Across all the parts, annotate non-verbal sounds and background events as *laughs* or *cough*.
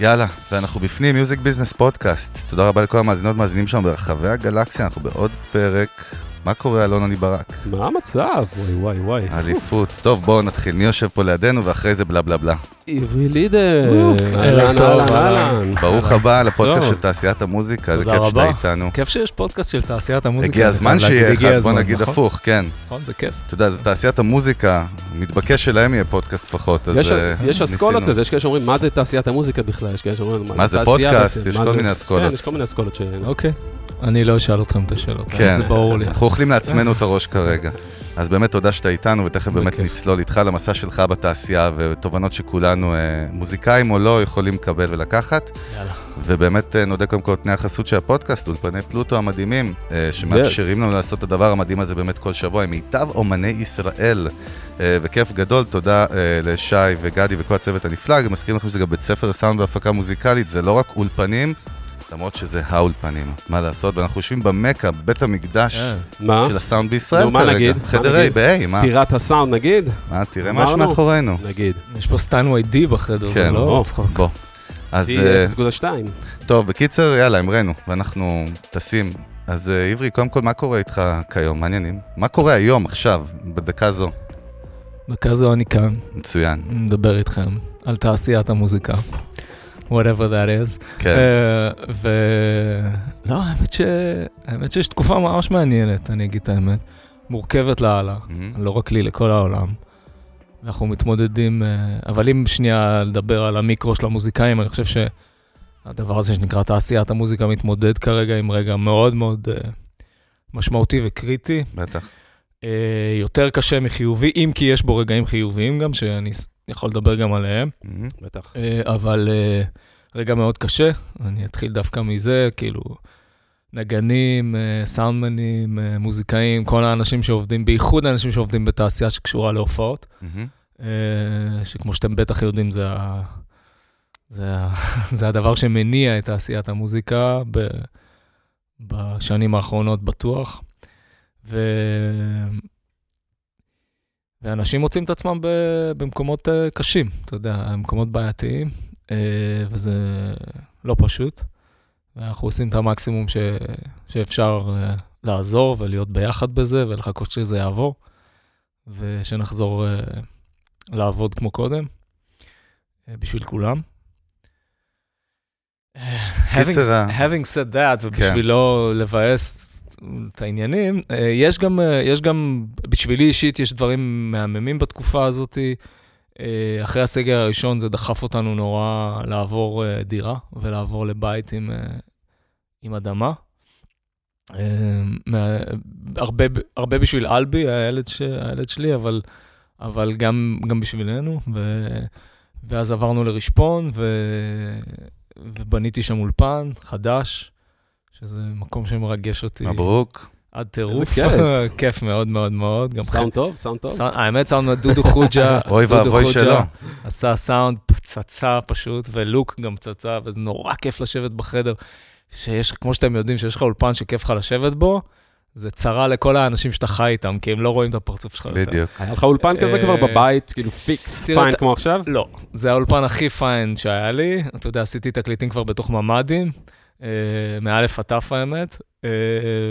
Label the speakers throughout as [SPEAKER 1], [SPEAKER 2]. [SPEAKER 1] יאללה, ואנחנו בפנים, מיוזיק ביזנס פודקאסט. תודה רבה לכל המאזינות והמאזינים שלנו ברחבי הגלקסיה, אנחנו בעוד פרק. מה קורה, אלון אני ברק?
[SPEAKER 2] *laughs*
[SPEAKER 3] מה המצב? וואי וואי וואי.
[SPEAKER 1] אליפות. טוב, בואו נתחיל. מי יושב פה לידינו, ואחרי זה בלה בלה בלה.
[SPEAKER 3] עברי לידר.
[SPEAKER 2] ערב טוב, אהלן.
[SPEAKER 1] ברוך הבא לפודקאסט
[SPEAKER 3] טוב.
[SPEAKER 1] של תעשיית המוזיקה, איזה
[SPEAKER 2] תודה
[SPEAKER 1] כיף שאתה
[SPEAKER 2] רבה.
[SPEAKER 1] איתנו.
[SPEAKER 2] כיף שיש פודקאסט של תעשיית המוזיקה.
[SPEAKER 1] הגיע הזמן
[SPEAKER 2] להגיד,
[SPEAKER 1] שיהיה
[SPEAKER 2] הגיע
[SPEAKER 1] אחד, בוא
[SPEAKER 2] הזמן,
[SPEAKER 1] נגיד
[SPEAKER 2] נכון?
[SPEAKER 1] הפוך, כן.
[SPEAKER 2] נכון, זה כיף.
[SPEAKER 1] אתה יודע, זה תעשיית המוזיקה, מתבקש שלהם יהיה פודקאסט לפחות, אז
[SPEAKER 3] יש-
[SPEAKER 1] אה,
[SPEAKER 3] יש אסכולות
[SPEAKER 1] ניסינו.
[SPEAKER 3] לזה, יש כאלה שאומרים, מה זה תעשיית המוזיקה בכלל? יש כאלה שאומרים,
[SPEAKER 1] מה זה
[SPEAKER 3] תעשייה
[SPEAKER 1] פודקאסט?
[SPEAKER 3] בעצם?
[SPEAKER 1] יש
[SPEAKER 3] מה
[SPEAKER 1] כל
[SPEAKER 3] זה?"
[SPEAKER 1] מיני אסכולות.
[SPEAKER 3] כן, יש כל מיני אסכולות ש...
[SPEAKER 2] אוקיי. אני לא אשאל אתכם את השאלות, האלה,
[SPEAKER 1] כן.
[SPEAKER 2] זה ברור לי.
[SPEAKER 1] אנחנו אוכלים לעצמנו את הראש כרגע. אז באמת תודה שאתה איתנו, ותכף באמת
[SPEAKER 2] בכיף.
[SPEAKER 1] נצלול איתך למסע שלך בתעשייה, ותובנות שכולנו, אה, מוזיקאים או לא, יכולים לקבל ולקחת.
[SPEAKER 2] יאללה.
[SPEAKER 1] ובאמת אה, נודה קודם כל לתנאי החסות של הפודקאסט, אולפני פלוטו המדהימים, אה, שמאפשרים
[SPEAKER 3] Yes.
[SPEAKER 1] לנו לעשות את הדבר המדהים הזה באמת כל שבוע, עם מיטב אומני ישראל. אה, וכיף גדול, תודה אה, לשי וגדי וכל הצוות הנפלא. גם מזכירים לכם שזה גם בית ספר סאונד והפקה מוזיקלית, זה לא רק אולפנים, למרות שזה האולפנים, מה לעשות, ואנחנו יושבים במקה, בית המקדש
[SPEAKER 2] כן.
[SPEAKER 3] מה?
[SPEAKER 1] של הסאונד בישראל
[SPEAKER 3] נו, מה נגיד? מה
[SPEAKER 1] חדר A
[SPEAKER 3] נגיד?
[SPEAKER 1] ב-A, מה?
[SPEAKER 3] טירת הסאונד נגיד?
[SPEAKER 1] מה, תראה מה יש
[SPEAKER 3] אמרנו.
[SPEAKER 1] מאחורינו.
[SPEAKER 3] נגיד.
[SPEAKER 2] יש פה סטיינווי D בחדר,
[SPEAKER 1] כן.
[SPEAKER 2] זה לא
[SPEAKER 3] או.
[SPEAKER 2] צחוק.
[SPEAKER 1] בוא. אז אה,
[SPEAKER 3] היא 0.2.
[SPEAKER 1] טוב, בקיצר, יאללה, המראנו, ואנחנו טסים. אז אה, עברי, קודם כל, מה קורה איתך כיום? מעניינים. מה קורה היום, עכשיו, בדקה זו?
[SPEAKER 2] בכזו אני כאן,
[SPEAKER 1] מצוין.
[SPEAKER 2] מדבר איתכם על תעשיית המוזיקה. whatever that is.
[SPEAKER 1] כן.
[SPEAKER 2] אה, ו... לא, האמת ש... האמת שיש תקופה ממש מעניינת, אני אגיד את האמת. מורכבת לאללה.
[SPEAKER 1] Mhm.
[SPEAKER 2] לא רק לי, לכל העולם. אנחנו מתמודדים, אה, אבל אם שנייה לדבר על המיקרו של המוזיקאים, אני חושב שהדבר הזה שנקרא תעשיית המוזיקה מתמודד כרגע עם רגע מאוד מאוד אה, משמעותי וקריטי.
[SPEAKER 1] בטח.
[SPEAKER 2] אה, יותר קשה מחיובי, אם כי יש בו רגעים חיוביים גם, שאני ס- יכול לדבר גם עליהם,
[SPEAKER 1] Mhm.
[SPEAKER 3] בטח.
[SPEAKER 2] אה, אבל אה, רגע מאוד קשה, אני אתחיל דווקא מזה, כאילו, נגנים, אה, סאונדמנים, אה, מוזיקאים, כל האנשים שעובדים, בייחוד האנשים שעובדים בתעשייה שקשורה להופעות.
[SPEAKER 1] Mhm.
[SPEAKER 2] אה, שכמו שאתם בטח יודעים, זה, ה... זה, ה... *laughs* זה הדבר שמניע את תעשיית המוזיקה ב... בשנים האחרונות בטוח. ו... ואנשים מוצאים את עצמם ב... במקומות אה, קשים, אתה יודע, מקומות בעייתיים, אה, וזה לא פשוט. ואנחנו עושים את המקסימום ש... שאפשר אה, לעזור ולהיות ביחד בזה ולחכות שזה יעבור, ושנחזור אה, לעבוד כמו קודם, אה, בשביל כולם.
[SPEAKER 1] קיצר, ה-
[SPEAKER 2] Having, having said that, ובשביל לא לבאס את העניינים, אה, יש גם, אה, יש גם, בשבילי אישית יש דברים מהממים בתקופה הזאת. אה, אחרי הסגר הראשון זה דחף אותנו נורא לעבור אה, דירה ולעבור לבית עם, אה, עם אדמה. אה, מה- הרבה, הרבה בשביל אלבי, הילד, ש, הילד שלי, אבל, אבל גם, גם בשבילנו. ו, ואז עברנו לרשפון, ו, ובניתי שם אולפן חדש, שזה מקום שמרגש אותי
[SPEAKER 1] מברוק.
[SPEAKER 2] עד טירוף.
[SPEAKER 3] איזה כיף.
[SPEAKER 2] *laughs* כיף מאוד מאוד מאוד. גם
[SPEAKER 3] סאונד טוב? סאונד טוב?
[SPEAKER 2] סאונד- האמת, סאונד דודו
[SPEAKER 3] *laughs*
[SPEAKER 2] חוג'ה,
[SPEAKER 1] אוי
[SPEAKER 2] אה, דודו אה,
[SPEAKER 1] ואבוי
[SPEAKER 2] חוג'ה
[SPEAKER 1] שלא.
[SPEAKER 2] עשה סאונד פצצה פשוט, ולוק גם פצצה, וזה נורא כיף לשבת בחדר. שיש, כמו שאתם יודעים, שיש לך אולפן שכיף לך לשבת בו, זה צרה לכל האנשים שאתה חי איתם, כי הם לא רואים את הפרצוף שלך יותר.
[SPEAKER 1] בדיוק.
[SPEAKER 3] היה לך אולפן כזה
[SPEAKER 2] אה,
[SPEAKER 3] כבר בבית, כאילו
[SPEAKER 2] *laughs*
[SPEAKER 3] פיקס,
[SPEAKER 2] תראה,
[SPEAKER 3] פיין
[SPEAKER 2] אתה-
[SPEAKER 3] כמו עכשיו?
[SPEAKER 2] לא, זה האולפן הכי פיין שהיה לי. אתה יודע, עשיתי תקליטים כבר בתוך ממ"דים, אה, מאלף עד תף האמת, אה,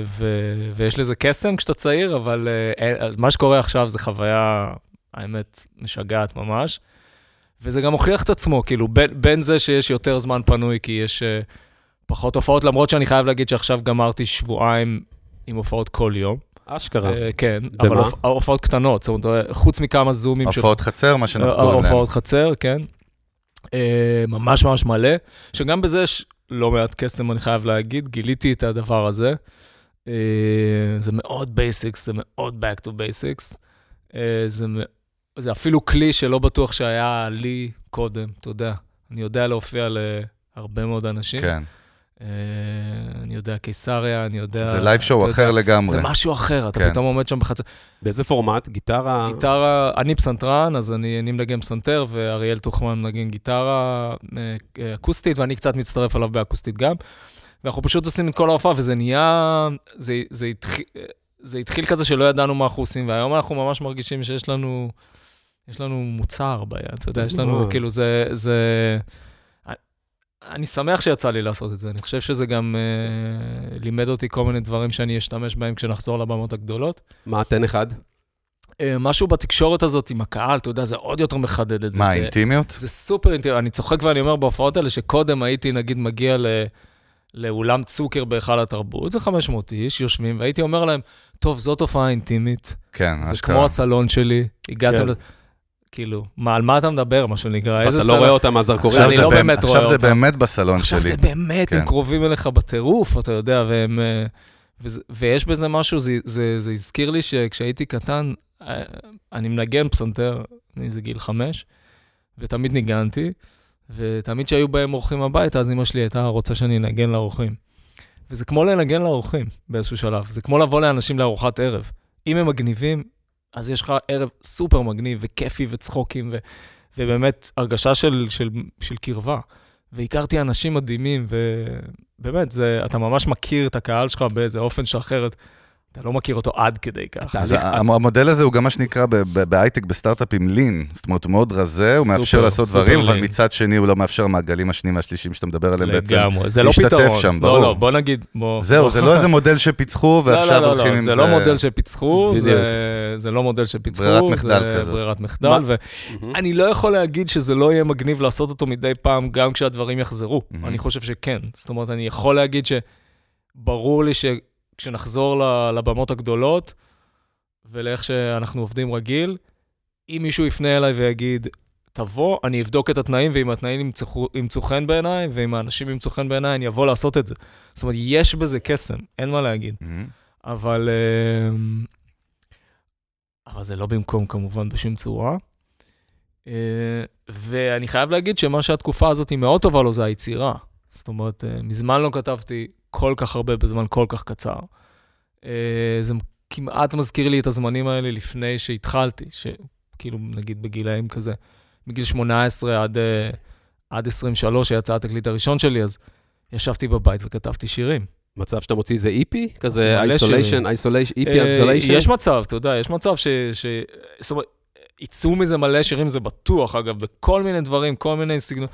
[SPEAKER 2] ו- ויש לזה קסם כשאתה צעיר, אבל אה, אה, מה שקורה עכשיו זה חוויה, האמת, משגעת ממש. וזה גם הוכיח את עצמו, כאילו, בין, בין זה שיש יותר זמן פנוי, כי יש אה, פחות הופעות, למרות שאני חייב להגיד שעכשיו גמרתי שבועיים עם הופעות כל יום.
[SPEAKER 3] אשכרה.
[SPEAKER 2] אה, כן,
[SPEAKER 3] במה?
[SPEAKER 2] אבל הופ- הופעות קטנות, זאת אומרת, חוץ מכמה זומים של
[SPEAKER 1] הופעות חצר, מה שאנחנו קוראים להם.
[SPEAKER 2] אה, הופעות חצר, כן. אה, ממש ממש מלא, שגם בזה יש לא מעט קסם, אני חייב להגיד, גיליתי את הדבר הזה. אה, זה מאוד בייסיקס, זה מאוד back to basics. אה, זה, מ- זה אפילו כלי שלא בטוח שהיה לי קודם, אתה יודע. אני יודע להופיע להרבה מאוד אנשים.
[SPEAKER 1] כן.
[SPEAKER 2] אה, אני יודע קיסריה, אני יודע...
[SPEAKER 1] זה לייב
[SPEAKER 2] אה, אתה
[SPEAKER 1] שואו
[SPEAKER 2] יודע,
[SPEAKER 1] אחר לגמרי.
[SPEAKER 2] זה משהו אחר, אתה
[SPEAKER 1] כן.
[SPEAKER 2] פתאום עומד שם בחצר.
[SPEAKER 3] באיזה פורמט? גיטרה?
[SPEAKER 2] גיטרה, אני פסנתרן, אז אני, אני מנגן פסנתר, ואריאל טוחמן מנגן גיטרה אה, אה, אקוסטית, ואני קצת מצטרף אליו באקוסטית גם. ואנחנו פשוט עושים את כל ההופעה, וזה נהיה... זה, זה, התחיל, זה התחיל כזה שלא ידענו מה אנחנו עושים, והיום אנחנו ממש מרגישים שיש לנו... יש לנו מוצר ביד, אתה יודע, יש לנו,
[SPEAKER 3] וואו.
[SPEAKER 2] כאילו, זה... זה... אני שמח שיצא לי לעשות את זה. אני חושב שזה גם אה, לימד אותי כל מיני דברים שאני אשתמש בהם כשנחזור לבמות הגדולות.
[SPEAKER 3] מה, תן אחד?
[SPEAKER 2] אה, משהו בתקשורת הזאת עם הקהל, אתה יודע, זה עוד יותר מחדד את זה.
[SPEAKER 1] מה,
[SPEAKER 2] זה-
[SPEAKER 1] אינטימיות?
[SPEAKER 2] זה סופר אינטימי, אני צוחק ואני אומר בהופעות האלה שקודם הייתי נגיד מגיע ל... לאולם צוקר בהיכל התרבות, זה 500 איש יושבים, והייתי אומר להם, טוב, זאת הופעה אינטימית,
[SPEAKER 1] כן,
[SPEAKER 2] זה
[SPEAKER 1] אשכרה.
[SPEAKER 2] כמו הסלון שלי, הגעתם
[SPEAKER 3] כן.
[SPEAKER 2] ל... כאילו, מה, על מה אתה מדבר, מה שנקרא, איזה
[SPEAKER 3] אתה
[SPEAKER 2] סלון?
[SPEAKER 3] לא רואה אותה מהזרקורים.
[SPEAKER 2] עכשיו אני
[SPEAKER 1] זה
[SPEAKER 2] לא
[SPEAKER 1] באמ-
[SPEAKER 2] באמת רואה
[SPEAKER 1] עכשיו זה
[SPEAKER 2] אותם.
[SPEAKER 1] באמת בסלון
[SPEAKER 2] עכשיו
[SPEAKER 1] שלי.
[SPEAKER 2] זה באמת,
[SPEAKER 1] כן.
[SPEAKER 2] הם קרובים אליך בטירוף, אתה יודע, והם... אה, וזה- ויש בזה משהו, זה, זה, זה הזכיר לי שכשהייתי קטן, אה, אני מנגן פסנתר מאיזה גיל חמש, ותמיד ניגנתי, ותמיד כשהיו בהם אורחים הביתה, אז אמא שלי הייתה רוצה שאני אנגן לאורחים. וזה כמו לנגן לאורחים באיזשהו שלב, זה כמו לבוא לאנשים לארוחת ערב. אם הם מגניבים, אז יש לך ערב סופר מגניב וכיפי וצחוקים, ו, ובאמת הרגשה של, של, של קרבה. והכרתי אנשים מדהימים, ובאמת, זה, אתה ממש מכיר את הקהל שלך באיזה אופן שאחרת, אתה לא מכיר אותו עד כדי כך.
[SPEAKER 1] אז המ- המודל הזה הוא גם מה שנקרא ב- ב- בהייטק, בסטארט-אפים, לין. זאת אומרת, הוא מאוד רזה, הוא מאפשר
[SPEAKER 2] סופר,
[SPEAKER 1] לעשות
[SPEAKER 2] סופר
[SPEAKER 1] דברים, אבל
[SPEAKER 2] lean.
[SPEAKER 1] מצד שני הוא לא מאפשר מהגלים השניים והשלישיים שאתה מדבר עליהם בעצם.
[SPEAKER 2] לגמרי, זה לא
[SPEAKER 1] להשתתף
[SPEAKER 2] פתרון.
[SPEAKER 1] שם,
[SPEAKER 2] לא,
[SPEAKER 1] ברור.
[SPEAKER 2] לא, בוא נגיד, בוא...
[SPEAKER 1] זהו,
[SPEAKER 2] בוא-
[SPEAKER 1] זה לא איזה מודל שפיצחו
[SPEAKER 2] *laughs* לא,
[SPEAKER 1] ועכשיו
[SPEAKER 2] לא,
[SPEAKER 1] הולכים
[SPEAKER 2] לא,
[SPEAKER 1] עם זה.
[SPEAKER 2] זה לא מודל שפיצחו,
[SPEAKER 3] בדיוק.
[SPEAKER 2] זה- זה לא מודל שפיצחו,
[SPEAKER 1] ברירת
[SPEAKER 2] זה
[SPEAKER 1] מחדל כזאת.
[SPEAKER 2] ברירת מחדל, ואני לא יכול להגיד שזה לא יהיה מגניב לעשות אותו מדי פעם, גם כשהדברים יחזרו.
[SPEAKER 1] Mhm.
[SPEAKER 2] אני חושב שכן. זאת אומרת, אני יכול להגיד שברור לי שכשנחזור ל- לבמות הגדולות, ולאיך שאנחנו עובדים רגיל, אם מישהו יפנה אליי ויגיד, תבוא, אני אבדוק את התנאים, ואם התנאים ימצאו- ימצאו חן בעיניי, ואם האנשים ימצאו חן בעיניי, אני אבוא לעשות את זה. זאת אומרת, יש בזה קסם, אין מה להגיד.
[SPEAKER 1] Mhm.
[SPEAKER 2] אבל... אמ, אבל זה לא במקום כמובן בשום צורה. אה, ואני חייב להגיד שמה שהתקופה הזאת היא מאוד טובה לו זה היצירה. זאת אומרת, אה, מזמן לא כתבתי כל כך הרבה בזמן כל כך קצר. אה, זה כמעט מזכיר לי את הזמנים האלה לפני שהתחלתי, שכאילו נגיד בגילאים כזה, מגיל 18 עד, אה, עד 23, שיצא התקליט הראשון שלי, אז ישבתי בבית וכתבתי שירים.
[SPEAKER 3] מצב שאתה מוציא איזה איפי? כזה
[SPEAKER 2] מלא
[SPEAKER 3] איסוליישן,
[SPEAKER 2] שירים.
[SPEAKER 3] איסוליישן, איפי
[SPEAKER 2] אה,
[SPEAKER 3] איסוליישן?
[SPEAKER 2] יש מצב, אתה יודע, יש מצב ש... ש... זאת אומרת, יצאו מזה מלא שירים, זה בטוח, אגב, בכל מיני דברים, כל מיני סגנון.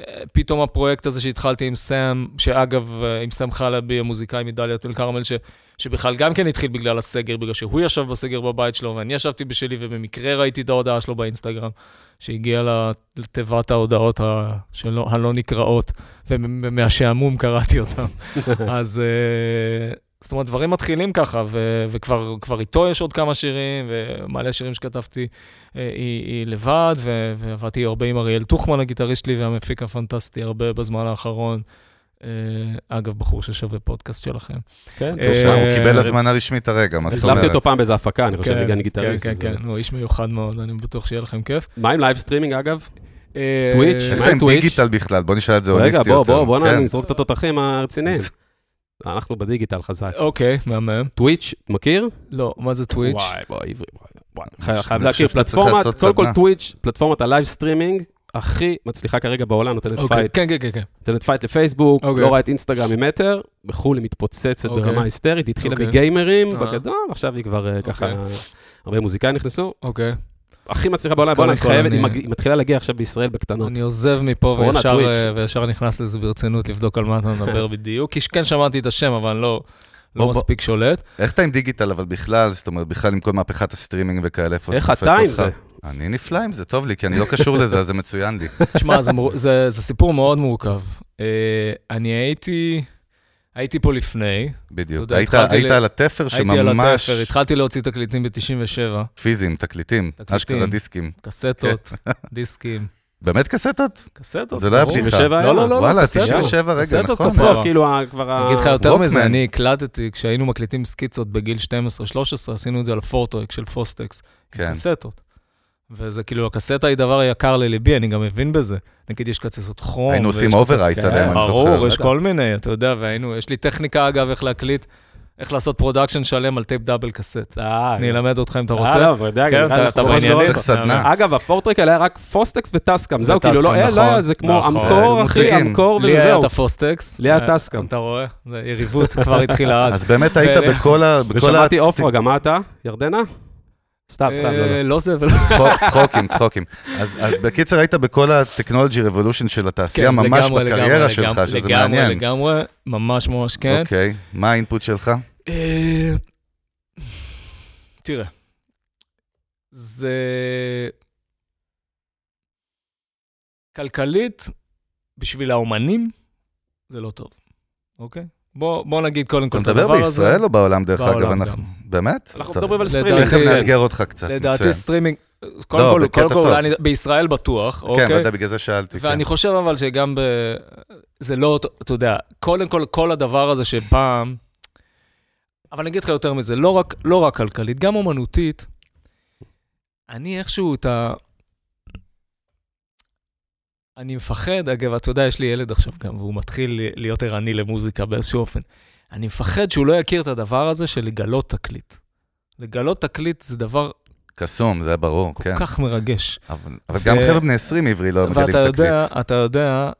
[SPEAKER 2] אה, פתאום הפרויקט הזה שהתחלתי עם סאם, שאגב, אה, עם סאם חלבי, המוזיקאי מדאלית אל כרמל, ש... שבכלל גם כן התחיל בגלל הסגר, בגלל שהוא ישב בסגר בבית שלו, ואני ישבתי בשלי, ובמקרה ראיתי את ההודעה שלו באינסטגרם, שהגיעה לתיבת ההודעות ה... שלא, הלא נקראות, ומהשעמום קראתי אותם. אז אה, זאת אומרת, דברים מתחילים ככה, ו- וכבר כבר איתו יש עוד כמה שירים, ומלא שירים שכתבתי אה, היא, היא לבד, ו- ועבדתי הרבה עם אריאל טוחמן, הגיטריסט שלי, והמפיק הפנטסטי הרבה בזמן האחרון. אה, אגב, בחור ששווה פודקאסט שלכם.
[SPEAKER 3] כן,
[SPEAKER 2] אה,
[SPEAKER 1] תשמע, הוא
[SPEAKER 2] אה,
[SPEAKER 1] קיבל הזמנה רשמית הרגע, כאילו, מה זאת
[SPEAKER 3] החלפתי
[SPEAKER 1] אומרת?
[SPEAKER 3] אותו פעם באיזה הפקה, אני חושב, בגלל לא גיטריסט.
[SPEAKER 2] כן,
[SPEAKER 3] אז-
[SPEAKER 2] כן, כן, הוא איש מיוחד מאוד, אני בטוח שיהיה לכם כיף.
[SPEAKER 3] מה עם לייב סטרימינג, אגב?
[SPEAKER 2] אה,
[SPEAKER 3] טוויץ'?
[SPEAKER 1] איך
[SPEAKER 3] מה
[SPEAKER 1] אתה
[SPEAKER 3] עם
[SPEAKER 1] עם
[SPEAKER 3] טוויץ'?
[SPEAKER 1] דיגיטל בכלל? בוא נשאל את זה הוליסטי
[SPEAKER 3] רגע,
[SPEAKER 1] יותר.
[SPEAKER 3] בוא, בוא, בוא
[SPEAKER 1] כן.
[SPEAKER 3] נזרוק את
[SPEAKER 1] *laughs*
[SPEAKER 3] התותחים הרציניים. אנחנו בדיגיטל חזק.
[SPEAKER 2] אוקיי, מהמם.
[SPEAKER 3] טוויץ', מכיר?
[SPEAKER 2] לא, מה זה טוויץ'?
[SPEAKER 3] וואי, בואי, עברי, וואי, וואי.
[SPEAKER 1] אני
[SPEAKER 3] חי- חייב
[SPEAKER 1] חושב
[SPEAKER 3] להכיר
[SPEAKER 1] שאתה צריך
[SPEAKER 3] פלטפורמת,
[SPEAKER 1] לעשות
[SPEAKER 3] קודם כל
[SPEAKER 1] סדנה.
[SPEAKER 3] טוויץ', פלטפורמת הלייב סטרימינג הכי מצליחה כרגע בעולם, נותנת
[SPEAKER 2] אוקיי,
[SPEAKER 3] פייט.
[SPEAKER 2] כן, כן, כן, כן.
[SPEAKER 3] נותנת פייט לפייסבוק,
[SPEAKER 2] אוקיי.
[SPEAKER 3] לא רואה את אינסטגרם ממטר, בחו"ל היא מתפוצצת
[SPEAKER 2] אוקיי.
[SPEAKER 3] ברמה היסטרית, היא התחילה
[SPEAKER 2] אוקיי.
[SPEAKER 3] מגיימרים
[SPEAKER 2] אה.
[SPEAKER 3] בגדול, עכשיו היא כבר אה, ככה,
[SPEAKER 2] אוקיי.
[SPEAKER 3] הרבה מוזיקאים נכנסו.
[SPEAKER 2] אוקיי.
[SPEAKER 3] הכי מצליחה בעולם,
[SPEAKER 2] אז
[SPEAKER 3] בעולם
[SPEAKER 2] קודם כל
[SPEAKER 3] חייבת, היא
[SPEAKER 2] אני-
[SPEAKER 3] מג- היא מתחילה להגיע עכשיו בישראל בקטנות.
[SPEAKER 2] אני עוזב מפה
[SPEAKER 3] אורנה,
[SPEAKER 2] וישר,
[SPEAKER 3] טוויץ'.
[SPEAKER 2] אה, וישר נכנס לזה ברצינות לבדוק על מה אתה מדבר
[SPEAKER 1] *laughs*
[SPEAKER 2] בדיוק, כי כן שמעתי את השם, אבל לא, לא
[SPEAKER 1] בוא, בוא.
[SPEAKER 2] מספיק שולט.
[SPEAKER 1] איך אתה עם דיגיטל, אבל בכלל, זאת אומרת, בכלל עם כל מהפכת הסטרימינג וכאלה, איפה
[SPEAKER 3] איך
[SPEAKER 1] זה
[SPEAKER 3] אתה
[SPEAKER 1] תופס
[SPEAKER 3] עם
[SPEAKER 1] אותך?
[SPEAKER 3] זה?
[SPEAKER 1] אני נפלא עם זה, טוב לי, כי אני לא קשור לזה, אז זה מצוין לי.
[SPEAKER 2] *laughs* תשמע, זה, מור- זה, זה סיפור מאוד מורכב. אה, אני הייתי, הייתי פה לפני,
[SPEAKER 1] בדיוק.
[SPEAKER 2] יודע,
[SPEAKER 1] היית
[SPEAKER 2] התחלתי
[SPEAKER 1] היית
[SPEAKER 2] ל-
[SPEAKER 1] על התפר
[SPEAKER 2] הייתי על
[SPEAKER 1] שממש
[SPEAKER 2] התפר, התחלתי להוציא תקליטים ב-97,
[SPEAKER 1] פיזיים, תקליטים,
[SPEAKER 2] תקליטים.
[SPEAKER 1] אשכרה דיסקים.
[SPEAKER 2] קסטות, דיסקים,
[SPEAKER 1] באמת קסטות?
[SPEAKER 2] קסטות,
[SPEAKER 1] כן. זה לא היה
[SPEAKER 2] ברור.
[SPEAKER 1] בדיחה.
[SPEAKER 3] 97 היה?
[SPEAKER 2] לא, לא, לא,
[SPEAKER 1] וואלה,
[SPEAKER 2] קסטות.
[SPEAKER 1] 97 רגע,
[SPEAKER 2] קסטות,
[SPEAKER 1] נכון.
[SPEAKER 2] קסטות.
[SPEAKER 3] בסוף, כאילו, ה- כבר ה...
[SPEAKER 2] לא. אני אגיד לך יותר
[SPEAKER 1] ווקמן.
[SPEAKER 2] מזה, אני הקלטתי, כשהיינו מקליטים סקיצות בגיל 12-13, עשינו את זה על הפורטרק של פוסטקס.
[SPEAKER 1] כן.
[SPEAKER 2] כן. קסטות. וזה כאילו, הקסטה היא דבר יקר לליבי, אני גם מבין בזה. נגיד, יש קצצות חום.
[SPEAKER 1] היינו
[SPEAKER 2] ויש
[SPEAKER 1] עושים
[SPEAKER 2] קצצות-
[SPEAKER 1] אוברייט
[SPEAKER 3] כן,
[SPEAKER 1] עליהם, אני זוכר.
[SPEAKER 2] ברור, יש כל מיני, אתה יודע, והיינו, יש לי טכניקה, אגב, איך להקליט, איך לעשות פרודקשן שלם על טייפ דאבל קסט.
[SPEAKER 3] אה,
[SPEAKER 2] אני אלמד אותך אם אתה
[SPEAKER 3] אה,
[SPEAKER 2] רוצה.
[SPEAKER 3] לא, אבל די,
[SPEAKER 2] כן,
[SPEAKER 3] נראה לי
[SPEAKER 2] אתה- אתה
[SPEAKER 3] חוזר
[SPEAKER 2] בעניינים?
[SPEAKER 1] צריך סדנה.
[SPEAKER 3] לעולם. אגב, הפורטרק היה רק פוסטקס וטסקאם, זהו, כאילו לא
[SPEAKER 2] וטסקאם,
[SPEAKER 3] היה, לא היה,
[SPEAKER 2] נכון,
[SPEAKER 3] זה כמו
[SPEAKER 2] נכון.
[SPEAKER 3] אמקור, אחי,
[SPEAKER 1] מותגים.
[SPEAKER 3] אמקור
[SPEAKER 2] לי היה
[SPEAKER 3] וזהו.
[SPEAKER 2] את הפוסטקס.
[SPEAKER 3] אה, לי היה טסקאם.
[SPEAKER 2] אה, אתה רואה? זה יריבות כבר התחילה אז.
[SPEAKER 1] אז באמת היית
[SPEAKER 2] ואלה- *laughs*
[SPEAKER 1] בכל ה... בכל ה-
[SPEAKER 3] ושמעתי עופרה, גם מה אתה? ירדנה? סתם, סתם, לא, לא.
[SPEAKER 2] אה, לא זה ולא זה.
[SPEAKER 1] צחוק- צחוקים, צחוקים. אז אז בקיצר, היית בכל הטכנולוגי רבולושן של התעשייה,
[SPEAKER 2] כן,
[SPEAKER 1] ממש
[SPEAKER 2] לגמרי,
[SPEAKER 1] בקריירה
[SPEAKER 2] לגמרי,
[SPEAKER 1] שלך,
[SPEAKER 2] לגמרי,
[SPEAKER 1] שזה מעניין.
[SPEAKER 2] לגמרי, לגמרי, ממש ממש כן.
[SPEAKER 1] אוקיי, מה האינפוט שלך?
[SPEAKER 2] אה, תראה, זה... כלכלית, בשביל האומנים, זה לא טוב, אוקיי? בוא, בוא נגיד קודם
[SPEAKER 1] אתה
[SPEAKER 2] כל את
[SPEAKER 1] מדבר
[SPEAKER 2] הדבר הזה.
[SPEAKER 1] בישראל או בעולם, דרך
[SPEAKER 2] בעולם
[SPEAKER 1] אגב?
[SPEAKER 2] גם.
[SPEAKER 1] אנחנו- באמת?
[SPEAKER 3] אנחנו
[SPEAKER 1] אתה-
[SPEAKER 3] מדברים על
[SPEAKER 2] לדעתי-
[SPEAKER 3] סטרימינג.
[SPEAKER 1] תכף
[SPEAKER 2] כן.
[SPEAKER 1] נאתגר אותך קצת.
[SPEAKER 2] לדעתי
[SPEAKER 1] מצוין. לא,
[SPEAKER 2] סטרימינג, קודם כל,
[SPEAKER 1] בקטע
[SPEAKER 2] קודם כל,
[SPEAKER 1] טוב.
[SPEAKER 2] אולי אני- בישראל בטוח, אוקיי?
[SPEAKER 1] כן, אבל בגלל זה שאלתי. כן.
[SPEAKER 2] ואני חושב אבל שגם ב... זה לא, אותו- אתה יודע, קודם כל, כל הדבר הזה שפעם... אבל אני אגיד לך יותר מזה, לא רק, לא רק כלכלית, גם אומנותית, אני איכשהו את ה... אני מפחד, אגב, אתה יודע, יש לי ילד עכשיו גם, והוא מתחיל להיות ערני למוזיקה באיזשהו אופן. אני מפחד שהוא לא יכיר את הדבר הזה של לגלות תקליט. לגלות תקליט זה דבר
[SPEAKER 1] קסום, זה היה ברור,
[SPEAKER 2] כל
[SPEAKER 1] כן.
[SPEAKER 2] כן. כך מרגש.
[SPEAKER 1] אבל אבל גם
[SPEAKER 2] ו-
[SPEAKER 1] חבר'ה בני 20 עברי לא מגלים
[SPEAKER 2] ואתה
[SPEAKER 1] תקליט.
[SPEAKER 2] יודע, אתה יודע,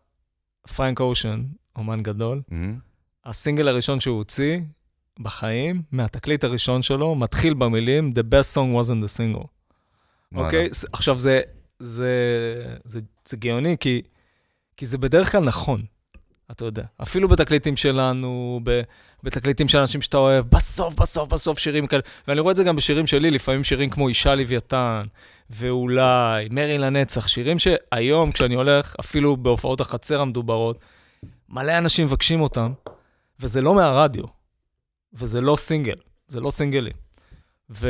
[SPEAKER 2] פרנק אושן, אומן גדול,
[SPEAKER 1] אמ,
[SPEAKER 2] הסינגל הראשון שהוא הוציא בחיים, מהתקליט הראשון שלו, מתחיל במילים The best song wasn't the single.
[SPEAKER 1] וואלה.
[SPEAKER 2] אוקיי? ס- עכשיו, זה, זה, זה, זה גאוני, כי, כי זה בדרך כלל נכון, אתה יודע. אפילו בתקליטים שלנו, ב, בתקליטים של אנשים שאתה אוהב, בסוף, בסוף, בסוף שירים כאלה. ואני רואה את זה גם בשירים שלי, לפעמים שירים כמו אישה לוויתן, ואולי, מרי לנצח, שירים שהיום, כשאני הולך, אפילו בהופעות החצר המדוברות, מלא אנשים מבקשים אותם, וזה לא מהרדיו, וזה לא סינגל, זה לא סינגלים. ו...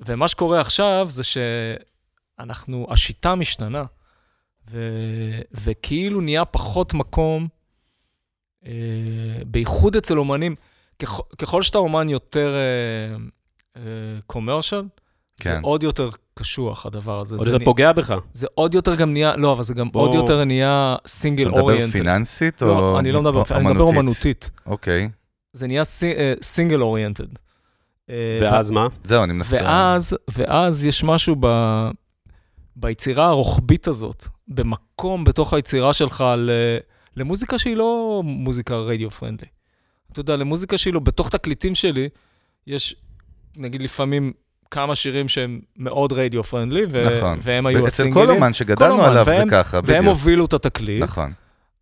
[SPEAKER 2] ומה שקורה עכשיו זה שאנחנו, השיטה משתנה, ו... וכאילו נהיה פחות מקום, אה, בייחוד אצל אומנים, ככל, ככל שאתה אומן יותר קומרשל, אה, אה, כן. זה
[SPEAKER 1] כן.
[SPEAKER 2] עוד יותר קשוח הדבר הזה.
[SPEAKER 3] עוד זה
[SPEAKER 2] נה-
[SPEAKER 3] פוגע בך.
[SPEAKER 2] זה עוד יותר גם נהיה, לא, אבל זה גם
[SPEAKER 3] בוא-
[SPEAKER 2] עוד יותר נהיה סינגל
[SPEAKER 1] אתה מדבר
[SPEAKER 2] אוריינטד.
[SPEAKER 1] פיננסית או
[SPEAKER 2] לא, אני לא מדבר,
[SPEAKER 1] או-
[SPEAKER 2] אני מדבר אומנותית.
[SPEAKER 1] אוקיי.
[SPEAKER 2] זה נהיה אה, סינגל אוריינטד.
[SPEAKER 3] ואז מה?
[SPEAKER 1] זהו, אני מנסה.
[SPEAKER 2] אה, ואז, ואז יש משהו ב, ביצירה הרוחבית הזאת, במקום בתוך היצירה שלך ל, למוזיקה שהיא לא מוזיקה רדיו פרנדלי. אתה יודע, למוזיקה שהיא לא, בתוך תקליטים שלי, יש, נגיד לפעמים, כמה שירים שהם מאוד רדיו פרנדלי, ו-
[SPEAKER 1] נכון.
[SPEAKER 2] והם היו
[SPEAKER 1] אצל
[SPEAKER 2] הסינגלים,
[SPEAKER 1] כל אומן שגדלנו
[SPEAKER 2] אומן,
[SPEAKER 1] עליו זה
[SPEAKER 2] והם-
[SPEAKER 1] ככה,
[SPEAKER 2] והם
[SPEAKER 1] בדיוק.
[SPEAKER 2] הובילו את התקליט.
[SPEAKER 1] נכון.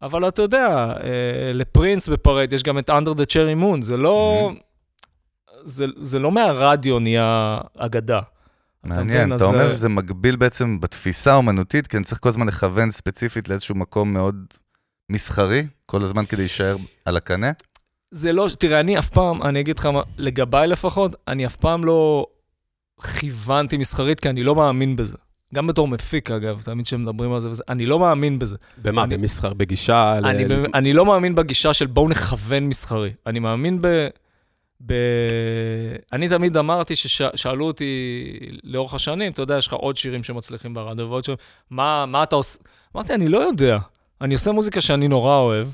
[SPEAKER 2] אבל אתה יודע, אה, לפרינס בפרט יש גם את Under the Cherry Moon, זה לא... זה, זה לא מהרדיו נהיה אגדה. אתה מבין?
[SPEAKER 1] מעניין,
[SPEAKER 2] אז
[SPEAKER 1] אתה אומר
[SPEAKER 2] זה-
[SPEAKER 1] שזה מגביל בעצם בתפיסה האומנותית, כי אני צריך כל הזמן לכוון ספציפית לאיזשהו מקום מאוד מסחרי, כל הזמן כדי להישאר על הקנה.
[SPEAKER 2] זה לא, תראה, אני אף פעם, אני אגיד לך מה, לגביי לפחות, אני אף פעם לא כיוונתי מסחרית, כי אני לא מאמין בזה. גם בתור מפיק, אגב, תמיד כשמדברים על זה, וזה, אני לא מאמין בזה.
[SPEAKER 3] במה?
[SPEAKER 2] אני-
[SPEAKER 3] במסחר, בגישה? ל-
[SPEAKER 2] אני, ב- אני לא מאמין בגישה של בואו נכוון מסחרי. אני מאמין ב... ב... אני תמיד אמרתי, ששאלו אותי לאורך השנים, אתה יודע, יש לך עוד שירים שמצליחים ברדיו ועוד שירים, מה, מה אתה עושה? אמרתי, אני לא יודע. אני עושה מוזיקה שאני נורא אוהב,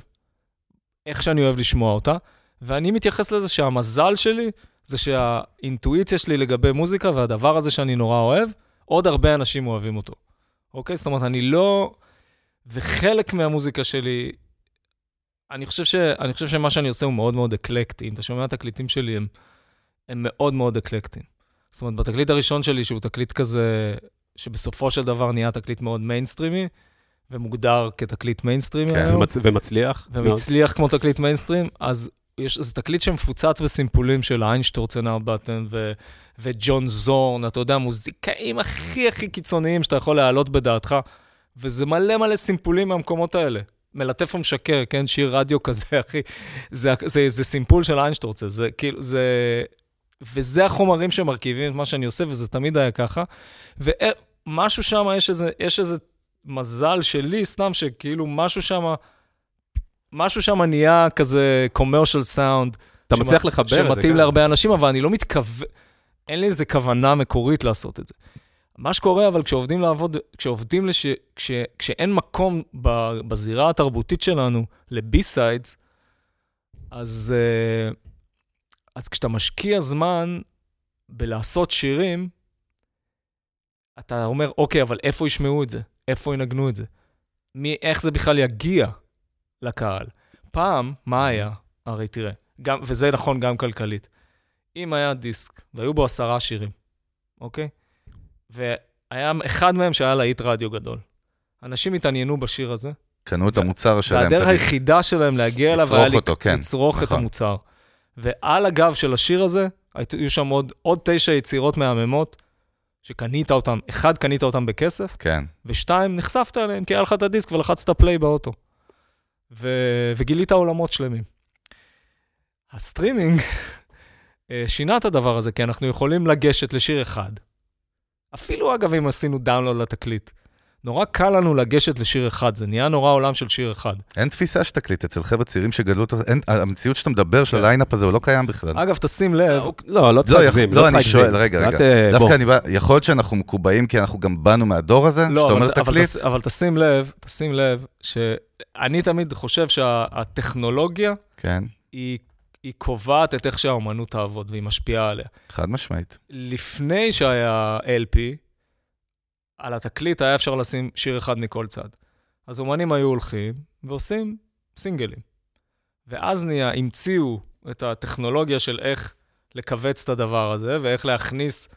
[SPEAKER 2] איך שאני אוהב לשמוע אותה, ואני מתייחס לזה שהמזל שלי זה שהאינטואיציה שלי לגבי מוזיקה והדבר הזה שאני נורא אוהב, עוד הרבה אנשים אוהבים אותו. אוקיי? זאת אומרת, אני לא... וחלק מהמוזיקה שלי, אני חושב, ש... אני חושב שמה שאני עושה הוא מאוד מאוד אקלקטי. אם אתה שומע את התקליטים שלי, הם, הם מאוד מאוד אקלקטיים. זאת אומרת, בתקליט הראשון שלי, שהוא תקליט כזה, שבסופו של דבר נהיה תקליט מאוד מיינסטרימי, ומוגדר כתקליט מיינסטרימי
[SPEAKER 1] כן,
[SPEAKER 2] היום.
[SPEAKER 3] ומצ- ומצליח? מאוד.
[SPEAKER 2] ומצליח כמו תקליט מיינסטרים, אז יש, זה תקליט שמפוצץ בסימפולים של איינשטורצן ארבטן ו, וג'ון זורן, אתה יודע, מוזיקאים הכי הכי קיצוניים שאתה יכול להעלות בדעתך, וזה מלא מלא סימפולים מהמקומות האלה. מלטף ומשקר, כן? שיר רדיו כזה, אחי. זה, זה, זה סימפול של איינשטורצן, זה כאילו, זה... וזה החומרים שמרכיבים את מה שאני עושה, וזה תמיד היה ככה. ומשהו שם, יש איזה, יש איזה מזל שלי, סתם שכאילו משהו שם, משהו שם נהיה כזה commercial sound,
[SPEAKER 3] אתה
[SPEAKER 2] שמ-
[SPEAKER 3] מצליח לחבר את זה.
[SPEAKER 2] שמתאים
[SPEAKER 3] כן.
[SPEAKER 2] להרבה אנשים, אבל אני לא מתכוון, אין לי איזה כוונה מקורית לעשות את זה. מה שקורה, אבל כשעובדים לעבוד, כשעובדים, לש... כש... כשאין מקום ב... בזירה התרבותית שלנו לבי-סיידס, אז, אה, אז כשאתה משקיע זמן בלעשות שירים, אתה אומר, אוקיי, אבל איפה ישמעו את זה? איפה ינגנו את זה? מי, איך זה בכלל יגיע לקהל? פעם, מה היה? הרי תראה, גם, וזה נכון גם כלכלית. אם היה דיסק, והיו בו עשרה שירים, אוקיי? והיה אחד מהם שהיה להיט רדיו גדול. אנשים התעניינו בשיר הזה,
[SPEAKER 1] קנו את המוצר שלהם.
[SPEAKER 2] והדרך
[SPEAKER 1] תגיד.
[SPEAKER 2] היחידה שלהם להגיע אליו
[SPEAKER 1] לצרוך
[SPEAKER 2] היה לק-
[SPEAKER 1] אותו, כן,
[SPEAKER 2] לצרוך את
[SPEAKER 1] נכון.
[SPEAKER 2] המוצר. ועל הגב של השיר הזה, היית- היו שם עוד, עוד תשע יצירות מהממות, שקנית אותן, אחד, קנית אותן בכסף,
[SPEAKER 1] כן.
[SPEAKER 2] ושתיים, נחשפת אליהן, כי היה לך את הדיסק ולחצת פליי באוטו. ו... וגילית עולמות שלמים. הסטרימינג אה, שינה את הדבר הזה, כי אנחנו יכולים לגשת לשיר אחד. אפילו, אגב, אם עשינו דאונלוד לתקליט. נורא קל לנו לגשת לשיר אחד, זה נהיה נורא עולם של שיר אחד.
[SPEAKER 1] אין תפיסה של תקליט אצל חבר'ה צעירים שגדלו, אותו- אין- המציאות שאתה מדבר
[SPEAKER 2] כן.
[SPEAKER 1] של הליינאפ הזה הוא לא קיים בכלל.
[SPEAKER 2] אגב, תשים לב,
[SPEAKER 3] לא, לא צריך
[SPEAKER 1] לא,
[SPEAKER 3] להגזים.
[SPEAKER 1] יכול- לא,
[SPEAKER 3] צריך
[SPEAKER 1] אני שואל,
[SPEAKER 3] להגזים.
[SPEAKER 1] רגע,
[SPEAKER 3] אל
[SPEAKER 1] רגע.
[SPEAKER 3] ת- בוא.
[SPEAKER 1] דווקא אני בא, יכול להיות שאנחנו מקובעים כי אנחנו גם באנו מהדור הזה?
[SPEAKER 2] לא,
[SPEAKER 1] שאתה אומר
[SPEAKER 2] אבל, אבל,
[SPEAKER 1] תקליט?
[SPEAKER 2] תס, אבל תשים לב, תשים לב, שאני תמיד חושב שהטכנולוגיה
[SPEAKER 1] כן,
[SPEAKER 2] היא, היא קובעת את איך שהאומנות תעבוד והיא משפיעה עליה.
[SPEAKER 1] חד משמעית.
[SPEAKER 2] לפני שהיה LP, על התקליט היה אפשר לשים שיר אחד מכל צד. אז אומנים היו הולכים ועושים סינגלים. ואז נהיה, המציאו את הטכנולוגיה של איך לכווץ את הדבר הזה, ואיך להכניס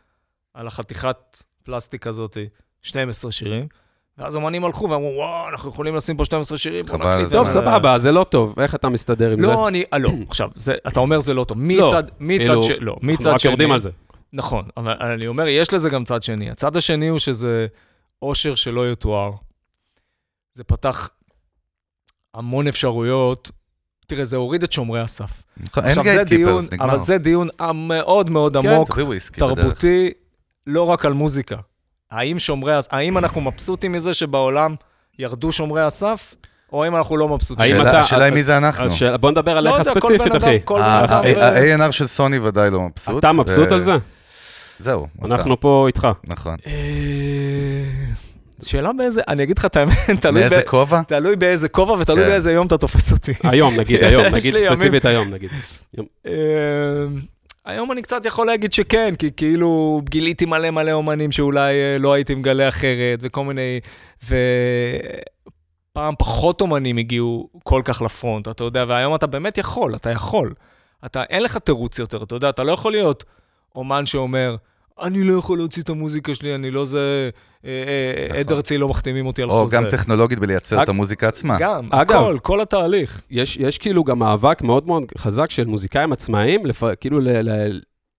[SPEAKER 2] על החתיכת פלסטיק הזאת 12 שירים. ואז אומנים הלכו ואמרו, וואו, אנחנו יכולים לשים פה 12 שירים, בוא
[SPEAKER 1] חבל על
[SPEAKER 2] נקליט.
[SPEAKER 1] הזמן.
[SPEAKER 3] טוב,
[SPEAKER 2] את זה."
[SPEAKER 3] סבבה, זה לא טוב. איך אתה מסתדר עם זה?
[SPEAKER 2] כן, לא, אני, אה, לא, עכשיו, זה- אתה אומר זה לא טוב. מי
[SPEAKER 3] לא,
[SPEAKER 2] צד, מי צד,
[SPEAKER 3] כאילו,
[SPEAKER 2] ש- לא, מי צד
[SPEAKER 3] אנחנו רק יורדים
[SPEAKER 2] שני,
[SPEAKER 3] על זה.
[SPEAKER 2] נכון, אבל אני אומר, יש לזה גם צד שני. הצד השני הוא שזה אושר שלא יתואר. זה פתח המון אפשרויות. תראה, זה הוריד את שומרי הסף.
[SPEAKER 1] נכון, אין
[SPEAKER 2] עכשיו, זה דיון,
[SPEAKER 1] גייטקיפרס, נגמר.
[SPEAKER 2] אבל זה דיון המאוד מאוד
[SPEAKER 3] כן.
[SPEAKER 2] עמוק,
[SPEAKER 1] תביא וויסקי בדרך.
[SPEAKER 2] תרבותי, לא רק על מוזיקה. האם שומרי הסף, האם אנחנו מבסוטים מזה שבעולם ירדו שומרי הסף, או האם אנחנו לא מבסוטים?
[SPEAKER 3] האם
[SPEAKER 1] השאלה-
[SPEAKER 3] אתה-
[SPEAKER 1] השאלה היא מי זה אנחנו. אה,
[SPEAKER 3] אז שאל- בוא נדבר
[SPEAKER 2] לא
[SPEAKER 3] עליך
[SPEAKER 2] יודע, כל
[SPEAKER 3] ספציפית,
[SPEAKER 2] בן אדם-
[SPEAKER 3] אחי.
[SPEAKER 2] כל בן
[SPEAKER 1] ה-
[SPEAKER 2] אדם
[SPEAKER 1] ה-
[SPEAKER 2] ו-
[SPEAKER 1] ה-A&R של סוני ודאי לא מבסוט.
[SPEAKER 3] אתה מבסוט
[SPEAKER 1] אה,
[SPEAKER 3] על זה?
[SPEAKER 1] זהו.
[SPEAKER 3] אנחנו
[SPEAKER 1] אתה.
[SPEAKER 3] פה איתך.
[SPEAKER 1] נכון.
[SPEAKER 2] אה, שאלה באיזה, אני אגיד לך את האמת, *laughs* תלוי
[SPEAKER 1] מאיזה
[SPEAKER 2] ב-
[SPEAKER 1] כובע?
[SPEAKER 2] תלוי באיזה כובע ותלוי
[SPEAKER 1] כן.
[SPEAKER 2] באיזה יום אתה תופס אותי. *laughs*
[SPEAKER 3] היום, נגיד, היום,
[SPEAKER 2] יש
[SPEAKER 3] נגיד,
[SPEAKER 2] לי ימים.
[SPEAKER 3] ספציפית היום, נגיד.
[SPEAKER 2] אה, היום אני קצת יכול להגיד שכן, כי כאילו גיליתי מלא מלא אומנים שאולי אה, לא הייתי מגלה אחרת, וכל מיני... ופעם פחות אומנים הגיעו כל כך לפרונט, אתה יודע, והיום אתה באמת יכול, אתה יכול. אתה, אין לך תירוץ יותר, אתה יודע, אתה לא יכול להיות אומן שאומר, אני לא יכול להוציא את המוזיקה שלי, אני לא זה... אה, אה,
[SPEAKER 1] נכון.
[SPEAKER 2] עד ארצי לא מחתימים אותי על
[SPEAKER 1] או
[SPEAKER 2] חוזה.
[SPEAKER 1] גם טכנולוגית בלייצר את
[SPEAKER 3] אג-
[SPEAKER 1] המוזיקה עצמה.
[SPEAKER 2] גם,
[SPEAKER 3] אגב.
[SPEAKER 2] הכל, כל התהליך.
[SPEAKER 3] יש, יש כאילו גם מאבק מאוד מאוד חזק של מוזיקאים עצמאיים, לפ... כאילו ל, ל,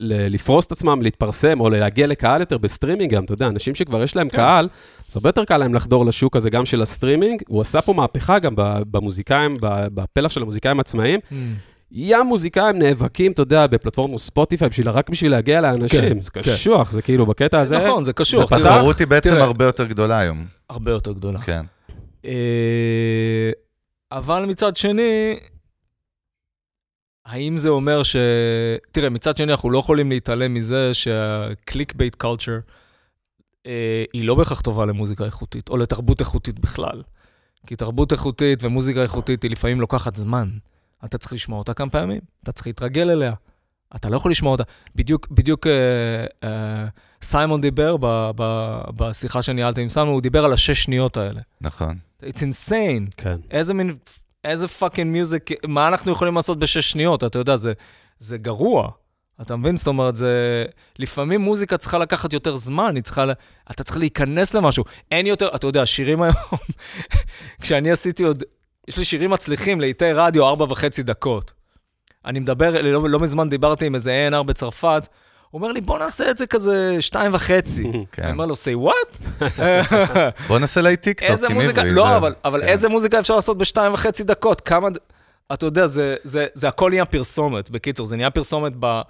[SPEAKER 3] ל, לפרוס את עצמם, להתפרסם, או להגיע לקהל יותר בסטרימינג גם, אתה יודע, אנשים שכבר יש להם
[SPEAKER 2] כן.
[SPEAKER 3] קהל, אז הרבה יותר קל להם לחדור לשוק הזה גם של הסטרימינג. הוא עשה פה מהפכה גם ב- במוזיקאים, ב- בפלח של המוזיקאים העצמאיים. ים מוזיקאים נאבקים, אתה יודע, בפלטפורמות ספוטיפיי, בשביל, רק בשביל להגיע לאנשים.
[SPEAKER 2] כן,
[SPEAKER 3] זה קשוח, זה כאילו בקטע הזה.
[SPEAKER 2] נכון, זה
[SPEAKER 1] זה
[SPEAKER 2] קשור. תראה,
[SPEAKER 1] התחרות היא בעצם
[SPEAKER 2] תראה.
[SPEAKER 1] הרבה יותר גדולה היום.
[SPEAKER 2] הרבה יותר גדולה.
[SPEAKER 1] כן.
[SPEAKER 2] אה, אבל מצד שני, האם זה אומר ש... תראה, מצד שני, אנחנו לא יכולים להתעלם מזה שהקליק בייט קולצ'ר היא לא בהכרח טובה למוזיקה איכותית, או לתרבות איכותית בכלל. כי תרבות איכותית ומוזיקה איכותית היא לפעמים לוקחת זמן. אתה צריך לשמוע אותה כמה פעמים, אתה צריך להתרגל אליה. אתה לא יכול לשמוע אותה. בדיוק, בדיוק אה, אה, סיימון דיבר ב, ב, בשיחה שניהלתי עם סיימון, הוא דיבר על השש שניות האלה.
[SPEAKER 1] נכון.
[SPEAKER 2] It's insane.
[SPEAKER 3] כן.
[SPEAKER 2] איזה מין, איזה פאקינג מיוזיק, מה אנחנו יכולים לעשות בשש שניות? אתה יודע, זה, זה גרוע. אתה מבין? זאת אומרת, זה... לפעמים מוזיקה צריכה לקחת יותר זמן, היא צריכה... ל- אתה צריך להיכנס למשהו. אין יותר... אתה יודע, שירים היום... *laughs* כשאני עשיתי עוד... יש לי שירים מצליחים לעיתי רדיו, ארבע וחצי דקות. אני מדבר, לא, לא מזמן דיברתי עם איזה A&R בצרפת, הוא אומר לי, בוא נעשה את זה כזה שתיים וחצי. אני
[SPEAKER 1] כן.
[SPEAKER 2] אומר לו, say what?
[SPEAKER 1] בוא נעשה להיט טיקטוק
[SPEAKER 2] איזה
[SPEAKER 1] עם
[SPEAKER 2] מוזיקה,
[SPEAKER 1] עברי.
[SPEAKER 2] לא,
[SPEAKER 1] זה-
[SPEAKER 2] אבל, אבל
[SPEAKER 1] כן.
[SPEAKER 2] איזה מוזיקה אפשר לעשות בשתיים וחצי דקות? כמה, ד- אתה יודע, זה, זה, זה הכל נהיה פרסומת, בקיצור, זה נהיה פרסומת ב,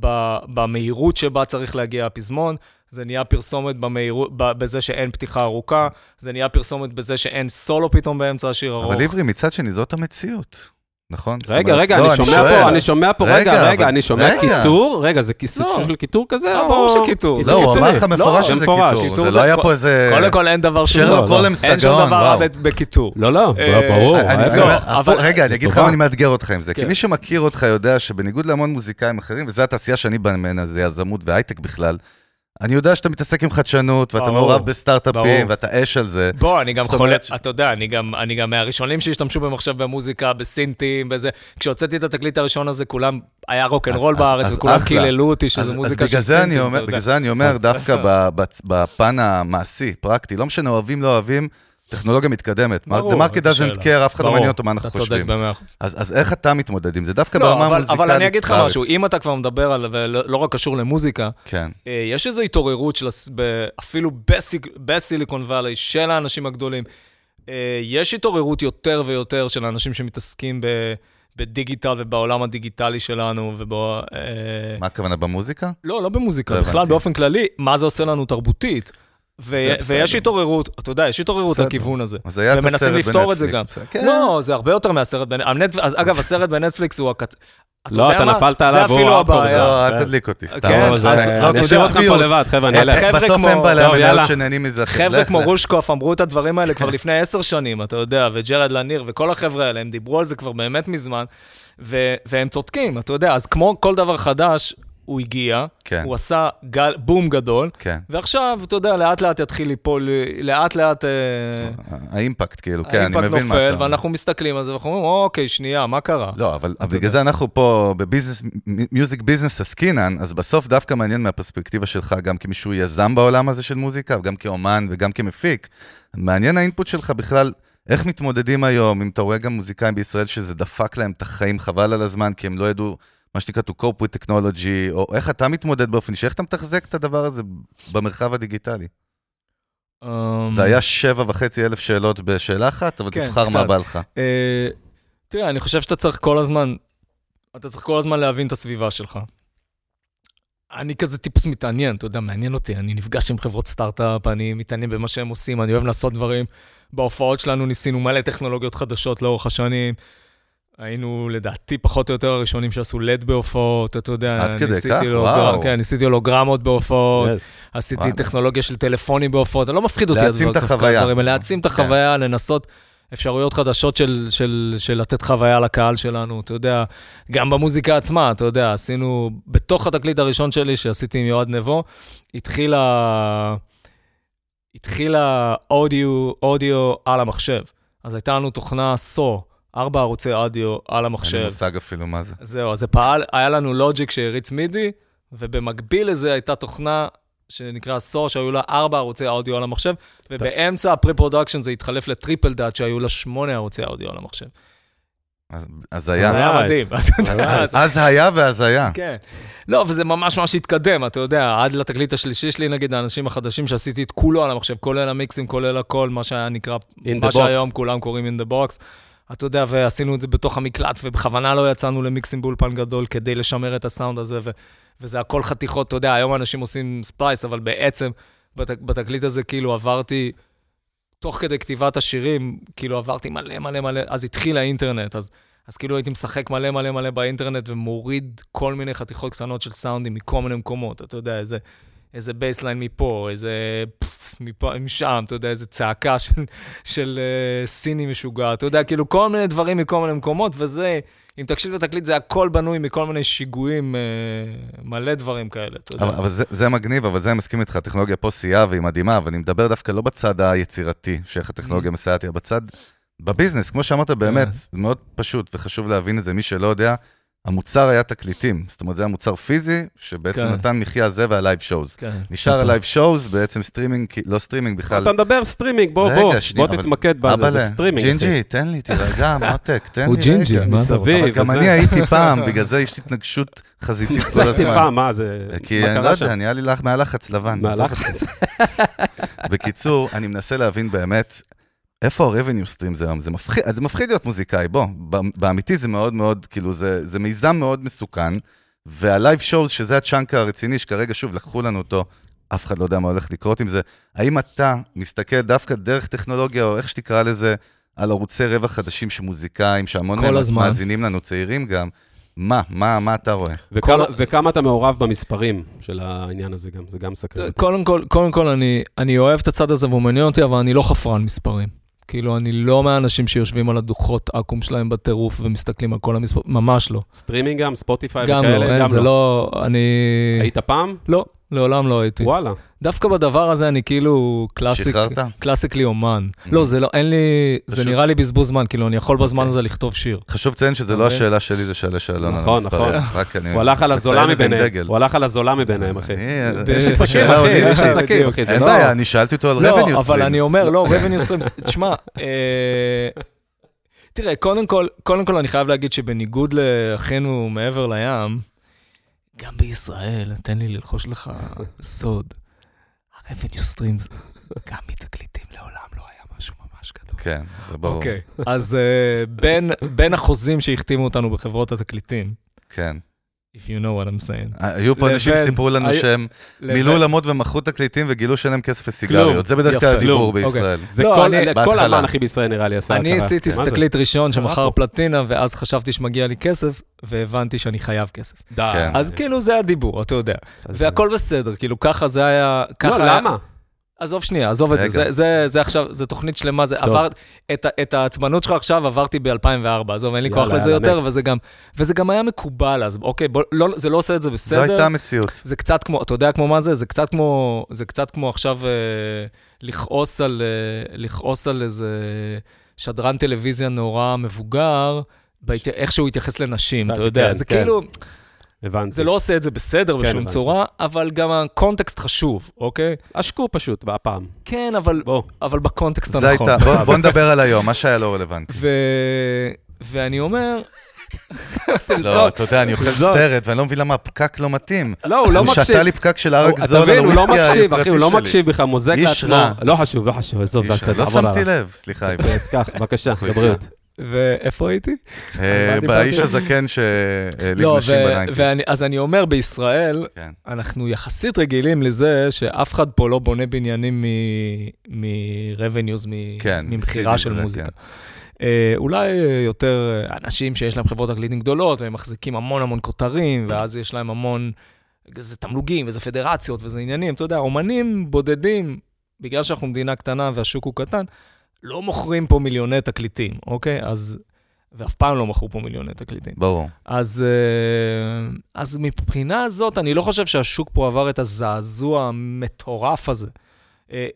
[SPEAKER 2] ב, במהירות שבה צריך להגיע הפזמון, זה נהיה פרסומת במהירות, ב, בזה שאין פתיחה ארוכה, זה נהיה פרסומת בזה שאין סולו פתאום באמצע השיר ארוך.
[SPEAKER 1] אבל עברי, מצד שני, זאת המציאות. נכון? זאת
[SPEAKER 3] רגע,
[SPEAKER 1] אומרת-
[SPEAKER 3] רגע,
[SPEAKER 1] לא,
[SPEAKER 3] אני שומע
[SPEAKER 1] שואל.
[SPEAKER 3] פה, אני שומע פה, רגע,
[SPEAKER 1] רגע,
[SPEAKER 3] רגע,
[SPEAKER 1] אבל-
[SPEAKER 3] אני שומע
[SPEAKER 1] רגע.
[SPEAKER 3] קיטור, רגע, זה כיס-
[SPEAKER 2] לא.
[SPEAKER 3] סוג של קיטור כזה?
[SPEAKER 2] לא,
[SPEAKER 3] או-
[SPEAKER 2] ברור שקיטור.
[SPEAKER 3] זה
[SPEAKER 1] לא, הוא
[SPEAKER 3] קיצוני.
[SPEAKER 1] אמר לך מפורש
[SPEAKER 3] זה
[SPEAKER 1] שזה
[SPEAKER 3] מפורש.
[SPEAKER 1] קיטור,
[SPEAKER 2] קיטור
[SPEAKER 1] זה לא
[SPEAKER 2] זה
[SPEAKER 1] היה
[SPEAKER 2] כל-
[SPEAKER 1] פה איזה...
[SPEAKER 2] קודם כל אין דבר שהוא...
[SPEAKER 1] שרלוק
[SPEAKER 3] לא, לא.
[SPEAKER 1] הולמס
[SPEAKER 2] אין שום
[SPEAKER 1] לגאון,
[SPEAKER 2] דבר
[SPEAKER 1] וואו.
[SPEAKER 2] בד- בקיטור.
[SPEAKER 3] לא, לא,
[SPEAKER 2] אה,
[SPEAKER 3] ברור.
[SPEAKER 1] אני- אני
[SPEAKER 3] ההפך.
[SPEAKER 1] אומר,
[SPEAKER 2] לא,
[SPEAKER 1] הפוך-
[SPEAKER 2] אבל-
[SPEAKER 1] רגע, אני אגיד לך
[SPEAKER 3] טובה.
[SPEAKER 1] למה אני מאתגר אותך עם זה. כי
[SPEAKER 2] כן.
[SPEAKER 1] מי שמכיר אותך יודע שבניגוד להמון מוזיקאים אחרים, וזו התעשייה שאני בא ממנה, זה יזמות והייטק בכלל, אני יודע שאתה מתעסק עם חדשנות, ואתה
[SPEAKER 2] ברור,
[SPEAKER 1] מעורב בסטארט-אפים,
[SPEAKER 2] ברור.
[SPEAKER 1] ואתה אש על זה.
[SPEAKER 2] בוא, אני גם
[SPEAKER 1] זאת אומרת
[SPEAKER 2] חולה,
[SPEAKER 1] ש-
[SPEAKER 2] אתה יודע, אני גם, אני גם מהראשונים שהשתמשו במחשב במוזיקה, בסינטים, בזה. כשהוצאתי את התקליט הראשון הזה, כולם, היה רוק אנד
[SPEAKER 1] אז-
[SPEAKER 2] רול
[SPEAKER 1] אז-
[SPEAKER 2] בארץ,
[SPEAKER 1] אז
[SPEAKER 2] וכולם
[SPEAKER 1] אחלה.
[SPEAKER 2] קיללו אותי
[SPEAKER 1] אז-
[SPEAKER 2] שזה
[SPEAKER 1] אז
[SPEAKER 2] מוזיקה
[SPEAKER 1] בגלל
[SPEAKER 2] של
[SPEAKER 1] זה אני
[SPEAKER 2] סינטים,
[SPEAKER 1] אומר-
[SPEAKER 2] אתה יודע.
[SPEAKER 1] בגלל זה אני
[SPEAKER 2] *laughs*
[SPEAKER 1] אומר, דווקא ב- ב- בפן המעשי, פרקטי, לא משנה, אוהבים, לא אוהבים, טכנולוגיה מתקדמת.
[SPEAKER 2] ברור,
[SPEAKER 1] The market
[SPEAKER 2] איזה
[SPEAKER 1] doesn't
[SPEAKER 2] שאלה.
[SPEAKER 1] care, אף אחד לא
[SPEAKER 2] ברור,
[SPEAKER 1] מעניין אותו מה אנחנו
[SPEAKER 2] אתה צודק
[SPEAKER 1] חושבים.
[SPEAKER 2] במאה אחוז.
[SPEAKER 1] אז אז איך אתה מתמודד עם זה? דווקא ברמה
[SPEAKER 2] לא, אבל,
[SPEAKER 1] המוזיקלית בארץ.
[SPEAKER 2] אבל אני אגיד לך משהו, אם אתה כבר מדבר על, ולא לא רק קשור למוזיקה,
[SPEAKER 1] כן.
[SPEAKER 2] אה, יש איזו התעוררות של, הס- ב- אפילו בסיק, בסיליקון וואלי, של האנשים הגדולים. אה, יש התעוררות יותר ויותר של האנשים שמתעסקים ב, בדיגיטל ובעולם הדיגיטלי שלנו, ובו... אה,
[SPEAKER 1] מה הכוונה במוזיקה?
[SPEAKER 2] לא, לא במוזיקה,
[SPEAKER 1] לא
[SPEAKER 2] בכלל
[SPEAKER 1] הבנתי.
[SPEAKER 2] באופן כללי, מה זה עושה לנו תרבותית. ו-
[SPEAKER 1] בסדר.
[SPEAKER 2] ויש התעוררות, אתה יודע, יש התעוררות
[SPEAKER 1] בסדר.
[SPEAKER 2] לכיוון הזה.
[SPEAKER 1] אז היה את הסרט
[SPEAKER 2] ומנסים לפתור את זה גם.
[SPEAKER 1] בנטפליקס. כן.
[SPEAKER 2] לא, זה הרבה יותר מהסרט בנטפליקס. אגב, הסרט בנטפליקס הוא הקצ...
[SPEAKER 3] לא,
[SPEAKER 2] יודע
[SPEAKER 3] אתה
[SPEAKER 2] מה?
[SPEAKER 3] נפלת
[SPEAKER 2] זה
[SPEAKER 3] עליו, הוא
[SPEAKER 2] אפילו
[SPEAKER 3] הארדקור,
[SPEAKER 2] הבעיה.
[SPEAKER 1] לא,
[SPEAKER 3] כן.
[SPEAKER 1] אל תדליק אותי, סתם.
[SPEAKER 2] כן,
[SPEAKER 3] לא,
[SPEAKER 1] אז-
[SPEAKER 3] זה...
[SPEAKER 2] אז-
[SPEAKER 1] לא, אתה
[SPEAKER 3] אני אשאיר
[SPEAKER 1] יודע,
[SPEAKER 3] אותך פה
[SPEAKER 1] צביעות. אה,
[SPEAKER 3] לבד, חבר'ה, אני
[SPEAKER 1] אז
[SPEAKER 3] אלך.
[SPEAKER 2] חבר'ה
[SPEAKER 1] בסוף
[SPEAKER 2] כמו-
[SPEAKER 1] הם בעלי
[SPEAKER 3] לא,
[SPEAKER 1] המניות
[SPEAKER 3] יאללה.
[SPEAKER 1] שנהנים מזה. אחי.
[SPEAKER 2] חבר'ה
[SPEAKER 1] לך,
[SPEAKER 2] כמו
[SPEAKER 1] לך.
[SPEAKER 2] רושקוף אמרו את הדברים האלה
[SPEAKER 1] כן.
[SPEAKER 2] כבר לפני עשר שנים, אתה יודע, וג'רד לניר וכל החבר'ה האלה, הם דיברו על זה כבר באמת מזמן, ו- והם צודקים, אתה יודע, אז כמו כל דבר חדש, הוא הגיע,
[SPEAKER 1] כן.
[SPEAKER 2] הוא עשה גל, בום גדול,
[SPEAKER 1] כן.
[SPEAKER 2] ועכשיו, אתה יודע, לאט-לאט יתחיל ליפול, לאט-לאט... אה,
[SPEAKER 1] האימפקט, כאילו, כן, אני
[SPEAKER 2] האימפקט
[SPEAKER 1] מבין מה
[SPEAKER 2] נופל,
[SPEAKER 1] אתה...
[SPEAKER 2] ואנחנו מסתכלים על זה, ואנחנו אומרים, אוקיי, שנייה, מה קרה?
[SPEAKER 1] לא, אבל אבל בגלל זה אנחנו פה בביזנס, מ- מיוזיק ביזנס עסקינן, אז בסוף דווקא מעניין מהפרספקטיבה שלך, גם כמישהו יזם בעולם הזה של מוזיקה, גם כאומן וגם כמפיק. מעניין האינפוט שלך בכלל, איך מתמודדים היום, אם אתה רואה גם מוזיקאים בישראל שזה דפק להם את החיים חבל על הזמן, כי הם לא ידעו, מה שנקרא to cope with technology, או איך אתה מתמודד באופן אישי, איך אתה מתחזק את הדבר הזה במרחב הדיגיטלי.
[SPEAKER 2] אמ,
[SPEAKER 1] זה היה שבע וחצי אלף שאלות בשאלה אחת, אבל
[SPEAKER 2] כן,
[SPEAKER 1] תבחר מה
[SPEAKER 2] קצת.
[SPEAKER 1] בא לך.
[SPEAKER 2] אה, תראה, אני חושב שאתה צריך כל הזמן, אתה צריך כל הזמן להבין את הסביבה שלך. אני כזה טיפוס מתעניין, אתה יודע, מעניין אותי, אני נפגש עם חברות סטארט-אפ, אני מתעניין במה שהם עושים, אני אוהב לעשות דברים. בהופעות שלנו ניסינו מלא טכנולוגיות חדשות לאורך השנים. היינו, לדעתי, פחות או יותר הראשונים שעשו לד בהופעות, אתה יודע,
[SPEAKER 1] עד כדי
[SPEAKER 2] ניסיתי
[SPEAKER 1] כך?
[SPEAKER 2] הולוגרם-
[SPEAKER 1] וואו.
[SPEAKER 2] כן, ניסיתי הולוגרמות
[SPEAKER 1] אה,
[SPEAKER 2] בהופעות.
[SPEAKER 3] Yes.
[SPEAKER 2] עשיתי
[SPEAKER 1] וואלה.
[SPEAKER 2] טכנולוגיה של טלפונים בהופעות, אני לא מפחיד אותי.
[SPEAKER 1] להעצים
[SPEAKER 2] הדבר-
[SPEAKER 1] את החוויה.
[SPEAKER 2] הדברים האלה, להעצים את
[SPEAKER 1] כן.
[SPEAKER 2] החוויה, לנסות אפשרויות חדשות של, של, של לתת חוויה לקהל שלנו, אתה יודע, גם במוזיקה עצמה, אתה יודע, עשינו, בתוך התקליט הראשון שלי שעשיתי עם יועד נבו, התחילה... התחילה אודיו, אודיו על המחשב. אז הייתה לנו תוכנה סו, ארבע ערוצי אודיו על
[SPEAKER 1] אין לי
[SPEAKER 2] המחשב.
[SPEAKER 1] מושג אפילו מה זה.
[SPEAKER 2] זהו, אז זה פעל, היה לנו לוג'יק שהריץ מידי, ובמקביל לזה הייתה תוכנה שנקרא סור, שהיו לה ארבע ערוצי אודיו על המחשב, ובאמצע הפרי-פרודקשן זה התחלף לטריפל דאט, שהיו לה שמונה ערוצי אודיו על המחשב.
[SPEAKER 1] אז- אז היה.
[SPEAKER 2] זה היה
[SPEAKER 3] Right.
[SPEAKER 2] מדהים. אתה יודע, *laughs*
[SPEAKER 1] אז
[SPEAKER 2] זה-
[SPEAKER 1] אז היה ואז היה.
[SPEAKER 2] כן. לא, וזה ממש ממש התקדם, אתה יודע, עד לתקליט השלישי שלי, נגיד, האנשים החדשים שעשיתי את כולו על המחשב, כולל המיקסים, כולל הכל, מה שהיה נקרא,
[SPEAKER 3] In the
[SPEAKER 2] מה
[SPEAKER 3] box.
[SPEAKER 2] שהיום כולם קוראים in the box. אתה יודע, ועשינו את זה בתוך המקלט, ובכוונה לא יצאנו למיקסים באולפן גדול כדי לשמר את הסאונד הזה, ו- וזה הכל חתיכות, אתה יודע, היום אנשים עושים ספלייס, אבל בעצם בת- בתקליט הזה כאילו עברתי, תוך כדי כתיבת השירים, כאילו עברתי מלא מלא מלא, אז התחיל האינטרנט, אז, אז כאילו הייתי משחק מלא מלא מלא באינטרנט ומוריד כל מיני חתיכות קטנות של סאונדים מכל מיני מקומות, אתה יודע, איזה... איזה בייסליין מפה, איזה פפפ מפה, משם, אתה יודע, איזה צעקה של, של אה, סיני משוגע, אתה יודע, כאילו כל מיני דברים מכל מיני מקומות, וזה, אם תקשיב לתקליט, זה הכל בנוי מכל מיני שיגועים, אה, מלא דברים כאלה, אתה יודע.
[SPEAKER 1] אבל, אבל זה, זה מגניב, אבל זה אני מסכים איתך, הטכנולוגיה פה סייעה והיא מדהימה, אבל אני מדבר דווקא לא בצד היצירתי, שאיך הטכנולוגיה
[SPEAKER 3] Mm.
[SPEAKER 1] מסייעת, אלא בצד, בביזנס, כמו שאמרת
[SPEAKER 3] אה.
[SPEAKER 1] באמת,
[SPEAKER 2] כן.
[SPEAKER 1] זה מאוד פשוט וחשוב להבין את זה, מי שלא יודע, המוצר היה תקליטים, זאת אומרת זה היה מוצר פיזי, שבעצם
[SPEAKER 2] כן.
[SPEAKER 1] נתן מחיה זה והלייב שואוז.
[SPEAKER 2] כן.
[SPEAKER 1] נשאר הלייב שואוז, בעצם סטרימינג, כי- לא סטרימינג בכלל.
[SPEAKER 3] אתה מדבר סטרימינג, בוא,
[SPEAKER 1] רגע,
[SPEAKER 3] בוא,
[SPEAKER 1] שנייה,
[SPEAKER 3] בוא
[SPEAKER 1] אבל-
[SPEAKER 3] תתמקד בזה, זה
[SPEAKER 1] אבל, אה,
[SPEAKER 3] סטרימינג. אחי.
[SPEAKER 1] ג'ינג'י, תן לי, תירגע, מותק,
[SPEAKER 3] *laughs*
[SPEAKER 1] תן לי רגע.
[SPEAKER 2] הוא ג'ינג'י, מה אתה
[SPEAKER 3] מסביב,
[SPEAKER 1] אבל גם
[SPEAKER 3] וזה.
[SPEAKER 1] אני
[SPEAKER 3] *laughs*
[SPEAKER 1] הייתי פעם, בגלל זה יש לי התנגשות חזיתית כל
[SPEAKER 3] עשיתי
[SPEAKER 1] הזמן.
[SPEAKER 3] פעם, מה זה,
[SPEAKER 1] כי
[SPEAKER 3] מה
[SPEAKER 1] אני לא
[SPEAKER 3] קרה שם?
[SPEAKER 1] יודע, נהיה לי לח- מהלחץ לבן.
[SPEAKER 3] מהלחץ.
[SPEAKER 1] בקיצור, *laughs* אני מנסה להבין באמת, איפה ה-revenue stream זה היום? זה מפחיד, זה מפחיד להיות מוזיקאי, בוא, ב- באמיתי זה מאוד מאוד, כאילו, זה, זה מיזם מאוד מסוכן, וה-live shows, שזה הצ'אנק הרציני, שכרגע, שוב, לקחו לנו אותו, אף אחד לא יודע מה הולך לקרות עם זה. האם אתה מסתכל דווקא דרך טכנולוגיה, או איך שתקרא לזה, על ערוצי רווח חדשים שמוזיקאים, שהמון
[SPEAKER 2] כל
[SPEAKER 1] מהם
[SPEAKER 2] הזמן.
[SPEAKER 1] מאזינים לנו, צעירים גם, מה, מה, מה אתה רואה?
[SPEAKER 3] וכמה-
[SPEAKER 2] כל-
[SPEAKER 3] וכמה אתה מעורב במספרים של העניין הזה גם, זה גם סקרן.
[SPEAKER 2] קודם כל, קודם כל אני, אני אוהב את הצד הזה והוא מעניין אותי, אבל אני לא חפרן מספרים. כאילו, אני לא מהאנשים שיושבים על הדוחות עכו"ם שלהם בטירוף ומסתכלים על כל המספרים, ממש לא.
[SPEAKER 3] סטרימינג גם, ספוטיפיי
[SPEAKER 2] גם
[SPEAKER 3] אה, וכאלה,
[SPEAKER 2] לא, אין, זה לא, אני...
[SPEAKER 3] היית פעם?
[SPEAKER 2] לא, לעולם לא הייתי.
[SPEAKER 3] וואלה.
[SPEAKER 2] דווקא בדבר הזה אני כאילו קלאסיק,
[SPEAKER 1] שחררת?
[SPEAKER 2] קלאסיקלי אומן. לא, זה לא, אין לי, זה
[SPEAKER 1] פשוט-
[SPEAKER 2] נראה לי בזבוז זמן, כאילו, אני יכול בזמן הזה לכתוב שיר.
[SPEAKER 1] חשוב לציין שזה לא
[SPEAKER 2] אוקיי.
[SPEAKER 1] השאלה שלי, זה שאלה של אלון
[SPEAKER 3] נכון,
[SPEAKER 1] נכון. רק אני...
[SPEAKER 3] הוא הלך על הזולה
[SPEAKER 1] מציין את זה עם
[SPEAKER 3] מביניהם,
[SPEAKER 1] דגל.
[SPEAKER 3] הוא הלך על הזולה מביניהם, אחי.
[SPEAKER 1] אני-
[SPEAKER 2] יש
[SPEAKER 1] יש לי
[SPEAKER 2] עסקים,
[SPEAKER 1] שאלה
[SPEAKER 2] אחי,
[SPEAKER 1] עולית.
[SPEAKER 3] יש
[SPEAKER 2] בדיוק.
[SPEAKER 3] חזקים, אחי, זה
[SPEAKER 1] אין
[SPEAKER 3] לא...
[SPEAKER 1] בעיה, אני שאלתי אותו על revenue streams.
[SPEAKER 2] לא, אבל אני אומר, לא, revenue streams, *laughs* תשמע, אה, תראה, קודם כל, קודם כל אני חייב להגיד שבניגוד לאחינו מעבר לים, גם בישראל, תן לי ללחוש לך סוד, ה-revenue streams, גם מתקליטים לעולם לא היה משהו ממש גדול.
[SPEAKER 1] כן, זה ברור.
[SPEAKER 2] אוקיי, אז אה, בין- בין החוזים שהחתימו אותנו בחברות התקליטים,
[SPEAKER 1] כן. אה,
[SPEAKER 2] if you know what I'm saying,
[SPEAKER 1] היו פה אנשים
[SPEAKER 2] לבין-
[SPEAKER 1] שסיפרו לנו
[SPEAKER 2] היו-
[SPEAKER 1] שהם מילאו למות ומכרו תקליטים וגילו שאין להם כסף לסיגריות. זה בדרך
[SPEAKER 2] יפה.
[SPEAKER 1] כלל הדיבור
[SPEAKER 2] כלום, אוקיי.
[SPEAKER 1] בישראל.
[SPEAKER 3] זה
[SPEAKER 2] לא,
[SPEAKER 3] כל-
[SPEAKER 2] אני-
[SPEAKER 3] כל
[SPEAKER 1] בהתחלה.
[SPEAKER 3] אמן, אחי, בישראל נראה לי עשה
[SPEAKER 2] אני
[SPEAKER 3] הכרה.
[SPEAKER 2] עשיתי
[SPEAKER 3] מה זה?
[SPEAKER 2] תקליט ראשון שמכר
[SPEAKER 3] קרה פה?
[SPEAKER 2] פלטינה, ואז חשבתי שמגיע לי כסף, והבנתי שאני חייב כסף.
[SPEAKER 3] די.
[SPEAKER 1] כן.
[SPEAKER 2] אז
[SPEAKER 3] אה.
[SPEAKER 2] כאילו זה הדיבור, אתה יודע.
[SPEAKER 3] בסדר.
[SPEAKER 2] והכל בסדר, כאילו ככה זה היה...
[SPEAKER 3] לא,
[SPEAKER 2] ככה היה-
[SPEAKER 3] למה?
[SPEAKER 2] עזוב שנייה, עזוב את זה.
[SPEAKER 1] רגע.
[SPEAKER 2] זה, זה, זה עכשיו, זה תוכנית שלמה, זה עבר, את, ה- את העצבנות שלך עכשיו עברתי ב-2004, עזוב, אין לי
[SPEAKER 3] יאללה,
[SPEAKER 2] כוח לזה
[SPEAKER 3] יאללה,
[SPEAKER 2] יותר,
[SPEAKER 3] next.
[SPEAKER 2] וזה גם, וזה גם היה מקובל אז, אוקיי, בוא, לא, זה לא עושה את זה
[SPEAKER 1] זו
[SPEAKER 2] בסדר.
[SPEAKER 1] הייתה המציאות.
[SPEAKER 2] זה קצת כמו, אתה יודע כמו מה זה? זה קצת כמו, זה קצת כמו עכשיו אה, לכעוס, על, אה, לכעוס על איזה שדרן טלוויזיה נורא מבוגר, בהת... איך שהוא התייחס לנשים, אתה יודע.
[SPEAKER 3] כן,
[SPEAKER 2] זה
[SPEAKER 3] כן.
[SPEAKER 2] כאילו,
[SPEAKER 3] הבנתי.
[SPEAKER 2] זה לא עושה את זה בסדר
[SPEAKER 3] כן,
[SPEAKER 2] בשום
[SPEAKER 3] הבנתי.
[SPEAKER 2] צורה, אבל גם הקונטקסט חשוב, אוקיי?
[SPEAKER 3] עשקו פשוט, הפעם.
[SPEAKER 2] כן, אבל,
[SPEAKER 3] בוא.
[SPEAKER 2] אבל בקונטקסט
[SPEAKER 1] זה
[SPEAKER 2] הנכון.
[SPEAKER 1] הייתה, בוא- בוא נדבר על היום, מה שהיה לא רלוונטי.
[SPEAKER 2] *laughs* ו... ואני אומר,
[SPEAKER 1] לא, אתה יודע, אני אוכל
[SPEAKER 3] תזרוק.
[SPEAKER 1] סרט ואני לא מבין למה הפקק לא מתאים.
[SPEAKER 3] לא, הוא לא
[SPEAKER 1] הוא
[SPEAKER 3] מקשיב.
[SPEAKER 1] שתה לי פקק של
[SPEAKER 3] הוא-
[SPEAKER 1] ערק
[SPEAKER 3] אתה
[SPEAKER 1] זול על
[SPEAKER 3] מבין, הוא לא
[SPEAKER 1] הוויסקי
[SPEAKER 3] מקשיב, אחי, הוא לא
[SPEAKER 1] היוקרתי שלי.
[SPEAKER 3] מקשיב בכלל, מוזג
[SPEAKER 1] איש
[SPEAKER 3] לעצמו.
[SPEAKER 1] רע.
[SPEAKER 3] לא חשוב, לא חשוב, עזוב,
[SPEAKER 1] איש,
[SPEAKER 3] דקה,
[SPEAKER 1] לא
[SPEAKER 3] תעבור
[SPEAKER 1] שמתי
[SPEAKER 3] הלאה. כן,
[SPEAKER 1] לב, כן. סליחה. איבא.
[SPEAKER 3] קח, בבקשה, לבריאות.
[SPEAKER 2] ואיפה הייתי?
[SPEAKER 1] אה,
[SPEAKER 2] דיברתי.
[SPEAKER 1] באיש הזקן שהעליב
[SPEAKER 2] לא,
[SPEAKER 1] נשים
[SPEAKER 2] ו-
[SPEAKER 1] בניינטיז.
[SPEAKER 2] ואני- אז אני אומר, בישראל,
[SPEAKER 1] כן.
[SPEAKER 2] אנחנו יחסית רגילים לזה שאף אחד פה לא בונה בניינים מ-revenues,
[SPEAKER 1] כן, סידים
[SPEAKER 2] ממכירה של
[SPEAKER 1] וזה,
[SPEAKER 2] מוזיקה.
[SPEAKER 1] כן.
[SPEAKER 2] אה, אולי אה, יותר אה, אנשים שיש להם חברות תקליטים גדולות, והם מחזיקים המון המון כותרים, ואז יש להם המון, זה תמלוגים, וזה פדרציות, וזה עניינים. אתה יודע, אומנים בודדים, בגלל שאנחנו מדינה קטנה והשוק הוא קטן, לא מוכרים פה מיליוני תקליטים, אוקיי? אז, ואף פעם לא מכרו פה מיליוני תקליטים.
[SPEAKER 1] ברור.
[SPEAKER 2] אז, אה, אז מבחינה הזאת, אני לא חושב שהשוק פה עבר את הזעזוע המטורף הזה. אה,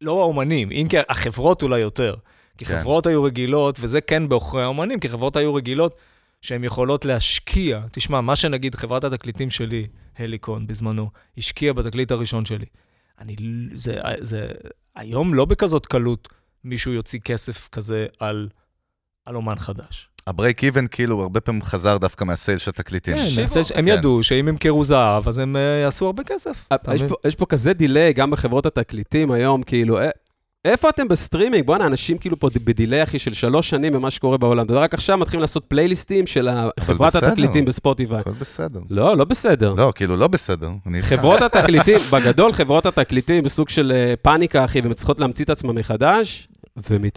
[SPEAKER 2] לא האומנים, אם כי החברות אולי יותר. כי
[SPEAKER 1] כן.
[SPEAKER 2] חברות היו רגילות, וזה כן בעוכרי האומנים, כי חברות היו רגילות שהן יכולות להשקיע. תשמע, מה שנגיד חברת התקליטים שלי, הליקון בזמנו, השקיעה בתקליט הראשון שלי. אני, ל- זה, זה, היום לא בכזאת קלות מישהו יוציא כסף כזה על, על אומן חדש.
[SPEAKER 1] הברייק איבן כאילו הרבה פעמים חזר דווקא מהסייל של התקליטים.
[SPEAKER 2] כן, נעשה ש- הם
[SPEAKER 1] כן.
[SPEAKER 2] ידעו שאם ימכרו זהב, אז הם אה, יעשו הרבה כסף. אתה
[SPEAKER 3] יש
[SPEAKER 2] מבין?
[SPEAKER 3] פה- יש פה כזה דיליי, גם בחברות התקליטים היום, כאילו, אה, איפה אתם בסטרימינג? בואנה, אנשים כאילו פה בדיליי, אחי, של שלוש שנים ממה שקורה בעולם. אתה יודע, רק עכשיו מתחילים לעשות פלייליסטים של ה- חברת
[SPEAKER 1] בסדר.
[SPEAKER 3] התקליטים בספוטיפיי.
[SPEAKER 1] הכל בסדר.
[SPEAKER 3] לא, לא בסדר.
[SPEAKER 1] לא, כאילו לא בסדר. אני איתך.
[SPEAKER 3] חברות התקליטים, בגדול חברות התקליטים בסוג של אה, פאניקה, אחי, והן צריכות להמציא את עצמם מחדש,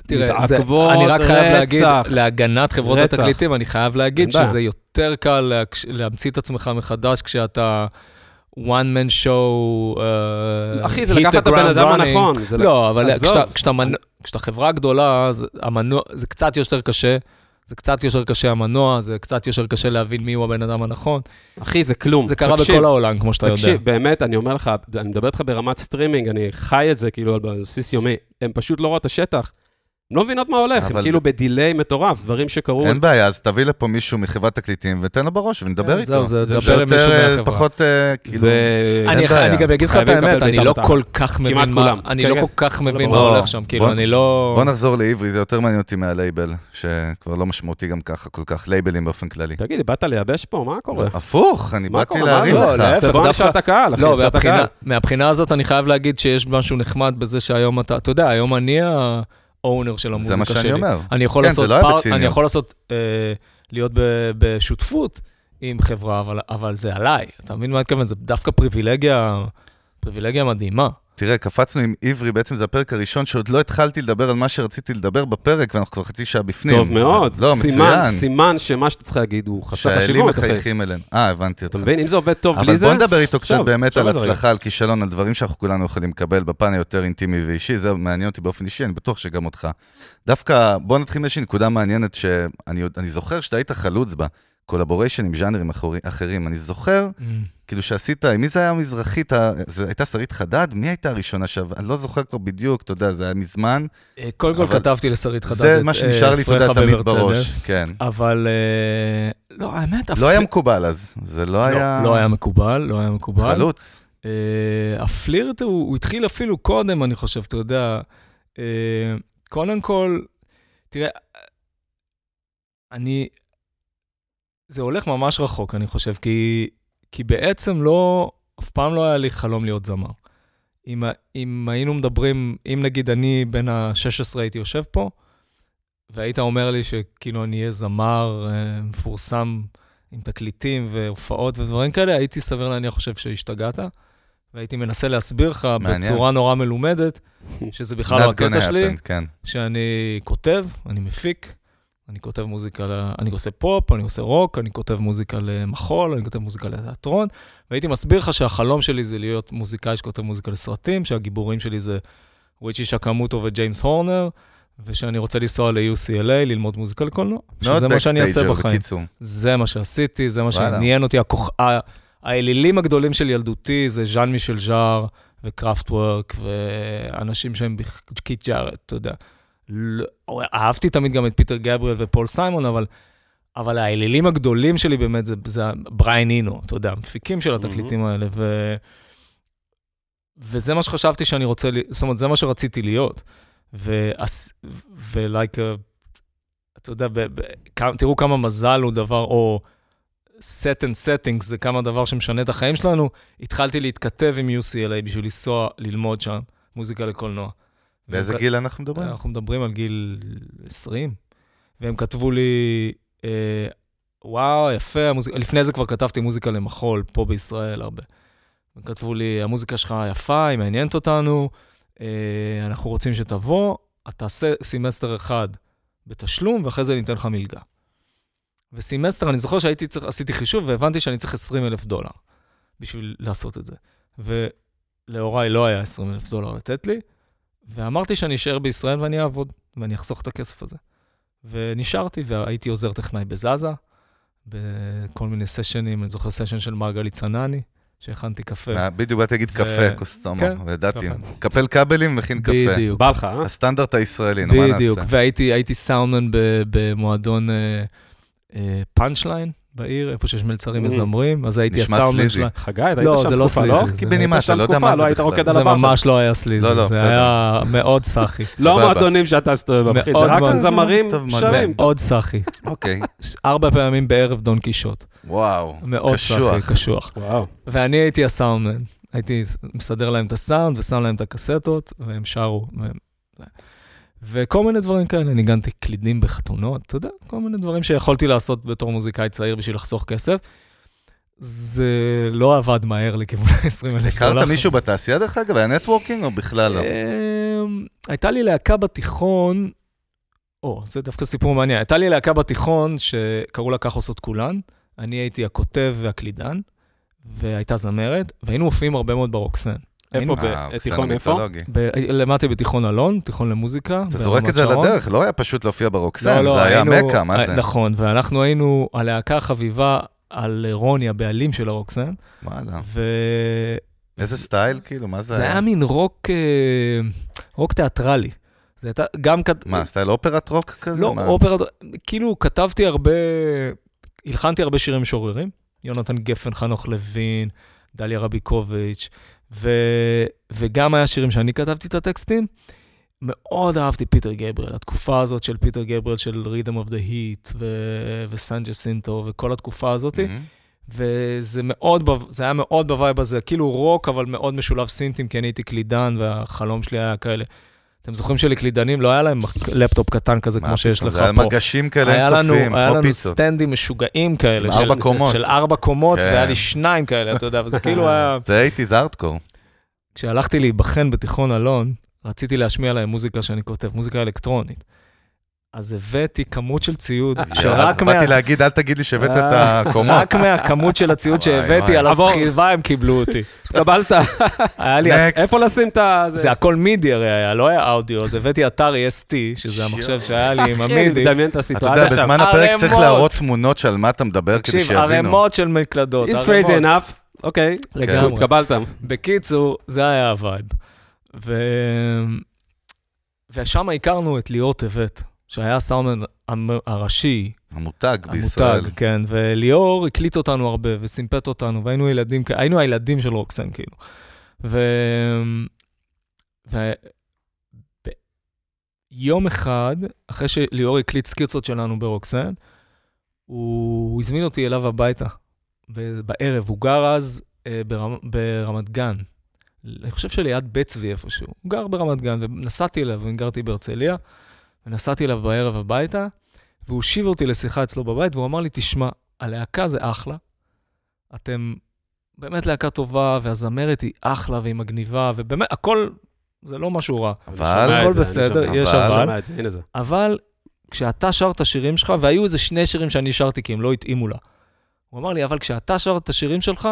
[SPEAKER 2] תראה, זה-
[SPEAKER 3] ומתעכבות
[SPEAKER 2] אני רק חייב להגיד,
[SPEAKER 3] רצח.
[SPEAKER 2] להגנת חברות
[SPEAKER 3] רצח.
[SPEAKER 2] התקליטים, אני חייב להגיד
[SPEAKER 3] אין בעיה.
[SPEAKER 2] שזה יותר קל להגש- להמציא את עצמך מחדש כשאתה one man show, אה,
[SPEAKER 3] אחי, זה
[SPEAKER 2] hit
[SPEAKER 3] לקחת
[SPEAKER 2] the
[SPEAKER 3] את הבן
[SPEAKER 2] ground
[SPEAKER 3] אדם
[SPEAKER 2] running.
[SPEAKER 3] הנכון. זה לק-
[SPEAKER 2] לא, אבל
[SPEAKER 3] עזוב.
[SPEAKER 2] כשאתה- כשאתה מנ- כשאתה חברה גדולה, אז המנוע- זה קצת יותר קשה. זה קצת יותר קשה המנוע, זה קצת יותר קשה להבין מיהו הבן אדם הנכון.
[SPEAKER 3] אחי, זה כלום.
[SPEAKER 2] זה קרה
[SPEAKER 3] תקשיב,
[SPEAKER 2] בכל העולם, כמו שאתה יודע.
[SPEAKER 3] תקשיב, באמת, אני אומר לך, אני מדבר איתך ברמת סטרימינג, אני חי את זה כאילו על בסיס יומי. הם פשוט לא רואים את השטח. הם לא מבינות מה הולך, הם
[SPEAKER 1] אבל-
[SPEAKER 3] כאילו בדיליי מטורף, דברים שקרו.
[SPEAKER 1] אין בעיה, אז תביא לפה מישהו מחברת תקליטים ותן לו בראש ונדבר
[SPEAKER 2] כן, זהו,
[SPEAKER 1] איתו.
[SPEAKER 2] זה
[SPEAKER 3] זה
[SPEAKER 1] זה
[SPEAKER 2] דבר עם מישהו
[SPEAKER 1] יותר, אה,
[SPEAKER 2] מהחברה.
[SPEAKER 1] פחות, אה, כאילו...
[SPEAKER 3] זה...
[SPEAKER 1] אין
[SPEAKER 2] אני,
[SPEAKER 1] בעיה.
[SPEAKER 2] אני גם אגיד לך את
[SPEAKER 3] חייבים לקבל
[SPEAKER 2] האמת, אני
[SPEAKER 3] בעיטה
[SPEAKER 2] לא
[SPEAKER 3] בתחת.
[SPEAKER 2] כל כך מבין
[SPEAKER 3] כמעט
[SPEAKER 2] מה,
[SPEAKER 3] כולם.
[SPEAKER 2] אני
[SPEAKER 3] כן,
[SPEAKER 2] לא
[SPEAKER 3] כן.
[SPEAKER 2] כל כך מבין מה
[SPEAKER 1] ברור.
[SPEAKER 2] הולך שם, כאילו,
[SPEAKER 1] בוא-
[SPEAKER 2] אני לא...
[SPEAKER 1] בוא נחזור לעברי, זה יותר מעניין אותי מהלייבל, שכבר לא משמעותי גם ככה כל כך, לייבלים באופן כללי.
[SPEAKER 3] תגיד לי, באת לייבש פה? מה קורה?
[SPEAKER 1] הפוך, לא, אני
[SPEAKER 3] לא, מה
[SPEAKER 1] באתי
[SPEAKER 3] קורה?
[SPEAKER 1] להרים
[SPEAKER 3] מה?
[SPEAKER 2] לא,
[SPEAKER 1] לך.
[SPEAKER 2] להפך.
[SPEAKER 3] טוב, בוא
[SPEAKER 2] דווקא-
[SPEAKER 3] נשאל את הקהל, אחי,
[SPEAKER 2] לא,
[SPEAKER 3] נשאל את
[SPEAKER 2] מהבחינה-
[SPEAKER 3] הקהל.
[SPEAKER 2] מהבחינה הזאת אני חייב להגיד שיש משהו נחמד בזה שהיום אתה, אתה יודע, היום אני ה-owner של המוזיקה
[SPEAKER 1] זה
[SPEAKER 2] שלי.
[SPEAKER 1] מה שאני אומר.
[SPEAKER 2] אני יכול
[SPEAKER 1] כן,
[SPEAKER 2] לעשות,
[SPEAKER 1] זה לא היה
[SPEAKER 2] פאר-
[SPEAKER 1] בציניות.
[SPEAKER 2] אני יכול לעשות, אה, להיות ב- בשותפות עם חברה, אבל, אבל זה עליי. אתה מבין מה אני מתכוון? זה דווקא פריבילגיה, פריבילגיה מדהימה.
[SPEAKER 3] Mm.
[SPEAKER 1] תראה, קפצנו עם עברי, בעצם זה הפרק הראשון שעוד לא התחלתי לדבר על מה שרציתי לדבר בפרק, ואנחנו כבר חצי שעה בפנים.
[SPEAKER 3] טוב מאוד,
[SPEAKER 1] לא,
[SPEAKER 3] סימן,
[SPEAKER 1] מצוין.
[SPEAKER 3] סימן שמה שאתה צריך להגיד הוא חסר
[SPEAKER 1] שהאלים
[SPEAKER 3] חשיבות, אחי.
[SPEAKER 1] מחייכים אלינו. אה, הבנתי אותך.
[SPEAKER 3] אתה מבין? אם זה עובד טוב
[SPEAKER 1] אבל
[SPEAKER 3] בלי זה...
[SPEAKER 1] בוא נדבר איתו קצת
[SPEAKER 3] שוב,
[SPEAKER 1] באמת
[SPEAKER 3] שוב
[SPEAKER 1] על
[SPEAKER 3] על זה רגע.
[SPEAKER 1] הצלחה, על כישלון, על דברים שאנחנו כולנו יכולים לקבל בפן היותר אינטימי ואישי, זה מעניין אותי באופן אישי, אני בטוח שגם אותך. דווקא, בוא נתחיל מאיזושהי נקודה מעניינת שאני עוד- אני זוכר שאתה היית חלוץ בה. קולבוריישן עם ז'אנרים אחורי- אחרים. אני זוכר, כאילו שעשית, עם מי זה היה המזרחית? ה- זה הייתה שרית חדד? מי הייתה הראשונה שעברה? אני לא זוכר כבר בדיוק, אתה יודע, זה היה מזמן.
[SPEAKER 2] אה, קודם כל
[SPEAKER 1] אבל-
[SPEAKER 2] כתבתי לשרית חדד
[SPEAKER 1] זה
[SPEAKER 2] את,
[SPEAKER 1] מה
[SPEAKER 2] אה,
[SPEAKER 1] שנשאר לי, אתה
[SPEAKER 2] פרחה
[SPEAKER 1] יודע, תמיד
[SPEAKER 2] בברצדס,
[SPEAKER 1] בראש. כן.
[SPEAKER 2] אבל אה, לא, האמת,
[SPEAKER 1] לא
[SPEAKER 2] הפר-
[SPEAKER 1] היה מקובל אז, זה לא
[SPEAKER 2] לא,
[SPEAKER 1] היה...
[SPEAKER 2] לא היה מקובל, לא היה מקובל.
[SPEAKER 1] חלוץ.
[SPEAKER 2] אה, הפלירט הוא, הוא התחיל אפילו קודם, אני חושב, אתה יודע. אה, קודם כל, תראה, אני... זה הולך ממש רחוק, אני חושב, כי, כי בעצם לא, אף פעם לא היה לי חלום להיות זמר. אם, ה- אם היינו מדברים, אם נגיד אני בן ה-16 הייתי יושב פה, והיית אומר לי שכאילו אני אהיה זמר אה, מפורסם עם תקליטים והופעות ודברים כאלה, הייתי סביר להניח חושב שהשתגעת, והייתי מנסה להסביר לך
[SPEAKER 1] מעניין.
[SPEAKER 2] בצורה נורא מלומדת, שזה בכלל לא
[SPEAKER 1] Not gonna
[SPEAKER 2] הקטע שלי.
[SPEAKER 1] happen, כן.
[SPEAKER 2] שאני כותב, אני מפיק, אני כותב מוזיקה, ל- אני עושה פופ, אני עושה רוק, אני כותב מוזיקה למחול, אני כותב מוזיקה לתיאטרון, והייתי מסביר לך שהחלום שלי זה להיות מוזיקאי שכותב מוזיקה לסרטים, שהגיבורים שלי זה וויצ'י שקמוטו וג'יימס הורנר, ושאני רוצה לנסוע ל-UCLA ללמוד מוזיקה לקולנוע, שזה
[SPEAKER 1] מאוד
[SPEAKER 2] מה שאני אעשה
[SPEAKER 1] backstager,
[SPEAKER 2] בחיים.
[SPEAKER 1] בקיצור.
[SPEAKER 2] זה מה שעשיתי, זה מה
[SPEAKER 1] וואלה.
[SPEAKER 2] שעניין אותי. הכוח... ה- האלילים הגדולים של ילדותי זה ז'אן מישל ז'אר וקראפטוורק ואנשים שהם בכ- קיט ג'ארט, אתה יודע. לא... אהבתי תמיד גם את פיטר גבריאל ופול סיימון, אבל, אבל האלילים הגדולים שלי באמת זה, זה בריין אינו, אתה יודע, המפיקים של התקליטים האלה. ו... וזה מה שחשבתי שאני רוצה, ל- זאת אומרת, זה מה שרציתי להיות. ועש- ולייק, ו- אתה יודע, ב- ב- כמה- תראו כמה מזל הוא דבר, או set and settings, זה כמה דבר שמשנה את החיים שלנו. התחלתי להתכתב עם UCLA בשביל לנסוע ללמוד שם מוזיקה לקולנוע.
[SPEAKER 1] באיזה
[SPEAKER 2] והם כ-
[SPEAKER 1] גיל אנחנו מדברים?
[SPEAKER 2] אנחנו מדברים על גיל 20, והם כתבו לי, אה, וואו, יפה, המוזיק... לפני זה כבר כתבתי מוזיקה למחול, פה בישראל הרבה. הם כתבו לי, המוזיקה שלך יפה, היא מעניינת אותנו, אה, אנחנו רוצים שתבוא, אתה תעשה סמסטר אחד בתשלום, ואחרי זה ניתן לך מלגה. וסמסטר, אני זוכר שהייתי צריך, עשיתי חישוב והבנתי שאני צריך 20 אלף דולר בשביל לעשות את זה. ולהוריי לא היה 20 אלף דולר לתת לי, ואמרתי שאני אשאר בישראל ואני אעבוד, ואני אחסוך את הכסף הזה. ונשארתי, והייתי עוזר טכנאי בזאזה, בכל מיני סשנים, אני זוכר סשן של מרגלית צנני, שהכנתי קפה.
[SPEAKER 1] אה, בדיוק באתי להגיד קפה, כוס
[SPEAKER 2] אוקיי. כן,
[SPEAKER 1] תומו, ידעתי.
[SPEAKER 2] קפה.
[SPEAKER 1] קפל כבלים מכין קפה.
[SPEAKER 2] בדיוק.
[SPEAKER 3] בא לך, אה?
[SPEAKER 1] הסטנדרט הישראלי, נו, מה נעשה?
[SPEAKER 2] בדיוק, והייתי הייתי סאונדמן ב- במועדון אה, פאנצ'ליין בעיר, איפה שיש מלצרים
[SPEAKER 3] Mm.
[SPEAKER 2] וזמרים, אז הייתי
[SPEAKER 1] נשמע
[SPEAKER 2] הסאונדמן
[SPEAKER 1] סליזי.
[SPEAKER 2] שלה.
[SPEAKER 3] חגי, אתה היית
[SPEAKER 2] לא,
[SPEAKER 3] שם
[SPEAKER 2] זה לא
[SPEAKER 3] תקופה,
[SPEAKER 2] סליזי,
[SPEAKER 3] לא?
[SPEAKER 2] זה-
[SPEAKER 1] כי בנימה,
[SPEAKER 3] הייתה
[SPEAKER 1] אתה
[SPEAKER 3] שם
[SPEAKER 1] לא יודע
[SPEAKER 3] תקופה,
[SPEAKER 1] מה זה
[SPEAKER 3] לא היית רוקד
[SPEAKER 1] בכלל.
[SPEAKER 3] על
[SPEAKER 2] זה
[SPEAKER 3] הבר שם.
[SPEAKER 2] ממש לא היה סליזי,
[SPEAKER 1] לא, לא,
[SPEAKER 2] זה
[SPEAKER 1] בסדר.
[SPEAKER 2] היה מאוד סאחי.
[SPEAKER 3] לא
[SPEAKER 1] סבבה.
[SPEAKER 3] המועדונים שאתה מסתובב, אחי,
[SPEAKER 2] מאוד
[SPEAKER 3] זה רק
[SPEAKER 2] מאוד.
[SPEAKER 3] זמרים
[SPEAKER 1] מסתובב מלא.
[SPEAKER 3] שרים.
[SPEAKER 2] מאוד סאחי.
[SPEAKER 1] אוקיי,
[SPEAKER 2] ארבע פעמים בערב דון קישוט.
[SPEAKER 1] וואו,
[SPEAKER 2] מאוד סאחי,
[SPEAKER 1] קשוח.
[SPEAKER 2] קשוח.
[SPEAKER 3] וואו.
[SPEAKER 2] ואני הייתי הסאונדמן. הייתי מסדר להם את הסאונד ושם להם את הקסטות, והם שרו. והם... וכל מיני דברים כאלה, ניגנתי קלידים בחתונות, אתה יודע, כל מיני דברים שיכולתי לעשות בתור מוזיקאי צעיר בשביל לחסוך כסף. זה לא עבד מהר לכיוון ה-20 אלף
[SPEAKER 1] הכרת מישהו בתעשייה דרך אגב? היה נטוורקינג או בכלל לא?
[SPEAKER 2] אמ, הייתה לי להקה בתיכון, או, זה דווקא סיפור מעניין. הייתה לי להקה בתיכון שקראו לה כך עושות כולן. אני הייתי הכותב והקלידן, והייתה זמרת, והיינו מופיעים הרבה מאוד ברוקסן.
[SPEAKER 3] איפה,
[SPEAKER 2] היינו-
[SPEAKER 1] אה, הוא
[SPEAKER 3] בתיכון
[SPEAKER 1] קסם
[SPEAKER 3] איפה?
[SPEAKER 1] מיתולוגי.
[SPEAKER 2] ב- למדתי בתיכון אלון, תיכון למוזיקה.
[SPEAKER 1] אתה זורק את זה על הדרך, לא היה פשוט להופיע ברוקסן,
[SPEAKER 2] לא,
[SPEAKER 1] זה היה
[SPEAKER 2] היינו-
[SPEAKER 1] מכה, מה זה?
[SPEAKER 2] אה, נכון, ואנחנו היינו הלהקה החביבה על רוני, הבעלים של הרוקסן,
[SPEAKER 1] וואלה.
[SPEAKER 2] ו...
[SPEAKER 1] איזה סטייל, כאילו, מה אה. זה
[SPEAKER 2] זה היה מין רוק, אה, רוק תיאטרלי. זה הייתה גם... כת-
[SPEAKER 1] מה, סטייל אופרת רוק כזה?
[SPEAKER 2] לא,
[SPEAKER 1] מה?
[SPEAKER 2] אופרה, כאילו כתבתי הרבה, הלחנתי הרבה שירים משוררים, יונתן גפן, חנוך לוין, דליה רביקוביץ', ו, וגם היה שירים שאני כתבתי את הטקסטים. מאוד אהבתי פיטר גבריאל, התקופה הזאת של פיטר גבריאל, של Rhythm of the Heat ו- וסן ג'סינטו וכל התקופה הזאת, mm-hmm.
[SPEAKER 1] מהמם.
[SPEAKER 2] וזה מאוד, בו- זה היה מאוד בווייב הזה, כאילו רוק, אבל מאוד משולב סינטים, כי אני הייתי קלידן והחלום שלי היה כאלה. אתם זוכרים שלקלידנים לא היה להם לפטופ קטן כזה
[SPEAKER 1] מה
[SPEAKER 2] כמו שיש
[SPEAKER 1] פתאום,
[SPEAKER 2] לך פה.
[SPEAKER 1] זה היה מגשים כאלה
[SPEAKER 2] היה לנו,
[SPEAKER 1] אינסופיים,
[SPEAKER 2] היה
[SPEAKER 1] כמו
[SPEAKER 2] לנו
[SPEAKER 1] פיצות.
[SPEAKER 2] סטנדים משוגעים כאלה.
[SPEAKER 1] עם ארבע קומות.
[SPEAKER 2] של ארבע קומות,
[SPEAKER 1] כן.
[SPEAKER 2] והיה לי שניים כאלה, אתה יודע, וזה
[SPEAKER 1] *laughs*
[SPEAKER 2] כאילו היה...
[SPEAKER 1] זה הייתי, זה ארטקור.
[SPEAKER 2] כשהלכתי להיבחן בתיכון אלון, רציתי להשמיע להם מוזיקה שאני כותב, מוזיקה אלקטרונית. אז הבאתי כמות של ציוד,
[SPEAKER 1] יאללה,
[SPEAKER 2] שרק מה...
[SPEAKER 1] באתי להגיד, אל תגיד לי שהבאת את הקומות.
[SPEAKER 2] רק מהכמות של הציוד
[SPEAKER 1] וואי,
[SPEAKER 2] שהבאתי,
[SPEAKER 1] וואי.
[SPEAKER 2] על
[SPEAKER 3] עבור.
[SPEAKER 2] הסחיבה הם קיבלו אותי.
[SPEAKER 3] התקבלת,
[SPEAKER 2] היה לי...
[SPEAKER 1] Next.
[SPEAKER 3] איפה לשים את ה...
[SPEAKER 2] זה הכל מידי הרי היה, לא היה אודיו, אז הבאתי אתר EST, שזה המחשב שהיה לי עם
[SPEAKER 3] כן, אני
[SPEAKER 2] המידי.
[SPEAKER 3] מדמיין את
[SPEAKER 1] אתה יודע,
[SPEAKER 3] הסיטואציה שם.
[SPEAKER 1] בזמן הפרק צריך
[SPEAKER 2] ערימות.
[SPEAKER 1] להראות תמונות שעל מה אתה מדבר כדי
[SPEAKER 2] תקשיב,
[SPEAKER 1] שיבינו.
[SPEAKER 2] ערימות של מקלדות,
[SPEAKER 3] It's crazy
[SPEAKER 2] ערימות.
[SPEAKER 3] enough, אוקיי,
[SPEAKER 2] לגמרי.
[SPEAKER 3] התקבלת.
[SPEAKER 2] בקיצור, זה היה הווייב. ו... ושם הכרנו את ליאור טבת, שהיה הסאונדמן המ- הראשי,
[SPEAKER 1] המותג
[SPEAKER 2] המותג,
[SPEAKER 1] בישראל.
[SPEAKER 2] כן, וליאור הקליט אותנו הרבה וסימפט אותנו, והיינו ילדים, כ- היינו הילדים של רוקסן, כאילו. ו... ו... ב... יום אחד, אחרי שליאור הקליט סקיצות שלנו ברוקסן, הוא הזמין אותי אליו הביתה, ב- בערב. הוא גר אז אה, ברמ... ברמת גן. אני חושב שליד בית צבי איפשהו. הוא גר ברמת גן, ונסעתי אליו, ואני גרתי בהרצליה, ונסעתי אליו בערב הביתה, והוא הושיב אותי לשיחה אצלו בבית, והוא אמר לי, תשמע, הלהקה זה אחלה, אתם באמת להקה טובה, והזמרת היא אחלה והיא מגניבה, ובאמת, הכל, זה לא משהו רע.
[SPEAKER 1] אבל...
[SPEAKER 2] הכל
[SPEAKER 3] אני
[SPEAKER 2] בסדר,
[SPEAKER 3] שומע
[SPEAKER 1] יש
[SPEAKER 3] את זה, אני
[SPEAKER 1] אבל.
[SPEAKER 3] שומע את זה, הנה זה.
[SPEAKER 2] אבל כשאתה שר את השירים שלך, והיו איזה שני שירים שאני שרתי כי הם לא התאימו לה. הוא אמר לי, אבל כשאתה שר את השירים שלך,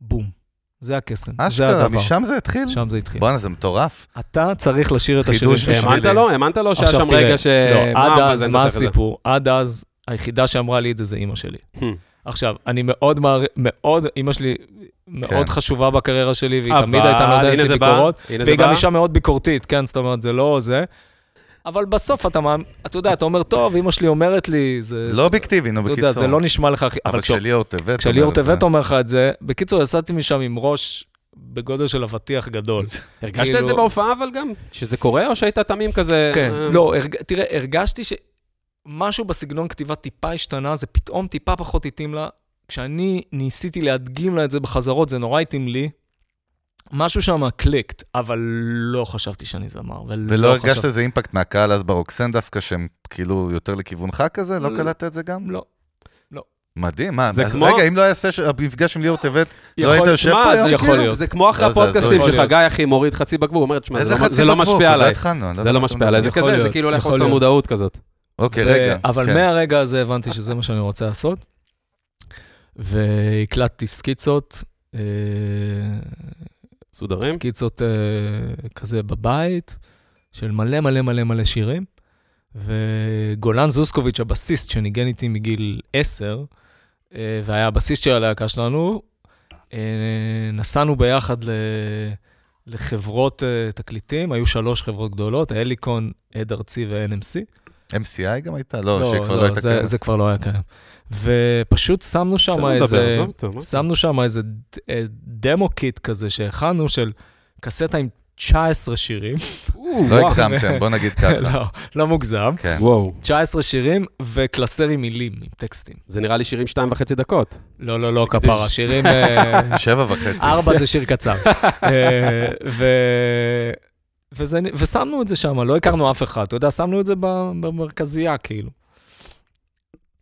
[SPEAKER 2] בום. זה הקסם, זה
[SPEAKER 1] אשכרה,
[SPEAKER 2] הדבר.
[SPEAKER 1] משם זה התחיל?
[SPEAKER 2] שם זה התחיל.
[SPEAKER 1] בואנה, זה מטורף.
[SPEAKER 2] אתה צריך לשיר את
[SPEAKER 1] חידוש
[SPEAKER 2] השירים שלך.
[SPEAKER 1] בשבילי.
[SPEAKER 3] האמנת לו? האמנת לו שהיה
[SPEAKER 2] עכשיו
[SPEAKER 3] שם
[SPEAKER 2] תראה,
[SPEAKER 3] רגע ש...
[SPEAKER 2] לא,
[SPEAKER 3] מה,
[SPEAKER 2] עד
[SPEAKER 3] אה, מה
[SPEAKER 2] אז,
[SPEAKER 3] זה,
[SPEAKER 2] מה
[SPEAKER 3] אני עושה כזה?
[SPEAKER 2] הסיפור? עד אז, היחידה שאמרה לי את זה זה אימא שלי.
[SPEAKER 3] Hmm.
[SPEAKER 2] עכשיו, אני מאוד מעריך, מאוד, אימא שלי מאוד
[SPEAKER 1] כן.
[SPEAKER 2] חשובה בקריירה שלי, והיא תמיד
[SPEAKER 3] אבל,
[SPEAKER 2] הייתה
[SPEAKER 3] הנה
[SPEAKER 2] נותנת
[SPEAKER 3] זה
[SPEAKER 2] לי
[SPEAKER 3] בא,
[SPEAKER 2] ביקורות,
[SPEAKER 3] הנה זה
[SPEAKER 2] והיא גם
[SPEAKER 3] בא.
[SPEAKER 2] אישה מאוד ביקורתית, כן, זאת אומרת, זה לא זה. אבל בסוף אתה, מאמ- אתה יודע, אתה אומר, טוב, אימא שלי אומרת לי, זה,
[SPEAKER 1] לא אובייקטיבי, נו,
[SPEAKER 2] אתה
[SPEAKER 1] בקיצור.
[SPEAKER 2] יודע, זה לא נשמע לך הכי...
[SPEAKER 1] אבל
[SPEAKER 2] כש-
[SPEAKER 1] כשליאור טבת
[SPEAKER 2] כשליאור
[SPEAKER 1] אומר את
[SPEAKER 2] טבת
[SPEAKER 1] זה.
[SPEAKER 2] אומר לך את זה, בקיצור, יצאתי משם עם ראש בגודל של אבטיח גדול.
[SPEAKER 3] *laughs* הרגשת
[SPEAKER 2] כאילו-
[SPEAKER 3] את זה בהופעה אבל גם? שזה קורה או שהיית תמים כזה?
[SPEAKER 2] כן,
[SPEAKER 3] אה,
[SPEAKER 2] לא, הרג- תראה, הרגשתי שמשהו בסגנון כתיבה טיפה השתנה, זה פתאום טיפה פחות התאים לה. כשאני ניסיתי להדגים לה את זה בחזרות, זה נורא התאים לי. משהו שם קליקט, אבל לא חשבתי שאני זמר.
[SPEAKER 1] ולא
[SPEAKER 2] חשבתי-
[SPEAKER 1] הרגשת איזה אימפקט מהקהל אז ברוקסן דווקא, שהם כאילו יותר לכיוונך כזה? לא
[SPEAKER 2] לא.
[SPEAKER 1] קלטת את זה גם?
[SPEAKER 2] לא.
[SPEAKER 1] מדהים, מה?
[SPEAKER 3] זה
[SPEAKER 1] אז
[SPEAKER 3] כמו-
[SPEAKER 1] רגע, אם לא היה סש- המפגש עם ליאור טבת, לא
[SPEAKER 2] יכול-
[SPEAKER 1] היית יושב
[SPEAKER 3] מה,
[SPEAKER 1] פה
[SPEAKER 3] זה
[SPEAKER 1] היום?
[SPEAKER 2] יכול
[SPEAKER 1] כאילו?
[SPEAKER 2] להיות.
[SPEAKER 3] זה כמו אחרי
[SPEAKER 1] לא, זה הזוי.
[SPEAKER 3] הפודקאסטים
[SPEAKER 2] יכול
[SPEAKER 3] שלך,
[SPEAKER 2] להיות.
[SPEAKER 3] גיא, אחי, מוריד חצי בקבוק, הוא אומר, תשמע,
[SPEAKER 1] איזה
[SPEAKER 3] זה לא-
[SPEAKER 1] חצי
[SPEAKER 3] זה לא
[SPEAKER 1] בקבוק?
[SPEAKER 3] משפיע
[SPEAKER 1] עוד לא
[SPEAKER 3] עליי.
[SPEAKER 1] התחלנו, אני לא
[SPEAKER 3] זה
[SPEAKER 1] יודע
[SPEAKER 3] לא
[SPEAKER 1] מה אתה
[SPEAKER 3] משפיע
[SPEAKER 1] מדבר.
[SPEAKER 3] עליי, זה
[SPEAKER 2] יכול
[SPEAKER 3] כזה, זה
[SPEAKER 2] להיות,
[SPEAKER 3] כאילו אולי
[SPEAKER 2] יכול
[SPEAKER 3] חוסר
[SPEAKER 2] להיות.
[SPEAKER 3] מודעות כזאת.
[SPEAKER 1] אוקיי,
[SPEAKER 2] ו-
[SPEAKER 1] רגע.
[SPEAKER 2] אבל
[SPEAKER 1] כן.
[SPEAKER 2] מהרגע הזה הבנתי שזה מה שאני רוצה לעשות, והקלטתי סקיצות, אה,
[SPEAKER 3] מסודרים?
[SPEAKER 2] סקיצות אה, כזה בבית, של מלא מלא מלא מלא שירים, וגולן זוסקוביץ', הבסיסט, שניגן איתי מגיל 10, אה, והיה הבסיסט של הלהקה שלנו, אה, נסענו ביחד ל... לחברות אה, תקליטים, היו שלוש חברות גדולות, הליקון, עד ארצי ו-NMC.
[SPEAKER 1] MCI גם הייתה? לא,
[SPEAKER 2] לא,
[SPEAKER 1] שכבר לא
[SPEAKER 2] לא,
[SPEAKER 1] הייתה
[SPEAKER 2] זה-
[SPEAKER 1] כאלה.
[SPEAKER 2] זה כבר לא היה קיים. ופשוט שמנו שם
[SPEAKER 3] אתה לא מדבר,
[SPEAKER 2] איזה...
[SPEAKER 3] עזוב אותו, מה?
[SPEAKER 2] שמנו שם איזה ד- אה, דמו קיט כזה שהכנו של קסטה עם 19 שירים.
[SPEAKER 3] אוו,
[SPEAKER 1] לא
[SPEAKER 3] וואו.
[SPEAKER 1] הגזמתם, בוא נגיד ככה.
[SPEAKER 2] *laughs* לא, לא מוגזם.
[SPEAKER 1] כן.
[SPEAKER 3] וואו,
[SPEAKER 2] 19 שירים וקלסר עם מילים, עם טקסטים.
[SPEAKER 3] זה נראה לי שירים שתיים וחצי דקות.
[SPEAKER 2] לא, לא, לא, כפרה, שירים... אה,
[SPEAKER 1] שבע וחצי.
[SPEAKER 2] ארבע זה שיר קצר. אה, ו- וזה- ושמנו את זה שם, לא הכרנו אף אחד, אתה יודע, שמנו את זה ב- במרכזייה, כאילו.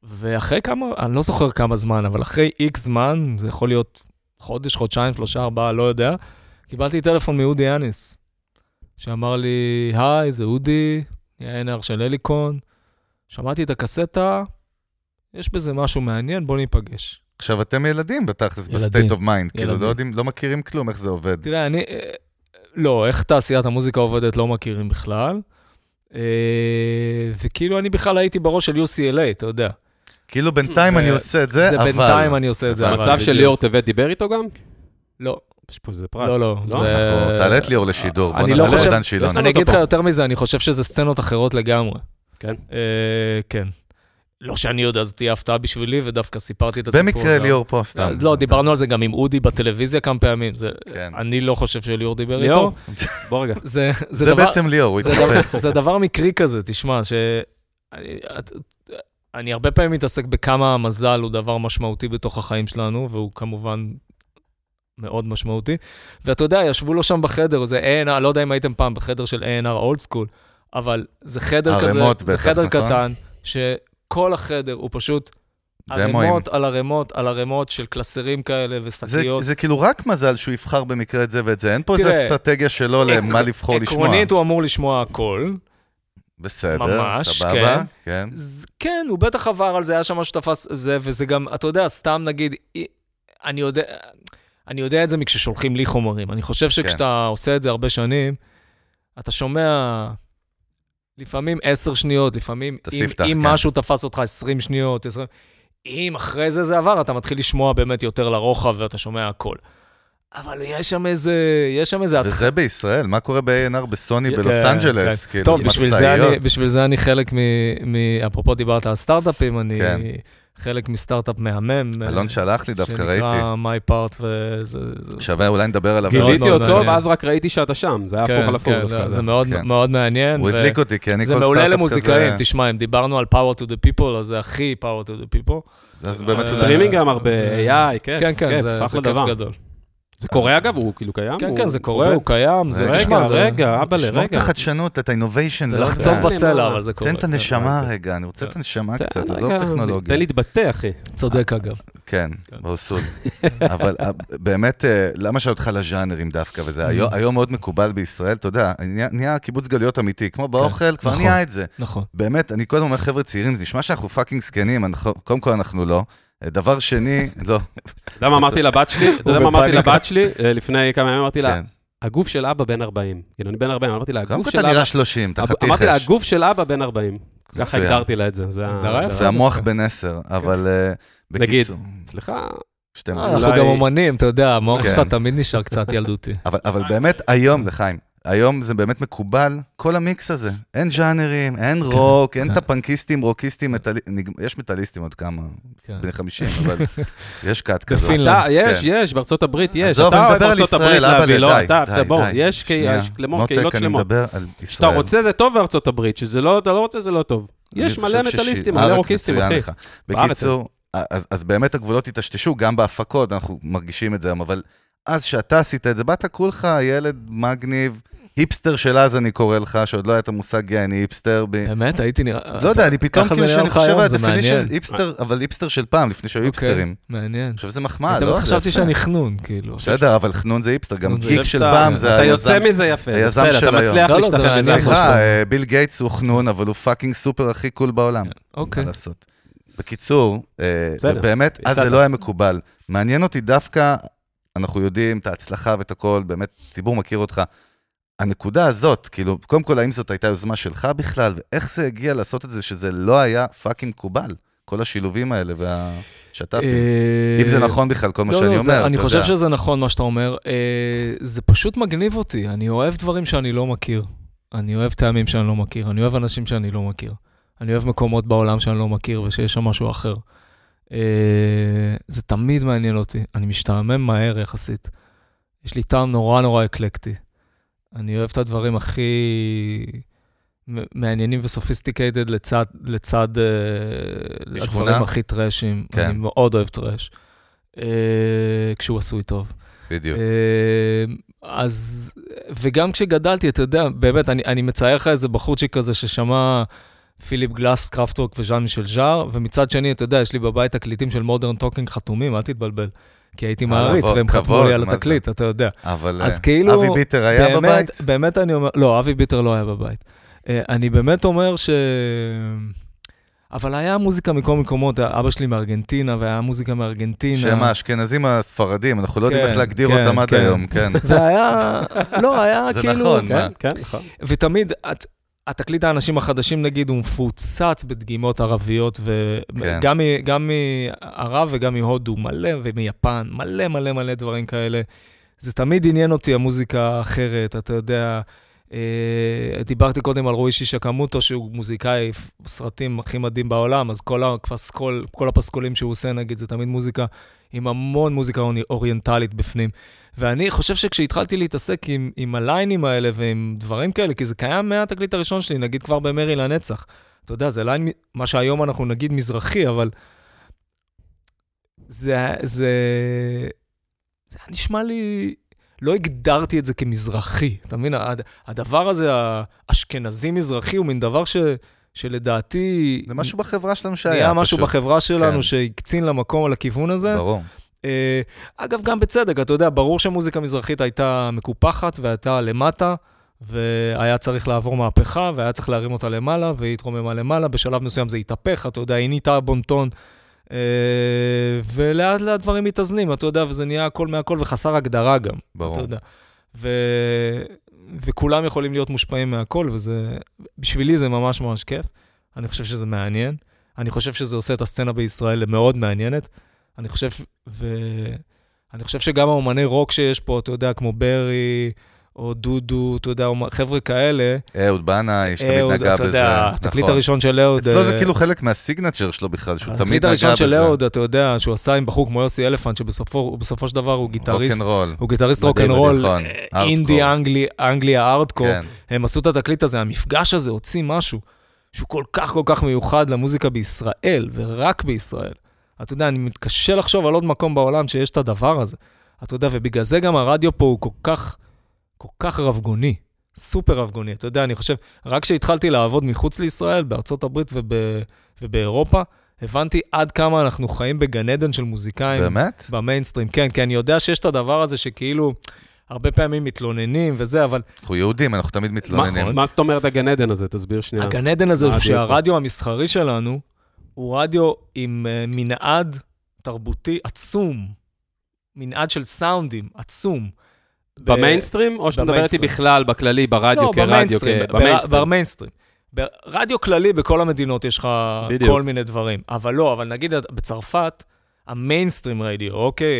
[SPEAKER 2] ואחרי כמה, אני לא זוכר כמה זמן, אבל אחרי איקס זמן, זה יכול להיות חודש, חודשיים, שלושה, ארבעה, לא יודע, קיבלתי טלפון מאודי יאניס, שאמר לי, היי, זה אודי, ה-NR של אליקון, שמעתי את הקסטה, יש בזה משהו מעניין, בוא ניפגש.
[SPEAKER 1] עכשיו, אתם ילדים בתכלס,
[SPEAKER 2] ילדים.
[SPEAKER 1] בסטייט אוף מיינד. כאילו,
[SPEAKER 2] ילדים.
[SPEAKER 1] לא יודעים, לא מכירים כלום, איך זה עובד.
[SPEAKER 2] תראה, אני... אה, לא, איך תעשיית המוזיקה עובדת לא מכירים בכלל. אה, וכאילו אני בכלל הייתי בראש של UCLA, אתה יודע.
[SPEAKER 1] כאילו, בינתיים
[SPEAKER 2] ו-
[SPEAKER 1] אני עושה את זה,
[SPEAKER 2] זה
[SPEAKER 1] אבל...
[SPEAKER 2] בינתיים אני עושה את זה.
[SPEAKER 1] אבל
[SPEAKER 2] אבל
[SPEAKER 3] מצב של
[SPEAKER 2] בדיוק.
[SPEAKER 3] ליאור טבת דיבר איתו גם?
[SPEAKER 2] לא,
[SPEAKER 3] יש פה איזה פרט.
[SPEAKER 2] לא, לא.
[SPEAKER 3] לא?
[SPEAKER 2] זה-
[SPEAKER 1] אנחנו- נכון, תעלה את ליאור לשידור, בוא
[SPEAKER 2] אני
[SPEAKER 1] נעשה
[SPEAKER 2] לא חושב-
[SPEAKER 1] לעידן
[SPEAKER 3] יש
[SPEAKER 1] שילון.
[SPEAKER 3] לנו-
[SPEAKER 2] אני אגיד לך
[SPEAKER 3] אותו.
[SPEAKER 2] יותר מזה, אני חושב שזה סצנות אחרות לגמרי.
[SPEAKER 3] כן?
[SPEAKER 2] אה, כן. לא שאני יודע, זו תהיה הפתעה בשבילי, ודווקא סיפרתי את הסיפור.
[SPEAKER 1] במקרה
[SPEAKER 2] גם.
[SPEAKER 1] ליאור פה, סתם.
[SPEAKER 2] לא, דיברנו על זה גם עם אודי בטלוויזיה כמה פעמים. זה-
[SPEAKER 1] כן.
[SPEAKER 2] אני לא חושב שליאור דיבר
[SPEAKER 3] ליאור, *laughs*
[SPEAKER 2] איתו. לא,
[SPEAKER 3] בוא רגע.
[SPEAKER 2] זה זה
[SPEAKER 1] זה
[SPEAKER 2] דבר-
[SPEAKER 1] בעצם ליאור, הוא
[SPEAKER 2] זה דבר-
[SPEAKER 1] התחפש.
[SPEAKER 2] זה דבר מקרי כזה, תשמע, ש... אני- את- אני הרבה פעמים מתעסק בכמה המזל הוא דבר משמעותי בתוך החיים שלנו, והוא כמובן מאוד משמעותי. ואתה יודע, ישבו לו שם בחדר, זה A&R, לא יודע אם הייתם פעם בחדר של A&R אולד סקול, אבל זה חדר כזה,
[SPEAKER 1] ערימות
[SPEAKER 2] זה
[SPEAKER 1] בטח,
[SPEAKER 2] חדר
[SPEAKER 1] נכון?
[SPEAKER 2] קטן, שכל החדר הוא פשוט
[SPEAKER 1] דמוים.
[SPEAKER 2] ערימות על ערימות על ערימות של קלסרים כאלה
[SPEAKER 1] זה,
[SPEAKER 2] ושקיות.
[SPEAKER 1] זה כאילו רק מזל שהוא יבחר במקרה את זה ואת זה, אין פה איזו
[SPEAKER 2] תראה,
[SPEAKER 1] נכון, אסטרטגיה שלו למה לבחור לשמוע.
[SPEAKER 2] עקרונית הוא אמור לשמוע הכל.
[SPEAKER 1] בסדר,
[SPEAKER 2] ממש,
[SPEAKER 1] סבבה, כן.
[SPEAKER 2] ז- כן, הוא בטח עבר על זה, היה שם משהו שתפס זה, וזה גם, אתה יודע, סתם נגיד, אי- אני יודע, אני יודע את זה מכששולחים לי חומרים. אני
[SPEAKER 1] כן.
[SPEAKER 2] חושב שכשאתה עושה את זה הרבה שנים, אתה שומע לפעמים עשר שניות, לפעמים
[SPEAKER 1] את
[SPEAKER 2] אם,
[SPEAKER 1] הספתח,
[SPEAKER 2] אם
[SPEAKER 1] כן.
[SPEAKER 2] משהו תפס אותך עשרים שניות, עשרים... אם אחרי זה זה עבר, אתה מתחיל לשמוע באמת יותר לרוחב ואתה שומע הכל. אבל יש שם איזה, יש שם איזה
[SPEAKER 1] וזה בישראל, מה קורה ב-A&R בסוני
[SPEAKER 2] כן,
[SPEAKER 1] בלוס אנג'לס?
[SPEAKER 2] כן.
[SPEAKER 1] כאילו,
[SPEAKER 2] טוב, בשביל זה, אני,
[SPEAKER 1] משאיות.
[SPEAKER 2] בשביל זה אני חלק מ... מ אפרופו דיברת על סטארט-אפים, אני
[SPEAKER 1] כן.
[SPEAKER 2] חלק מסטארט-אפ מהמם.
[SPEAKER 1] אלון שלח לי דווקא, ראיתי.
[SPEAKER 2] שנקרא My Part, וזה... זה-
[SPEAKER 1] שווה אולי נדבר עליו.
[SPEAKER 2] מאוד
[SPEAKER 3] גיליתי
[SPEAKER 2] מאוד
[SPEAKER 3] אותו,
[SPEAKER 2] לא, מעניין.
[SPEAKER 3] ואז רק ראיתי שאתה שם, זה היה
[SPEAKER 2] כן,
[SPEAKER 3] הפוך על הפוך
[SPEAKER 2] כן,
[SPEAKER 3] דווקא.
[SPEAKER 2] זה,
[SPEAKER 3] זה-
[SPEAKER 2] מאוד,
[SPEAKER 1] כן.
[SPEAKER 2] מאוד מעניין.
[SPEAKER 1] הוא
[SPEAKER 2] ו-
[SPEAKER 1] הדליק אותי, כי אני כל
[SPEAKER 2] זה
[SPEAKER 1] סטארט-אפ כזה...
[SPEAKER 2] מעולה למוזיקאים, תשמע, אם דיברנו על Power to the People, אז זה הכי Power to the People.
[SPEAKER 1] אז באמת...
[SPEAKER 3] סטרימינג גם הרבה,
[SPEAKER 2] אה,
[SPEAKER 3] AI, כיף,
[SPEAKER 2] כן, כן,
[SPEAKER 3] כיף,
[SPEAKER 2] זה, זה
[SPEAKER 3] אחלה
[SPEAKER 2] כיף
[SPEAKER 3] דבר.
[SPEAKER 2] גדול.
[SPEAKER 3] זה קורה אגב, הוא כאילו קיים?
[SPEAKER 2] כן,
[SPEAKER 3] הוא-
[SPEAKER 2] כן, זה קורה, הוא
[SPEAKER 3] עובד?
[SPEAKER 2] קיים, זה...
[SPEAKER 1] רגע,
[SPEAKER 2] תשמע, זה-
[SPEAKER 3] רגע, אבא
[SPEAKER 1] לשמור את
[SPEAKER 3] לרגע.
[SPEAKER 1] החדשנות, את ה-innovation,
[SPEAKER 2] זה
[SPEAKER 1] לא
[SPEAKER 2] לחצוב
[SPEAKER 1] יודע.
[SPEAKER 2] בסלע, אבל זה קורה.
[SPEAKER 1] תן את
[SPEAKER 2] כן,
[SPEAKER 1] הנשמה
[SPEAKER 2] כן.
[SPEAKER 1] רגע, אני רוצה את הנשמה
[SPEAKER 3] תן
[SPEAKER 1] קצת,
[SPEAKER 3] רגע,
[SPEAKER 1] עזוב טכנולוגיה.
[SPEAKER 3] תן להתבטא, אחי.
[SPEAKER 2] צודק, אגב.
[SPEAKER 1] כן,
[SPEAKER 2] כן.
[SPEAKER 1] באוסול. אבל אה, באמת, אה, למה שאלתי אותך לז'אנרים דווקא,
[SPEAKER 2] *laughs*
[SPEAKER 1] וזה היום- היום מאוד מקובל בישראל, אתה יודע, נהיה- נהיה קיבוץ גלויות אמיתי, כמו באוכל, כבר
[SPEAKER 2] נכון.
[SPEAKER 1] נהיה את זה.
[SPEAKER 2] נכון.
[SPEAKER 1] באמת, אני כל הזמן אומר, חבר'ה צעירים, זה נשמע שאנחנו פאקינג זקנים, אנחנו- קודם כל אנחנו לא. אה, דבר שני,
[SPEAKER 3] *laughs*
[SPEAKER 1] לא,
[SPEAKER 3] אתה יודע מה אמרתי לבת שלי? אתה יודע מה אמרתי
[SPEAKER 2] בפאניקה.
[SPEAKER 3] לבת שלי? אה, לפני כמה ימים אמרתי לה,
[SPEAKER 1] כן.
[SPEAKER 3] הגוף של אבא בן 40. כאילו, אני בן 40, אמרתי לה,
[SPEAKER 1] קודם
[SPEAKER 3] הגוף
[SPEAKER 1] כל
[SPEAKER 3] של
[SPEAKER 1] אתה
[SPEAKER 3] אבא...
[SPEAKER 1] נראה 30, אתה
[SPEAKER 3] אמרתי לה,
[SPEAKER 1] חתיכש.
[SPEAKER 3] הגוף של אבא בן 40. ככה
[SPEAKER 1] מצוין.
[SPEAKER 3] הגדרתי לה את זה, זה ה-
[SPEAKER 2] הגדרה יפה.
[SPEAKER 1] והמוח בן 10, אבל אה,
[SPEAKER 3] נגיד, אה,
[SPEAKER 1] בקיצור,
[SPEAKER 3] אצלך,
[SPEAKER 1] 12.
[SPEAKER 2] אנחנו
[SPEAKER 3] אולי-
[SPEAKER 2] גם אומנים, אתה יודע, המוח
[SPEAKER 1] כן.
[SPEAKER 2] שלך תמיד נשאר קצת ילדותי.
[SPEAKER 1] אבל, אבל באמת היום, לחיים, היום זה באמת מקובל, כל המיקס הזה. אין ז'אנרים,
[SPEAKER 3] כן.
[SPEAKER 1] אין רוק, אין את הפנקיסטים, רוקיסטים, מטלי... נג- יש מטאליסטים עוד כמה,
[SPEAKER 2] כן.
[SPEAKER 1] בני 50,
[SPEAKER 3] *laughs*
[SPEAKER 1] אבל יש כת כזאת.
[SPEAKER 2] בפינלנד.
[SPEAKER 3] אתה,
[SPEAKER 2] כן.
[SPEAKER 3] יש, יש, בארצות הברית יש.
[SPEAKER 1] עזוב,
[SPEAKER 3] אתה
[SPEAKER 1] אני
[SPEAKER 3] אוהב
[SPEAKER 1] מדבר על
[SPEAKER 3] ארצות
[SPEAKER 1] ישראל,
[SPEAKER 3] הברית
[SPEAKER 1] אבא,
[SPEAKER 3] להביא,
[SPEAKER 1] די,
[SPEAKER 3] לא,
[SPEAKER 1] די,
[SPEAKER 3] אתה, אתה,
[SPEAKER 1] די.
[SPEAKER 3] בוא, יש קה-
[SPEAKER 1] שנייה.
[SPEAKER 3] יש כמו קהילות
[SPEAKER 1] מותק, אני
[SPEAKER 3] שלמות.
[SPEAKER 1] מדבר על ישראל.
[SPEAKER 3] כשאתה רוצה זה טוב בארצות הברית, שזה לא, אתה לא רוצה זה לא טוב.
[SPEAKER 1] אני
[SPEAKER 3] יש מלא
[SPEAKER 1] חושב שש-
[SPEAKER 3] מטאליסטים,
[SPEAKER 1] ארק
[SPEAKER 3] מלא רוקיסטים,
[SPEAKER 1] מצוין
[SPEAKER 3] אחי.
[SPEAKER 1] לך.
[SPEAKER 3] בארץ.
[SPEAKER 1] בקיצור, אז, אז באמת הגבולות היטשטשו, גם בהפקות, אנחנו מרגישים את זה היום, אבל אז שאתה עשית את זה, באת כולך ילד מגניב, היפסטר של אז אני קורא לך, שעוד לא היה את המושג גיא, אני היפסטר. ב...
[SPEAKER 2] באמת, הייתי נראה...
[SPEAKER 1] לא יודע, אני פתאום
[SPEAKER 2] אה, ככה
[SPEAKER 1] כאילו
[SPEAKER 2] זה נראה
[SPEAKER 1] שאני
[SPEAKER 2] לך
[SPEAKER 1] חושב
[SPEAKER 2] היום,
[SPEAKER 1] על
[SPEAKER 2] זה
[SPEAKER 1] הדפיני של
[SPEAKER 2] מעניין. אה.
[SPEAKER 1] היפסטר, אבל היפסטר של פעם, לפני שהיו היפסטרים.
[SPEAKER 2] מעניין.
[SPEAKER 1] אני חושב שזה מחמאה,
[SPEAKER 2] אני
[SPEAKER 1] לא?
[SPEAKER 2] תמיד
[SPEAKER 1] זה
[SPEAKER 2] אוקיי, חשבתי
[SPEAKER 1] יפה.
[SPEAKER 2] שאני חנון, כאילו.
[SPEAKER 1] בסדר, אבל חנון זה היפסטר, גם
[SPEAKER 2] חנון זה
[SPEAKER 1] גיק
[SPEAKER 3] זה
[SPEAKER 1] של
[SPEAKER 3] שאתה-
[SPEAKER 1] פעם זה
[SPEAKER 3] אתה
[SPEAKER 1] היזם
[SPEAKER 3] יוצא מזה יפה, זה
[SPEAKER 1] היזם
[SPEAKER 3] בסדר,
[SPEAKER 1] של
[SPEAKER 3] אתה
[SPEAKER 1] היום.
[SPEAKER 3] מצליח
[SPEAKER 2] לא, לא, זה
[SPEAKER 3] להשתחרר מזה.
[SPEAKER 2] מעניין.
[SPEAKER 1] סליחה,
[SPEAKER 2] שאתה-
[SPEAKER 1] אה, ביל גייטס הוא חנון, אבל הוא פאקינג סופר הכי קול בעולם.
[SPEAKER 2] אוקיי.
[SPEAKER 1] מה לעשות. בקיצור, אה,
[SPEAKER 3] בסדר,
[SPEAKER 1] באמת, אז זה
[SPEAKER 3] יצאת.
[SPEAKER 1] לא היה מקובל. מעניין אותי דווקא, אנחנו יודעים את ההצלחה ואת הכל, באמת, ציבור מכיר אותך. הנקודה הזאת, כאילו, קודם כל, האם זאת הייתה יוזמה שלך בכלל, ואיך זה הגיע לעשות את זה, שזה לא היה פאקינג מקובל, כל השילובים האלה והשת"פים.
[SPEAKER 2] אה,
[SPEAKER 1] אם זה נכון בכלל, כל מה
[SPEAKER 2] לא,
[SPEAKER 1] שאני
[SPEAKER 2] לא,
[SPEAKER 1] אומר,
[SPEAKER 2] זה-
[SPEAKER 1] אתה יודע.
[SPEAKER 2] אני חושב שזה נכון מה שאתה אומר. אה, זה פשוט מגניב אותי, אני אוהב דברים שאני לא מכיר. אני אוהב טעמים שאני לא מכיר, אני אוהב אנשים שאני לא מכיר. אני אוהב מקומות בעולם שאני לא מכיר ושיש שם משהו אחר. אה, זה תמיד מעניין אותי, אני משתעמם מהר יחסית. יש לי טעם נורא נורא אקלקטי. אני אוהב את הדברים הכי מ- מעניינים וסופיסטיקטד לצד, לצד אה,
[SPEAKER 1] שכונה?
[SPEAKER 2] הדברים הכי טראשים.
[SPEAKER 1] כן.
[SPEAKER 2] אני מאוד אוהב טראש. אה, כשהוא עשוי טוב.
[SPEAKER 1] בדיוק.
[SPEAKER 2] אה, אז, וגם כשגדלתי, אתה יודע, באמת, אני, אני מצייר לך איזה בחורצ'יק כזה ששמע פיליפ גלאס, קרפטורק וז'אן מישל ז'אר, ומצד שני, אתה יודע, יש לי בבית תקליטים של מודרן טוקינג חתומים, אל תתבלבל, כי הייתי
[SPEAKER 1] אה,
[SPEAKER 2] מעריץ,
[SPEAKER 1] כבוד,
[SPEAKER 2] והם חתמו
[SPEAKER 1] כבוד,
[SPEAKER 2] לי על
[SPEAKER 1] מה זה?
[SPEAKER 2] התקליט, אתה יודע.
[SPEAKER 1] אבל
[SPEAKER 2] אז
[SPEAKER 1] אה,
[SPEAKER 2] כאילו,
[SPEAKER 1] אבי ביטר היה
[SPEAKER 2] באמת,
[SPEAKER 1] בבית?
[SPEAKER 2] באמת אני אומר, לא, אבי ביטר לא היה בבית. אה, אני באמת אומר ש... אבל היה מוזיקה מכל מקומות, אבא שלי מארגנטינה, והיה מוזיקה מארגנטינה.
[SPEAKER 1] שהם האשכנזים הספרדים, אנחנו לא יודעים
[SPEAKER 2] כן,
[SPEAKER 1] איך להגדיר
[SPEAKER 2] כן,
[SPEAKER 1] אותם עד
[SPEAKER 2] כן.
[SPEAKER 1] היום,
[SPEAKER 2] *laughs*
[SPEAKER 1] כן.
[SPEAKER 2] והיה, לא, היה
[SPEAKER 1] *laughs* זה
[SPEAKER 2] כאילו...
[SPEAKER 1] נכון, מה?
[SPEAKER 3] כן, כן, נכון.
[SPEAKER 2] ותמיד, את, התקליט האנשים החדשים, נגיד, הוא מפוצץ בדגימות ערביות,
[SPEAKER 1] כן.
[SPEAKER 2] וגם כן. גם מערב וגם מהודו, מלא, ומיפן, מלא מלא מלא דברים כאלה. זה תמיד עניין אותי, המוזיקה האחרת, אתה יודע... אה, דיברתי קודם על רועי שישקמוטו, שהוא מוזיקאי, סרטים הכי מדהים בעולם, אז כל, הפסקול, כל הפסקולים שהוא עושה, נגיד, זה תמיד מוזיקה עם המון מוזיקה אוני- אוריינטלית בפנים. ואני חושב שכשהתחלתי להתעסק עם, עם הליינים האלה ועם דברים כאלה, כי זה קיים מהתקליט הראשון שלי, נגיד כבר במרי לנצח. אתה יודע, זה ליין, מ- מה שהיום אנחנו נגיד מזרחי, אבל... זה, זה, זה היה נשמע לי... לא הגדרתי את זה כמזרחי, אתה מבין? הד- הדבר הזה, האשכנזי-מזרחי, הוא מין דבר ש, שלדעתי...
[SPEAKER 1] זה משהו בחברה שלנו שהיה.
[SPEAKER 2] שהיה משהו
[SPEAKER 1] פשוט.
[SPEAKER 2] בחברה שלנו
[SPEAKER 1] כן.
[SPEAKER 2] שהקצין למקום, לכיוון הזה.
[SPEAKER 1] ברור.
[SPEAKER 2] אה, אגב, גם בצדק, אתה יודע, ברור שמוזיקה מזרחית הייתה מקופחת והייתה למטה, והיה צריך לעבור מהפכה, והיה צריך להרים אותה למעלה, והיא התרוממה למעלה, בשלב מסוים זה התהפך, אתה יודע, היא נהייתה בונטון, אה, ולאט לאט דברים מתאזנים, אתה יודע, וזה נהיה הכל מהכל, וחסר הגדרה גם.
[SPEAKER 1] ברור.
[SPEAKER 2] אתה יודע. ו... וכולם יכולים להיות מושפעים מהכל, וזה, בשבילי זה ממש ממש כיף. אני חושב שזה מעניין. אני חושב שזה עושה את הסצנה בישראל למאוד מעניינת. אני חושב, ו... אני חושב שגם האומני רוק שיש פה, אתה יודע, כמו ברי, או דודו, אתה יודע, אומ- חבר'ה כאלה,
[SPEAKER 1] אה, אהוד בנאי, שתמיד
[SPEAKER 2] אה, אהוד,
[SPEAKER 1] נגע בזה.
[SPEAKER 2] אתה יודע, התקליט
[SPEAKER 1] נכון.
[SPEAKER 2] הראשון של אהוד...
[SPEAKER 1] אצלו זה
[SPEAKER 2] אה,
[SPEAKER 1] כאילו חלק מהסיגנצ'ר שלו בכלל, שהוא תמיד נגע
[SPEAKER 2] התקליט
[SPEAKER 1] בזה.
[SPEAKER 2] הראשון של אהוד, אתה יודע, שהוא עשה עם בחור כמו יוסי אלפנט, שבסופו הוא בסופו של דבר הוא גיטריסט,
[SPEAKER 1] רוקנרול.
[SPEAKER 2] הוא גיטריסט
[SPEAKER 1] מדהים,
[SPEAKER 2] רוקנרול,
[SPEAKER 1] נכון,
[SPEAKER 2] אה, אינדי
[SPEAKER 1] הארדקור.
[SPEAKER 2] אנגלי, אנגליה הארדקור.
[SPEAKER 1] כן.
[SPEAKER 2] הם עשו את התקליט הזה, המפגש הזה הוציא משהו שהוא כל כך כל כך מיוחד למוזיקה בישראל, ורק בישראל. אתה יודע, אני מתקשה לחשוב על עוד מקום בעולם שיש את הדבר הזה. אתה יודע, ובגלל זה גם הרדיו פה הוא כל כך, כל כך רבגוני, סופר רבגוני. אתה יודע, אני חושב, רק כשהתחלתי לעבוד מחוץ לישראל, בארצות הברית וב, ובאירופה, הבנתי עד כמה אנחנו חיים בגן עדן של מוזיקאים.
[SPEAKER 1] באמת?
[SPEAKER 2] במיינסטרים, כן, כי אני יודע שיש את הדבר הזה שכאילו, הרבה פעמים מתלוננים וזה, אבל
[SPEAKER 1] אנחנו יהודים, אנחנו תמיד מתלוננים.
[SPEAKER 3] מה זאת אומרת הגן עדן הזה? תסביר שנייה.
[SPEAKER 2] הגן עדן הזה הוא
[SPEAKER 3] הרדיו.
[SPEAKER 2] שהרדיו המסחרי שלנו הוא רדיו עם אה, מנעד תרבותי עצום, מנעד של סאונדים עצום. ב-
[SPEAKER 3] במיינסטרים? או שאתה מדבר איתי
[SPEAKER 2] במיינסטרים.
[SPEAKER 3] בכלל, בכללי, ברדיו,
[SPEAKER 2] לא,
[SPEAKER 3] כרדיו,
[SPEAKER 2] במיינסטרים,
[SPEAKER 3] כ-
[SPEAKER 2] ב-
[SPEAKER 3] במיינסטרים?
[SPEAKER 2] במיינסטרים. ברדיו כללי בכל המדינות יש לך
[SPEAKER 3] בדיוק.
[SPEAKER 2] כל מיני דברים, אבל לא, אבל נגיד בצרפת, המיינסטרים רדיו, אוקיי,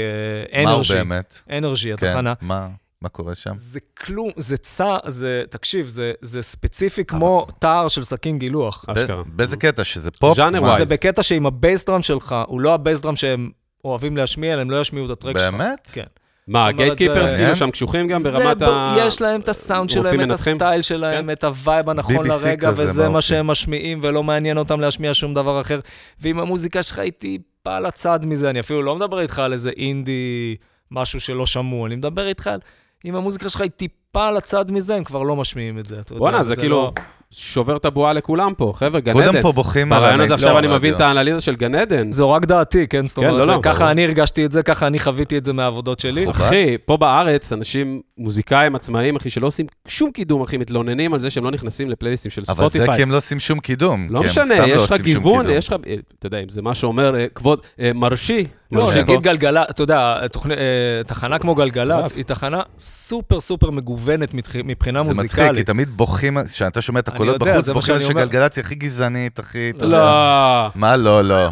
[SPEAKER 2] אה,
[SPEAKER 1] מה הוא
[SPEAKER 2] אנרג'י,
[SPEAKER 1] באמת?
[SPEAKER 2] אנרג'י,
[SPEAKER 1] כן,
[SPEAKER 2] התחנה.
[SPEAKER 1] מה? מה קורה שם?
[SPEAKER 2] זה כלום, זה צע, זה, תקשיב, זה, זה
[SPEAKER 1] אה.
[SPEAKER 2] ספציפי כמו תער של סכין גילוח.
[SPEAKER 1] ב-
[SPEAKER 3] אשכרה.
[SPEAKER 1] באיזה קטע? שזה פופ?
[SPEAKER 3] ז'אנר
[SPEAKER 1] מה?
[SPEAKER 3] וואי.
[SPEAKER 2] זה בקטע שעם הבייסדרם שלך, הוא לא הבייסדרם שהם אוהבים להשמיע, אלא הם לא ישמיעו את הטרק שלך.
[SPEAKER 1] באמת?
[SPEAKER 2] כן.
[SPEAKER 3] מה,
[SPEAKER 2] זאת אומרת,
[SPEAKER 3] הגייט קיפרס
[SPEAKER 1] זה-
[SPEAKER 3] כאילו שם קשוחים גם
[SPEAKER 2] זה
[SPEAKER 3] ברמת
[SPEAKER 2] ב-
[SPEAKER 3] ה...
[SPEAKER 2] יש להם את הסאונד
[SPEAKER 3] רופאים
[SPEAKER 2] שלהם, את
[SPEAKER 3] מנתחים? כן.
[SPEAKER 2] הסטייל שלהם, את הווייב הנכון
[SPEAKER 1] BBC
[SPEAKER 2] לרגע,
[SPEAKER 1] כזה,
[SPEAKER 2] וזה
[SPEAKER 1] באופי.
[SPEAKER 2] מה שהם משמיעים, ולא מעניין אותם להשמיע שום דבר אחר. ואם המוזיקה שלך היא טיפה לצד מזה, אני אפילו לא מדבר איתך על איזה אינדי, משהו שלא שמעו, אני מדבר איתך על... אם המוזיקה שלך היא טיפה לצד מזה, הם כבר לא משמיעים את זה, אתה יודע.
[SPEAKER 3] בואנה, זה
[SPEAKER 2] וזה
[SPEAKER 3] כאילו
[SPEAKER 2] לא-
[SPEAKER 3] שובר את הבועה לכולם פה, חבר'ה, גן עדן.
[SPEAKER 1] כולם פה בוכים על לא,
[SPEAKER 3] ברעיון הזה עכשיו אני
[SPEAKER 1] הרדיו.
[SPEAKER 3] מבין את האנליזה של גן עדן.
[SPEAKER 2] זו רק דעתי, כן? זאת
[SPEAKER 3] כן, לא,
[SPEAKER 2] אומרת,
[SPEAKER 3] לא, ברור.
[SPEAKER 2] ככה אני הרגשתי את זה, ככה אני חוויתי את זה מהעבודות שלי.
[SPEAKER 1] חובה.
[SPEAKER 3] אחי, פה בארץ, אנשים, מוזיקאים, עצמאים, אחי, שלא עושים שום קידום, אחי, מתלוננים על זה שהם לא נכנסים לפלייליסטים של
[SPEAKER 1] אבל זה
[SPEAKER 3] ספוטיפיי.
[SPEAKER 1] כי הם לא עושים שום קידום.
[SPEAKER 3] לא
[SPEAKER 1] כי הם
[SPEAKER 3] משנה,
[SPEAKER 1] סתם לא
[SPEAKER 3] יש לך
[SPEAKER 1] עושים שום
[SPEAKER 3] גיוון,
[SPEAKER 1] קידום.
[SPEAKER 3] יש לך, אה, אתה יודע, אם זה מה שאומר אה, כבוד אה, מרשי,
[SPEAKER 2] לא,
[SPEAKER 3] מרשי
[SPEAKER 2] נגיד
[SPEAKER 3] פה.
[SPEAKER 2] גלגלצ, אתה יודע, תוכני- אה, תחנה כמו גלגלצ, היא תחנה סופר סופר מגוונת מתח- מבחינה
[SPEAKER 1] זה מצחיק, כי
[SPEAKER 2] מוזיקלית.
[SPEAKER 1] תמיד בוכים, כשאתה שומע את
[SPEAKER 2] אני
[SPEAKER 1] הקולות
[SPEAKER 2] יודע,
[SPEAKER 1] בחוץ,
[SPEAKER 2] זה מה
[SPEAKER 1] בוכים על זה
[SPEAKER 2] שאני אומר.
[SPEAKER 1] שגלגלצ היא הכי גזענית, הכי... אתה
[SPEAKER 3] לא,
[SPEAKER 1] יודע. מה לא, לא.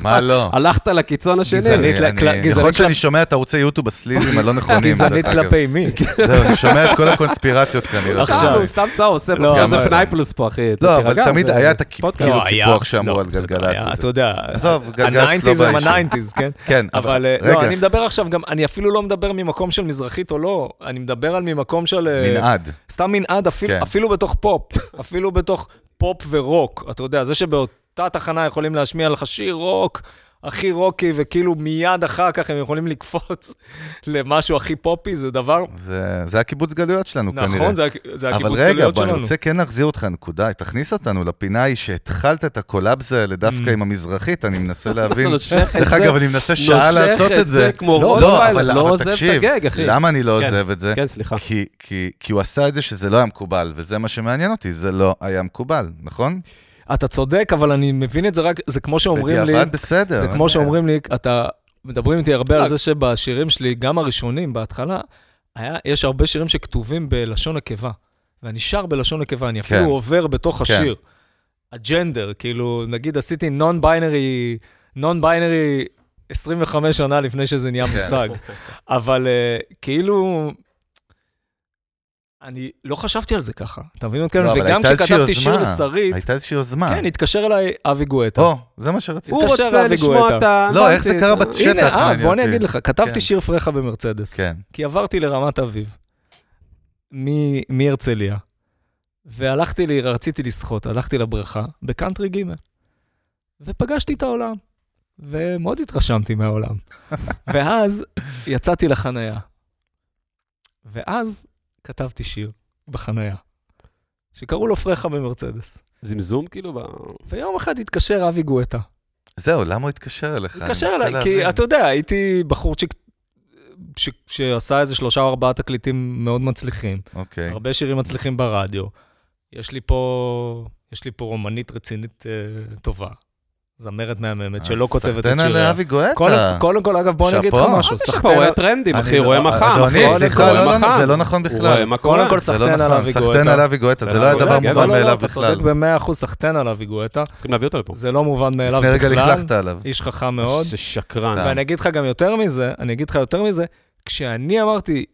[SPEAKER 1] מה
[SPEAKER 2] *laughs*
[SPEAKER 1] לא?
[SPEAKER 3] *laughs* הלכת לקיצון השני.
[SPEAKER 2] גזעני.
[SPEAKER 1] אני-
[SPEAKER 2] גזענית ל-
[SPEAKER 1] אני-
[SPEAKER 2] קל- גזענית
[SPEAKER 1] יכול להיות
[SPEAKER 2] ל-
[SPEAKER 1] שאני שומע את ערוצי יוטיוב בסלילים הלא
[SPEAKER 2] *laughs*
[SPEAKER 1] נכונים.
[SPEAKER 2] גזענית
[SPEAKER 1] דרך אגב. *laughs*
[SPEAKER 2] כלפי מי?
[SPEAKER 1] זהו, אני שומע את כל
[SPEAKER 2] *laughs*
[SPEAKER 1] הקונספירציות כנראה.
[SPEAKER 3] סתם,
[SPEAKER 2] עכשיו.
[SPEAKER 3] הוא סתם צהר עושה,
[SPEAKER 2] לא,
[SPEAKER 3] עכשיו זה
[SPEAKER 1] אבל-
[SPEAKER 3] פנאי פלוס פה, אחי.
[SPEAKER 1] לא,
[SPEAKER 3] תירגע,
[SPEAKER 1] אבל תמיד
[SPEAKER 3] זה
[SPEAKER 1] היה את הכי-
[SPEAKER 3] פודקאסט.
[SPEAKER 1] כאילו
[SPEAKER 2] לא, היה-
[SPEAKER 1] קיפוח שאמרו
[SPEAKER 2] לא,
[SPEAKER 1] על
[SPEAKER 2] זה לא
[SPEAKER 1] גלגלצ
[SPEAKER 2] היה,
[SPEAKER 1] וזה.
[SPEAKER 2] אתה יודע,
[SPEAKER 1] עזוב, גלגלצ לא
[SPEAKER 2] הניינטיז הם
[SPEAKER 1] באישו.
[SPEAKER 2] הניינטיז, כן?
[SPEAKER 1] *laughs* כן,
[SPEAKER 2] אבל
[SPEAKER 1] אבל
[SPEAKER 2] אה,
[SPEAKER 1] רגע.
[SPEAKER 2] לא, אני מדבר עכשיו גם, אני אפילו לא מדבר ממקום של מזרחית או לא, אני מדבר על ממקום של... אה,
[SPEAKER 1] מנעד.
[SPEAKER 2] סתם מנעד, אפילו,
[SPEAKER 1] כן.
[SPEAKER 2] כן. אפילו בתוך פופ, *laughs* אפילו בתוך פופ ורוק. אתה יודע, זה שבאותה תחנה יכולים להשמיע לך שיר רוק, הכי רוקי, וכאילו מיד אחר כך הם יכולים לקפוץ *laughs* למשהו הכי פופי, זה דבר...
[SPEAKER 1] זה- זה הקיבוץ גלויות שלנו כנראה.
[SPEAKER 2] נכון, זה, ה- זה
[SPEAKER 1] אבל
[SPEAKER 2] הקיבוץ
[SPEAKER 1] רגע,
[SPEAKER 2] גלויות
[SPEAKER 1] בוא,
[SPEAKER 2] שלנו.
[SPEAKER 1] אני רוצה כן להחזיר אותך נקודה, תכניס אותנו לפינה ההיא שהתחלת את הקולאבס האלה
[SPEAKER 2] Mm.
[SPEAKER 1] דווקא עם המזרחית, אני מנסה
[SPEAKER 2] *laughs*
[SPEAKER 1] להבין.
[SPEAKER 3] נושך את
[SPEAKER 1] דרך
[SPEAKER 3] זה-
[SPEAKER 1] אגב, אני מנסה שעה
[SPEAKER 3] נושך
[SPEAKER 1] לעשות
[SPEAKER 3] את
[SPEAKER 1] את
[SPEAKER 3] זה
[SPEAKER 1] זה.
[SPEAKER 3] כמו
[SPEAKER 1] לא,
[SPEAKER 3] רוטוויילר,
[SPEAKER 1] אבל-
[SPEAKER 3] לא
[SPEAKER 1] אבל
[SPEAKER 3] עוזב את
[SPEAKER 1] תקשיב,
[SPEAKER 3] הגג, אחי.
[SPEAKER 1] למה אני לא
[SPEAKER 3] כן,
[SPEAKER 1] עוזב את זה?
[SPEAKER 3] כן, סליחה.
[SPEAKER 1] כי- כי- כי הוא עשה את זה שזה לא היה מקובל, וזה מה שמעניין אותי, זה לא היה מקובל, נכון?
[SPEAKER 2] אתה צודק, אבל אני מבין את זה רק, זה כמו שאומרים לי...
[SPEAKER 1] בדיעבד בסדר.
[SPEAKER 2] זה
[SPEAKER 1] אין
[SPEAKER 2] כמו
[SPEAKER 1] בעיה.
[SPEAKER 2] שאומרים לי, אתה מדברים איתי הרבה
[SPEAKER 1] לא.
[SPEAKER 2] על
[SPEAKER 3] רק.
[SPEAKER 2] זה שבשירים שלי, גם הראשונים, בהתחלה, היה, יש הרבה שירים שכתובים בלשון נקבה. ואני שר בלשון נקבה, אני אפילו
[SPEAKER 1] כן.
[SPEAKER 2] עובר בתוך
[SPEAKER 1] כן.
[SPEAKER 2] השיר. הג'נדר, כאילו, נגיד עשיתי נון-ביינרי, נון-ביינרי 25 שנה לפני שזה נהיה
[SPEAKER 1] כן. *laughs*
[SPEAKER 2] מושג. אבל אה, כאילו, אני לא חשבתי על זה ככה, אתה מבין? מה אני מתכוון?
[SPEAKER 1] לא, אבל
[SPEAKER 2] כן, וגם
[SPEAKER 1] הייתה איזושהי
[SPEAKER 2] כשכתבתי שיר
[SPEAKER 1] יוזמה.
[SPEAKER 2] לשרית,
[SPEAKER 1] הייתה איזושהי יוזמה.
[SPEAKER 2] כן, התקשר אליי אבי גואטה.
[SPEAKER 1] או, זה מה שרציתי.
[SPEAKER 3] הוא
[SPEAKER 2] התקשר
[SPEAKER 3] רוצה
[SPEAKER 2] אבי
[SPEAKER 3] לשמוע
[SPEAKER 2] גואטה.
[SPEAKER 3] את ה...
[SPEAKER 1] לא, איך זה
[SPEAKER 3] הבנתי.
[SPEAKER 1] קרה בת- שטח,
[SPEAKER 2] הנה, אה, אז
[SPEAKER 1] מעניין
[SPEAKER 2] בוא אני
[SPEAKER 1] אותי.
[SPEAKER 2] אגיד לך,
[SPEAKER 1] כן.
[SPEAKER 2] כתבתי שיר פרחה במרצדס,
[SPEAKER 1] כן.
[SPEAKER 2] כי עברתי לרמת אביב, מ- מהרצליה, והלכתי, לי, רציתי לשחות, הלכתי לבריכה, בקאנטרי ג', ופגשתי את העולם, ומאוד התרשמתי
[SPEAKER 1] *laughs*
[SPEAKER 2] מהעולם. ואז יצאתי לחנייה, ואז כתבתי שיר בחנייה, שקראו לו פרחה במרצדס.
[SPEAKER 3] זמזום כאילו? ב-
[SPEAKER 2] ויום אחד התקשר אבי גואטה,
[SPEAKER 1] זהו, למה הוא התקשר אליך? אני
[SPEAKER 2] התקשר
[SPEAKER 1] מנסה
[SPEAKER 2] אליי, כי
[SPEAKER 1] להבין.
[SPEAKER 2] אתה יודע, הייתי בחורצ'יק ש, שעשה איזה שלושה או ארבעה תקליטים מאוד מצליחים.
[SPEAKER 1] אוקיי.
[SPEAKER 2] הרבה שירים מצליחים ברדיו. יש לי פה, יש לי פה אומנית רצינית אה, טובה. זמרת מהממת שלא כותבת את
[SPEAKER 1] סחטיין על
[SPEAKER 2] שיריה.
[SPEAKER 1] אבי גואטה.
[SPEAKER 2] קודם- קודם כל, אגב, בוא אני אגיד לך
[SPEAKER 1] שאפו.
[SPEAKER 2] משהו.
[SPEAKER 3] יש פה
[SPEAKER 2] סחטיין
[SPEAKER 3] רואה
[SPEAKER 2] על-
[SPEAKER 3] טרנדים,
[SPEAKER 1] אני
[SPEAKER 3] אחי,
[SPEAKER 1] לא-
[SPEAKER 3] רואה מחם.
[SPEAKER 1] אדוני,
[SPEAKER 2] נכון,
[SPEAKER 3] אחי,
[SPEAKER 1] סליחה,
[SPEAKER 3] רואה
[SPEAKER 1] לא, לא,
[SPEAKER 3] מחם.
[SPEAKER 1] לא, זה לא נכון
[SPEAKER 3] הוא רואה
[SPEAKER 1] בכלל.
[SPEAKER 3] מה
[SPEAKER 2] קודם
[SPEAKER 3] קורה.
[SPEAKER 2] כל,
[SPEAKER 1] זה לא
[SPEAKER 2] סחטיין על
[SPEAKER 1] נכון,
[SPEAKER 2] אבי
[SPEAKER 1] סחטיין על
[SPEAKER 2] גואטה.
[SPEAKER 1] אבי גואטה, זה
[SPEAKER 2] אתה
[SPEAKER 1] לא היה
[SPEAKER 2] צודק,
[SPEAKER 1] דבר
[SPEAKER 3] אבל
[SPEAKER 1] מובן
[SPEAKER 2] לא, לא,
[SPEAKER 1] מאליו
[SPEAKER 2] אתה
[SPEAKER 1] בכלל. אוקיי.
[SPEAKER 2] צודק במאה אחוז, סחטיין על אבי גואטה.
[SPEAKER 3] צריכים להביא אותו לפה.
[SPEAKER 2] זה לא מובן מאליו
[SPEAKER 1] לפני רגע
[SPEAKER 2] בכלל.
[SPEAKER 1] לכלכת עליו.
[SPEAKER 2] איש חכם מאוד.
[SPEAKER 3] זה שקרן.
[SPEAKER 1] סתם.
[SPEAKER 2] ואני אגיד לך גם יותר מזה, אני אגיד לך יותר מזה, כשאני אמרתי,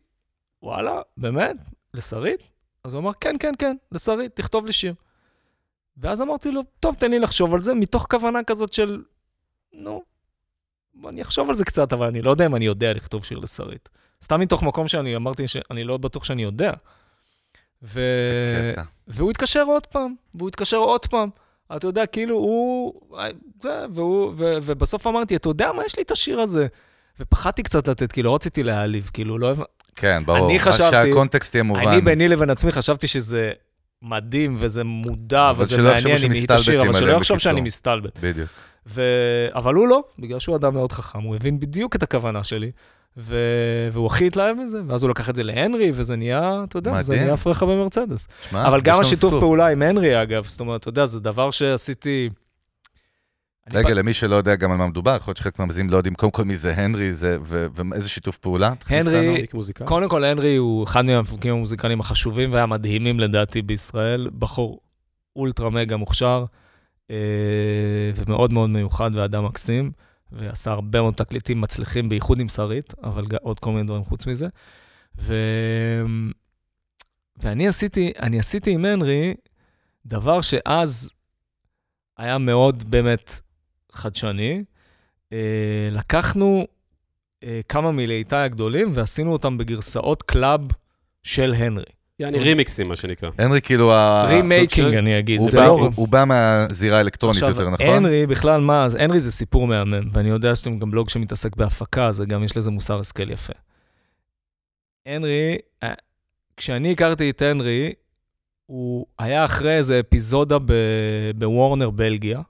[SPEAKER 2] וואלה, באמת? לשרית? אז הוא אמר, כן, כן, כן, לשרית, תכתוב לי שיר. ואז אמרתי לו, טוב, תן לי לחשוב על זה, מתוך כוונה כזאת של, נו, אני אחשוב על זה קצת, אבל אני לא יודע אם אני יודע לכתוב שיר לשרית. סתם מתוך מקום שאני אמרתי שאני לא בטוח שאני יודע. ו...
[SPEAKER 1] זה קטע.
[SPEAKER 2] והוא התקשר עוד פעם, והוא התקשר עוד פעם. אתה יודע, כאילו, הוא... זה, והוא ו, ובסוף אמרתי, אתה יודע מה, יש לי את השיר הזה. ופחדתי קצת לתת, כאילו, לא רציתי להעליב, כאילו, לא... הבנ-
[SPEAKER 1] כן, ברור.
[SPEAKER 2] אני
[SPEAKER 1] רק
[SPEAKER 2] חשבתי-
[SPEAKER 1] שהקונטקסט יהיה מובן.
[SPEAKER 2] אני ביני לבין עצמי חשבתי שזה מדהים, וזה מודע,
[SPEAKER 1] אבל
[SPEAKER 2] וזה
[SPEAKER 1] שלא יחשבו
[SPEAKER 2] מעניין אם היא את השיר,
[SPEAKER 1] שמסתלבטים
[SPEAKER 2] אבל שלא
[SPEAKER 1] עליהם,
[SPEAKER 2] יחשוב
[SPEAKER 1] בקיצור.
[SPEAKER 2] שאני מסתלבט.
[SPEAKER 1] בדיוק.
[SPEAKER 2] ו... אבל הוא לא, בגלל שהוא אדם מאוד חכם, הוא הבין בדיוק את הכוונה שלי, ו... והוא הכי התלהב מזה, ואז הוא לקח את זה להנרי, וזה נהיה, אתה יודע, זה
[SPEAKER 1] מדהים.
[SPEAKER 2] נהיה פרחה במרצדס.
[SPEAKER 1] שמע,
[SPEAKER 2] אבל
[SPEAKER 1] אה? יש
[SPEAKER 2] גם
[SPEAKER 1] לנו
[SPEAKER 2] השיתוף
[SPEAKER 1] סקופ.
[SPEAKER 2] פעולה עם הנרי, אגב, זאת אומרת, אתה יודע, זה דבר שעשיתי... אני
[SPEAKER 1] רגע,
[SPEAKER 2] פ-
[SPEAKER 1] למי שלא יודע גם על מה מדובר, יכול להיות שחלק מהמאזינים לא יודעים קודם כל מי זה הנרי, זה- ו- ואיזה שיתוף פעולה. תכניס
[SPEAKER 2] הנרי-
[SPEAKER 1] אותנו.
[SPEAKER 3] מפיק מוזיקלי.
[SPEAKER 2] קודם כל, הנרי הוא אחד מהמפקים המוזיקליים החשובים והמדהימים לדעתי בישראל. בחור אולטרה מגה מוכשר, אה, ומאוד מאוד מיוחד ואדם מקסים, ועשה הרבה מאוד תקליטים מצליחים, בייחוד עם שרית, אבל גם עוד כל מיני דברים חוץ מזה. ו... ואני עשיתי, אני עשיתי עם הנרי דבר שאז היה מאוד באמת חדשני. אה, לקחנו אה, כמה מלהיטאי הגדולים ועשינו אותם בגרסאות קלאב של הנרי.
[SPEAKER 3] יעני רימיקסים, מה שנקרא.
[SPEAKER 1] הנרי כאילו, ה-
[SPEAKER 2] רימייקינג,
[SPEAKER 3] של-
[SPEAKER 2] אני אגיד.
[SPEAKER 1] הוא
[SPEAKER 2] זה
[SPEAKER 1] בא-
[SPEAKER 2] לא-
[SPEAKER 1] הוא- הוא בא מהזירה האלקטרונית
[SPEAKER 2] עכשיו,
[SPEAKER 1] יותר, נכון?
[SPEAKER 2] הנרי, בכלל, מה, אז הנרי זה סיפור מהמם, ואני יודע שאתם גם בלוג שמתעסק בהפקה, אז גם יש לזה מוסר השכל יפה. הנרי, אה, כשאני הכרתי את הנרי, הוא היה אחרי איזה אפיזודה ב- בוורנר, בלגיה,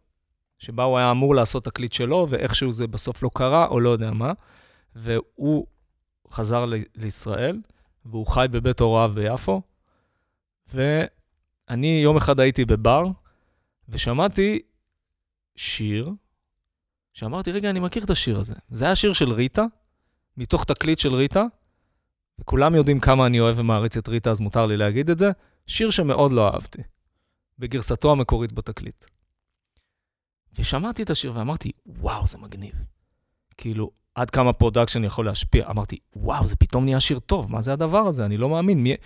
[SPEAKER 2] שבה הוא היה אמור לעשות תקליט שלו, ואיכשהו זה בסוף לא קרה, או לא יודע מה, והוא חזר ל- לישראל, והוא חי בבית הוריו ביפו, ואני יום אחד הייתי בבר, ושמעתי שיר, שאמרתי, רגע, אני מכיר את השיר הזה. זה היה שיר של ריטה, מתוך תקליט של ריטה, וכולם יודעים כמה אני אוהב ומעריץ את ריטה, אז מותר לי להגיד את זה. שיר שמאוד לא אהבתי, בגרסתו המקורית בתקליט. ושמעתי את השיר ואמרתי, וואו, זה מגניב. כאילו, עד כמה פרודקשן יכול להשפיע. אמרתי, וואו, זה פתאום נהיה שיר טוב, מה זה הדבר הזה? אני לא מאמין, מי,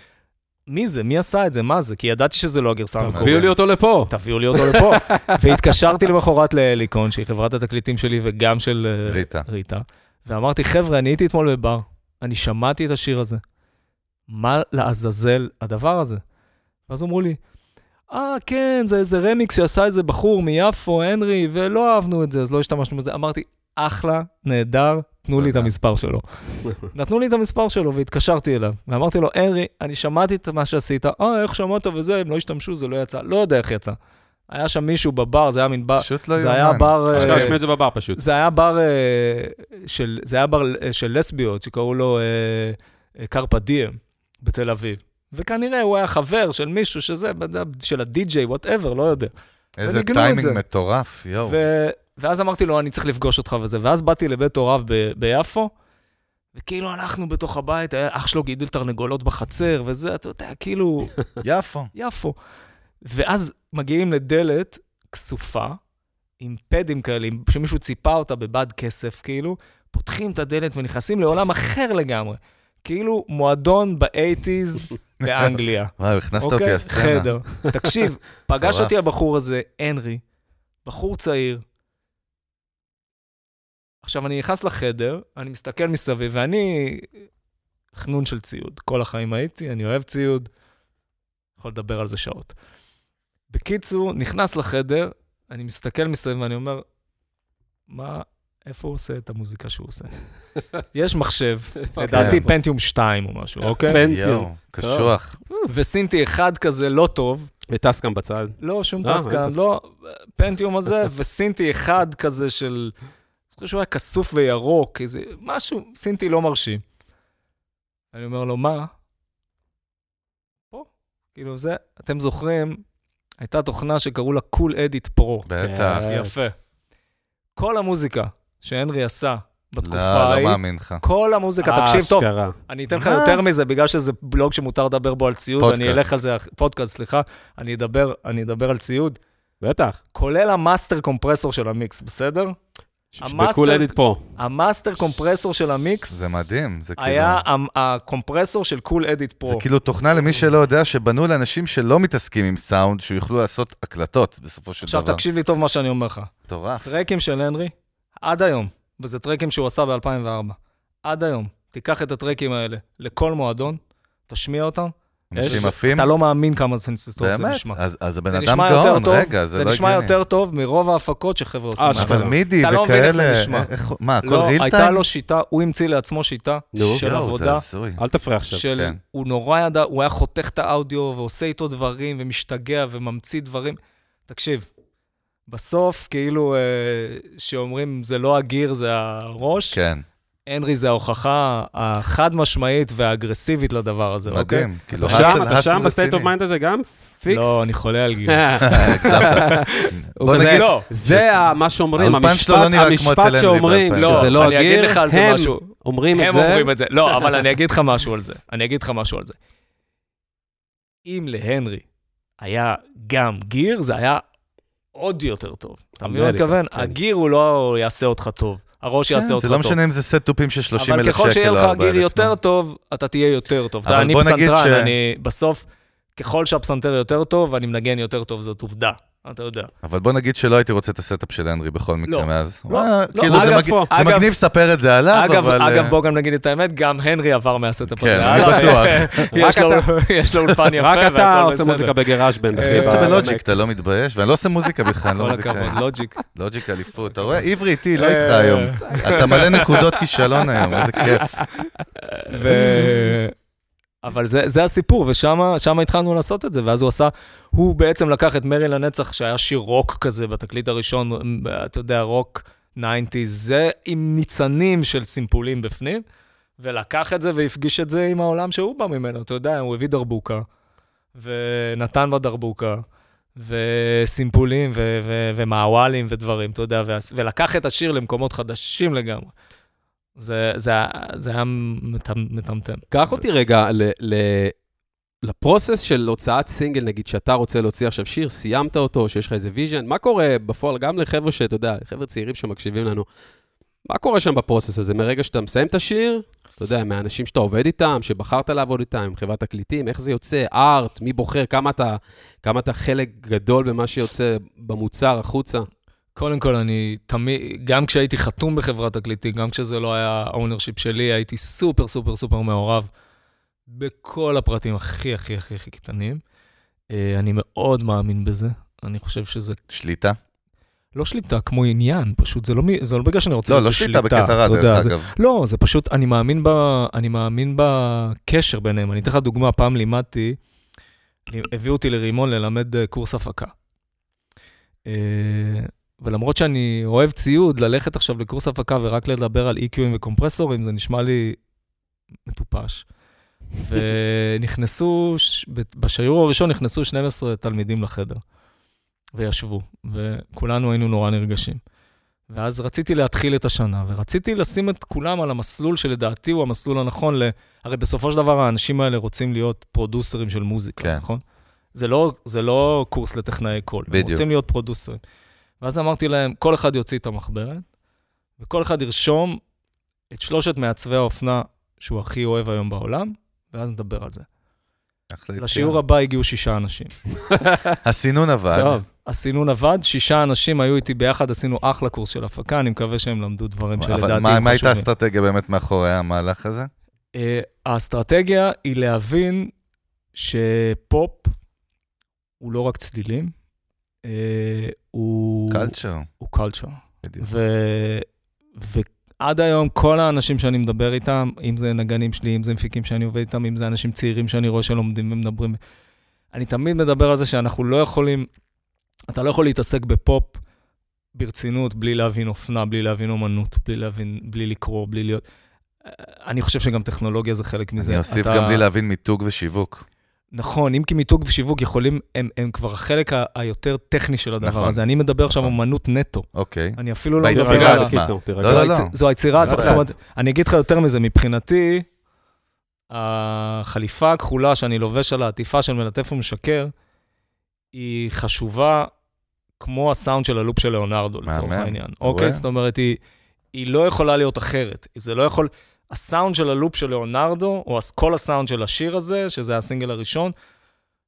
[SPEAKER 2] מי זה? מי עשה את זה? מה זה? כי ידעתי שזה לא הגרסה המקורית.
[SPEAKER 3] תביאו
[SPEAKER 1] אוקיי.
[SPEAKER 3] לי אותו לפה.
[SPEAKER 2] תביאו לי אותו
[SPEAKER 1] *laughs*
[SPEAKER 2] לפה. והתקשרתי למחרת להליקון, שהיא חברת התקליטים שלי וגם של אה,
[SPEAKER 1] ריטה.
[SPEAKER 2] ריטה, ואמרתי, חבר'ה, אני הייתי אתמול בבר, אני שמעתי את השיר הזה. מה לעזאזל הדבר הזה? ואז אמרו לי, אה, כן, זה איזה רמיקס שעשה איזה בחור מיפו, הנרי, ולא אהבנו את זה, אז לא השתמשנו בזה. אמרתי, אחלה, נהדר, תנו לי את
[SPEAKER 1] תודה.
[SPEAKER 2] המספר שלו. נתנו לי את המספר שלו והתקשרתי אליו, ואמרתי לו, הנרי, אני שמעתי את מה שעשית, אה, איך שמעת וזה, הם לא השתמשו, זה לא יצא, לא יודע איך יצא. היה שם מישהו בבר, זה היה מין בר,
[SPEAKER 1] פשוט לא
[SPEAKER 2] זה היה
[SPEAKER 1] יאומן.
[SPEAKER 2] בר...
[SPEAKER 3] אשכרה
[SPEAKER 2] אה,
[SPEAKER 3] ישמיע את זה בבר
[SPEAKER 2] *laughs*
[SPEAKER 3] פשוט.
[SPEAKER 2] זה היה בר אה, של, זה היה בר אה, של לסביות, שקראו לו אה, אה, קרפה דיאם בתל אביב. וכנראה הוא היה חבר של מישהו שזה, של הדי-ג'יי, וואטאבר, לא יודע.
[SPEAKER 1] איזה
[SPEAKER 2] וניגנו את
[SPEAKER 1] טיימינג
[SPEAKER 2] זה.
[SPEAKER 1] מטורף, יואו.
[SPEAKER 2] ו... ואז אמרתי לו, אני צריך לפגוש אותך וזה. ואז באתי לבית הוריו ב... ביפו, וכאילו אנחנו בתוך הבית, היה אח שלו גידל תרנגולות בחצר, וזה, אתה יודע, כאילו,
[SPEAKER 1] יפו.
[SPEAKER 2] יפו. ואז מגיעים לדלת כסופה, עם פדים כאלה, עם- שמישהו ציפה אותה בבד כסף, כאילו, פותחים את הדלת ונכנסים לעולם אחר לגמרי. כאילו מועדון באייטיז באנגליה.
[SPEAKER 1] וואו, הכנסת אותי
[SPEAKER 2] *laughs*
[SPEAKER 1] לסצנה.
[SPEAKER 2] אוקיי, חדר. תקשיב, פגש
[SPEAKER 1] מטורף.
[SPEAKER 2] אותי הבחור הזה, הנרי, בחור צעיר. עכשיו, אני נכנס לחדר, אני מסתכל מסביב, ואני חנון של ציוד. כל החיים הייתי, אני אוהב ציוד, יכול לדבר על זה שעות. בקיצור, נכנס לחדר, אני מסתכל מסביב ואני אומר, מה, איפה הוא עושה את המוזיקה שהוא עושה? יש מחשב,
[SPEAKER 3] אוקיי.
[SPEAKER 2] לדעתי פנטיום 2 או משהו, אוקיי?
[SPEAKER 3] פנטיום.
[SPEAKER 1] יואו, קשוח.
[SPEAKER 2] וסינטי אחד כזה לא טוב,
[SPEAKER 3] וטסקאם בצד.
[SPEAKER 2] לא, שום
[SPEAKER 3] אה, אין
[SPEAKER 2] טסקן,
[SPEAKER 3] טסקן.
[SPEAKER 2] לא, פנטיום הזה, *laughs* וסינטי אחד כזה של... אני זוכר שהוא היה כסוף וירוק, איזה משהו, סינטי לא מרשים. אני אומר לו, מה? פה. כאילו, זה, אתם זוכרים, הייתה תוכנה שקראו לה קול אדיט פרו.
[SPEAKER 1] בטח.
[SPEAKER 2] אוקיי.
[SPEAKER 1] לא,
[SPEAKER 2] יפה. כל המוזיקה שהנרי עשה בתקופה
[SPEAKER 1] לא, לא
[SPEAKER 2] ההיא,
[SPEAKER 1] מאמין לך.
[SPEAKER 2] כל המוזיקה, תקשיב טוב,
[SPEAKER 3] אה, אשכרה.
[SPEAKER 2] אני אתן לך
[SPEAKER 1] מה?
[SPEAKER 2] יותר מזה, בגלל שזה בלוג שמותר לדבר בו על ציוד, אני
[SPEAKER 1] פודקאסט.
[SPEAKER 2] אלך על זה, אח- פודקאסט, סליחה, אני אדבר, אני אדבר על ציוד,
[SPEAKER 3] בטח.
[SPEAKER 2] כולל המאסטר קומפרסור של המיקס, בסדר? המאסטר-
[SPEAKER 3] בקול אדיט פה.
[SPEAKER 2] המאסטר קומפרסור של המיקס
[SPEAKER 1] זה מדהים, זה כאילו...
[SPEAKER 2] היה המ- הקומפרסור של קול אדיט
[SPEAKER 1] זה
[SPEAKER 2] פרו.
[SPEAKER 1] כאילו תוכנה למי שלא יודע, שבנו לאנשים שלא מתעסקים עם סאונד, שיוכלו לעשות הקלטות בסופו של
[SPEAKER 2] עכשיו
[SPEAKER 1] דבר.
[SPEAKER 2] תקשיב לי טוב מה שאני אומר לך.
[SPEAKER 1] מטורף.
[SPEAKER 2] טרקים של הנרי, עד היום, וזה טרקים שהוא עשה ב-2004, עד היום, תיקח את הטרקים האלה לכל מועדון, תשמיע אותם,
[SPEAKER 1] אנשים
[SPEAKER 2] איזה-
[SPEAKER 1] עפים.
[SPEAKER 2] אתה לא מאמין כמה זה טוב זה
[SPEAKER 1] באמת?
[SPEAKER 2] נשמע.
[SPEAKER 1] אז אז הבן
[SPEAKER 2] זה
[SPEAKER 1] אדם
[SPEAKER 2] נשמע יותר
[SPEAKER 1] גאון,
[SPEAKER 2] טוב,
[SPEAKER 1] רגע, זה לא
[SPEAKER 2] זה נשמע
[SPEAKER 1] הגיוני.
[SPEAKER 2] יותר טוב מרוב ההפקות שחבר'ה עושים.
[SPEAKER 3] אשכרה.
[SPEAKER 1] אבל
[SPEAKER 2] מהיום.
[SPEAKER 1] מידי
[SPEAKER 2] אתה לא מבין איך זה
[SPEAKER 1] וכאלה,
[SPEAKER 2] נשמע.
[SPEAKER 1] איך- מה, הכל
[SPEAKER 2] לא,
[SPEAKER 1] ריל
[SPEAKER 2] הייתה
[SPEAKER 1] טיים?
[SPEAKER 2] לו שיטה, הוא המציא לעצמו שיטה
[SPEAKER 3] נו.
[SPEAKER 2] של
[SPEAKER 1] יואו, זה
[SPEAKER 2] עבודה,
[SPEAKER 1] הזוי.
[SPEAKER 3] אל תפריע עכשיו.
[SPEAKER 2] של...
[SPEAKER 1] כן.
[SPEAKER 2] הוא נורא ידע, הוא היה חותך את האודיו ועושה איתו דברים ומשתגע וממציא דברים. תקשיב, בסוף, כאילו, אה, שאומרים, זה לא הגיר, זה הראש,
[SPEAKER 1] כן,
[SPEAKER 2] הנרי זה ההוכחה החד-משמעית והאגרסיבית לדבר הזה, אוקיי?
[SPEAKER 1] מדהים. כאילו,
[SPEAKER 3] שם,
[SPEAKER 1] האסל-
[SPEAKER 3] אתה
[SPEAKER 1] האסל
[SPEAKER 3] שם בסטייט אוף
[SPEAKER 1] רציני.
[SPEAKER 3] מיינד הזה גם? פיקס? *laughs*
[SPEAKER 2] לא, אני חולה על גיר.
[SPEAKER 1] הגזמת.
[SPEAKER 3] הוא
[SPEAKER 1] בוא
[SPEAKER 3] כזה,
[SPEAKER 1] נגיד,
[SPEAKER 2] לא.
[SPEAKER 3] זה ה- מה שאומרים,
[SPEAKER 1] האולפן שלו לא
[SPEAKER 3] המשפט-
[SPEAKER 1] נראה כמו אצל
[SPEAKER 3] המשפט
[SPEAKER 1] הנרי
[SPEAKER 3] שאומרים,
[SPEAKER 1] באולפן.
[SPEAKER 2] לא,
[SPEAKER 3] שזה לא
[SPEAKER 2] אני אגיד
[SPEAKER 3] הגיר,
[SPEAKER 2] לך על זה
[SPEAKER 3] הם
[SPEAKER 2] משהו.
[SPEAKER 3] אומרים את
[SPEAKER 2] הם
[SPEAKER 3] זה.
[SPEAKER 2] אומרים את זה. לא, אבל אני אגיד לך משהו על זה. אני אגיד לך משהו על זה. אם להנרי היה גם גיר, זה היה עוד יותר טוב. אתה מבין מה אני
[SPEAKER 3] אמריקה,
[SPEAKER 2] מתכוון?
[SPEAKER 3] כן.
[SPEAKER 2] הגיר הוא לא יעשה אותך טוב. הראש יעשה
[SPEAKER 1] כן,
[SPEAKER 2] אותך
[SPEAKER 1] זה
[SPEAKER 2] טוב.
[SPEAKER 1] לא משנה אם זה סט תופים של 30
[SPEAKER 2] אבל
[SPEAKER 1] אלף לא? שקל.
[SPEAKER 2] ככל שיהיה
[SPEAKER 1] או
[SPEAKER 2] לך
[SPEAKER 1] 4,000,
[SPEAKER 2] גיר יותר
[SPEAKER 1] נו.
[SPEAKER 2] טוב, אתה תהיה יותר טוב. אתה-
[SPEAKER 1] אבל
[SPEAKER 2] אני
[SPEAKER 1] בוא נגיד ש-
[SPEAKER 2] פסנתרן, אני בסוף, ככל שהפסנתר יותר טוב, אני מנגן יותר טוב, זאת עובדה. אתה יודע.
[SPEAKER 1] אבל בוא נגיד שלא הייתי רוצה את הסטאפ של הנרי בכל מקרה
[SPEAKER 2] לא,
[SPEAKER 1] מאז.
[SPEAKER 2] לא,
[SPEAKER 1] אה,
[SPEAKER 2] לא,
[SPEAKER 1] כאילו, זה
[SPEAKER 3] אגב,
[SPEAKER 1] מג-
[SPEAKER 3] פה,
[SPEAKER 1] זה
[SPEAKER 2] אגב-
[SPEAKER 1] מגניב לספר את זה עליו,
[SPEAKER 2] אגב,
[SPEAKER 1] אבל...
[SPEAKER 2] אגב,
[SPEAKER 1] אה,
[SPEAKER 2] בוא לא- גם נגיד את האמת, גם הנרי עבר מהסטאפ
[SPEAKER 1] כן,
[SPEAKER 2] הזה.
[SPEAKER 1] אני
[SPEAKER 2] הלאה. *laughs*
[SPEAKER 1] בטוח.
[SPEAKER 2] יש לו- *laughs* יש לו אולפן יפה,
[SPEAKER 3] רק אתה
[SPEAKER 2] והכל
[SPEAKER 3] עושה
[SPEAKER 2] בסדר. אה,
[SPEAKER 3] מוזיקה בגראז' בן, אחי.
[SPEAKER 1] אני עושה
[SPEAKER 3] ב-
[SPEAKER 1] בלוג'יק, אתה לא מתבייש? ואני לא עושה מוזיקה בכלל, לא
[SPEAKER 2] כל
[SPEAKER 1] מוזיקאי.
[SPEAKER 2] הכבוד, לוג'יק.
[SPEAKER 1] לוג'יק אליפות, אתה רואה? עברי איתי, לא
[SPEAKER 2] אה.
[SPEAKER 1] איתך היום. אתה מלא נקודות כישלון היום, איזה כיף.
[SPEAKER 2] ו... אבל זה, זה הסיפור, ושם התחלנו לעשות את זה, ואז הוא עשה, הוא בעצם לקח את מרי לנצח, שהיה שיר רוק כזה בתקליט הראשון, אתה יודע, רוק 90's, זה עם ניצנים של סימפולים בפנים, ולקח את זה והפגיש את זה עם העולם שהוא בא ממנו, אתה יודע, הוא הביא דרבוקה, ונתן בדרבוקה, וסימפולים, ו- ו- ומעוואלים ודברים, אתה יודע, וה- ולקח את השיר למקומות חדשים לגמרי. זה, זה, היה- זה היה מטמ- מטמטם.
[SPEAKER 3] קח אותי רגע ל- ל- לפרוסס של הוצאת סינגל, נגיד, שאתה רוצה להוציא עכשיו שיר, סיימת אותו, שיש לך איזה ויז'ן, מה קורה בפועל, גם לחבר'ה שאתה יודע, חבר'ה צעירים שמקשיבים לנו, מה קורה שם בפרוסס הזה? מרגע שאתה מסיים את השיר, אתה יודע, מהאנשים שאתה עובד איתם, שבחרת לעבוד איתם, עם חברת תקליטים, איך זה יוצא, ארט, מי בוחר, כמה אתה, כמה אתה חלק גדול במה שיוצא במוצר החוצה.
[SPEAKER 2] קודם כל, אני תמיד, גם כשהייתי חתום בחברת תקליטים, גם כשזה לא היה האונרשיפ שלי, הייתי סופר סופר סופר מעורב בכל הפרטים הכי הכי הכי הכי קטנים. אה, אני מאוד מאמין בזה. אני חושב שזה
[SPEAKER 1] שליטה?
[SPEAKER 2] לא שליטה כמו עניין, פשוט זה לא, מ- זה לא בגלל שאני רוצה
[SPEAKER 1] לא,
[SPEAKER 2] להיות
[SPEAKER 1] לא שליטה בקטע רע,
[SPEAKER 2] אתה יודע,
[SPEAKER 1] דרך
[SPEAKER 2] זה-
[SPEAKER 1] אגב.
[SPEAKER 2] לא, זה פשוט, אני מאמין, ב, אני מאמין בקשר ביניהם. אני אתן לך דוגמה, פעם לימדתי, אני- הביאו אותי לרימון ללמד אה, קורס הפקה. אה, ולמרות שאני אוהב ציוד, ללכת עכשיו לקורס הפקה ורק לדבר על EQים וקומפרסורים, זה נשמע לי מטופש. ונכנסו, ש- ב- בשיעור הראשון נכנסו 12 תלמידים לחדר, וישבו, וכולנו היינו נורא נרגשים. ואז רציתי להתחיל את השנה, ורציתי לשים את כולם על המסלול שלדעתי הוא המסלול הנכון ל... הרי בסופו של דבר האנשים האלה רוצים להיות פרודוסרים של מוזיקה,
[SPEAKER 1] כן.
[SPEAKER 2] כן. נכון? זה לא, זה לא קורס לטכנאי קול,
[SPEAKER 1] בדיוק.
[SPEAKER 2] הם רוצים להיות פרודוסרים. ואז אמרתי להם, כל אחד יוציא את המחברת, וכל אחד ירשום את שלושת מעצבי האופנה שהוא הכי אוהב היום בעולם, ואז נדבר על זה.
[SPEAKER 1] אחלה
[SPEAKER 2] לשיעור
[SPEAKER 1] יציאה.
[SPEAKER 2] הבא הגיעו שישה אנשים.
[SPEAKER 1] הסינון עבד.
[SPEAKER 3] טוב,
[SPEAKER 2] הסינון עבד, שישה אנשים היו איתי ביחד, עשינו אחלה קורס של הפקה, אני מקווה שהם למדו דברים שלדעתי הם
[SPEAKER 1] אבל
[SPEAKER 2] חשובים.
[SPEAKER 1] מה מה הייתה האסטרטגיה באמת מאחורי המהלך הזה?
[SPEAKER 2] אה, האסטרטגיה היא להבין שפופ הוא לא רק צלילים, אה, הוא...
[SPEAKER 1] קלצ'ר,
[SPEAKER 2] הוא קלצ'ר.
[SPEAKER 1] בדיוק.
[SPEAKER 2] ו... ועד היום כל האנשים שאני מדבר איתם, אם זה נגנים שלי, אם זה מפיקים שאני עובד איתם, אם זה אנשים צעירים שאני רואה שלומדים ומדברים, אני תמיד מדבר על זה שאנחנו לא יכולים, אתה לא יכול להתעסק בפופ ברצינות בלי להבין אופנה, בלי להבין אומנות, בלי להבין, בלי לקרוא, בלי להיות... אני חושב שגם טכנולוגיה זה חלק מזה.
[SPEAKER 1] אני אוסיף
[SPEAKER 2] אתה-
[SPEAKER 1] גם בלי להבין מיתוג ושיווק.
[SPEAKER 2] נכון, אם כי מיתוג ושיווק יכולים, הם, הם כבר החלק ה- היותר טכני של הדבר
[SPEAKER 1] נכון.
[SPEAKER 2] הזה. אני מדבר עכשיו
[SPEAKER 1] נכון. אומנות
[SPEAKER 2] נטו.
[SPEAKER 1] אוקיי.
[SPEAKER 2] אני אפילו לא...
[SPEAKER 1] ביצירה
[SPEAKER 2] מדבר על ה-
[SPEAKER 1] עצמה.
[SPEAKER 3] קיצור, תירגע.
[SPEAKER 1] לא, לא,
[SPEAKER 2] זו,
[SPEAKER 1] לא.
[SPEAKER 2] היצ- זו היצירה עצמה.
[SPEAKER 1] לאט.
[SPEAKER 2] זאת אומרת, אני אגיד לך יותר מזה, מבחינתי, החליפה הכחולה שאני לובש על העטיפה של מלטף ומשקר, היא חשובה כמו הסאונד של הלופ של ליאונרדו, לצורך
[SPEAKER 1] מהמם.
[SPEAKER 2] העניין.
[SPEAKER 1] רואה.
[SPEAKER 2] אוקיי? זאת אומרת, היא, היא לא יכולה להיות אחרת. זה לא יכול... הסאונד של הלופ של ליאונרדו, או הס- כל הסאונד של השיר הזה, שזה הסינגל הראשון,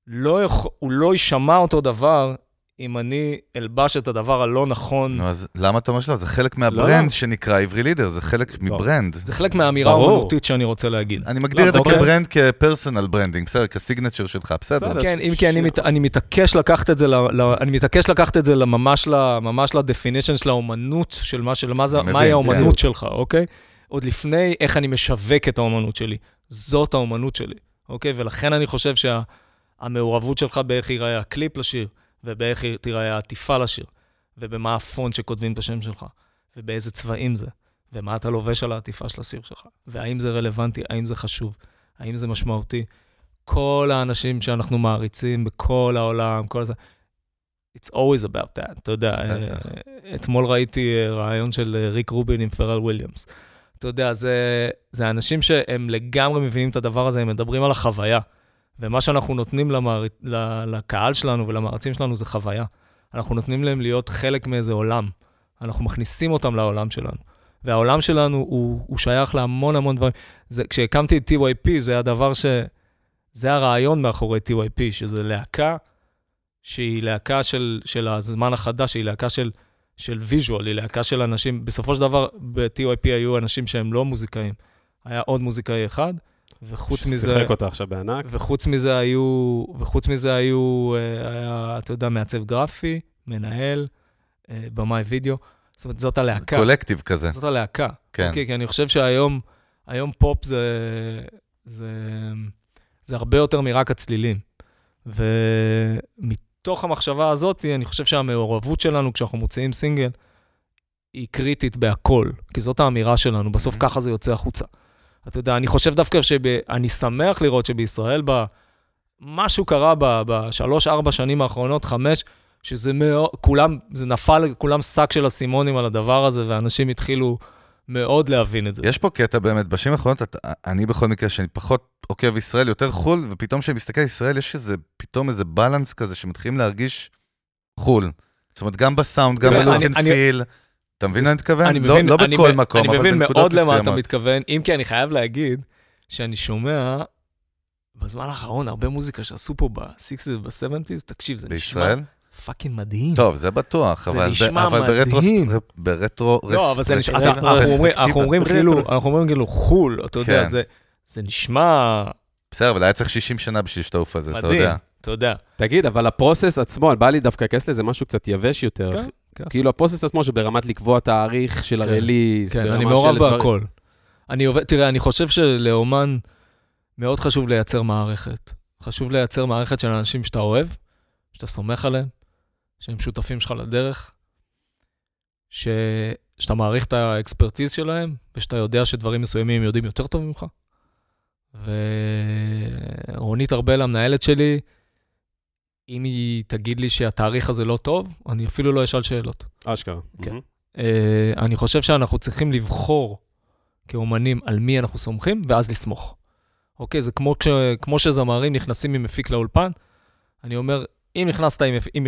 [SPEAKER 2] לא יכול, הוא לא יישמע אותו דבר אם אני אלבש את הדבר הלא נכון.
[SPEAKER 1] נו, אז למה אתה אומר שלא? זה חלק
[SPEAKER 3] לא.
[SPEAKER 1] מהברנד שנקרא עברי לידר, זה חלק מברנד.
[SPEAKER 2] לא. זה חלק מהאמירה
[SPEAKER 3] ברור.
[SPEAKER 2] האומנותית שאני רוצה להגיד.
[SPEAKER 1] אני מגדיר את זה
[SPEAKER 2] אוקיי.
[SPEAKER 1] כברנד, כפרסונל ברנדינג, בסדר, כסיגנצ'ר שלך, בסדר.
[SPEAKER 3] בסדר.
[SPEAKER 2] כן, אם כי אני, מת, אני מתעקש לקחת את זה, ל, ל, אני מתעקש לקחת את זה לממש, ל, ממש לדפינישן של האומנות, של מה, של מה זה,
[SPEAKER 1] אני
[SPEAKER 2] מהי
[SPEAKER 1] מבין, כן.
[SPEAKER 2] האומנות שלך, אוקיי? עוד לפני איך אני משווק את האומנות שלי. זאת האומנות שלי, אוקיי? ולכן אני חושב שהמעורבות שלך באיך ייראה הקליפ לשיר, ובאיך תיראה העטיפה לשיר, ובמה הפונט שכותבים את השם שלך, ובאיזה צבעים זה, ומה אתה לובש על העטיפה של השיר שלך, והאם זה רלוונטי, האם זה חשוב, האם זה משמעותי. כל האנשים שאנחנו מעריצים בכל העולם, כל זה, it's always about that, אתה יודע.
[SPEAKER 1] בטח.
[SPEAKER 2] אה, אתמול ראיתי אה, ראיון של אה, ריק רובין עם פרל וויליאמס. אתה יודע, זה, זה אנשים שהם לגמרי מבינים את הדבר הזה, הם מדברים על החוויה. ומה שאנחנו נותנים למער... ל- לקהל שלנו ולמערצים שלנו זה חוויה. אנחנו נותנים להם להיות חלק מאיזה עולם. אנחנו מכניסים אותם לעולם שלנו. והעולם שלנו הוא, הוא שייך להמון המון דברים. זה, כשהקמתי את TYP, זה הדבר ש... זה הרעיון מאחורי TYP, שזה להקה שהיא להקה של, של הזמן החדש, היא להקה של, של ויז'ואל, היא להקה של אנשים. בסופו של דבר, ב-TYP היו אנשים שהם לא מוזיקאים. היה עוד מוזיקאי אחד, וחוץ מזה...
[SPEAKER 3] שיחק אותה עכשיו בענק.
[SPEAKER 2] וחוץ מזה היו, וחוץ מזה היו, אה, היה, אתה יודע, מעצב גרפי, מנהל, אה, במאי וידאו. זאת אומרת, זאת הלהקה.
[SPEAKER 1] קולקטיב כזה.
[SPEAKER 2] זאת הלהקה.
[SPEAKER 1] כן.
[SPEAKER 2] אוקיי, כי אני חושב שהיום, היום פופ זה, זה, זה הרבה יותר מרק הצלילים. ומתוך המחשבה הזאת, אני חושב שהמעורבות שלנו כשאנחנו מוציאים סינגל, היא קריטית בהכל, כי זאת האמירה שלנו, בסוף
[SPEAKER 1] Mhm.
[SPEAKER 2] ככה זה יוצא החוצה. אתה יודע, אני חושב דווקא שב... אני שמח לראות שבישראל, ב... משהו קרה ב- בשלוש-ארבע שנים האחרונות, חמש, שזה מאוד, כולם, זה נפל, כולם שק של אסימונים על הדבר הזה, ואנשים התחילו מאוד להבין את זה.
[SPEAKER 1] יש פה קטע באמת, בשנים האחרונות, את- אני בכל מקרה, שאני פחות עוקב ישראל, יותר חו"ל, ופתאום כשאני מסתכל על ישראל, יש איזה, פתאום איזה בלנס כזה שמתחילים להרגיש חו"ל. זאת אומרת, גם בסאונד, גם
[SPEAKER 2] תראה,
[SPEAKER 1] בלוק
[SPEAKER 2] אני-
[SPEAKER 1] אנד
[SPEAKER 2] אני-
[SPEAKER 1] פיל. אתה מבין מה אני מתכוון?
[SPEAKER 2] אני
[SPEAKER 1] לא-
[SPEAKER 2] מבין,
[SPEAKER 1] לא
[SPEAKER 2] אני
[SPEAKER 1] בכל
[SPEAKER 2] מ-
[SPEAKER 1] מקום,
[SPEAKER 2] אני
[SPEAKER 1] אבל
[SPEAKER 2] מבין
[SPEAKER 1] בנקודות
[SPEAKER 2] מאוד למה אתה
[SPEAKER 1] מסוימות.
[SPEAKER 2] מתכוון, אם כי אני חייב להגיד שאני שומע בזמן האחרון הרבה מוזיקה שעשו פה ב-60's וב-70's, תקשיב, זה נשמע
[SPEAKER 1] בישראל?
[SPEAKER 2] פאקינג מדהים.
[SPEAKER 1] טוב, זה בטוח,
[SPEAKER 2] זה
[SPEAKER 1] אבל ב-
[SPEAKER 2] נשמע
[SPEAKER 1] אבל ברטרו...
[SPEAKER 2] מדהים.
[SPEAKER 1] ברטרו...
[SPEAKER 2] לא, אבל זה
[SPEAKER 1] רס-
[SPEAKER 2] נשמע,
[SPEAKER 1] רטרו-
[SPEAKER 2] אתה- אנחנו אומרים- אנחנו אומרים
[SPEAKER 1] רטרו-
[SPEAKER 2] כאילו, אנחנו אומרים כאילו חו"ל, אתה יודע,
[SPEAKER 1] כן.
[SPEAKER 2] זה- זה נשמע
[SPEAKER 1] בסדר, אבל היה צריך 60 שנה בשביל שתעוף על זה, אתה
[SPEAKER 2] מדהים,
[SPEAKER 1] יודע.
[SPEAKER 2] אתה יודע.
[SPEAKER 3] תגיד, אבל הפרוסס עצמו, בא לי דווקא להיכנס לזה משהו קצת יבש יותר.
[SPEAKER 2] כן, כן.
[SPEAKER 3] כאילו הפרוסס עצמו שברמת לקבוע תאריך של
[SPEAKER 2] כן,
[SPEAKER 3] הרליס.
[SPEAKER 2] כן,
[SPEAKER 3] ברמה
[SPEAKER 2] אני מעורב
[SPEAKER 3] של דברים-
[SPEAKER 2] בהכל. אני עובד, תראה, אני חושב שלאומן מאוד חשוב לייצר מערכת. חשוב לייצר מערכת של אנשים שאתה אוהב, שאתה סומך עליהם, שהם שותפים שלך לדרך, ש... שאתה מעריך את האקספרטיז שלהם, ושאתה יודע שדברים מסוימים הם יודעים יותר טוב ממך. ורונית ארבל, המנהלת שלי, אם היא תגיד לי שהתאריך הזה לא טוב, אני אפילו לא אשאל שאלות.
[SPEAKER 3] אשכרה.
[SPEAKER 2] כן.
[SPEAKER 3] Mhm.
[SPEAKER 2] אה, אני חושב שאנחנו צריכים לבחור כאומנים על מי אנחנו סומכים, ואז לסמוך. אוקיי, זה כמו, כש, כמו שזמרים נכנסים עם מפיק לאולפן, אני אומר, אם נכנסת עם... מפ- עם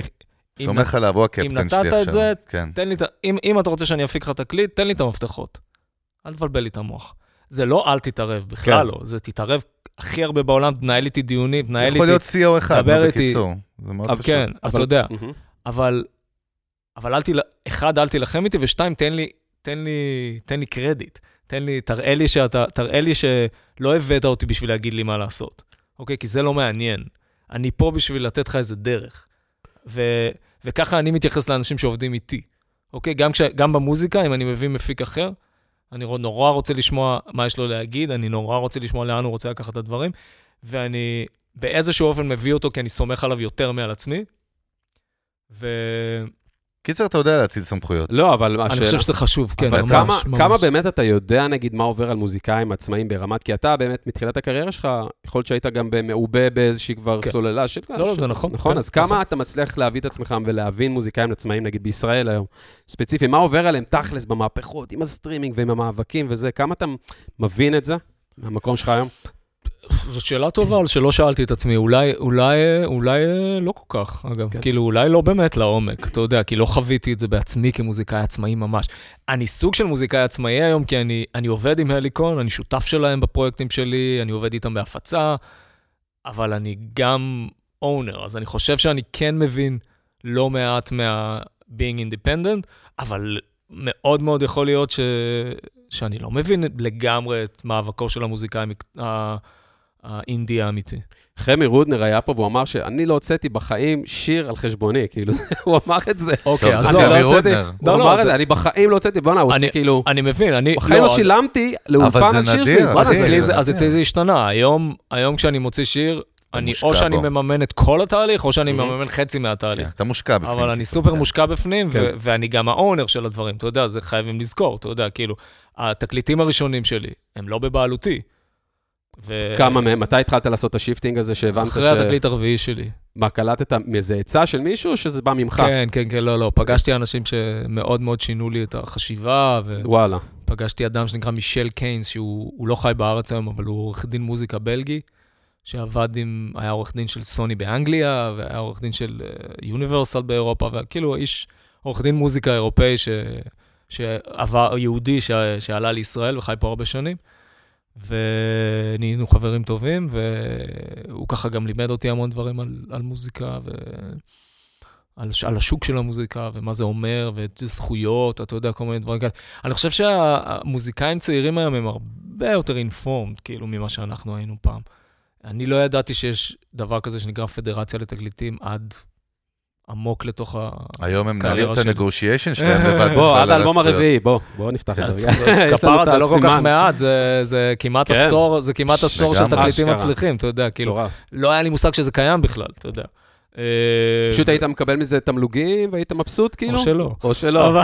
[SPEAKER 2] אם
[SPEAKER 1] סומך עליו, הוא הקפטן שלי
[SPEAKER 2] נתת
[SPEAKER 1] עכשיו.
[SPEAKER 2] את זה,
[SPEAKER 1] כן.
[SPEAKER 2] תן לי את ה... אם, אם אתה רוצה שאני אפיק לך תקליט, תן לי את המפתחות. אל תבלבל לי את המוח. זה לא אל תתערב,
[SPEAKER 3] כן.
[SPEAKER 2] בכלל לא. זה תתערב הכי הרבה בעולם, תנהל איתי דיונים, תנהל איתי...
[SPEAKER 1] יכול להיות CO אחד,
[SPEAKER 2] דבר
[SPEAKER 1] נו,
[SPEAKER 2] איתי.
[SPEAKER 1] בקיצור. זה מאוד
[SPEAKER 2] אבל
[SPEAKER 1] פשוט.
[SPEAKER 2] כן, אתה
[SPEAKER 3] אבל-
[SPEAKER 2] יודע.
[SPEAKER 3] Mhm.
[SPEAKER 2] אבל, אבל אל תל... אחד, אל תילחם איתי, ושתיים, תן לי, תן לי, תן לי קרדיט. תן לי, תראה לי שאתה, תראה לי שלא הבאת אותי בשביל להגיד לי מה לעשות. אוקיי? כי זה לא מעניין. אני פה בשביל לתת לך איזה דרך. ו, וככה אני מתייחס לאנשים שעובדים איתי. אוקיי? גם, כש, גם במוזיקה, אם אני מביא מפיק אחר, אני רוא- נורא רוצה לשמוע מה יש לו להגיד, אני נורא רוצה לשמוע לאן הוא רוצה לקחת את הדברים, ואני באיזשהו אופן מביא אותו כי אני סומך עליו יותר מעל עצמי. ו...
[SPEAKER 1] קיצר, אתה יודע להציל סמכויות.
[SPEAKER 3] לא, אבל
[SPEAKER 2] אני חושב
[SPEAKER 3] השאלה...
[SPEAKER 2] שזה חשוב, כן,
[SPEAKER 3] אבל
[SPEAKER 2] ממש,
[SPEAKER 3] כמה,
[SPEAKER 2] ממש.
[SPEAKER 3] כמה באמת אתה יודע, נגיד, מה עובר על מוזיקאים עצמאים ברמת, כי אתה באמת, מתחילת הקריירה שלך, יכול להיות שהיית גם מעובה באיזושהי כבר
[SPEAKER 2] כן.
[SPEAKER 3] סוללה של...
[SPEAKER 2] לא, לא, זה נכון,
[SPEAKER 3] נכון,
[SPEAKER 2] כן,
[SPEAKER 3] אז כמה
[SPEAKER 2] נכון.
[SPEAKER 3] אתה מצליח להביא את עצמך ולהבין מוזיקאים עצמאים, נגיד, בישראל היום, ספציפי, מה עובר עליהם תכלס במהפכות, עם הסטרימינג ועם המאבקים וזה, כמה אתה מבין את זה מהמקום שלך היום?
[SPEAKER 2] זאת שאלה טובה, אבל שלא שאלתי את עצמי. אולי, אולי, אולי אה, לא כל כך, אגב.
[SPEAKER 3] כן.
[SPEAKER 2] כן. כאילו, אולי לא באמת לעומק, אתה יודע, כי לא חוויתי את זה בעצמי כמוזיקאי עצמאי ממש. אני סוג של מוזיקאי עצמאי היום, כי אני, אני עובד עם הליקון, אני שותף שלהם בפרויקטים שלי, אני עובד איתם בהפצה, אבל אני גם אונר, אז אני חושב שאני כן מבין לא מעט מה being independent, אבל מאוד מאוד יכול להיות ש... שאני לא מבין לגמרי את מאבקו של אה, המוזיקאי המק- ה- האינדי האמיתי.
[SPEAKER 3] חמי רודנר היה פה והוא אמר שאני לא הוצאתי בחיים שיר על חשבוני, כאילו, *laughs* הוא אמר את זה.
[SPEAKER 1] טוב,
[SPEAKER 2] אוקיי,
[SPEAKER 1] אז
[SPEAKER 2] אז
[SPEAKER 1] זה
[SPEAKER 2] לא,
[SPEAKER 1] חמי
[SPEAKER 3] אני
[SPEAKER 2] לא,
[SPEAKER 3] לא הוצאתי,
[SPEAKER 1] רודנר.
[SPEAKER 3] הוא
[SPEAKER 2] לא, לא,
[SPEAKER 3] אמר את
[SPEAKER 2] זה-
[SPEAKER 3] זה, אני בחיים לא הוצאתי, בואנה, הוא הוציא כאילו...
[SPEAKER 2] אני מבין, אני...
[SPEAKER 3] בחיים לא
[SPEAKER 2] אז-
[SPEAKER 3] שילמתי
[SPEAKER 1] אבל
[SPEAKER 3] לאולפן
[SPEAKER 1] זה
[SPEAKER 3] על שיר
[SPEAKER 1] נדיר,
[SPEAKER 3] שלי.
[SPEAKER 2] מה זה,
[SPEAKER 1] אחי,
[SPEAKER 2] אצלי
[SPEAKER 1] זה
[SPEAKER 2] זה- אז
[SPEAKER 1] נדיר.
[SPEAKER 2] אצלי זה השתנה. היום, היום כשאני מוציא שיר, אני,
[SPEAKER 1] מושקע
[SPEAKER 2] או שאני
[SPEAKER 1] בו.
[SPEAKER 2] מממן את כל התהליך, או שאני
[SPEAKER 3] Mhm.
[SPEAKER 2] מממן חצי
[SPEAKER 1] כן,
[SPEAKER 2] מהתהליך.
[SPEAKER 1] אתה מושקע בפנים.
[SPEAKER 2] לא אבל אני סופר
[SPEAKER 1] כן.
[SPEAKER 2] מושקע בפנים, ו-
[SPEAKER 3] כן.
[SPEAKER 2] ואני גם האונר של הדברים, אתה יודע, זה חייבים לזכור, אתה יודע, כאילו, התקליטים הראשונים שלי, הם לא בבעלותי. ו-
[SPEAKER 3] כמה מהם, מתי התחלת לעשות את השיפטינג הזה שהבנת ש...
[SPEAKER 2] אחרי התקליט הרביעי שלי.
[SPEAKER 3] מה, קלטת מאיזה עצה של מישהו, או שזה בא ממך?
[SPEAKER 2] כן, כן, כן, לא, לא. פגשתי אנשים שמאוד מאוד שינו לי את החשיבה,
[SPEAKER 3] וואלה.
[SPEAKER 2] ופגשתי אדם שנקרא מישל קיינס, שהוא הוא לא חי בארץ היום, אבל הוא עורך דין מוזיקה בלגי, שעבד עם, היה עורך דין של סוני באנגליה, והיה עורך דין של אה, יוניברסל באירופה, וכאילו איש, עורך דין מוזיקה אירופאי ש... שעבר, יהודי ש... שעלה לישראל וחי פה הרבה שנים. ונהיינו חברים טובים, והוא ככה גם לימד אותי המון דברים על, על מוזיקה ועל על השוק של המוזיקה ומה זה אומר וזכויות, אתה יודע, כל מיני דברים כאלה. אני חושב שהמוזיקאים צעירים היום הם הרבה יותר אינפורמד, כאילו, ממה שאנחנו היינו פעם. אני לא ידעתי שיש דבר כזה שנקרא פדרציה לתקליטים עד עמוק לתוך ה...
[SPEAKER 1] היום הם מנהלים את
[SPEAKER 2] קריירה *laughs*
[SPEAKER 1] הנגושיישן שלהם לבד.
[SPEAKER 3] בוא,
[SPEAKER 1] בכלל
[SPEAKER 3] עד
[SPEAKER 1] על
[SPEAKER 3] האלבום
[SPEAKER 1] הזכויות. כן.
[SPEAKER 3] הרביעי, בוא, בוא נפתח את
[SPEAKER 2] כן.
[SPEAKER 3] זה רגע.
[SPEAKER 2] *laughs*
[SPEAKER 3] יש לנו
[SPEAKER 2] כפרה
[SPEAKER 3] את
[SPEAKER 2] זה לא כל כך
[SPEAKER 3] הסימן.
[SPEAKER 2] מעט, זה- זה כמעט
[SPEAKER 3] כן.
[SPEAKER 2] עשור, זה כמעט עשור של
[SPEAKER 1] לגמרי.
[SPEAKER 2] תקליטים
[SPEAKER 3] אשכרה.
[SPEAKER 2] מצליחים, אתה יודע, כאילו,
[SPEAKER 3] מטורף.
[SPEAKER 2] לא היה לי מושג שזה קיים בכלל, אתה יודע. אה,
[SPEAKER 3] פשוט היית מקבל מזה תמלוגים והיית מבסוט, כאילו?
[SPEAKER 2] או שלא.
[SPEAKER 3] או שלא.
[SPEAKER 2] אבל-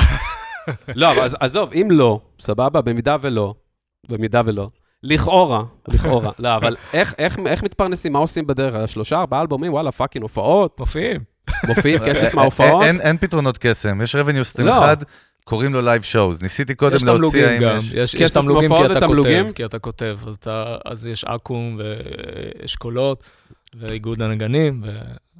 [SPEAKER 3] לא, אבל אז- עזוב, אם לא, סבבה, במידה ולא, במידה ולא, לכאורה,
[SPEAKER 2] *laughs*
[SPEAKER 3] לכאורה, לא, אבל איך- איך איך מתפרנסים, מה עושים בדרך? שלושה, ארבעה אלבומים, וואלה, פאקינג, הופעות,
[SPEAKER 2] מופיעים. *laughs*
[SPEAKER 3] מופיעים, כסף
[SPEAKER 1] אה,
[SPEAKER 3] מההופעות.
[SPEAKER 1] אין- אין פתרונות קסם, יש revenue stream
[SPEAKER 3] לא.
[SPEAKER 1] אחד, קוראים לו live shows. ניסיתי קודם
[SPEAKER 2] יש
[SPEAKER 1] להוציא,
[SPEAKER 2] תמלוגים
[SPEAKER 1] האם
[SPEAKER 2] גם,
[SPEAKER 1] כן, יש...
[SPEAKER 2] יש יש
[SPEAKER 3] כסף
[SPEAKER 2] תמלוגים כי
[SPEAKER 3] מהופעות
[SPEAKER 2] אתה
[SPEAKER 3] ותמלוגים.
[SPEAKER 2] כותב, כי אתה כותב, אז אתה- אז יש אקו"ם ואשכולות ואיגוד הנגנים. ו-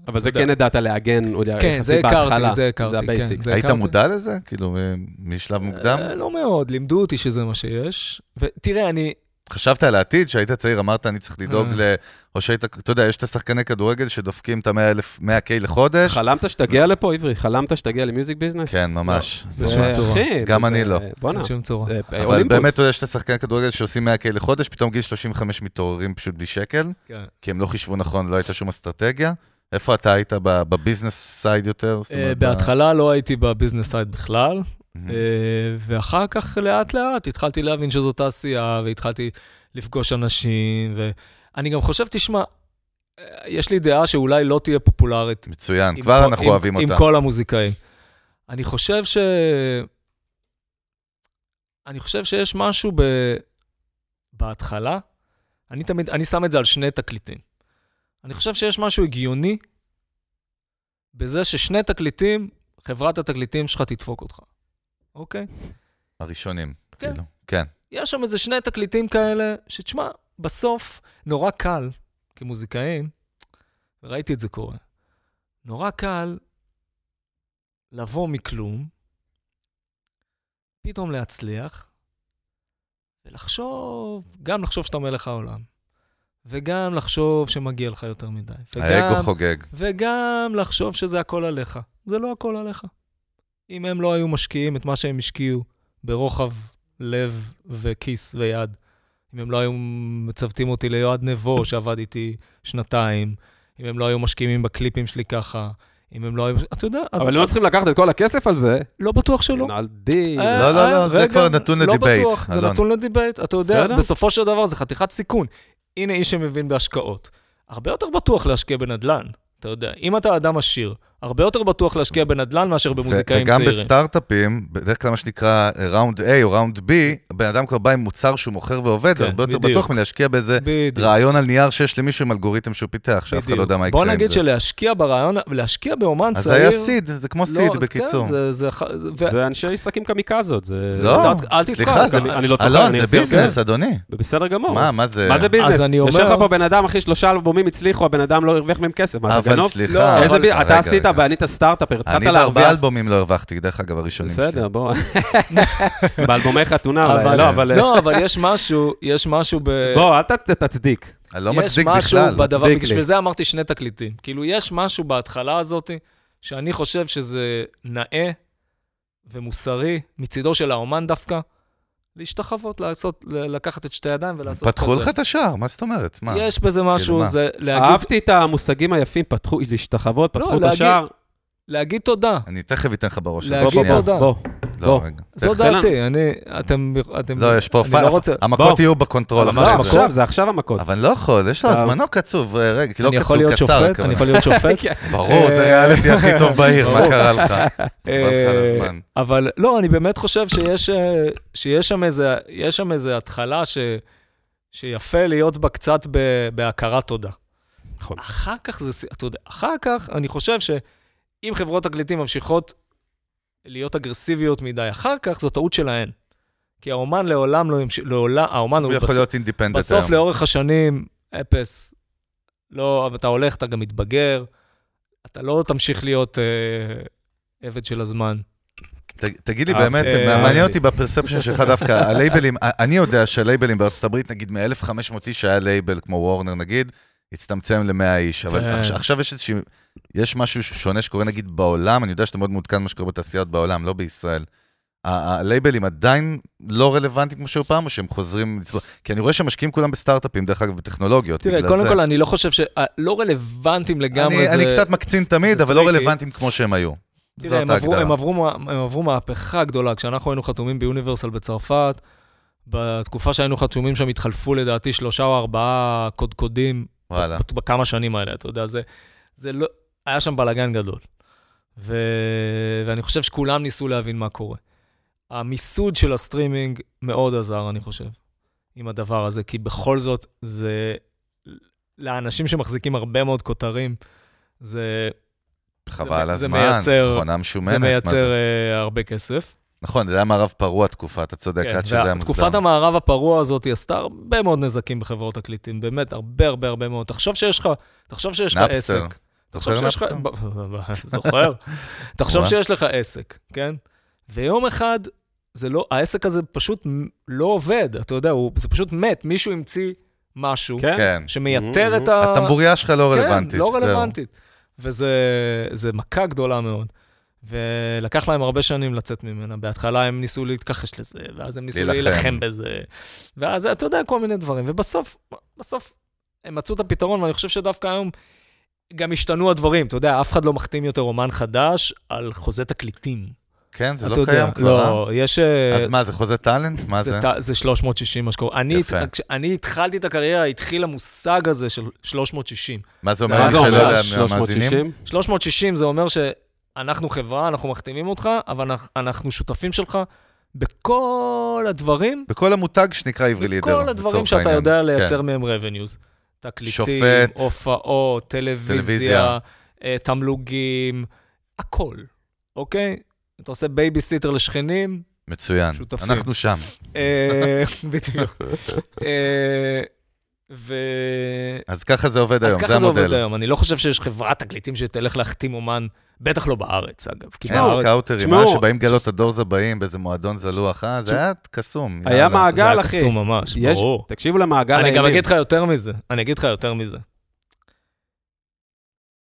[SPEAKER 3] אבל זה
[SPEAKER 2] אתה יודע.
[SPEAKER 3] כן ידעת לעגן, עוד
[SPEAKER 2] כן, זה
[SPEAKER 3] יחסית בהתחלה.
[SPEAKER 2] הכרתי, זה הכרתי,
[SPEAKER 3] זה
[SPEAKER 2] כן,
[SPEAKER 3] הבייסיקס.
[SPEAKER 2] זה
[SPEAKER 1] היית
[SPEAKER 2] הכרתי.
[SPEAKER 1] מודע לזה? כאילו, אה, משלב מוקדם?
[SPEAKER 2] אה, לא מאוד, לימדו אותי שזה מה שיש. ותראה, אני...
[SPEAKER 1] חשבת על העתיד, שהיית צעיר, אמרת, אני צריך לדאוג
[SPEAKER 2] אה.
[SPEAKER 1] ל... או שהיית, אתה יודע, יש את השחקני כדורגל שדופקים את ה-100K לחודש?
[SPEAKER 3] חלמת שתגיע לפה, עברי? חלמת שתגיע למיוזיק ביזנס?
[SPEAKER 1] כן, ממש.
[SPEAKER 3] זה
[SPEAKER 2] לא. בשום צורה.
[SPEAKER 3] אחי,
[SPEAKER 1] גם
[SPEAKER 3] זה-
[SPEAKER 1] אני לא.
[SPEAKER 3] בואנה.
[SPEAKER 2] בשום צורה.
[SPEAKER 3] אה. זה
[SPEAKER 1] אבל
[SPEAKER 3] אולימפוס.
[SPEAKER 1] באמת, אתה יודע, יש את השחקני כדורגל שעושים 100K לחודש, פתאום גיל 35 מתעוררים פשוט בלי שקל,
[SPEAKER 2] כן.
[SPEAKER 1] כי הם לא חישבו נכון, לא הייתה שום אסטרטגיה. איפה אתה היית? ב- בביזנס סייד יותר? זאת
[SPEAKER 2] אה,
[SPEAKER 1] אומרת, ב-
[SPEAKER 2] בהתחלה לא הייתי בביזנס סייד בכלל,
[SPEAKER 1] Mhm.
[SPEAKER 2] אה, ואחר כך לאט-לאט התחלתי להבין שזו תעשייה, והתחלתי לפגוש אנשים, ואני גם חושב, תשמע, אה, יש לי דעה שאולי לא תהיה פופולרית
[SPEAKER 1] מצוין,
[SPEAKER 2] עם
[SPEAKER 1] כבר
[SPEAKER 2] כל-
[SPEAKER 1] אנחנו
[SPEAKER 2] עם-
[SPEAKER 1] אוהבים אותה.
[SPEAKER 2] עם כל המוזיקאים. אני חושב ש... אני חושב שיש משהו ב... בהתחלה, אני תמיד, אני שם את זה על שני תקליטים. אני חושב שיש משהו הגיוני בזה ששני תקליטים, חברת התקליטים שלך תדפוק אותך, אוקיי?
[SPEAKER 1] הראשונים.
[SPEAKER 2] כן.
[SPEAKER 1] כאילו. כן.
[SPEAKER 2] יש שם איזה שני תקליטים כאלה, שתשמע, בסוף נורא קל, כמוזיקאים, וראיתי את זה קורה, נורא קל לבוא מכלום, פתאום להצליח, ולחשוב, גם לחשוב שאתה מלך העולם, וגם לחשוב שמגיע לך יותר מדי.
[SPEAKER 1] האגו
[SPEAKER 2] וגם-
[SPEAKER 1] חוגג.
[SPEAKER 2] וגם לחשוב שזה הכל עליך. זה לא הכל עליך. אם הם לא היו משקיעים את מה שהם השקיעו ברוחב לב וכיס ויד, אם הם לא היו מצוותים אותי ליועד נבו, שעבד איתי שנתיים, אם הם לא היו משקיעים בקליפים שלי ככה, אם הם לא היו... אתה יודע, אז
[SPEAKER 3] אבל הם לא צריכים לקחת את כל הכסף על זה.
[SPEAKER 2] לא בטוח שלא.
[SPEAKER 3] נלדי.
[SPEAKER 2] אה,
[SPEAKER 1] לא, לא, לא,
[SPEAKER 2] אה,
[SPEAKER 1] זה
[SPEAKER 2] רגע,
[SPEAKER 1] כבר נתון לדיבייט,
[SPEAKER 2] לא בטוח, זה
[SPEAKER 1] אלון.
[SPEAKER 2] נתון לדיבייט. אתה יודע,
[SPEAKER 3] בסדר.
[SPEAKER 2] בסופו של דבר זה חתיכת סיכון. הנה איש שמבין בהשקעות. הרבה יותר בטוח להשקיע בנדל"ן, אתה יודע. אם אתה אדם עשיר, הרבה יותר בטוח להשקיע בנדל"ן מאשר במוזיקאים
[SPEAKER 1] וגם
[SPEAKER 2] צעירים.
[SPEAKER 1] בסטארט-אפים, בדרך כלל מה שנקרא ראונד A או ראונד B, בן אדם כבר בא עם מוצר שהוא מוכר ועובד, זה
[SPEAKER 2] כן,
[SPEAKER 1] הרבה יותר
[SPEAKER 2] בדיוק.
[SPEAKER 1] בטוח מלהשקיע באיזה
[SPEAKER 2] בדיוק.
[SPEAKER 1] רעיון על נייר שיש למישהו עם אלגוריתם שהוא פיתח, שאף אחד לא
[SPEAKER 2] בדיוק.
[SPEAKER 1] יודע מה יקרה
[SPEAKER 2] בוא
[SPEAKER 1] עם זה.
[SPEAKER 2] נגיד שלהשקיע ברעיון, להשקיע באומן
[SPEAKER 1] אז
[SPEAKER 2] צעיר...
[SPEAKER 1] זה היה סיד, זה כמו סיד
[SPEAKER 2] אז
[SPEAKER 1] בקיצור.
[SPEAKER 2] כן, זה... זה, ח- זה ו...
[SPEAKER 3] לא, זה אנשי עסקים קמיקזות, זה...
[SPEAKER 1] זה לא,
[SPEAKER 2] קצת- אל תצחק,
[SPEAKER 1] סליחה, זה-
[SPEAKER 3] אני- אני לא צוחק, אני
[SPEAKER 1] אלון, זה
[SPEAKER 3] אעשה-
[SPEAKER 2] כן.
[SPEAKER 1] ביזנס, אדוני.
[SPEAKER 3] בסדר
[SPEAKER 2] לא.
[SPEAKER 3] גמור.
[SPEAKER 1] מה, מה זה?
[SPEAKER 3] מה זה ביזנס?
[SPEAKER 2] אז אני אומר-
[SPEAKER 3] יושב לך פה בן אדם, אחי, שלושה אלבומים הצליחו, הבן אדם לא הרוויח מהם כסף. מה, אתה
[SPEAKER 1] אבל
[SPEAKER 3] גנוב? לא,
[SPEAKER 1] סליחה.
[SPEAKER 3] איזה
[SPEAKER 1] אבל-
[SPEAKER 3] בי...
[SPEAKER 1] רגע,
[SPEAKER 3] אתה עשית
[SPEAKER 1] רגע.
[SPEAKER 3] וענית סטארט-אפ, התחלת
[SPEAKER 1] אני
[SPEAKER 3] להרוויח...
[SPEAKER 1] בארבעה אלבומים לא הרווחתי, דרך אגב, הראשונים שלי.
[SPEAKER 3] בסדר, בוא. *laughs* באלבומי חתונה,
[SPEAKER 2] אבל-
[SPEAKER 3] אולי, לא, אבל...
[SPEAKER 2] לא, אבל יש משהו, יש משהו ב...
[SPEAKER 3] בוא, אל ת- תצדיק.
[SPEAKER 1] אני לא
[SPEAKER 2] יש
[SPEAKER 1] מצדיק
[SPEAKER 2] משהו
[SPEAKER 1] בכלל.
[SPEAKER 2] בדבר,
[SPEAKER 3] מצדיק לי.
[SPEAKER 2] בשביל זה אמרתי שני תקליטים. כאילו, יש משהו בהתחלה הזאת, שאני חושב שזה נאה ומוסרי, מצידו של האומן דווקא, להשתחוות, לעשות, ל- לקחת את שתי הידיים ולעשות
[SPEAKER 1] פתחו לך את השער, מה זאת אומרת? מה? כאילו,
[SPEAKER 2] יש בזה משהו,
[SPEAKER 1] מה?
[SPEAKER 2] זה להגיד,
[SPEAKER 3] אהבתי את המושגים היפים, פתחו, להשתחוות,
[SPEAKER 2] לא,
[SPEAKER 3] פתחו את
[SPEAKER 2] להגיד-
[SPEAKER 3] השער.
[SPEAKER 2] להגיד תודה.
[SPEAKER 1] אני תכף אתן לך בראש.
[SPEAKER 2] להגיד
[SPEAKER 1] בוא, בוא, בוא.
[SPEAKER 2] תודה.
[SPEAKER 3] בוא,
[SPEAKER 1] לא,
[SPEAKER 3] בוא.
[SPEAKER 1] רגע.
[SPEAKER 2] זו
[SPEAKER 1] תכף.
[SPEAKER 3] תן לנו.
[SPEAKER 2] דעתי, אני, אתם, אתם,
[SPEAKER 1] לא, יש פה...
[SPEAKER 2] אני
[SPEAKER 1] פי-
[SPEAKER 2] לא רוצה,
[SPEAKER 1] המכות
[SPEAKER 3] בוא.
[SPEAKER 1] יהיו בקונטרול
[SPEAKER 2] אבל מה,
[SPEAKER 1] אחרי
[SPEAKER 2] המכות?
[SPEAKER 1] זה.
[SPEAKER 3] עכשיו, זה עכשיו המכות.
[SPEAKER 1] אבל אני לא יכול, יש לו,
[SPEAKER 3] אבל-
[SPEAKER 1] זמנו קצוב, אה, רגע, כי לא
[SPEAKER 2] אני יכול
[SPEAKER 1] קצוב,
[SPEAKER 2] להיות
[SPEAKER 1] קצר.
[SPEAKER 2] שופט,
[SPEAKER 1] הכוונה.
[SPEAKER 2] אני יכול להיות שופט,
[SPEAKER 1] *laughs*
[SPEAKER 3] כן,
[SPEAKER 1] ברור, זה
[SPEAKER 2] אה,
[SPEAKER 1] ריאליטי הכי
[SPEAKER 2] *laughs*
[SPEAKER 1] טוב בעיר, מה
[SPEAKER 2] ברור.
[SPEAKER 1] קרה לך? חבל לך על
[SPEAKER 2] אה,
[SPEAKER 1] הזמן.
[SPEAKER 2] אבל לא, אני באמת חושב שיש, אה, שיש שם איזה, יש שם איזה התחלה ש, שיפה להיות בה קצת ב, בהכרת תודה.
[SPEAKER 3] נכון.
[SPEAKER 2] אחר כך זה, ס- אתה יודע, אחר כך אני חושב שאם חברות תקליטים ממשיכות להיות אגרסיביות מדי אחר כך, זו טעות שלהן. כי האומן לעולם לא ימשיך, לעולם, האומן הוא,
[SPEAKER 1] הוא יכול
[SPEAKER 2] בסוף-
[SPEAKER 1] להיות אינדיפנדנט היום.
[SPEAKER 2] בסוף לאורך השנים, אפס. לא, אבל אתה הולך, אתה גם מתבגר, אתה לא תמשיך להיות אה, עבד של הזמן.
[SPEAKER 1] ת- תגיד לי
[SPEAKER 3] אהבתי,
[SPEAKER 1] באמת,
[SPEAKER 2] אה,
[SPEAKER 1] מעניין
[SPEAKER 2] אהבתי.
[SPEAKER 1] אותי בפרספשן שלך
[SPEAKER 2] *laughs*
[SPEAKER 1] דווקא, הלייבלים, אני יודע שהלייבלים בארצות הברית, נגיד מ-1500 איש היה לייבל כמו וורנר נגיד, הצטמצם ל-100 איש, אבל
[SPEAKER 2] כן.
[SPEAKER 1] עכש- עכשיו יש איזושהי, יש משהו שונה שקורה נגיד בעולם, אני יודע שאתה מאוד מעודכן מה שקורה בתעשיות בעולם, לא בישראל. ה- ה- הלייבלים עדיין לא רלוונטיים כמו שהיו פעם, או שהם חוזרים לצבור? כי אני רואה שמשקיעים כולם בסטארט-אפים, דרך אגב, בטכנולוגיות.
[SPEAKER 2] תראה,
[SPEAKER 1] בגלל
[SPEAKER 2] קודם
[SPEAKER 1] זה.
[SPEAKER 2] כל, אני לא חושב ש... אה, לא רלוונטיים לגמרי.
[SPEAKER 1] אני,
[SPEAKER 2] זה...
[SPEAKER 1] אני קצת מקצין תמיד,
[SPEAKER 2] זה
[SPEAKER 1] אבל לא
[SPEAKER 2] טריקי.
[SPEAKER 1] רלוונטיים כמו שהם היו.
[SPEAKER 2] תראה,
[SPEAKER 1] זאת
[SPEAKER 2] הם עברו,
[SPEAKER 1] ההגדרה.
[SPEAKER 2] הם, עברו, מה- הם עברו מהפכה גדולה. כשאנחנו היינו חתומים ביוניברסל בצרפת, בתקופה שהיינו חתומים שם התחלפו לדעתי שלושה או ארבעה קודקודים
[SPEAKER 1] וואלה.
[SPEAKER 2] בת- בכמה שנים האלה, אתה יודע, זה, זה לא... היה שם בלאגן גדול. ו... ואני חושב שכולם ניסו להבין מה קורה. המיסוד של הסטרימינג מאוד עזר, אני חושב, עם הדבר הזה, כי בכל זאת, זה... לאנשים שמחזיקים הרבה מאוד כותרים, זה,
[SPEAKER 1] חבל על
[SPEAKER 2] זה
[SPEAKER 1] הזמן,
[SPEAKER 2] מייצר-
[SPEAKER 1] מכונה משומנת.
[SPEAKER 2] זה
[SPEAKER 1] מה
[SPEAKER 2] מייצר uh, הרבה כסף.
[SPEAKER 1] נכון, זה היה מערב פרוע תקופה, אתה צודק,
[SPEAKER 2] כן,
[SPEAKER 1] עד שזה היה מוסדר.
[SPEAKER 2] תקופת המערב הפרוע הזאת עשתה הרבה מאוד נזקים בחברות תקליטים, באמת, הרבה הרבה הרבה מאוד. תחשוב שיש לך, תחשוב שיש לך
[SPEAKER 1] נאפסטר.
[SPEAKER 2] עסק. תחשוב
[SPEAKER 1] זוכר
[SPEAKER 2] שיש לך...
[SPEAKER 1] נאפסטר?
[SPEAKER 2] ב- זוכר. תחשוב
[SPEAKER 1] וואי.
[SPEAKER 2] שיש לך עסק, כן? ויום אחד, זה לא, העסק הזה פשוט מ- לא עובד, אתה יודע, הוא, זה פשוט מת, מישהו המציא משהו
[SPEAKER 3] כן?
[SPEAKER 1] כן.
[SPEAKER 2] שמייתר את ה...
[SPEAKER 1] הטמבוריה שלך לא רלוונטית.
[SPEAKER 2] כן, לא
[SPEAKER 1] זהו.
[SPEAKER 2] רלוונטית. וזה זה מכה גדולה מאוד. ולקח להם הרבה שנים לצאת ממנה. בהתחלה הם ניסו להתכחש לזה, ואז הם ניסו
[SPEAKER 1] להילחם.
[SPEAKER 2] להילחם, בזה. ואז אתה יודע, כל מיני דברים. ובסוף, בסוף הם מצאו את הפתרון, ואני חושב שדווקא היום גם השתנו הדברים. אתה יודע, אף אחד לא מחתים יותר אומן חדש על חוזה תקליטים.
[SPEAKER 1] כן, זה
[SPEAKER 2] אתה
[SPEAKER 1] לא
[SPEAKER 2] יודע,
[SPEAKER 1] קיים כבר. אה?
[SPEAKER 2] לא, יש... אה,
[SPEAKER 1] אז מה, זה חוזה טאלנט? מה
[SPEAKER 2] זה,
[SPEAKER 1] זה?
[SPEAKER 2] ת- זה 360 מה שקורה. אני,
[SPEAKER 1] יפה.
[SPEAKER 2] הת- כשאני התחלתי את הקריירה, התחיל המושג הזה של 360.
[SPEAKER 1] מה זה
[SPEAKER 2] זה
[SPEAKER 1] אומר
[SPEAKER 3] מה
[SPEAKER 1] לי
[SPEAKER 3] זה
[SPEAKER 2] אני
[SPEAKER 1] שלא
[SPEAKER 2] אומר?
[SPEAKER 1] יודע
[SPEAKER 3] אומר?
[SPEAKER 1] מהמאזינים?
[SPEAKER 3] 360?
[SPEAKER 2] 360 זה אומר שאנחנו חברה, אנחנו מחתימים אותך, אבל אנחנו- אנחנו שותפים שלך בכל הדברים,
[SPEAKER 1] בכל המותג שנקרא עברי לידר.
[SPEAKER 2] בכל הדברים
[SPEAKER 1] לצורך
[SPEAKER 2] שאתה
[SPEAKER 1] העניין.
[SPEAKER 2] יודע לייצר
[SPEAKER 1] כן.
[SPEAKER 2] מהם revenues. תקליטים,
[SPEAKER 1] שופט,
[SPEAKER 2] הופעות,
[SPEAKER 1] טלוויזיה.
[SPEAKER 2] טלוויזיה, אה, תמלוגים, הכל, אוקיי? אתה עושה בייביסיטר לשכנים,
[SPEAKER 1] מצוין.
[SPEAKER 2] שותפים.
[SPEAKER 1] אנחנו שם. *laughs*
[SPEAKER 2] אה, בדיוק. אה, ו...
[SPEAKER 1] אז ככה זה עובד
[SPEAKER 2] אז
[SPEAKER 1] היום, זה
[SPEAKER 2] ככה זה עובד
[SPEAKER 1] המודל.
[SPEAKER 2] היום. אני לא חושב שיש חברת תקליטים שתלך להחתים אומן, בטח לא בארץ, אגב. כי
[SPEAKER 1] אין
[SPEAKER 2] בארץ-
[SPEAKER 1] כן, סקאוטרים, מה
[SPEAKER 3] תשמעו-
[SPEAKER 1] שבאים גלות הדור זבאים באיזה מועדון זלוח, אה? זה היה קסום.
[SPEAKER 3] היה
[SPEAKER 1] יאללה.
[SPEAKER 3] מעגל,
[SPEAKER 2] זה היה
[SPEAKER 3] אחי.
[SPEAKER 2] קסום ממש,
[SPEAKER 3] יש-
[SPEAKER 2] ברור.
[SPEAKER 3] תקשיבו למעגל
[SPEAKER 2] אני גם
[SPEAKER 3] הימין.
[SPEAKER 2] אגיד לך יותר מזה, אני אגיד לך יותר מזה.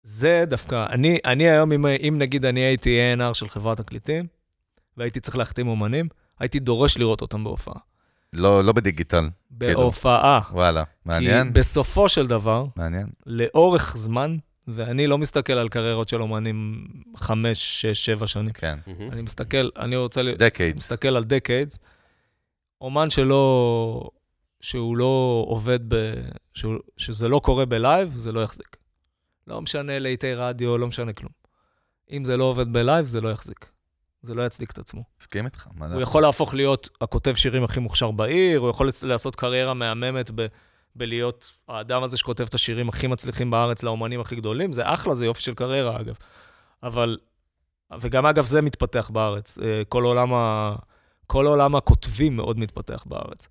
[SPEAKER 2] זה דווקא, אני, אני היום, אם, אם נגיד אני הייתי A&R של חברת תקליטים, והייתי צריך להחתים אומנים, הייתי דורש לראות אותם בהופעה.
[SPEAKER 1] לא לא בדיגיטל,
[SPEAKER 2] בהופעה.
[SPEAKER 1] וואלה. מעניין,
[SPEAKER 2] כי בסופו של דבר,
[SPEAKER 1] מעניין.
[SPEAKER 2] לאורך זמן, ואני לא מסתכל על קריירות של אומנים חמש, שש, שבע שנים.
[SPEAKER 1] כן.
[SPEAKER 3] מהמם.
[SPEAKER 2] אני מסתכל, אני רוצה... ל-
[SPEAKER 1] דקיידס.
[SPEAKER 2] מסתכל על דקיידס, אומן שלא, שהוא לא עובד, ב, שהוא, שזה לא קורה בלייב, זה לא יחזיק. לא משנה להיטי רדיו, לא משנה כלום. אם זה לא עובד בלייב, זה לא יחזיק. זה לא יצדיק את עצמו.
[SPEAKER 1] מסכים איתך, מה
[SPEAKER 2] הוא
[SPEAKER 1] לעשות?
[SPEAKER 2] יכול להפוך להיות הכותב שירים הכי מוכשר בעיר, הוא יכול לצ- לעשות קריירה מהממת ב... בלהיות האדם הזה שכותב את השירים הכי מצליחים בארץ לאומנים הכי גדולים, זה אחלה, זה יופי של קריירה אגב. אבל, וגם אגב זה מתפתח בארץ, אה, כל עולם, ה, כל עולם הכותבים מאוד מתפתח בארץ,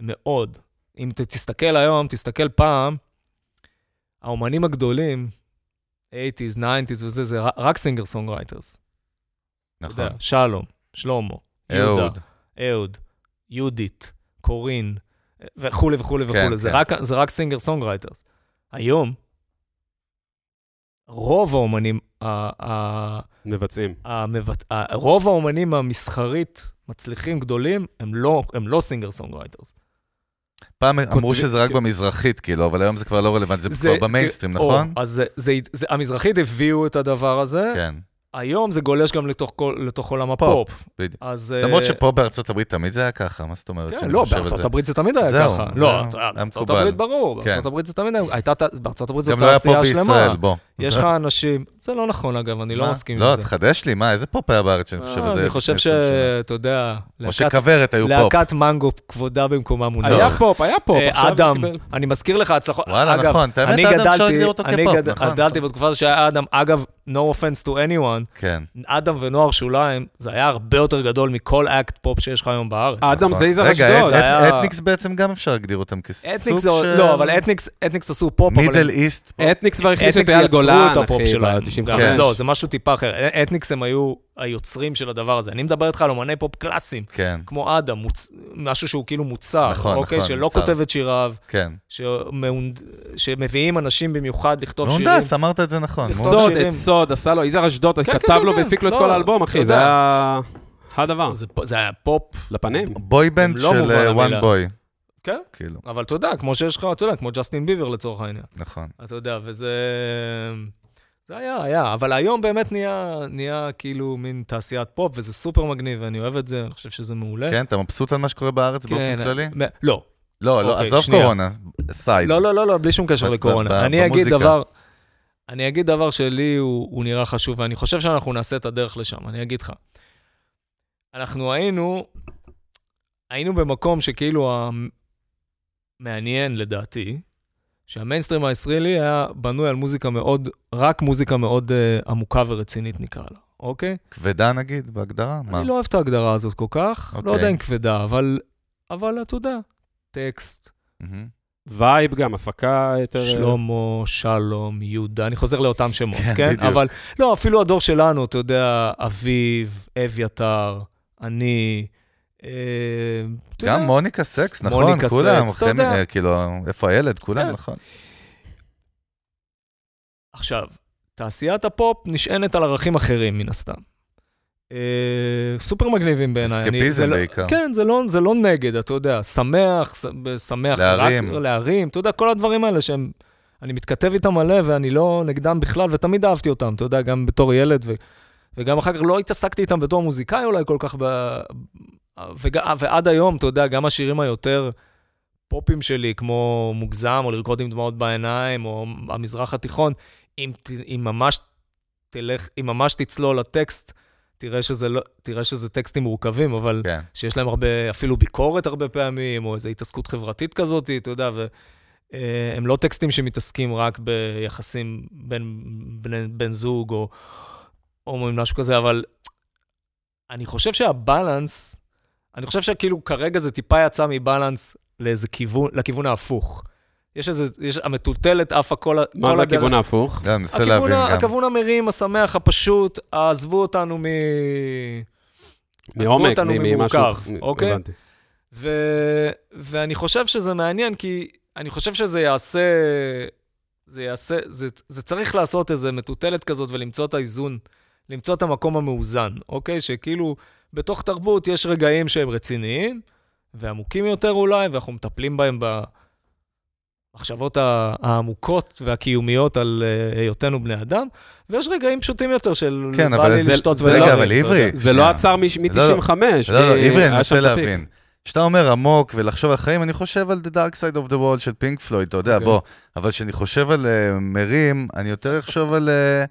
[SPEAKER 2] מאוד. אם ת, תסתכל היום, תסתכל פעם, האומנים הגדולים, 80's, 90's וזה, זה ר- רק סינגר סונג רייטרס.
[SPEAKER 1] נכון.
[SPEAKER 2] שלום, שלמה, יהודה,
[SPEAKER 1] אהוד.
[SPEAKER 2] אהוד, יהודית, קורין, וכולי וכולי
[SPEAKER 1] כן,
[SPEAKER 2] וכולי. זה
[SPEAKER 1] כן.
[SPEAKER 2] רק- זה רק סינגר סונגרייטרס. היום, רוב האומנים, ה- ה-
[SPEAKER 3] מבצעים.
[SPEAKER 2] המבט- ה- רוב האומנים המסחרית מצליחים גדולים, הם לא- הם לא סינגר סונגרייטרס.
[SPEAKER 1] פעם אמרו
[SPEAKER 2] כותב-
[SPEAKER 1] שזה רק במזרחית, כאילו, אבל היום זה כבר לא רלוונטי, זה כבר במיינסטרים, נכון?
[SPEAKER 2] אז זה- זה- זה- המזרחית הביאו את הדבר הזה,
[SPEAKER 1] כן,
[SPEAKER 2] היום זה גולש גם לתוך כל- לתוך עולם
[SPEAKER 1] פופ,
[SPEAKER 2] הפופ.
[SPEAKER 1] בדיוק.
[SPEAKER 2] אז...
[SPEAKER 1] למרות
[SPEAKER 2] אה,
[SPEAKER 1] שפה בארצות הברית תמיד זה היה ככה, מה זאת אומרת?
[SPEAKER 2] כן,
[SPEAKER 1] שאני
[SPEAKER 2] לא,
[SPEAKER 1] חושב על
[SPEAKER 2] בארצות
[SPEAKER 1] זה?
[SPEAKER 2] הברית זה תמיד היה
[SPEAKER 1] זהו,
[SPEAKER 2] ככה.
[SPEAKER 1] זה
[SPEAKER 2] לא,
[SPEAKER 1] היה- היה
[SPEAKER 2] בארצות
[SPEAKER 1] מקובל.
[SPEAKER 2] הברית ברור, בארצות
[SPEAKER 1] כן.
[SPEAKER 2] הברית זה תמיד היה, הייתה ת- בארצות הברית זו
[SPEAKER 1] גם לא היה פה
[SPEAKER 2] תעשייה שלמה.
[SPEAKER 1] בישראל, בוא. *laughs*
[SPEAKER 2] יש לך אנשים, זה לא נכון אגב, אני לא
[SPEAKER 1] מה?
[SPEAKER 2] מסכים
[SPEAKER 1] לא,
[SPEAKER 2] עם זה. אה,
[SPEAKER 1] תחדש לי, מה, איזה פופ היה בארץ שאני חושב על זה?
[SPEAKER 2] אני חושב
[SPEAKER 1] לפני 20 שנה?
[SPEAKER 2] שאתה יודע,
[SPEAKER 1] או
[SPEAKER 2] להקת-
[SPEAKER 1] שכוורת היו לא. פופ.
[SPEAKER 2] להקת מנגו כבודה במקומה מונח.
[SPEAKER 3] היה פופ, היה פופ.
[SPEAKER 2] אה,
[SPEAKER 3] עכשיו זה
[SPEAKER 2] אדם,
[SPEAKER 3] קיבל-
[SPEAKER 2] אני מזכיר לך הצלחות.
[SPEAKER 1] וואלה,
[SPEAKER 2] אגב,
[SPEAKER 1] נכון, את האמת,
[SPEAKER 2] אני
[SPEAKER 1] אדם אפשר
[SPEAKER 2] גדלתי-
[SPEAKER 1] להגדיר אותו
[SPEAKER 2] אני
[SPEAKER 1] כפופ,
[SPEAKER 2] גד-
[SPEAKER 1] נכון,
[SPEAKER 2] גדלתי
[SPEAKER 1] נכון.
[SPEAKER 2] בתקופה הזו שהיה אדם, אגב, no offense to anyone,
[SPEAKER 1] כן.
[SPEAKER 2] אדם ונוער שוליים, זה היה הרבה יותר גדול מכל אקט פופ שיש לך היום בארץ.
[SPEAKER 3] אדם
[SPEAKER 1] נכון.
[SPEAKER 3] זייזר
[SPEAKER 1] רגע,
[SPEAKER 3] אשדוד.
[SPEAKER 1] אתניקס-
[SPEAKER 2] היה-
[SPEAKER 1] אתניקס בעצם גם אפשר להגדיר אותם כסוג
[SPEAKER 2] אתניקס,
[SPEAKER 1] של...
[SPEAKER 2] זה- לא, אבל אתניקס, אתניקס עשו פופ, אבל הם
[SPEAKER 1] מידל איסט.
[SPEAKER 3] אתניקס כבר הכניסו את
[SPEAKER 2] אתניקס
[SPEAKER 3] אייל
[SPEAKER 2] יצרו
[SPEAKER 3] גולן,
[SPEAKER 2] את הפופ
[SPEAKER 3] אחי,
[SPEAKER 2] שלהם.
[SPEAKER 3] ב-95.
[SPEAKER 1] כן.
[SPEAKER 2] לא, זה משהו טיפה אחר. א- אתניקס הם היו היוצרים של הדבר הזה. אני מדבר איתך על אומני פופ קלאסיים,
[SPEAKER 1] כן,
[SPEAKER 2] כמו אדם, מוצ... משהו שהוא כאילו מוצר,
[SPEAKER 1] נכון,
[SPEAKER 2] אוקיי?
[SPEAKER 1] נכון,
[SPEAKER 2] שלא
[SPEAKER 1] מוצר.
[SPEAKER 2] כותב את שיריו,
[SPEAKER 1] כן.
[SPEAKER 2] שמאונד... שמביאים אנשים במיוחד לכתוב שירים.
[SPEAKER 1] מהונדס, אמרת את זה נכון.
[SPEAKER 2] סוד
[SPEAKER 1] מהונדס.
[SPEAKER 3] סוד,
[SPEAKER 2] שירים.
[SPEAKER 3] את סוד, עשה לו, יזהר אשדוד,
[SPEAKER 2] כן,
[SPEAKER 3] כתב
[SPEAKER 2] כן,
[SPEAKER 3] לו
[SPEAKER 2] כן,
[SPEAKER 3] והפיק לו את
[SPEAKER 2] לא,
[SPEAKER 3] כל האלבום,
[SPEAKER 2] אתה
[SPEAKER 3] אחי, זה
[SPEAKER 2] יודע.
[SPEAKER 3] היה הדבר,
[SPEAKER 2] זה, פ- זה היה פופ,
[SPEAKER 3] לפנים.
[SPEAKER 1] בויבנד
[SPEAKER 2] לא מובן
[SPEAKER 1] של אה,
[SPEAKER 2] המילה.
[SPEAKER 1] one boy,
[SPEAKER 2] כן?
[SPEAKER 1] כאילו,
[SPEAKER 2] אבל אתה יודע, כמו שיש לך, אתה יודע, כמו ג'סטין ביבר לצורך העניין.
[SPEAKER 1] נכון.
[SPEAKER 2] אתה יודע, וזה... זה היה, היה, אבל היום באמת נהיה, נהיה כאילו מין תעשיית פופ, וזה סופר מגניב, ואני אוהב את זה, אני חושב שזה מעולה.
[SPEAKER 1] כן, אתה מבסוט על מה שקורה בארץ באופן
[SPEAKER 2] כן,
[SPEAKER 1] כללי?
[SPEAKER 2] מ- לא,
[SPEAKER 1] לא, לא,
[SPEAKER 2] אוקיי,
[SPEAKER 1] עזוב
[SPEAKER 2] שנייה.
[SPEAKER 1] קורונה, סייד.
[SPEAKER 2] לא, לא, לא, לא, בלי שום קשר
[SPEAKER 1] ב- ב-
[SPEAKER 2] לקורונה.
[SPEAKER 1] ב-
[SPEAKER 2] אני אגיד
[SPEAKER 1] במוזיקה.
[SPEAKER 2] דבר, אני אגיד דבר שלי הוא, הוא נראה חשוב, ואני חושב שאנחנו נעשה את הדרך לשם, אני אגיד לך. אנחנו היינו, היינו במקום שכאילו המעניין לדעתי, שהמיינסטרים הישראלי היה בנוי על מוזיקה מאוד, רק מוזיקה מאוד uh, עמוקה ורצינית נקרא לה, אוקיי?
[SPEAKER 1] כבדה נגיד, בהגדרה? מה?
[SPEAKER 2] אני לא אוהב את ההגדרה הזאת כל כך, לא
[SPEAKER 1] אוקיי.
[SPEAKER 2] יודע אם כבדה, אבל, אבל אתה יודע, טקסט,
[SPEAKER 1] מהמם.
[SPEAKER 3] וייב גם, הפקה יותר...
[SPEAKER 1] אה,
[SPEAKER 3] אה,
[SPEAKER 2] שלמה, שלום, יהודה, אני חוזר לאותם שמות,
[SPEAKER 1] כן,
[SPEAKER 2] כן?
[SPEAKER 1] בדיוק.
[SPEAKER 2] אבל לא, אפילו הדור שלנו, אתה יודע, אביב, אביתר, אני, אה, אתה יודע,
[SPEAKER 1] גם מוניקה סקס,
[SPEAKER 2] מוניקה
[SPEAKER 1] נכון, כולם,
[SPEAKER 2] סקס, אתה יודע.
[SPEAKER 1] חמי- אה, כאילו, איפה הילד? כולם,
[SPEAKER 2] כן.
[SPEAKER 1] נכון.
[SPEAKER 2] עכשיו, תעשיית הפופ נשענת על ערכים אחרים, מן הסתם. אה, סופר מגניבים בעיניי. אני- זה
[SPEAKER 1] אסקפיזם
[SPEAKER 2] לא-
[SPEAKER 1] בעיקר.
[SPEAKER 2] כן, זה לא, זה לא נגד, אתה יודע, שמח, ס- שמח,
[SPEAKER 1] להרים.
[SPEAKER 2] רק, להרים, אתה יודע, כל הדברים האלה שהם, אני מתכתב איתם מלא ואני לא נגדם בכלל, ותמיד אהבתי אותם, אתה יודע, גם בתור ילד, ו, וגם אחר כך לא התעסקתי איתם בתור מוזיקאי אולי כל כך, ב, וג, ועד היום, אתה יודע, גם השירים היותר פופים שלי, כמו מוגזם, או לרקוד עם דמעות בעיניים, או המזרח התיכון, אם, ת- אם ממש תלך, אם ממש תצלול לטקסט, תראה שזה, לא, תראה שזה טקסטים מורכבים, אבל...
[SPEAKER 1] כן.
[SPEAKER 2] שיש להם הרבה, אפילו ביקורת הרבה פעמים, או איזו התעסקות חברתית כזאת, אתה יודע, והם לא טקסטים שמתעסקים רק ביחסים בין בני, בן זוג או הומואים, משהו כזה, אבל אני חושב שהבלנס, אני חושב שכאילו כרגע זה טיפה יצא מבלנס לאיזה כיוון, לכיוון ההפוך. יש איזה, יש, המטוטלת עפה כל, ה- כל
[SPEAKER 3] מה זה הכיוון
[SPEAKER 2] הדרך.
[SPEAKER 3] ההפוך?
[SPEAKER 1] גם, נסה
[SPEAKER 2] הכיוון,
[SPEAKER 1] לא, להבין
[SPEAKER 2] ה-
[SPEAKER 1] גם.
[SPEAKER 2] הכיוון המרים, השמח, הפשוט, עזבו אותנו מ... עזבו
[SPEAKER 3] מעומק,
[SPEAKER 2] אותנו
[SPEAKER 3] מ- ממשהו...
[SPEAKER 2] ממורכב,
[SPEAKER 3] מ-
[SPEAKER 2] אוקיי?
[SPEAKER 3] הבנתי.
[SPEAKER 2] ו... ואני חושב שזה מעניין, כי אני חושב שזה יעשה... זה יעשה... זה, זה צריך לעשות איזה מטוטלת כזאת ולמצוא את האיזון, למצוא את המקום המאוזן, אוקיי? שכאילו, בתוך תרבות יש רגעים שהם רציניים, ועמוקים יותר אולי, ואנחנו מטפלים בהם במחשבות ה- העמוקות והקיומיות על אה, היותנו בני אדם, ויש רגעים פשוטים יותר של
[SPEAKER 1] כן,
[SPEAKER 2] בא
[SPEAKER 1] אבל
[SPEAKER 2] לי
[SPEAKER 1] זה-
[SPEAKER 2] לשתות
[SPEAKER 1] זה
[SPEAKER 2] ולא...
[SPEAKER 1] רגע, אבל
[SPEAKER 2] אתה יודע.
[SPEAKER 1] עברי.
[SPEAKER 3] זה
[SPEAKER 1] שנייה.
[SPEAKER 3] לא עצר מ-95.
[SPEAKER 1] לא, לא,
[SPEAKER 2] אה,
[SPEAKER 1] לא, עברי, אני מנסה להבין. כשאתה אומר עמוק ולחשוב על חיים, אני חושב על The Dark Side of the World של פינק פלויד, אתה יודע,
[SPEAKER 2] אוקיי.
[SPEAKER 1] בוא. אבל כשאני חושב על אה, מרים, אני יותר אחשוב על אה,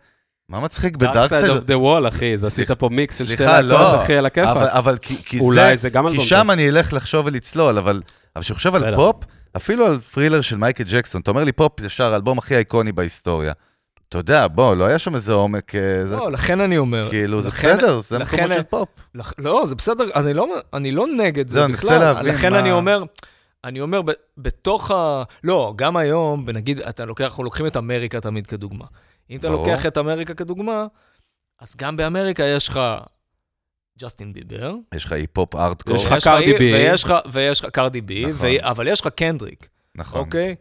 [SPEAKER 1] מה מצחיק
[SPEAKER 3] Dark Side
[SPEAKER 1] בדארקסייד?
[SPEAKER 3] of the Wall, אחי, זה עשית
[SPEAKER 1] סליחה,
[SPEAKER 3] פה מיקס של שתי
[SPEAKER 1] סליחה,
[SPEAKER 3] להקות,
[SPEAKER 1] לא.
[SPEAKER 3] אחי, על
[SPEAKER 1] אבל,
[SPEAKER 3] הכיפאק.
[SPEAKER 1] אבל כי, כי
[SPEAKER 3] אולי זה גם
[SPEAKER 1] כי
[SPEAKER 3] אלבום
[SPEAKER 1] שם
[SPEAKER 3] טוב.
[SPEAKER 1] אני אלך לחשוב ולצלול, אבל... אבל כשחושב על
[SPEAKER 3] בסדר.
[SPEAKER 1] פופ, אפילו על פרילר של מייקל ג'קסון, אתה אומר לי פופ זה ישר האלבום הכי איקוני בהיסטוריה. אתה יודע, בוא, לא היה שם איזה עומק, אה, זה,
[SPEAKER 2] לא, לכן אני אומר.
[SPEAKER 1] כאילו, זה
[SPEAKER 2] לכן-
[SPEAKER 1] בסדר, זה
[SPEAKER 2] לכן-
[SPEAKER 1] מקומות של פופ.
[SPEAKER 2] לח- לא, זה בסדר, אני לא, אני לא נגד זה
[SPEAKER 1] זהו,
[SPEAKER 2] בכלל.
[SPEAKER 1] אני מנסה להבין
[SPEAKER 2] לכן
[SPEAKER 1] מה-
[SPEAKER 2] אני אומר, אני אומר, ב, בתוך ה... לא, גם היום, נגיד, אתה לוקח, אנחנו לוקחים את אמריקה תמיד כדוגמה. אם אתה
[SPEAKER 1] ברור.
[SPEAKER 2] לוקח את אמריקה כדוגמה, אז גם באמריקה יש לך ג'סטין ביבר,
[SPEAKER 1] יש לך אי פופ ארטקור,
[SPEAKER 3] יש לך
[SPEAKER 2] ויש
[SPEAKER 3] קרדי
[SPEAKER 2] אי-
[SPEAKER 3] בי.
[SPEAKER 2] ויש לך, ויש לך קרדי בי,
[SPEAKER 1] נכון.
[SPEAKER 2] ו- אבל יש לך קנדריק,
[SPEAKER 1] נכון.
[SPEAKER 2] אוקיי?
[SPEAKER 1] יש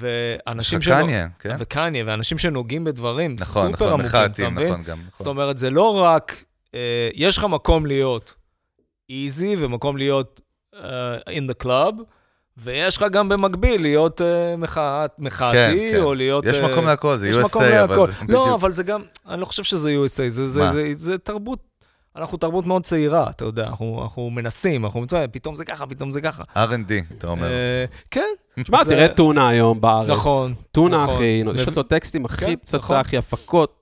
[SPEAKER 2] ואנשים
[SPEAKER 1] לך
[SPEAKER 2] שנוג-
[SPEAKER 1] קניה, כן?
[SPEAKER 2] וקניה, ואנשים שנוגעים בדברים,
[SPEAKER 1] נכון,
[SPEAKER 2] סופר
[SPEAKER 1] נכון,
[SPEAKER 2] עמוקים, אתה
[SPEAKER 1] מחאתים,
[SPEAKER 2] מבין?
[SPEAKER 1] נכון גם.
[SPEAKER 2] זאת
[SPEAKER 1] נכון.
[SPEAKER 2] אומרת, זה לא רק, אה, יש לך מקום להיות איזי ומקום להיות אה, in the club, ויש לך גם במקביל להיות אה, מחאת- מחאתי,
[SPEAKER 1] כן, כן.
[SPEAKER 2] או להיות...
[SPEAKER 1] יש
[SPEAKER 2] אה,
[SPEAKER 1] מקום להכל, זה
[SPEAKER 2] יש מקום
[SPEAKER 1] USA, אבל...
[SPEAKER 2] להכל.
[SPEAKER 1] זה-
[SPEAKER 2] לא,
[SPEAKER 1] בדיוק.
[SPEAKER 2] אבל זה גם, אני לא חושב שזה USA, זה- זה-
[SPEAKER 1] מה?
[SPEAKER 2] זה- זה תרבות, אנחנו תרבות מאוד צעירה, אתה יודע, אנחנו אנחנו מנסים, אנחנו פתאום זה ככה, פתאום זה ככה.
[SPEAKER 1] R&D, אתה אומר.
[SPEAKER 2] אה, כן,
[SPEAKER 3] תשמע,
[SPEAKER 2] זה-
[SPEAKER 3] תראה טונה היום בארץ.
[SPEAKER 2] נכון,
[SPEAKER 3] טונה,
[SPEAKER 2] נכון.
[SPEAKER 3] אחי,
[SPEAKER 2] מב-
[SPEAKER 3] יש לו טקסטים
[SPEAKER 2] כן,
[SPEAKER 3] הכי
[SPEAKER 2] נכון.
[SPEAKER 3] פצצה, הכי הפקות.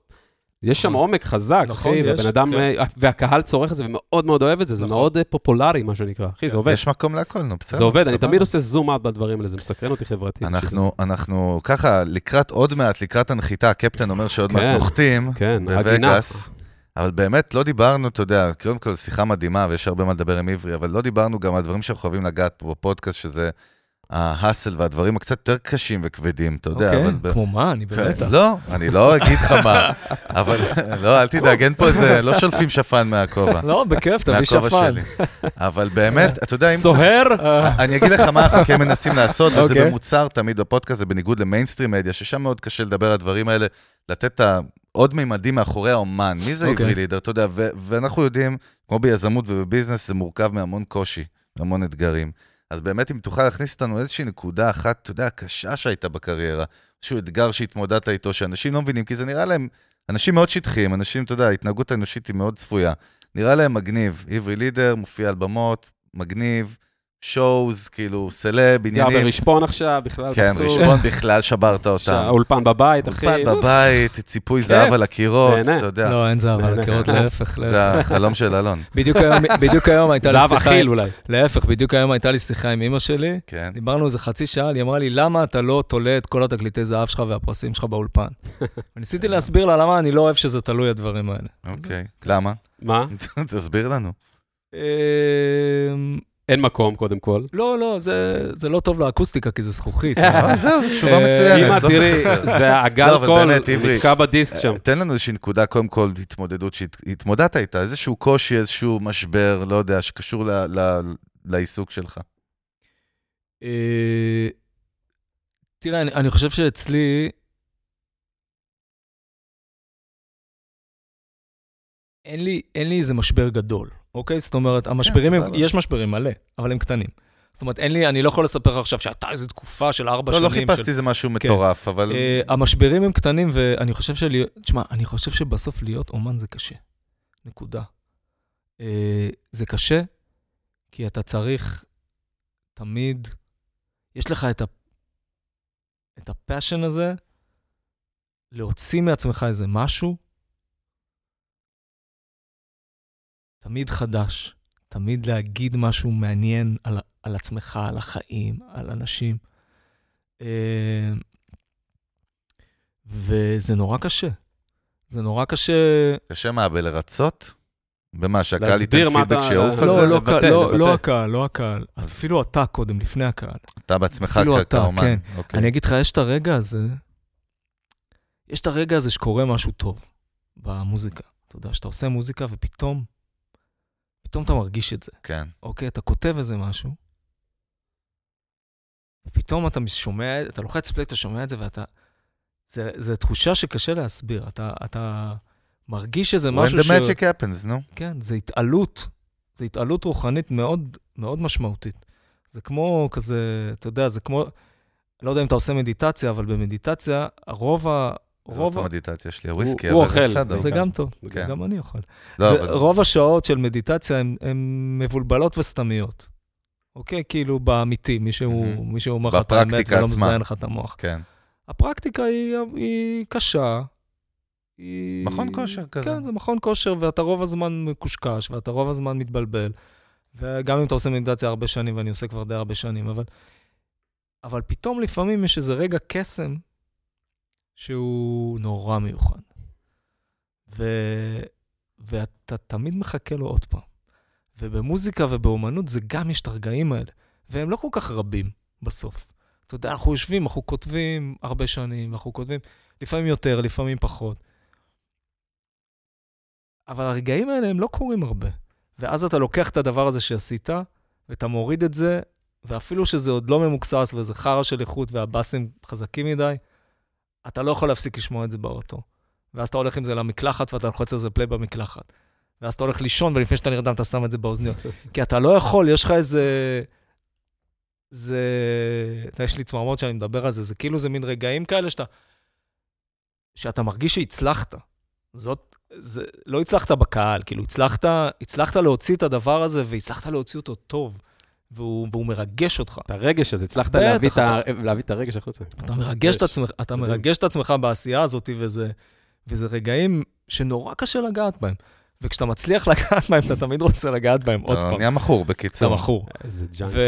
[SPEAKER 3] יש שם
[SPEAKER 2] נכון.
[SPEAKER 3] עומק חזק,
[SPEAKER 2] נכון,
[SPEAKER 3] אחי,
[SPEAKER 2] יש,
[SPEAKER 3] והבן אדם,
[SPEAKER 2] כן.
[SPEAKER 3] אה, והקהל צורך את זה ומאוד מאוד אוהב את זה, זה
[SPEAKER 2] נכון.
[SPEAKER 3] מאוד אה, פופולרי, מה שנקרא. אחי, זה עובד.
[SPEAKER 1] כן, יש מקום להכל, נו, בסדר.
[SPEAKER 3] זה עובד, אני
[SPEAKER 1] סבבה.
[SPEAKER 3] תמיד עושה זום אאוט בדברים האלה, זה מסקרן אותי חברתית.
[SPEAKER 1] אנחנו, אנחנו ככה, לקראת עוד מעט, לקראת הנחיתה, הקפטן אומר שעוד
[SPEAKER 3] כן.
[SPEAKER 1] מעט נוחתים
[SPEAKER 3] כן, הגינה.
[SPEAKER 1] בווגאס. אבל באמת לא דיברנו, אתה יודע, קודם כל שיחה מדהימה ויש הרבה מה לדבר עם עברי, אבל לא דיברנו גם על דברים שאנחנו חייבים לגעת פה בפודקאסט, שזה ההאסל והדברים הקצת יותר קשים וכבדים, אתה יודע, אבל... ב-
[SPEAKER 2] אוקיי, כמו מה, אני
[SPEAKER 1] כן, *laughs*
[SPEAKER 2] באמת...
[SPEAKER 1] לא, אני לא אגיד לך מה, אבל *laughs* לא, אל תדאג, אין פה איזה, לא שולפים שפן מהכובע.
[SPEAKER 2] לא, בכיף, תביא
[SPEAKER 1] מהכובע
[SPEAKER 2] שפן.
[SPEAKER 1] שלי. אבל באמת, אתה יודע, אם צריך...
[SPEAKER 3] סוהר?
[SPEAKER 1] *laughs* אני אגיד לך מה אנחנו כן מנסים לעשות, וזה
[SPEAKER 2] אוקיי.
[SPEAKER 1] במוצר תמיד בפודקאסט, זה בניגוד למיינסטרים מדיה, ששם מאוד קשה לדבר על הדברים האלה, לתת את ה- עוד מימדים מאחורי האומן. מי זה
[SPEAKER 2] אוקיי.
[SPEAKER 1] עברי לידר, אתה יודע, ו- ואנחנו יודעים, כמו ביזמות ובביזנס, זה מורכב מהמון קושי, מהמון אתגרים. אז באמת, אם תוכל להכניס אותנו איזושהי נקודה אחת, אתה יודע, קשה שהייתה בקריירה, איזשהו אתגר שהתמודדת איתו, שאנשים לא מבינים, כי זה נראה להם, אנשים מאוד שטחיים, אנשים, אתה יודע, ההתנהגות האנושית היא מאוד צפויה. נראה להם מגניב, עברי לידר, מופיע על במות, מגניב, שואוז, כאילו, סלב,
[SPEAKER 3] גר
[SPEAKER 1] עניינים.
[SPEAKER 3] ברשפון עכשיו, בכלל
[SPEAKER 1] כן,
[SPEAKER 3] מבסוט.
[SPEAKER 1] רשפון בכלל שברת אותם.
[SPEAKER 3] האולפן בבית, אחי.
[SPEAKER 1] אולפן בבית, ציפוי
[SPEAKER 3] כיף.
[SPEAKER 1] זהב על הקירות,
[SPEAKER 3] נהנה.
[SPEAKER 1] אתה יודע,
[SPEAKER 2] לא, אין זהב על
[SPEAKER 3] נהנה.
[SPEAKER 2] הקירות, להפך, להפך.
[SPEAKER 1] זה החלום של אלון.
[SPEAKER 3] *laughs*
[SPEAKER 2] בדיוק היום, בדיוק היום הייתה לי
[SPEAKER 3] זהב
[SPEAKER 2] שיחה,
[SPEAKER 3] אכיל אולי.
[SPEAKER 2] להפך, בדיוק היום הייתה לי שיחה עם אימא שלי, *laughs*
[SPEAKER 1] כן.
[SPEAKER 2] דיברנו איזה חצי שעה, היא אמרה לי, למה אתה לא תולה את כל התקליטי זהב שלך והפרסים שלך
[SPEAKER 3] *laughs*
[SPEAKER 2] באולפן? וניסיתי להסביר לה למה אני לא אוהב שזה תלוי הדברים האלה.
[SPEAKER 1] אוקיי. למה? *laughs*
[SPEAKER 3] מה?
[SPEAKER 1] תסביר לנו.
[SPEAKER 2] אמ,
[SPEAKER 3] אין מקום, קודם כל.
[SPEAKER 2] לא, לא, זה זה לא טוב לאקוסטיקה, כי זה
[SPEAKER 3] *laughs*
[SPEAKER 2] זכוכית.
[SPEAKER 1] אה, זהו, זו תשובה
[SPEAKER 2] אה,
[SPEAKER 1] מצוינת.
[SPEAKER 3] אמא,
[SPEAKER 1] לא
[SPEAKER 3] תראי,
[SPEAKER 1] צריך-
[SPEAKER 3] זה
[SPEAKER 1] לא,
[SPEAKER 3] הגל
[SPEAKER 1] אבל
[SPEAKER 3] קול,
[SPEAKER 1] באמת, עברי. אה.
[SPEAKER 3] נתקע בדיסק שם.
[SPEAKER 1] תן לנו איזושהי נקודה, קודם כל, התמודדות שהתמודדת איתה, איזשהו קושי, איזשהו משבר, לא יודע, שקשור ל- ל- לעיסוק שלך.
[SPEAKER 2] אה, תראה, אני- אני חושב שאצלי... אין לי, אין לי איזה משבר גדול, אוקיי? זאת אומרת, המשברים הם,
[SPEAKER 1] אה, סבבה.
[SPEAKER 2] יש משברים מלא, אבל הם קטנים. זאת אומרת, אין לי, אני לא יכול לספר לך עכשיו שהייתה איזו תקופה של ארבע
[SPEAKER 1] לא,
[SPEAKER 2] שנים.
[SPEAKER 1] לא
[SPEAKER 2] של... כן.
[SPEAKER 1] חיפשתי איזה משהו מטורף, אבל...
[SPEAKER 2] אה, המשברים הם קטנים, ואני חושב שלי... תשמע, אני חושב שבסוף להיות אומן זה קשה. נקודה. אה, זה קשה, כי אתה צריך תמיד... יש לך את, ה... את הפאשן הזה להוציא מעצמך איזה משהו תמיד חדש, תמיד להגיד משהו מעניין על, על עצמך, על החיים, על אנשים. אה, וזה נורא קשה. זה נורא קשה...
[SPEAKER 1] קשה מה, בלרצות? במה, שהקהל
[SPEAKER 3] להסביר
[SPEAKER 1] ייתן
[SPEAKER 3] מה
[SPEAKER 1] פידבק
[SPEAKER 3] אתה-
[SPEAKER 1] שיעוף על
[SPEAKER 3] לא,
[SPEAKER 1] זה?
[SPEAKER 2] לא, לא,
[SPEAKER 3] לבטל,
[SPEAKER 2] הקהל- לא,
[SPEAKER 3] לבטל.
[SPEAKER 2] לא הקהל, לא הקהל. אפילו אתה קודם, לפני הקהל.
[SPEAKER 1] אתה בעצמך
[SPEAKER 2] אפילו
[SPEAKER 1] כ-
[SPEAKER 2] אתה,
[SPEAKER 1] כאומן.
[SPEAKER 2] כן.
[SPEAKER 1] אוקיי.
[SPEAKER 2] אני אגיד לך, יש את הרגע הזה, יש את הרגע הזה שקורה משהו טוב במוזיקה. אתה יודע, שאתה עושה מוזיקה ופתאום, פתאום אתה מרגיש את זה.
[SPEAKER 1] כן.
[SPEAKER 2] אוקיי, אתה כותב איזה משהו, ופתאום אתה שומע, אתה לוחץ פליי, אתה שומע את זה, ואתה... זה, זה תחושה שקשה להסביר. אתה, אתה מרגיש שזה
[SPEAKER 1] When
[SPEAKER 2] משהו
[SPEAKER 1] the
[SPEAKER 2] ש...
[SPEAKER 1] magic happens, נו.
[SPEAKER 2] כן, זה התעלות. זה התעלות רוחנית מאוד, מאוד משמעותית. זה כמו כזה, אתה יודע, זה כמו... לא יודע אם אתה עושה מדיטציה, אבל במדיטציה, הרוב ה...
[SPEAKER 1] זאת
[SPEAKER 2] רוב ה...
[SPEAKER 1] המדיטציה שלי, הוויסקי,
[SPEAKER 3] הוא
[SPEAKER 1] אבל זה
[SPEAKER 3] אוכל.
[SPEAKER 1] בסדר.
[SPEAKER 2] זה גם טוב,
[SPEAKER 1] כן.
[SPEAKER 2] גם אני יכול.
[SPEAKER 1] לא,
[SPEAKER 2] זה,
[SPEAKER 1] אבל-
[SPEAKER 2] רוב השעות של מדיטציה הן- הן מבולבלות וסתמיות. אוקיי? כאילו, באמיתי, מישהו
[SPEAKER 1] Mhm.
[SPEAKER 2] מישהו אומר לך את האמת
[SPEAKER 1] בפרקטיקה
[SPEAKER 2] ולא
[SPEAKER 1] עצמה.
[SPEAKER 2] מזיין לך את המוח.
[SPEAKER 1] כן.
[SPEAKER 2] הפרקטיקה היא, היא קשה, היא...
[SPEAKER 1] מכון כושר כזה.
[SPEAKER 2] כן, זה מכון כושר, ואתה רוב הזמן מקושקש, ואתה רוב הזמן מתבלבל. וגם אם אתה עושה מדיטציה הרבה שנים, ואני עושה כבר די הרבה שנים, אבל... אבל פתאום לפעמים יש איזה רגע קסם שהוא נורא מיוחד. ו... ואתה תמיד מחכה לו עוד פעם. ובמוזיקה ובאומנות זה גם יש את הרגעים האלה, והם לא כל כך רבים בסוף. אתה יודע, אנחנו יושבים, אנחנו כותבים הרבה שנים, אנחנו כותבים לפעמים יותר, לפעמים פחות. אבל הרגעים האלה הם לא קורים הרבה. ואז אתה לוקח את הדבר הזה שעשית, ואתה מוריד את זה, ואפילו שזה עוד לא ממוקסס וזה חרא של איכות והבאסים חזקים מדי, אתה לא יכול להפסיק לשמוע את זה באוטו. ואז אתה הולך עם זה למקלחת ואתה לוחץ על זה פליי במקלחת. ואז אתה הולך לישון, ולפני שאתה נרדם אתה שם את זה באוזניות. כי אתה לא יכול, יש לך איזה... זה... אתה, יש לי צמרמות שאני מדבר על זה, זה כאילו זה מין רגעים כאלה שאתה... שאתה מרגיש שהצלחת. זאת... זה... לא הצלחת בקהל, כאילו, הצלחת, הצלחת להוציא את הדבר הזה, והצלחת להוציא אותו טוב, והוא, והוא מרגש אותך.
[SPEAKER 3] את הרגש הזה, הצלחת
[SPEAKER 2] בטח,
[SPEAKER 3] להביא, את ה...
[SPEAKER 2] אתה-
[SPEAKER 3] להביא את הרגש החוצה.
[SPEAKER 2] אתה מרגש את עצמך, אתה
[SPEAKER 3] מדהים.
[SPEAKER 2] מרגש את עצמך בעשייה הזאת, וזה, וזה רגעים שנורא קשה לגעת בהם. וכשאתה מצליח *laughs* לגעת בהם, אתה תמיד רוצה לגעת בהם עוד
[SPEAKER 1] אתה
[SPEAKER 2] פעם.
[SPEAKER 1] נהיה מכור,
[SPEAKER 2] אתה
[SPEAKER 1] בקיצור.
[SPEAKER 2] מכור.
[SPEAKER 3] איזה ג'אנק.
[SPEAKER 2] ו...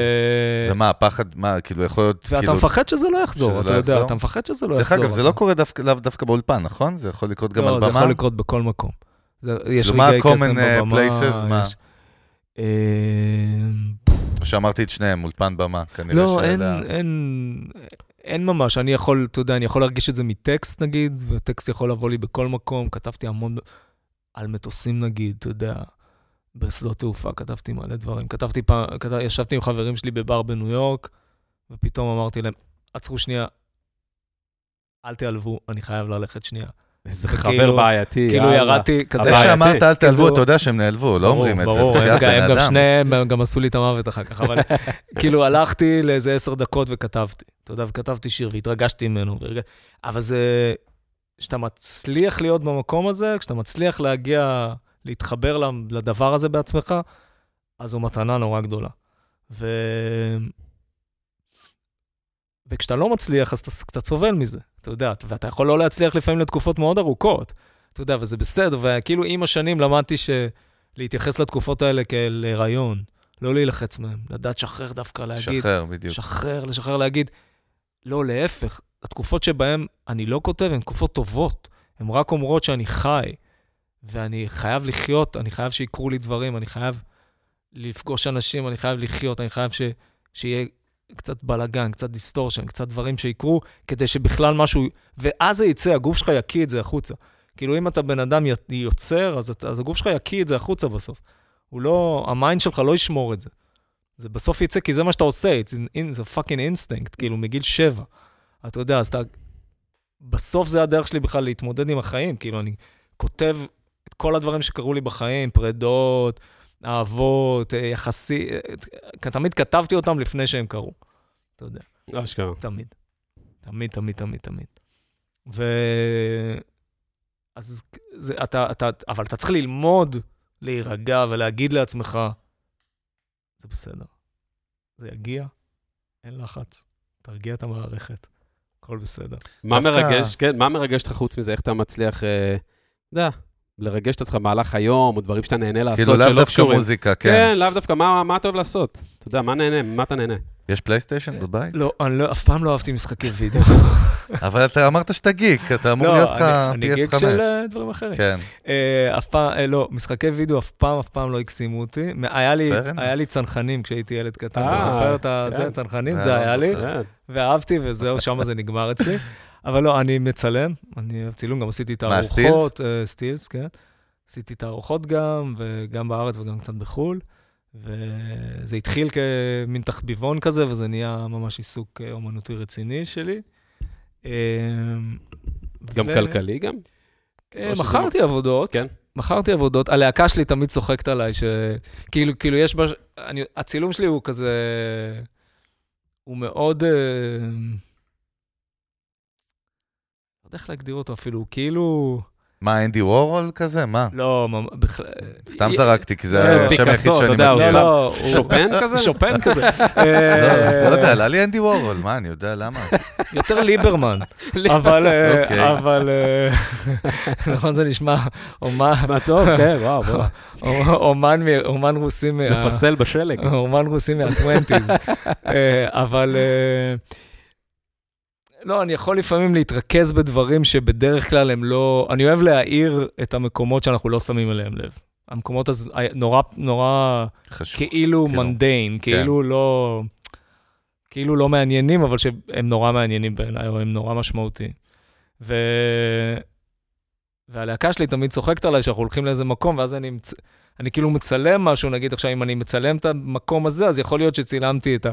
[SPEAKER 1] ומה, הפחד, מה, כאילו, יכול להיות,
[SPEAKER 2] ואתה
[SPEAKER 1] כאילו...
[SPEAKER 2] מפחד שזה לא יחזור,
[SPEAKER 1] שזה
[SPEAKER 2] אתה
[SPEAKER 1] לא
[SPEAKER 2] יודע,
[SPEAKER 1] יחזור?
[SPEAKER 2] אתה מפחד שזה לא
[SPEAKER 1] דרך
[SPEAKER 2] יחזור.
[SPEAKER 1] אגב, זה לא קורה דווקא- לאו דווקא באולפן, נכון? זה יכול לקרות גם על במה?
[SPEAKER 2] לא, זה יכול לקרות בכל מקום. זה- יש
[SPEAKER 1] כאילו, מה
[SPEAKER 2] רגעי
[SPEAKER 1] ה-common,
[SPEAKER 2] קסם
[SPEAKER 1] אה,
[SPEAKER 2] בבמה.
[SPEAKER 1] places? מה?
[SPEAKER 2] יש- אה,
[SPEAKER 1] או שאמרתי את שניהם, אולפן במה, כנראה
[SPEAKER 2] לא, אין,
[SPEAKER 1] שאלה-
[SPEAKER 2] אין, אין ממש, אני יכול, אתה יודע, אני יכול להרגיש את זה מטקסט נגיד, וטקסט יכול לבוא לי בכל מקום, כתבתי המון על מטוסים נגיד, אתה יודע, בשדות תעופה כתבתי מלא דברים. כתבתי פעם, כת... ישבתי עם חברים שלי בבר בניו יורק, ופתאום אמרתי להם, עצרו שנייה, אל תיעלבו, אני חייב ללכת שנייה.
[SPEAKER 3] איזה
[SPEAKER 2] כאילו-
[SPEAKER 3] חבר בעייתי.
[SPEAKER 2] כאילו
[SPEAKER 3] יאללה.
[SPEAKER 2] ירדתי כזה...
[SPEAKER 1] זה
[SPEAKER 3] הבעייתי.
[SPEAKER 1] שאמרת אל תעזבו,
[SPEAKER 2] כזו-
[SPEAKER 1] אתה יודע שהם נעלבו, לא אומרים את זה.
[SPEAKER 2] כאילו- ברור, ברור,
[SPEAKER 1] בחייאת,
[SPEAKER 2] הם גם-
[SPEAKER 1] בן
[SPEAKER 2] הם גם
[SPEAKER 1] אדם.
[SPEAKER 2] שניהם, הם גם עשו לי את המוות אחר
[SPEAKER 1] *laughs*
[SPEAKER 2] כך, אבל כאילו הלכתי לאיזה עשר דקות וכתבתי, אתה יודע, וכתבתי שיר והתרגשתי ממנו, והרג- אבל זה, כשאתה מצליח להיות במקום הזה, כשאתה מצליח להגיע, להתחבר ל- לדבר הזה בעצמך, אז זו מתנה נורא גדולה. ו... וכשאתה לא מצליח, אז אתה, אתה סובל מזה, אתה יודע, ואתה יכול לא להצליח לפעמים לתקופות מאוד ארוכות, אתה יודע, וזה בסדר, וכאילו עם השנים למדתי ש... להתייחס לתקופות האלה כאל הריון, לא להילחץ מהם, לדעת שחרר דווקא להגיד,
[SPEAKER 1] שחרר, בדיוק.
[SPEAKER 2] שחרר, לשחרר להגיד, לא, להפך, התקופות שבהן אני לא כותב הן תקופות טובות, הן רק אומרות שאני חי, ואני חייב לחיות, אני חייב שיקרו לי דברים, אני חייב לפגוש אנשים, אני חייב לחיות, אני חייב ש... שיהיה קצת בלאגן, קצת דיסטורשן, קצת דברים שיקרו, כדי שבכלל משהו... ואז זה יצא, הגוף שלך יקיא את זה החוצה. כאילו, אם אתה בן אדם י- יוצר, אז, אתה- אז הגוף שלך יקיא את זה החוצה בסוף. הוא לא... המיינד שלך לא ישמור את זה. זה בסוף יצא, כי זה מה שאתה עושה, it's an- in- זה fucking instinct, כאילו, מגיל שבע. אתה יודע, אז אתה... בסוף זה הדרך שלי בכלל להתמודד עם החיים, כאילו, אני כותב את כל הדברים שקרו לי בחיים, פרדות, אהבות, אה, יחסי... אה, תמיד כתבתי אותם לפני שהם קרו, אתה יודע.
[SPEAKER 3] לא, אשכרה.
[SPEAKER 2] תמיד. תמיד, תמיד, תמיד, תמיד. ו... אז זה, אתה, אתה, אבל אתה צריך ללמוד להירגע ולהגיד לעצמך, זה בסדר, זה יגיע, אין לחץ, תרגיע את המערכת, הכל בסדר.
[SPEAKER 3] מה
[SPEAKER 1] דווקא-
[SPEAKER 3] מרגש, כן, מה מרגש אותך חוץ מזה? איך אתה מצליח, אה, אתה יודע, לרגש את עצמך במהלך היום, או דברים שאתה נהנה לעשות
[SPEAKER 1] כאילו, לאו
[SPEAKER 3] שלא
[SPEAKER 1] דווקא
[SPEAKER 3] קשורים.
[SPEAKER 1] מוזיקה, כן.
[SPEAKER 3] כן, לאו דווקא, מה מה אתה אוהב לעשות? אתה יודע, מה נהנה, מה אתה נהנה?
[SPEAKER 1] יש פלייסטיישן בבית?
[SPEAKER 2] לא, אני לא, אף פעם לא אהבתי משחקי וידאו.
[SPEAKER 1] אבל אתה אמרת שאתה גיק, אתה אמור
[SPEAKER 2] לא,
[SPEAKER 1] להיות לך
[SPEAKER 2] אני- אני גיג
[SPEAKER 1] PS5.
[SPEAKER 2] של אה, דברים אחרים.
[SPEAKER 1] כן,
[SPEAKER 2] אה, אף פעם, אה, לא, משחקי וידאו אף פעם, אף פעם לא הקסימו אותי. מ- היה לי-
[SPEAKER 1] Fair enough.
[SPEAKER 2] היה לי צנחנים כשהייתי ילד קטן, אתה
[SPEAKER 3] אה,
[SPEAKER 2] זוכר את ה-
[SPEAKER 3] כן.
[SPEAKER 2] זה, צנחנים,
[SPEAKER 1] זה
[SPEAKER 2] זה
[SPEAKER 1] היה
[SPEAKER 2] היה לי,
[SPEAKER 1] זוכר.
[SPEAKER 3] כן.
[SPEAKER 2] ואהבתי, וזהו, שם זה נגמר אצלי. אבל לא, אני מצלם, אני אוהב צילום, גם עשיתי את
[SPEAKER 1] מה,
[SPEAKER 2] הארוחות, אה, סטילס, כן. עשיתי את הארוחות גם, וגם בארץ וגם קצת בחו"ל. וזה התחיל כמין תחביבון כזה, וזה נהיה ממש עיסוק אה, אומנותי רציני שלי. אה,
[SPEAKER 3] גם
[SPEAKER 2] ו-
[SPEAKER 3] כלכלי גם?
[SPEAKER 2] אה,
[SPEAKER 3] או שזה
[SPEAKER 2] מכרתי עבודות.
[SPEAKER 3] כן.
[SPEAKER 2] מכרתי עבודות. הלהקה שלי תמיד צוחקת עליי, שכאילו, כאילו יש בה... אני, הצילום שלי הוא כזה... הוא מאוד... אה, לא יודע איך להגדיר אותו אפילו, הוא כאילו...
[SPEAKER 1] מה, אנדי וורול כזה? מה?
[SPEAKER 2] לא, ממ- בכלל...
[SPEAKER 1] סתם
[SPEAKER 2] י-
[SPEAKER 1] זרקתי, כי זה
[SPEAKER 2] אה,
[SPEAKER 1] השם היחיד
[SPEAKER 3] פיקאסו,
[SPEAKER 1] שאני
[SPEAKER 3] אתה יודע,
[SPEAKER 1] מכיר.
[SPEAKER 2] לא,
[SPEAKER 1] לא,
[SPEAKER 2] לא, הוא-
[SPEAKER 3] שופן
[SPEAKER 1] *laughs*
[SPEAKER 3] כזה?
[SPEAKER 2] שופן כזה.
[SPEAKER 1] לא יודע,
[SPEAKER 2] אה,
[SPEAKER 1] עלה לי אנדי וורול, מה, אני יודע למה?
[SPEAKER 2] יותר ליברמן. אבל, אה,
[SPEAKER 1] אוקיי.
[SPEAKER 2] אבל, אה, *laughs* נכון זה נשמע אומן-
[SPEAKER 3] מה טוב, כן, וואו,
[SPEAKER 1] *laughs*
[SPEAKER 3] וואו.
[SPEAKER 2] אומן מ- אומן רוסי מה...
[SPEAKER 3] מפסל
[SPEAKER 1] *laughs*
[SPEAKER 3] בשלג.
[SPEAKER 2] אומן
[SPEAKER 3] *laughs*
[SPEAKER 2] רוסי מה-20's. אבל... אה, לא, אני יכול לפעמים להתרכז בדברים שבדרך כלל הם לא... אני אוהב להאיר את המקומות שאנחנו לא שמים אליהם לב. המקומות הז... ה- נורא, נורא
[SPEAKER 1] חשוב.
[SPEAKER 2] כאילו
[SPEAKER 1] כאילו.
[SPEAKER 2] מונדיין, כאילו לא... כאילו לא מעניינים, אבל שהם נורא מעניינים בעיניי, או הם נורא משמעותיים. ו... והלהקה שלי תמיד צוחקת עליי שאנחנו הולכים לאיזה מקום, ואז אני, מצ... אני כאילו מצלם משהו, נגיד עכשיו, אם אני מצלם את המקום הזה, אז יכול להיות שצילמתי את ה...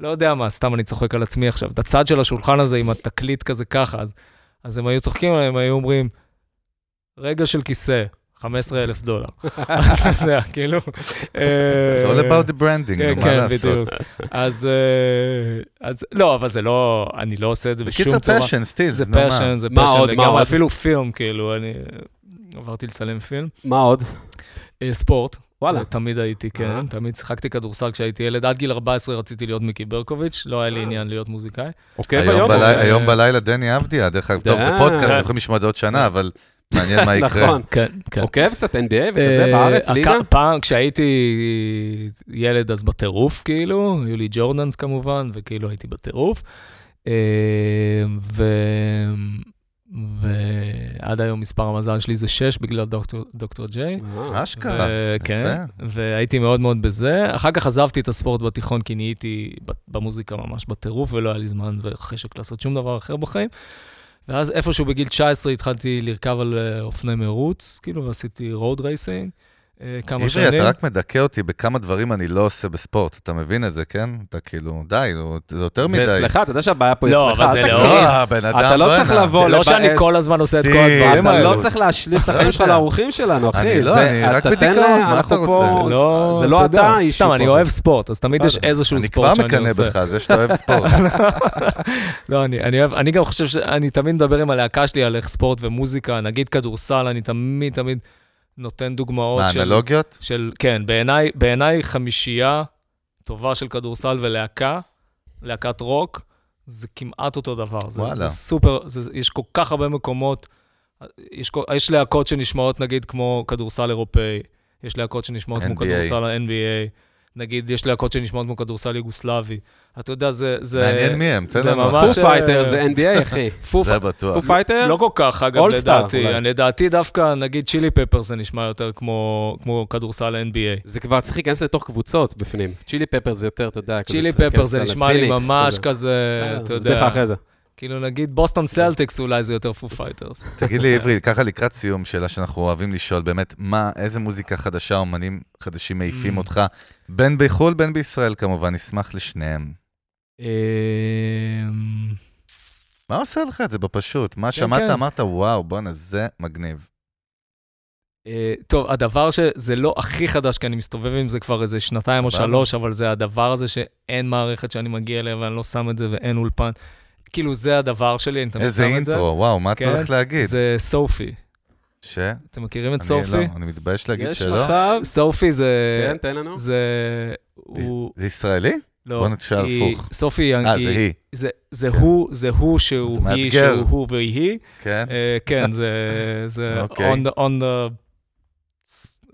[SPEAKER 2] לא יודע מה, סתם אני צוחק על עצמי עכשיו. את הצד של השולחן הזה עם התקליט כזה ככה, אז, אז הם היו צוחקים עליי, הם היו אומרים, רגע של כיסא, 15 אלף דולר. אתה יודע, כאילו... אה,
[SPEAKER 1] It's all about the branding, נו, מה
[SPEAKER 2] כן,
[SPEAKER 1] לעשות?
[SPEAKER 2] בדיוק. אז, אה, אז לא, אבל זה לא, אני לא עושה את זה
[SPEAKER 1] בקיצר
[SPEAKER 2] בשום צורה.
[SPEAKER 1] פשן, סטילס,
[SPEAKER 2] זה
[SPEAKER 1] נו מה.
[SPEAKER 2] פשן, זה
[SPEAKER 3] מה
[SPEAKER 2] פשן
[SPEAKER 3] עוד, מה עוד?
[SPEAKER 2] לגמרי, אפילו פילם, כאילו, אני עברתי לצלם פילם.
[SPEAKER 3] *laughs* מה עוד?
[SPEAKER 2] אה, ספורט,
[SPEAKER 3] וואלה.
[SPEAKER 2] תמיד הייתי,
[SPEAKER 3] אה.
[SPEAKER 2] כן, תמיד שיחקתי כדורסל כשהייתי ילד. עד גיל 14 רציתי להיות מיקי ברקוביץ', לא
[SPEAKER 3] אה.
[SPEAKER 2] היה לי עניין להיות מוזיקאי.
[SPEAKER 3] עוקב
[SPEAKER 1] היום
[SPEAKER 3] היום?
[SPEAKER 1] בלי-
[SPEAKER 2] אה,
[SPEAKER 3] או-
[SPEAKER 1] היום בלילה דני אבדיה, דרך אגב, טוב, זה
[SPEAKER 3] אה.
[SPEAKER 1] פודקאסט, אתם יכולים לשמוע את זה עוד שנה, אבל מעניין
[SPEAKER 3] *laughs*
[SPEAKER 2] *laughs*
[SPEAKER 1] מה יקרה.
[SPEAKER 3] נכון.
[SPEAKER 2] כן, כן.
[SPEAKER 3] עוקב קצת NBA וכזה
[SPEAKER 2] אה,
[SPEAKER 3] בארץ,
[SPEAKER 2] הכ-
[SPEAKER 3] ליגה?
[SPEAKER 2] פעם, כשהייתי ילד אז בטירוף, כאילו, היו לי ג'ורדנס כמובן, וכאילו הייתי בטירוף. אה, ו... ועד היום מספר המזל שלי זה 6 בגלל דוקטור, דוקטור ג'יי.
[SPEAKER 3] אה,
[SPEAKER 1] אשכרה.
[SPEAKER 2] ו- כן,
[SPEAKER 1] יפה.
[SPEAKER 2] והייתי מאוד מאוד בזה. אחר כך עזבתי את הספורט בתיכון, כי נהייתי ב- במוזיקה ממש בטירוף, ולא היה לי זמן וחשק לעשות שום דבר אחר בחיים. ואז איפשהו בגיל 19 התחלתי לרכב על אה, אופני מרוץ, כאילו, ועשיתי רוד רייסינג אה, כמה שנים.
[SPEAKER 1] עברי, אתה רק מדכא אותי בכמה דברים אני לא עושה בספורט, אתה מבין את זה, כן? אתה כאילו, די, נו, זה יותר מדי.
[SPEAKER 3] זה אצלך, אתה יודע שהבעיה פה היא
[SPEAKER 2] לא,
[SPEAKER 3] אצלך.
[SPEAKER 2] אבל
[SPEAKER 3] אל
[SPEAKER 2] זה
[SPEAKER 3] תקריא.
[SPEAKER 2] לאור.
[SPEAKER 1] לא, הבן אדם,
[SPEAKER 3] אתה לא
[SPEAKER 1] בוא'נה.
[SPEAKER 3] צריך לבוא
[SPEAKER 2] זה לא
[SPEAKER 3] לבאס.
[SPEAKER 2] שאני כל הזמן עושה את כל
[SPEAKER 1] סטיב.
[SPEAKER 2] הדברים
[SPEAKER 3] אתה
[SPEAKER 1] אין
[SPEAKER 2] האלה.
[SPEAKER 3] לא
[SPEAKER 1] מה.
[SPEAKER 3] צריך להשליך את החיים
[SPEAKER 1] לא
[SPEAKER 3] שלך
[SPEAKER 1] יודע.
[SPEAKER 3] לאורחים שלנו, אחי.
[SPEAKER 1] אני לא,
[SPEAKER 3] זה-
[SPEAKER 1] אני רק
[SPEAKER 3] אתה תן
[SPEAKER 1] בדיכאון,
[SPEAKER 3] להם,
[SPEAKER 1] מה
[SPEAKER 3] אנחנו
[SPEAKER 1] אתה
[SPEAKER 3] פה-
[SPEAKER 1] רוצה?
[SPEAKER 3] לא,
[SPEAKER 2] לא,
[SPEAKER 3] זה לא
[SPEAKER 2] יודע,
[SPEAKER 3] אתה אישית
[SPEAKER 2] סתם, אני
[SPEAKER 3] פה.
[SPEAKER 2] אוהב ספורט, אז תמיד יש
[SPEAKER 3] בסדר.
[SPEAKER 2] איזשהו
[SPEAKER 1] אני כבר
[SPEAKER 2] ספורט שאני עושה.
[SPEAKER 1] מקנא בך, זה שאתה אוהב
[SPEAKER 2] *laughs*
[SPEAKER 1] ספורט.
[SPEAKER 2] לא, אני, אני אוהב, אני גם חושב ש... אני תמיד מדבר עם הלהקה שלי על איך ספורט ומוזיקה, נגיד כדורסל, אני תמיד תמיד נותן דוגמאות
[SPEAKER 1] מה,
[SPEAKER 2] של...
[SPEAKER 1] אנלוגיות?
[SPEAKER 2] של... כן, בעיניי, בעיניי חמישייה טובה של כדורסל ולהקה, להקת רוק, זה כמעט אותו דבר. זה,
[SPEAKER 1] וואלה.
[SPEAKER 2] זה סופר, זה, יש כל כך הרבה מקומות, יש, כל- יש להקות שנשמעות נגיד כמו כדורסל אירופאי, יש להקות שנשמעות כמו
[SPEAKER 1] NBA.
[SPEAKER 2] כדורסל ה-NBA, נגיד יש להקות שנשמעות כמו כדורסל יוגוסלבי. אתה יודע, זה... זה
[SPEAKER 1] מעניין מי הם, תן
[SPEAKER 2] זה
[SPEAKER 1] לנו.
[SPEAKER 2] ממש-
[SPEAKER 3] פו
[SPEAKER 2] ש-
[SPEAKER 3] פייטר זה
[SPEAKER 1] אה,
[SPEAKER 3] NBA, אחי.
[SPEAKER 2] פוף,
[SPEAKER 1] זה
[SPEAKER 3] פו
[SPEAKER 1] בטוח.
[SPEAKER 3] פייטר?
[SPEAKER 2] לא כל כך, אגב,
[SPEAKER 3] All Star,
[SPEAKER 2] לדעתי.
[SPEAKER 3] אולי.
[SPEAKER 2] אני- לדעתי דווקא, נגיד צ'ילי פפר זה נשמע יותר כמו, כמו כדורסל NBA.
[SPEAKER 3] זה כבר צריך להיכנס לתוך קבוצות בפנים. צ'ילי פפר זה יותר, אתה יודע, כזה
[SPEAKER 2] צ'ילי
[SPEAKER 3] צריך
[SPEAKER 2] פפר זה
[SPEAKER 3] להיכנס
[SPEAKER 2] נשמע לי
[SPEAKER 3] לפיניקס,
[SPEAKER 2] ממש
[SPEAKER 3] כזה.
[SPEAKER 2] כזה,
[SPEAKER 3] אה,
[SPEAKER 2] אתה
[SPEAKER 3] אסביר לך
[SPEAKER 2] יודע,
[SPEAKER 3] אחרי זה.
[SPEAKER 2] כאילו נגיד בוסטון סלטיקס אולי זה יותר פו פייטרס.
[SPEAKER 1] תגיד לי, עברי, ככה לקראת סיום, שאלה שאנחנו אוהבים לשאול, באמת, מה, איזה מוזיקה חדשה, אומנים חדשים מעיפים
[SPEAKER 2] Mm.
[SPEAKER 1] אותך? בין בחו"ל, בין בישראל כמובן, נשמח לשניהם.
[SPEAKER 2] אמ,
[SPEAKER 1] מה עושה לך את זה בפשוט? מה
[SPEAKER 2] כן,
[SPEAKER 1] שמעת,
[SPEAKER 2] כן.
[SPEAKER 1] אמרת, וואו, בואנה, זה מגניב.
[SPEAKER 2] אה, טוב, הדבר שזה לא הכי חדש, כי אני מסתובב עם זה כבר איזה שנתיים או
[SPEAKER 1] סבבה.
[SPEAKER 2] שלוש, אבל זה הדבר הזה שאין מערכת שאני מגיע אליה ואני לא שם את זה ואין אולפן. כאילו, זה הדבר שלי, אני תמיד
[SPEAKER 1] איזה
[SPEAKER 2] שם את זה.
[SPEAKER 1] אינטרו, וואו, מה אתה
[SPEAKER 2] כן,
[SPEAKER 1] הולך להגיד?
[SPEAKER 2] זה סופי.
[SPEAKER 1] ש...
[SPEAKER 2] אתם מכירים את
[SPEAKER 1] אני
[SPEAKER 2] סופי?
[SPEAKER 1] לא, אני מתבייש להגיד
[SPEAKER 3] יש
[SPEAKER 1] שלא.
[SPEAKER 3] מצב,
[SPEAKER 2] סופי אה, זה...
[SPEAKER 3] כן, תן לנו.
[SPEAKER 2] זה... הוא...
[SPEAKER 1] זה ישראלי?
[SPEAKER 2] לא.
[SPEAKER 1] בוא נתשאל
[SPEAKER 2] היא-
[SPEAKER 1] הפוך.
[SPEAKER 2] סופי היא...
[SPEAKER 1] אה, זה היא.
[SPEAKER 2] זה- זה
[SPEAKER 1] כן.
[SPEAKER 2] הוא, זה הוא שהוא
[SPEAKER 1] זה
[SPEAKER 2] היא,
[SPEAKER 1] מאתגר.
[SPEAKER 2] שהוא הוא והיא.
[SPEAKER 1] כן.
[SPEAKER 2] אה,
[SPEAKER 1] *laughs*
[SPEAKER 2] כן, זה... זה...
[SPEAKER 1] אוקיי.
[SPEAKER 2] on the- on the...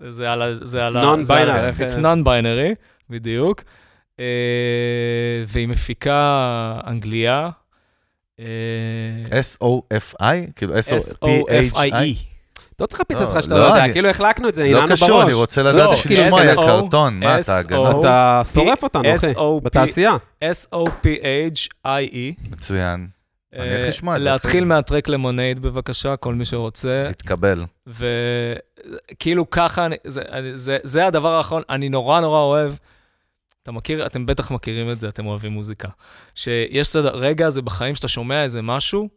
[SPEAKER 2] זה על ה... זה
[SPEAKER 3] It's
[SPEAKER 2] על ה... לא- זה על ה-
[SPEAKER 3] non-binary, אה, כן. איך-
[SPEAKER 2] It's non-binary, בדיוק. אה, והיא מפיקה אנגליה. אה,
[SPEAKER 1] S-O-F-I? כאילו S-O-P-H-I?
[SPEAKER 2] S-O-F-I-E.
[SPEAKER 3] לא צריך להפיל את
[SPEAKER 1] לא,
[SPEAKER 3] עצמך שאתה
[SPEAKER 1] לא,
[SPEAKER 3] לא יודע,
[SPEAKER 1] אני-
[SPEAKER 3] כאילו החלקנו את זה,
[SPEAKER 1] לא
[SPEAKER 3] הנענו בראש.
[SPEAKER 1] קשור, אני רוצה לדעת
[SPEAKER 2] לא,
[SPEAKER 1] בשביל
[SPEAKER 2] כי
[SPEAKER 1] לשמוע,
[SPEAKER 2] S-O-
[SPEAKER 1] יא קרטון, מה אתה הגנה?
[SPEAKER 2] S-O-
[SPEAKER 3] אתה שורף אותנו, אחי.
[SPEAKER 2] S-O-P-
[SPEAKER 3] בתעשייה.
[SPEAKER 2] S-O-P-H-I-E.
[SPEAKER 1] מצוין, אני הולך
[SPEAKER 2] אה,
[SPEAKER 1] לשמוע את זה, אה.
[SPEAKER 2] להתחיל
[SPEAKER 1] אחי.
[SPEAKER 2] מהטרק למונייד בבקשה, כל מי שרוצה.
[SPEAKER 1] התקבל.
[SPEAKER 2] וכאילו ככה, אני- זה, אני- זה, זה הדבר האחרון, אני נורא נורא אוהב. אתה מכיר, אתם בטח מכירים את זה, אתם אוהבים מוזיקה. שיש את הרגע הזה בחיים שאתה שומע איזה משהו,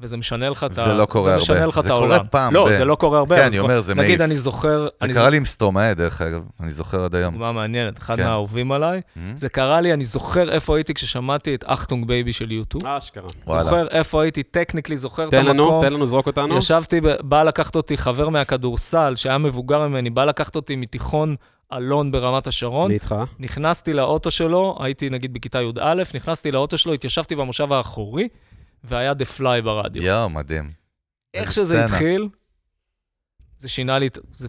[SPEAKER 2] וזה משנה לך את
[SPEAKER 1] זה לא קורה הרבה.
[SPEAKER 2] זה משנה לך את
[SPEAKER 1] זה
[SPEAKER 2] העולם.
[SPEAKER 1] קורה פעם
[SPEAKER 2] לא,
[SPEAKER 1] ב-
[SPEAKER 2] זה לא קורה הרבה.
[SPEAKER 1] כן,
[SPEAKER 2] אז
[SPEAKER 1] אני
[SPEAKER 2] כל-
[SPEAKER 1] אומר, זה מעיף.
[SPEAKER 2] נגיד, אני זוכר...
[SPEAKER 1] זה
[SPEAKER 2] אני
[SPEAKER 1] קרה לי עם סטומאה, דרך אגב, אני זוכר עד היום.
[SPEAKER 2] דוגמה מעניינת, אחד
[SPEAKER 1] כן.
[SPEAKER 2] מהאהובים עליי.
[SPEAKER 1] Mhm.
[SPEAKER 2] זה קרה לי, אני זוכר איפה הייתי כששמעתי את אחטונג בייבי של יוטו.
[SPEAKER 3] אשכרה.
[SPEAKER 1] וואלה.
[SPEAKER 2] זוכר איפה הייתי, טכניקלי זוכר את
[SPEAKER 3] תן לנו,
[SPEAKER 2] המקום.
[SPEAKER 3] תן לנו, זרוק אותנו.
[SPEAKER 2] ישבתי, ב- בא לקחת אותי חבר מהכדורסל, שהיה מבוגר ממני, בא לקחת אותי מתיכון אלון ברמת השרון.
[SPEAKER 3] אני איתך.
[SPEAKER 2] נכנסתי לאוטו שלו, הייתי נגיד בכיתה י"א, נכנסתי לאוטו שלו, התיישבתי במושב האחורי, והיה דה פליי ברדיו.
[SPEAKER 1] יואו, מדהים.
[SPEAKER 2] איך
[SPEAKER 1] איזה
[SPEAKER 2] שזה
[SPEAKER 1] סצנה.
[SPEAKER 2] התחיל, זה שינה לי, את- זה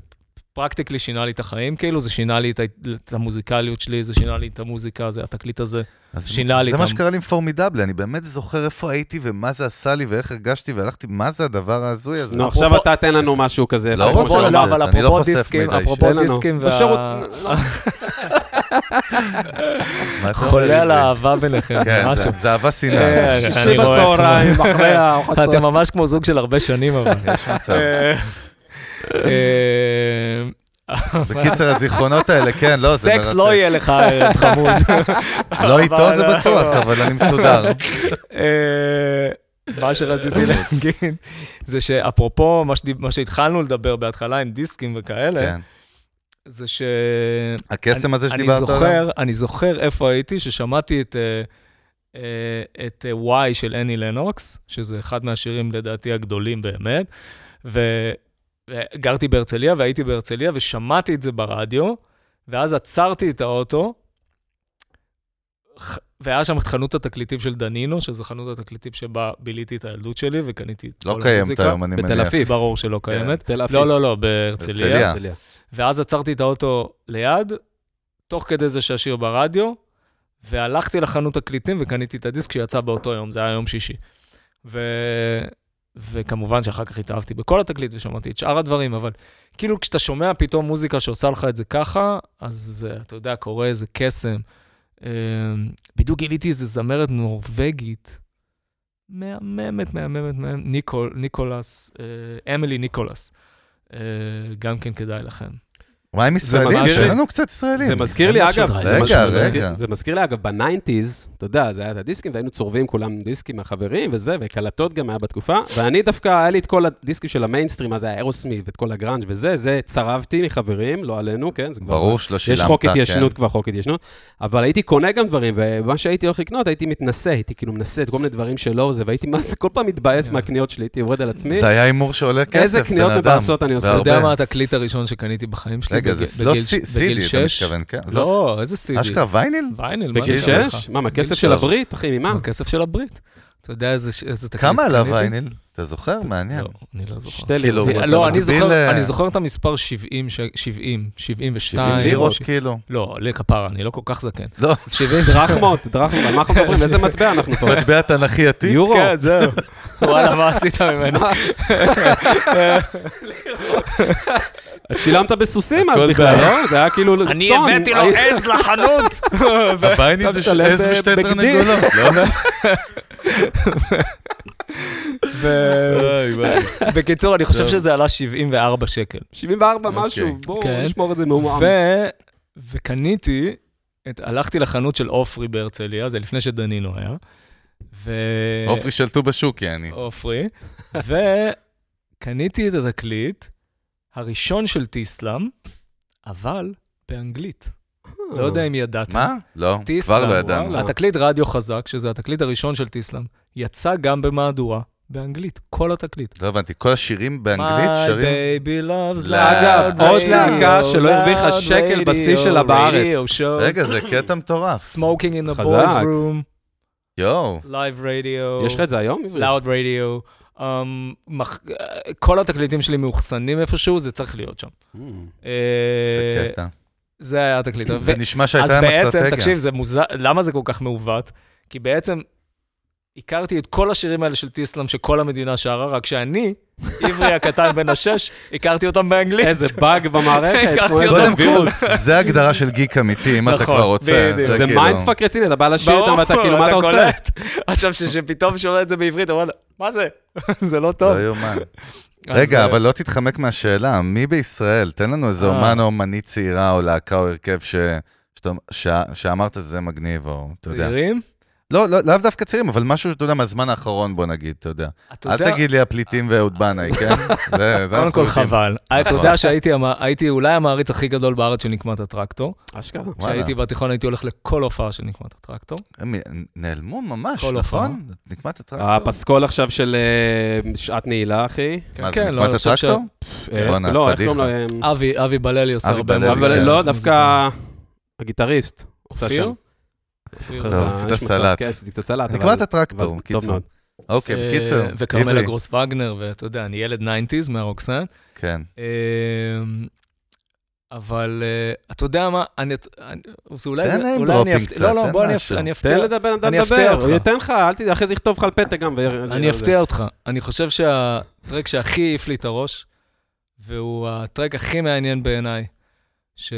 [SPEAKER 2] פרקטיקלי שינה לי את החיים, כאילו, זה שינה לי את, ה- את המוזיקליות שלי, זה שינה לי את המוזיקה, זה התקליט הזה.
[SPEAKER 1] אז
[SPEAKER 2] שינה לי
[SPEAKER 1] זה
[SPEAKER 2] את
[SPEAKER 1] מה
[SPEAKER 2] ה-
[SPEAKER 1] שקרה לי עם פורמידבלי, אני באמת זוכר איפה הייתי ומה זה עשה לי ואיך הרגשתי והלכתי, מה זה הדבר ההזוי הזה?
[SPEAKER 3] נו, עכשיו אתה תן לנו משהו כזה.
[SPEAKER 1] לא,
[SPEAKER 3] איפה אתה
[SPEAKER 1] רוצה
[SPEAKER 2] אפרופו, לא,
[SPEAKER 1] לומר,
[SPEAKER 2] אבל
[SPEAKER 1] אני לא
[SPEAKER 2] אפרופו
[SPEAKER 1] חושף
[SPEAKER 2] דיסקים,
[SPEAKER 1] מידע אישי.
[SPEAKER 2] אפרופו
[SPEAKER 3] תן לנו.
[SPEAKER 2] דיסקים
[SPEAKER 3] בשירות-
[SPEAKER 2] וה...
[SPEAKER 3] לא.
[SPEAKER 1] מה אתה אומר
[SPEAKER 2] *laughs* חולה
[SPEAKER 1] לי?
[SPEAKER 2] על האהבה ביניכם, זה
[SPEAKER 1] כן,
[SPEAKER 2] משהו.
[SPEAKER 1] זה- זה אהבה שנאה.
[SPEAKER 2] אה,
[SPEAKER 3] שישי
[SPEAKER 2] אני רואה
[SPEAKER 3] בצהריים,
[SPEAKER 2] כמו-
[SPEAKER 3] אחרי הארוחת
[SPEAKER 2] אתם
[SPEAKER 3] צהריים.
[SPEAKER 2] ממש כמו זוג של הרבה שנים, אבל.
[SPEAKER 1] *laughs* יש מצב.
[SPEAKER 2] אה,
[SPEAKER 1] בקיצר, הזיכרונות האלה, כן, לא, זה
[SPEAKER 2] סקס לא
[SPEAKER 1] מרתק.
[SPEAKER 2] יהיה לך הערב, חמוד.
[SPEAKER 1] *laughs* לא איתו זה
[SPEAKER 2] אבל- *laughs*
[SPEAKER 1] בטוח, אבל אני מסודר.
[SPEAKER 2] אה, מה שרציתי להגיד, זה שאפרופו מה שדיב- מה שהתחלנו לדבר בהתחלה עם דיסקים וכאלה,
[SPEAKER 1] כן.
[SPEAKER 2] זה ש...
[SPEAKER 1] הקסם הזה
[SPEAKER 2] אני-
[SPEAKER 1] שדיברת
[SPEAKER 2] אני
[SPEAKER 1] עליו?
[SPEAKER 2] זוכר, אני זוכר איפה הייתי, ששמעתי את... אה, אה, את אה, Y של אני לנוקס, שזה אחד מהשירים לדעתי הגדולים באמת, ו- וגרתי בהרצליה והייתי בהרצליה ושמעתי את זה ברדיו, ואז עצרתי את האוטו, ח- והיה שם את חנות התקליטים של דנינו, שזו חנות התקליטים שבה ביליתי את הילדות שלי וקניתי את
[SPEAKER 1] לא
[SPEAKER 2] כל
[SPEAKER 1] קיימת
[SPEAKER 2] המוזיקה.
[SPEAKER 1] היום, אני
[SPEAKER 3] בתל
[SPEAKER 1] מניח. כן,
[SPEAKER 3] אביב.
[SPEAKER 2] ברור שלא קיימת.
[SPEAKER 3] תל אביב.
[SPEAKER 2] לא, לא, לא, בהרצליה.
[SPEAKER 1] הרצליה.
[SPEAKER 3] הרצליה.
[SPEAKER 2] ואז עצרתי את האוטו ליד, תוך כדי זה שהשיר ברדיו, והלכתי לחנות תקליטים וקניתי את הדיסק שיצא באותו יום, זה היה יום שישי. ו... וכמובן שאחר כך התאהבתי בכל התקליט ושמעתי את שאר הדברים, אבל כאילו כשאתה שומע פתאום מוזיקה שעושה לך את זה ככה, אז אה, אתה יודע, קורה איזה קסם. אה, בדיוק גיליתי איזה זמרת נורבגית, מהממת, מהממת, מהממת, ניקול, ניקולס, אה, אמילי ניקולס. אה, גם כן כדאי לכם.
[SPEAKER 1] מה עם ישראלים?
[SPEAKER 3] מזכיר
[SPEAKER 1] שאין
[SPEAKER 3] לי-
[SPEAKER 1] לנו קצת ישראלים.
[SPEAKER 3] זה מזכיר לי,
[SPEAKER 2] ממש
[SPEAKER 3] אגב,
[SPEAKER 2] ישראלי.
[SPEAKER 3] זה
[SPEAKER 1] רגע,
[SPEAKER 3] משהו- זה
[SPEAKER 1] רגע.
[SPEAKER 3] מזכיר- זה מזכיר לי, אגב, בניינטיז, אתה יודע, זה היה את הדיסקים, והיינו צורבים כולם דיסקים מהחברים וזה, וקלטות גם היה בתקופה, ואני דווקא, היה לי את כל הדיסקים של המיינסטרים, אז היה אירוסמית ואת כל הגראנג' וזה, זה צרבתי מחברים, לא עלינו, כן? זה כבר-
[SPEAKER 1] ברור שלא שילמת.
[SPEAKER 3] יש חוק
[SPEAKER 1] כן.
[SPEAKER 3] התיישנות כבר, חוק התיישנות, אבל הייתי קונה גם דברים, ומה שהייתי הולך לקנות, הייתי מתנשא, הייתי כאילו מנסה את כל מיני דברים שלא זה, והייתי מה זה, כל פעם
[SPEAKER 1] כן.
[SPEAKER 3] מתבאס מהקניות שלי, הייתי יורד על עצמי.
[SPEAKER 1] זה היה הימור שעולה כסף,
[SPEAKER 3] איזה קניות
[SPEAKER 1] בן אדם.
[SPEAKER 3] מבאסות אני עושה.
[SPEAKER 2] אתה יודע
[SPEAKER 1] הרבה.
[SPEAKER 2] מה התקליט הראשון שקניתי בחיים שלי?
[SPEAKER 1] רגע,
[SPEAKER 2] בגיל-
[SPEAKER 1] זה לא
[SPEAKER 2] בגיל-
[SPEAKER 1] סי-
[SPEAKER 2] בגיל
[SPEAKER 1] סידי, אתה
[SPEAKER 2] שש?
[SPEAKER 1] מתכוון, כן? זה לא
[SPEAKER 2] לא, איזה
[SPEAKER 1] ס-
[SPEAKER 2] סידי.
[SPEAKER 1] אשכרה וייניל?
[SPEAKER 2] וייניל, מה
[SPEAKER 3] בגיל
[SPEAKER 2] אני אעשה
[SPEAKER 3] שש?
[SPEAKER 2] לך?
[SPEAKER 3] מה, מהכסף
[SPEAKER 2] בגיל
[SPEAKER 3] של
[SPEAKER 2] שלוש.
[SPEAKER 3] הברית, אחי, ממה?
[SPEAKER 2] הכסף של הברית. אתה יודע איזה איזה תקליט
[SPEAKER 1] כמה עליו
[SPEAKER 2] לא, קניתי?
[SPEAKER 1] וייניל? אתה זוכר? מעניין.
[SPEAKER 2] לא, אני לא זוכר.
[SPEAKER 3] שתי לירות.
[SPEAKER 1] כאילו, הוא
[SPEAKER 2] אני-
[SPEAKER 1] עשה אה, מקביל
[SPEAKER 2] לא, אני זוכר,
[SPEAKER 1] ל-
[SPEAKER 2] אני זוכר את המספר 70, ש- 70, 72.
[SPEAKER 1] לירות כאילו.
[SPEAKER 2] לא, לכפרה, אני לא כל כך זקן.
[SPEAKER 1] לא,
[SPEAKER 2] 70
[SPEAKER 3] דרחמות, דרחמות, על מה אנחנו מדברים? איזה מטבע אנחנו פה?
[SPEAKER 1] מטבע תנכי עתיק.
[SPEAKER 3] יורו.
[SPEAKER 2] כן, זהו. וואלה, מה עשית ממנו?
[SPEAKER 3] שילמת בסוסים אז
[SPEAKER 1] הכל
[SPEAKER 3] בכלל,
[SPEAKER 1] בעיה.
[SPEAKER 3] לא? זה היה כאילו צאן.
[SPEAKER 2] עז לחנות! *laughs*
[SPEAKER 1] הווייניל זה של
[SPEAKER 3] אתה
[SPEAKER 1] עז
[SPEAKER 3] משלם
[SPEAKER 1] ושתי
[SPEAKER 3] בגדי.
[SPEAKER 1] תרנגולות,
[SPEAKER 3] *laughs*
[SPEAKER 1] לא? *laughs*
[SPEAKER 2] ו-
[SPEAKER 1] אוי, וואי.
[SPEAKER 2] בקיצור, אני חושב
[SPEAKER 1] טוב.
[SPEAKER 2] שזה עלה 74 שקל.
[SPEAKER 3] 74 משהו,
[SPEAKER 1] אוקיי.
[SPEAKER 3] בואו
[SPEAKER 2] כן.
[SPEAKER 3] נשמור את זה מהומעם.
[SPEAKER 2] ו... וקניתי, את... הלכתי לחנות של עופרי בהרצליה, זה לפני שדנינו היה. ו...
[SPEAKER 1] עופרי שלטו בשוק, יעני.
[SPEAKER 2] עופרי. וקניתי את התקליט הראשון של טיסלאם, אבל באנגלית.
[SPEAKER 3] אה.
[SPEAKER 2] לא יודע אם ידעתם.
[SPEAKER 1] מה? לא,
[SPEAKER 2] טיסלאם,
[SPEAKER 1] כבר לא ידענו.
[SPEAKER 3] וואלה.
[SPEAKER 2] התקליט רדיו חזק, שזה התקליט הראשון של טיסלאם, יצא גם במהדורה באנגלית, כל התקליט.
[SPEAKER 1] לא הבנתי, כל השירים באנגלית
[SPEAKER 2] My
[SPEAKER 1] שרים?
[SPEAKER 2] baby loves
[SPEAKER 1] לא.
[SPEAKER 2] loud
[SPEAKER 1] אגב,
[SPEAKER 3] עוד
[SPEAKER 2] radio,
[SPEAKER 3] להקה שלא הרוויחה
[SPEAKER 2] loud
[SPEAKER 3] שקל בשיא
[SPEAKER 2] radio,
[SPEAKER 3] שלה בארץ.
[SPEAKER 2] radio shows.
[SPEAKER 1] רגע, זה קטע מטורף.
[SPEAKER 2] Smoking in the
[SPEAKER 3] חזק.
[SPEAKER 2] boys room,
[SPEAKER 1] יואו.
[SPEAKER 2] live radio,
[SPEAKER 3] יש לך את זה היום? עברי?
[SPEAKER 2] loud radio. Um, מח... אה, כל התקליטים שלי מאוחסנים איפשהו, זה צריך להיות שם.
[SPEAKER 3] Mm.
[SPEAKER 2] אה,
[SPEAKER 1] זה קטע.
[SPEAKER 2] זה היה התקליט. ו-
[SPEAKER 1] זה נשמע
[SPEAKER 2] אז
[SPEAKER 1] שהייתה להם
[SPEAKER 2] בעצם,
[SPEAKER 1] אסטרטגיה.
[SPEAKER 2] תקשיב, זה מוזר, למה זה כל כך מעוות? כי בעצם הכרתי את כל השירים האלה של טיסלאם שכל המדינה שרה, רק שאני, עברי הקטן בן השש, הכרתי אותם באנגלית.
[SPEAKER 3] איזה באג במערכת,
[SPEAKER 2] *laughs* הכרתי
[SPEAKER 3] כמו איזה
[SPEAKER 1] קודם
[SPEAKER 3] וירוס.
[SPEAKER 2] *laughs*
[SPEAKER 1] כל, זה הגדרה של גיק אמיתי, אם אתה
[SPEAKER 2] נכון,
[SPEAKER 1] כבר רוצה.
[SPEAKER 2] בדיוק.
[SPEAKER 3] זה
[SPEAKER 1] כאילו-
[SPEAKER 3] מיינדפאק רציני, אתה בא *laughs* לשיר אותם ואתה כאילו, מה אתה עושה?
[SPEAKER 2] קולט. עכשיו, ש- שפתאום שומע את זה בעברית, אתה אומר, מה זה? *laughs* זה לא טוב.
[SPEAKER 1] לא יאומן.
[SPEAKER 2] אז,
[SPEAKER 1] רגע,
[SPEAKER 2] אה,
[SPEAKER 1] אבל לא תתחמק מהשאלה, מי בישראל? תן לנו איזה
[SPEAKER 2] אה.
[SPEAKER 1] אומן או אומנית צעירה או להקה או הרכב ש- שאתה- ש- שאמרת זה מגניב, או אתה יודע.
[SPEAKER 2] צעירים?
[SPEAKER 1] לא, לא, לאו דווקא צעירים, אבל משהו שאתה יודע מהזמן האחרון, בוא נגיד, אתה יודע.
[SPEAKER 2] אתה
[SPEAKER 1] אל
[SPEAKER 2] יודע-
[SPEAKER 1] תגיד לי הפליטים ואהוד
[SPEAKER 2] *laughs*
[SPEAKER 1] בנאי, כן? זה, זה
[SPEAKER 2] קודם
[SPEAKER 1] אנחנו
[SPEAKER 2] כל
[SPEAKER 1] יודעים.
[SPEAKER 2] חבל. אתה
[SPEAKER 1] נכון.
[SPEAKER 2] יודע שהייתי המ- הייתי אולי המעריץ הכי גדול בארץ של נקמת הטרקטור.
[SPEAKER 3] אשכרה.
[SPEAKER 1] וואלה.
[SPEAKER 2] כשהייתי בתיכון הייתי הולך לכל הופעה של נקמת הטרקטור.
[SPEAKER 1] הם נעלמו ממש,
[SPEAKER 2] כל הופעה.
[SPEAKER 1] נכון? נקמת הטרקטור.
[SPEAKER 3] הפסקול עכשיו של אה, שעת נעילה,
[SPEAKER 1] מה
[SPEAKER 3] אחי.
[SPEAKER 1] זה, נקמת
[SPEAKER 2] כן, לא, אני חושב
[SPEAKER 1] הטרקטור?
[SPEAKER 3] אה,
[SPEAKER 1] בואנה,
[SPEAKER 3] לא, איך
[SPEAKER 1] פדיחה.
[SPEAKER 3] קוראים להם?
[SPEAKER 2] ש- אבי, אבי בללי עושה
[SPEAKER 1] אבי
[SPEAKER 2] הרבה
[SPEAKER 1] בללי,
[SPEAKER 2] מאוד.
[SPEAKER 1] כן.
[SPEAKER 3] אבל לא,
[SPEAKER 2] מוזיקה.
[SPEAKER 3] דווקא הגיטריסט. עושה
[SPEAKER 2] אופיר?
[SPEAKER 3] שם.
[SPEAKER 2] אופיר.
[SPEAKER 3] זוכר,
[SPEAKER 1] טוב,
[SPEAKER 3] אה,
[SPEAKER 1] עשית
[SPEAKER 3] יש מצב,
[SPEAKER 1] סלט.
[SPEAKER 3] כן, עשיתי קצת סלט. אבל-
[SPEAKER 1] נקמת הטרקטור,
[SPEAKER 3] אבל טוב
[SPEAKER 1] קיצור.
[SPEAKER 3] מאוד.
[SPEAKER 1] אוקיי,
[SPEAKER 2] אה,
[SPEAKER 1] בקיצור.
[SPEAKER 2] וכרמלה
[SPEAKER 1] עברי.
[SPEAKER 2] גרוס וגנר, ואתה יודע, אני ילד 90's מהרוקסן.
[SPEAKER 1] כן.
[SPEAKER 2] אמ, אבל אה, אתה יודע מה, אני... אני- זה אולי...
[SPEAKER 1] תן להם
[SPEAKER 2] אולי
[SPEAKER 1] דרופים
[SPEAKER 2] אני אפת-
[SPEAKER 1] קצת,
[SPEAKER 2] לא, לא,
[SPEAKER 1] תן
[SPEAKER 2] בוא אני אפ-
[SPEAKER 1] משהו.
[SPEAKER 2] אני אפתיע.
[SPEAKER 3] תן לבן אדם
[SPEAKER 2] אני אפתיע
[SPEAKER 3] לדבר,
[SPEAKER 2] אותך.
[SPEAKER 3] הוא ייתן לך, אל תדאג, אחרי זה יכתוב לך על פתק גם. לא ו-
[SPEAKER 2] אני
[SPEAKER 3] זה-
[SPEAKER 2] אפתיע אותך. אני חושב שהטרק שהכי העיף לי את הראש, והוא הטרק הכי מעניין בעיניי, ש...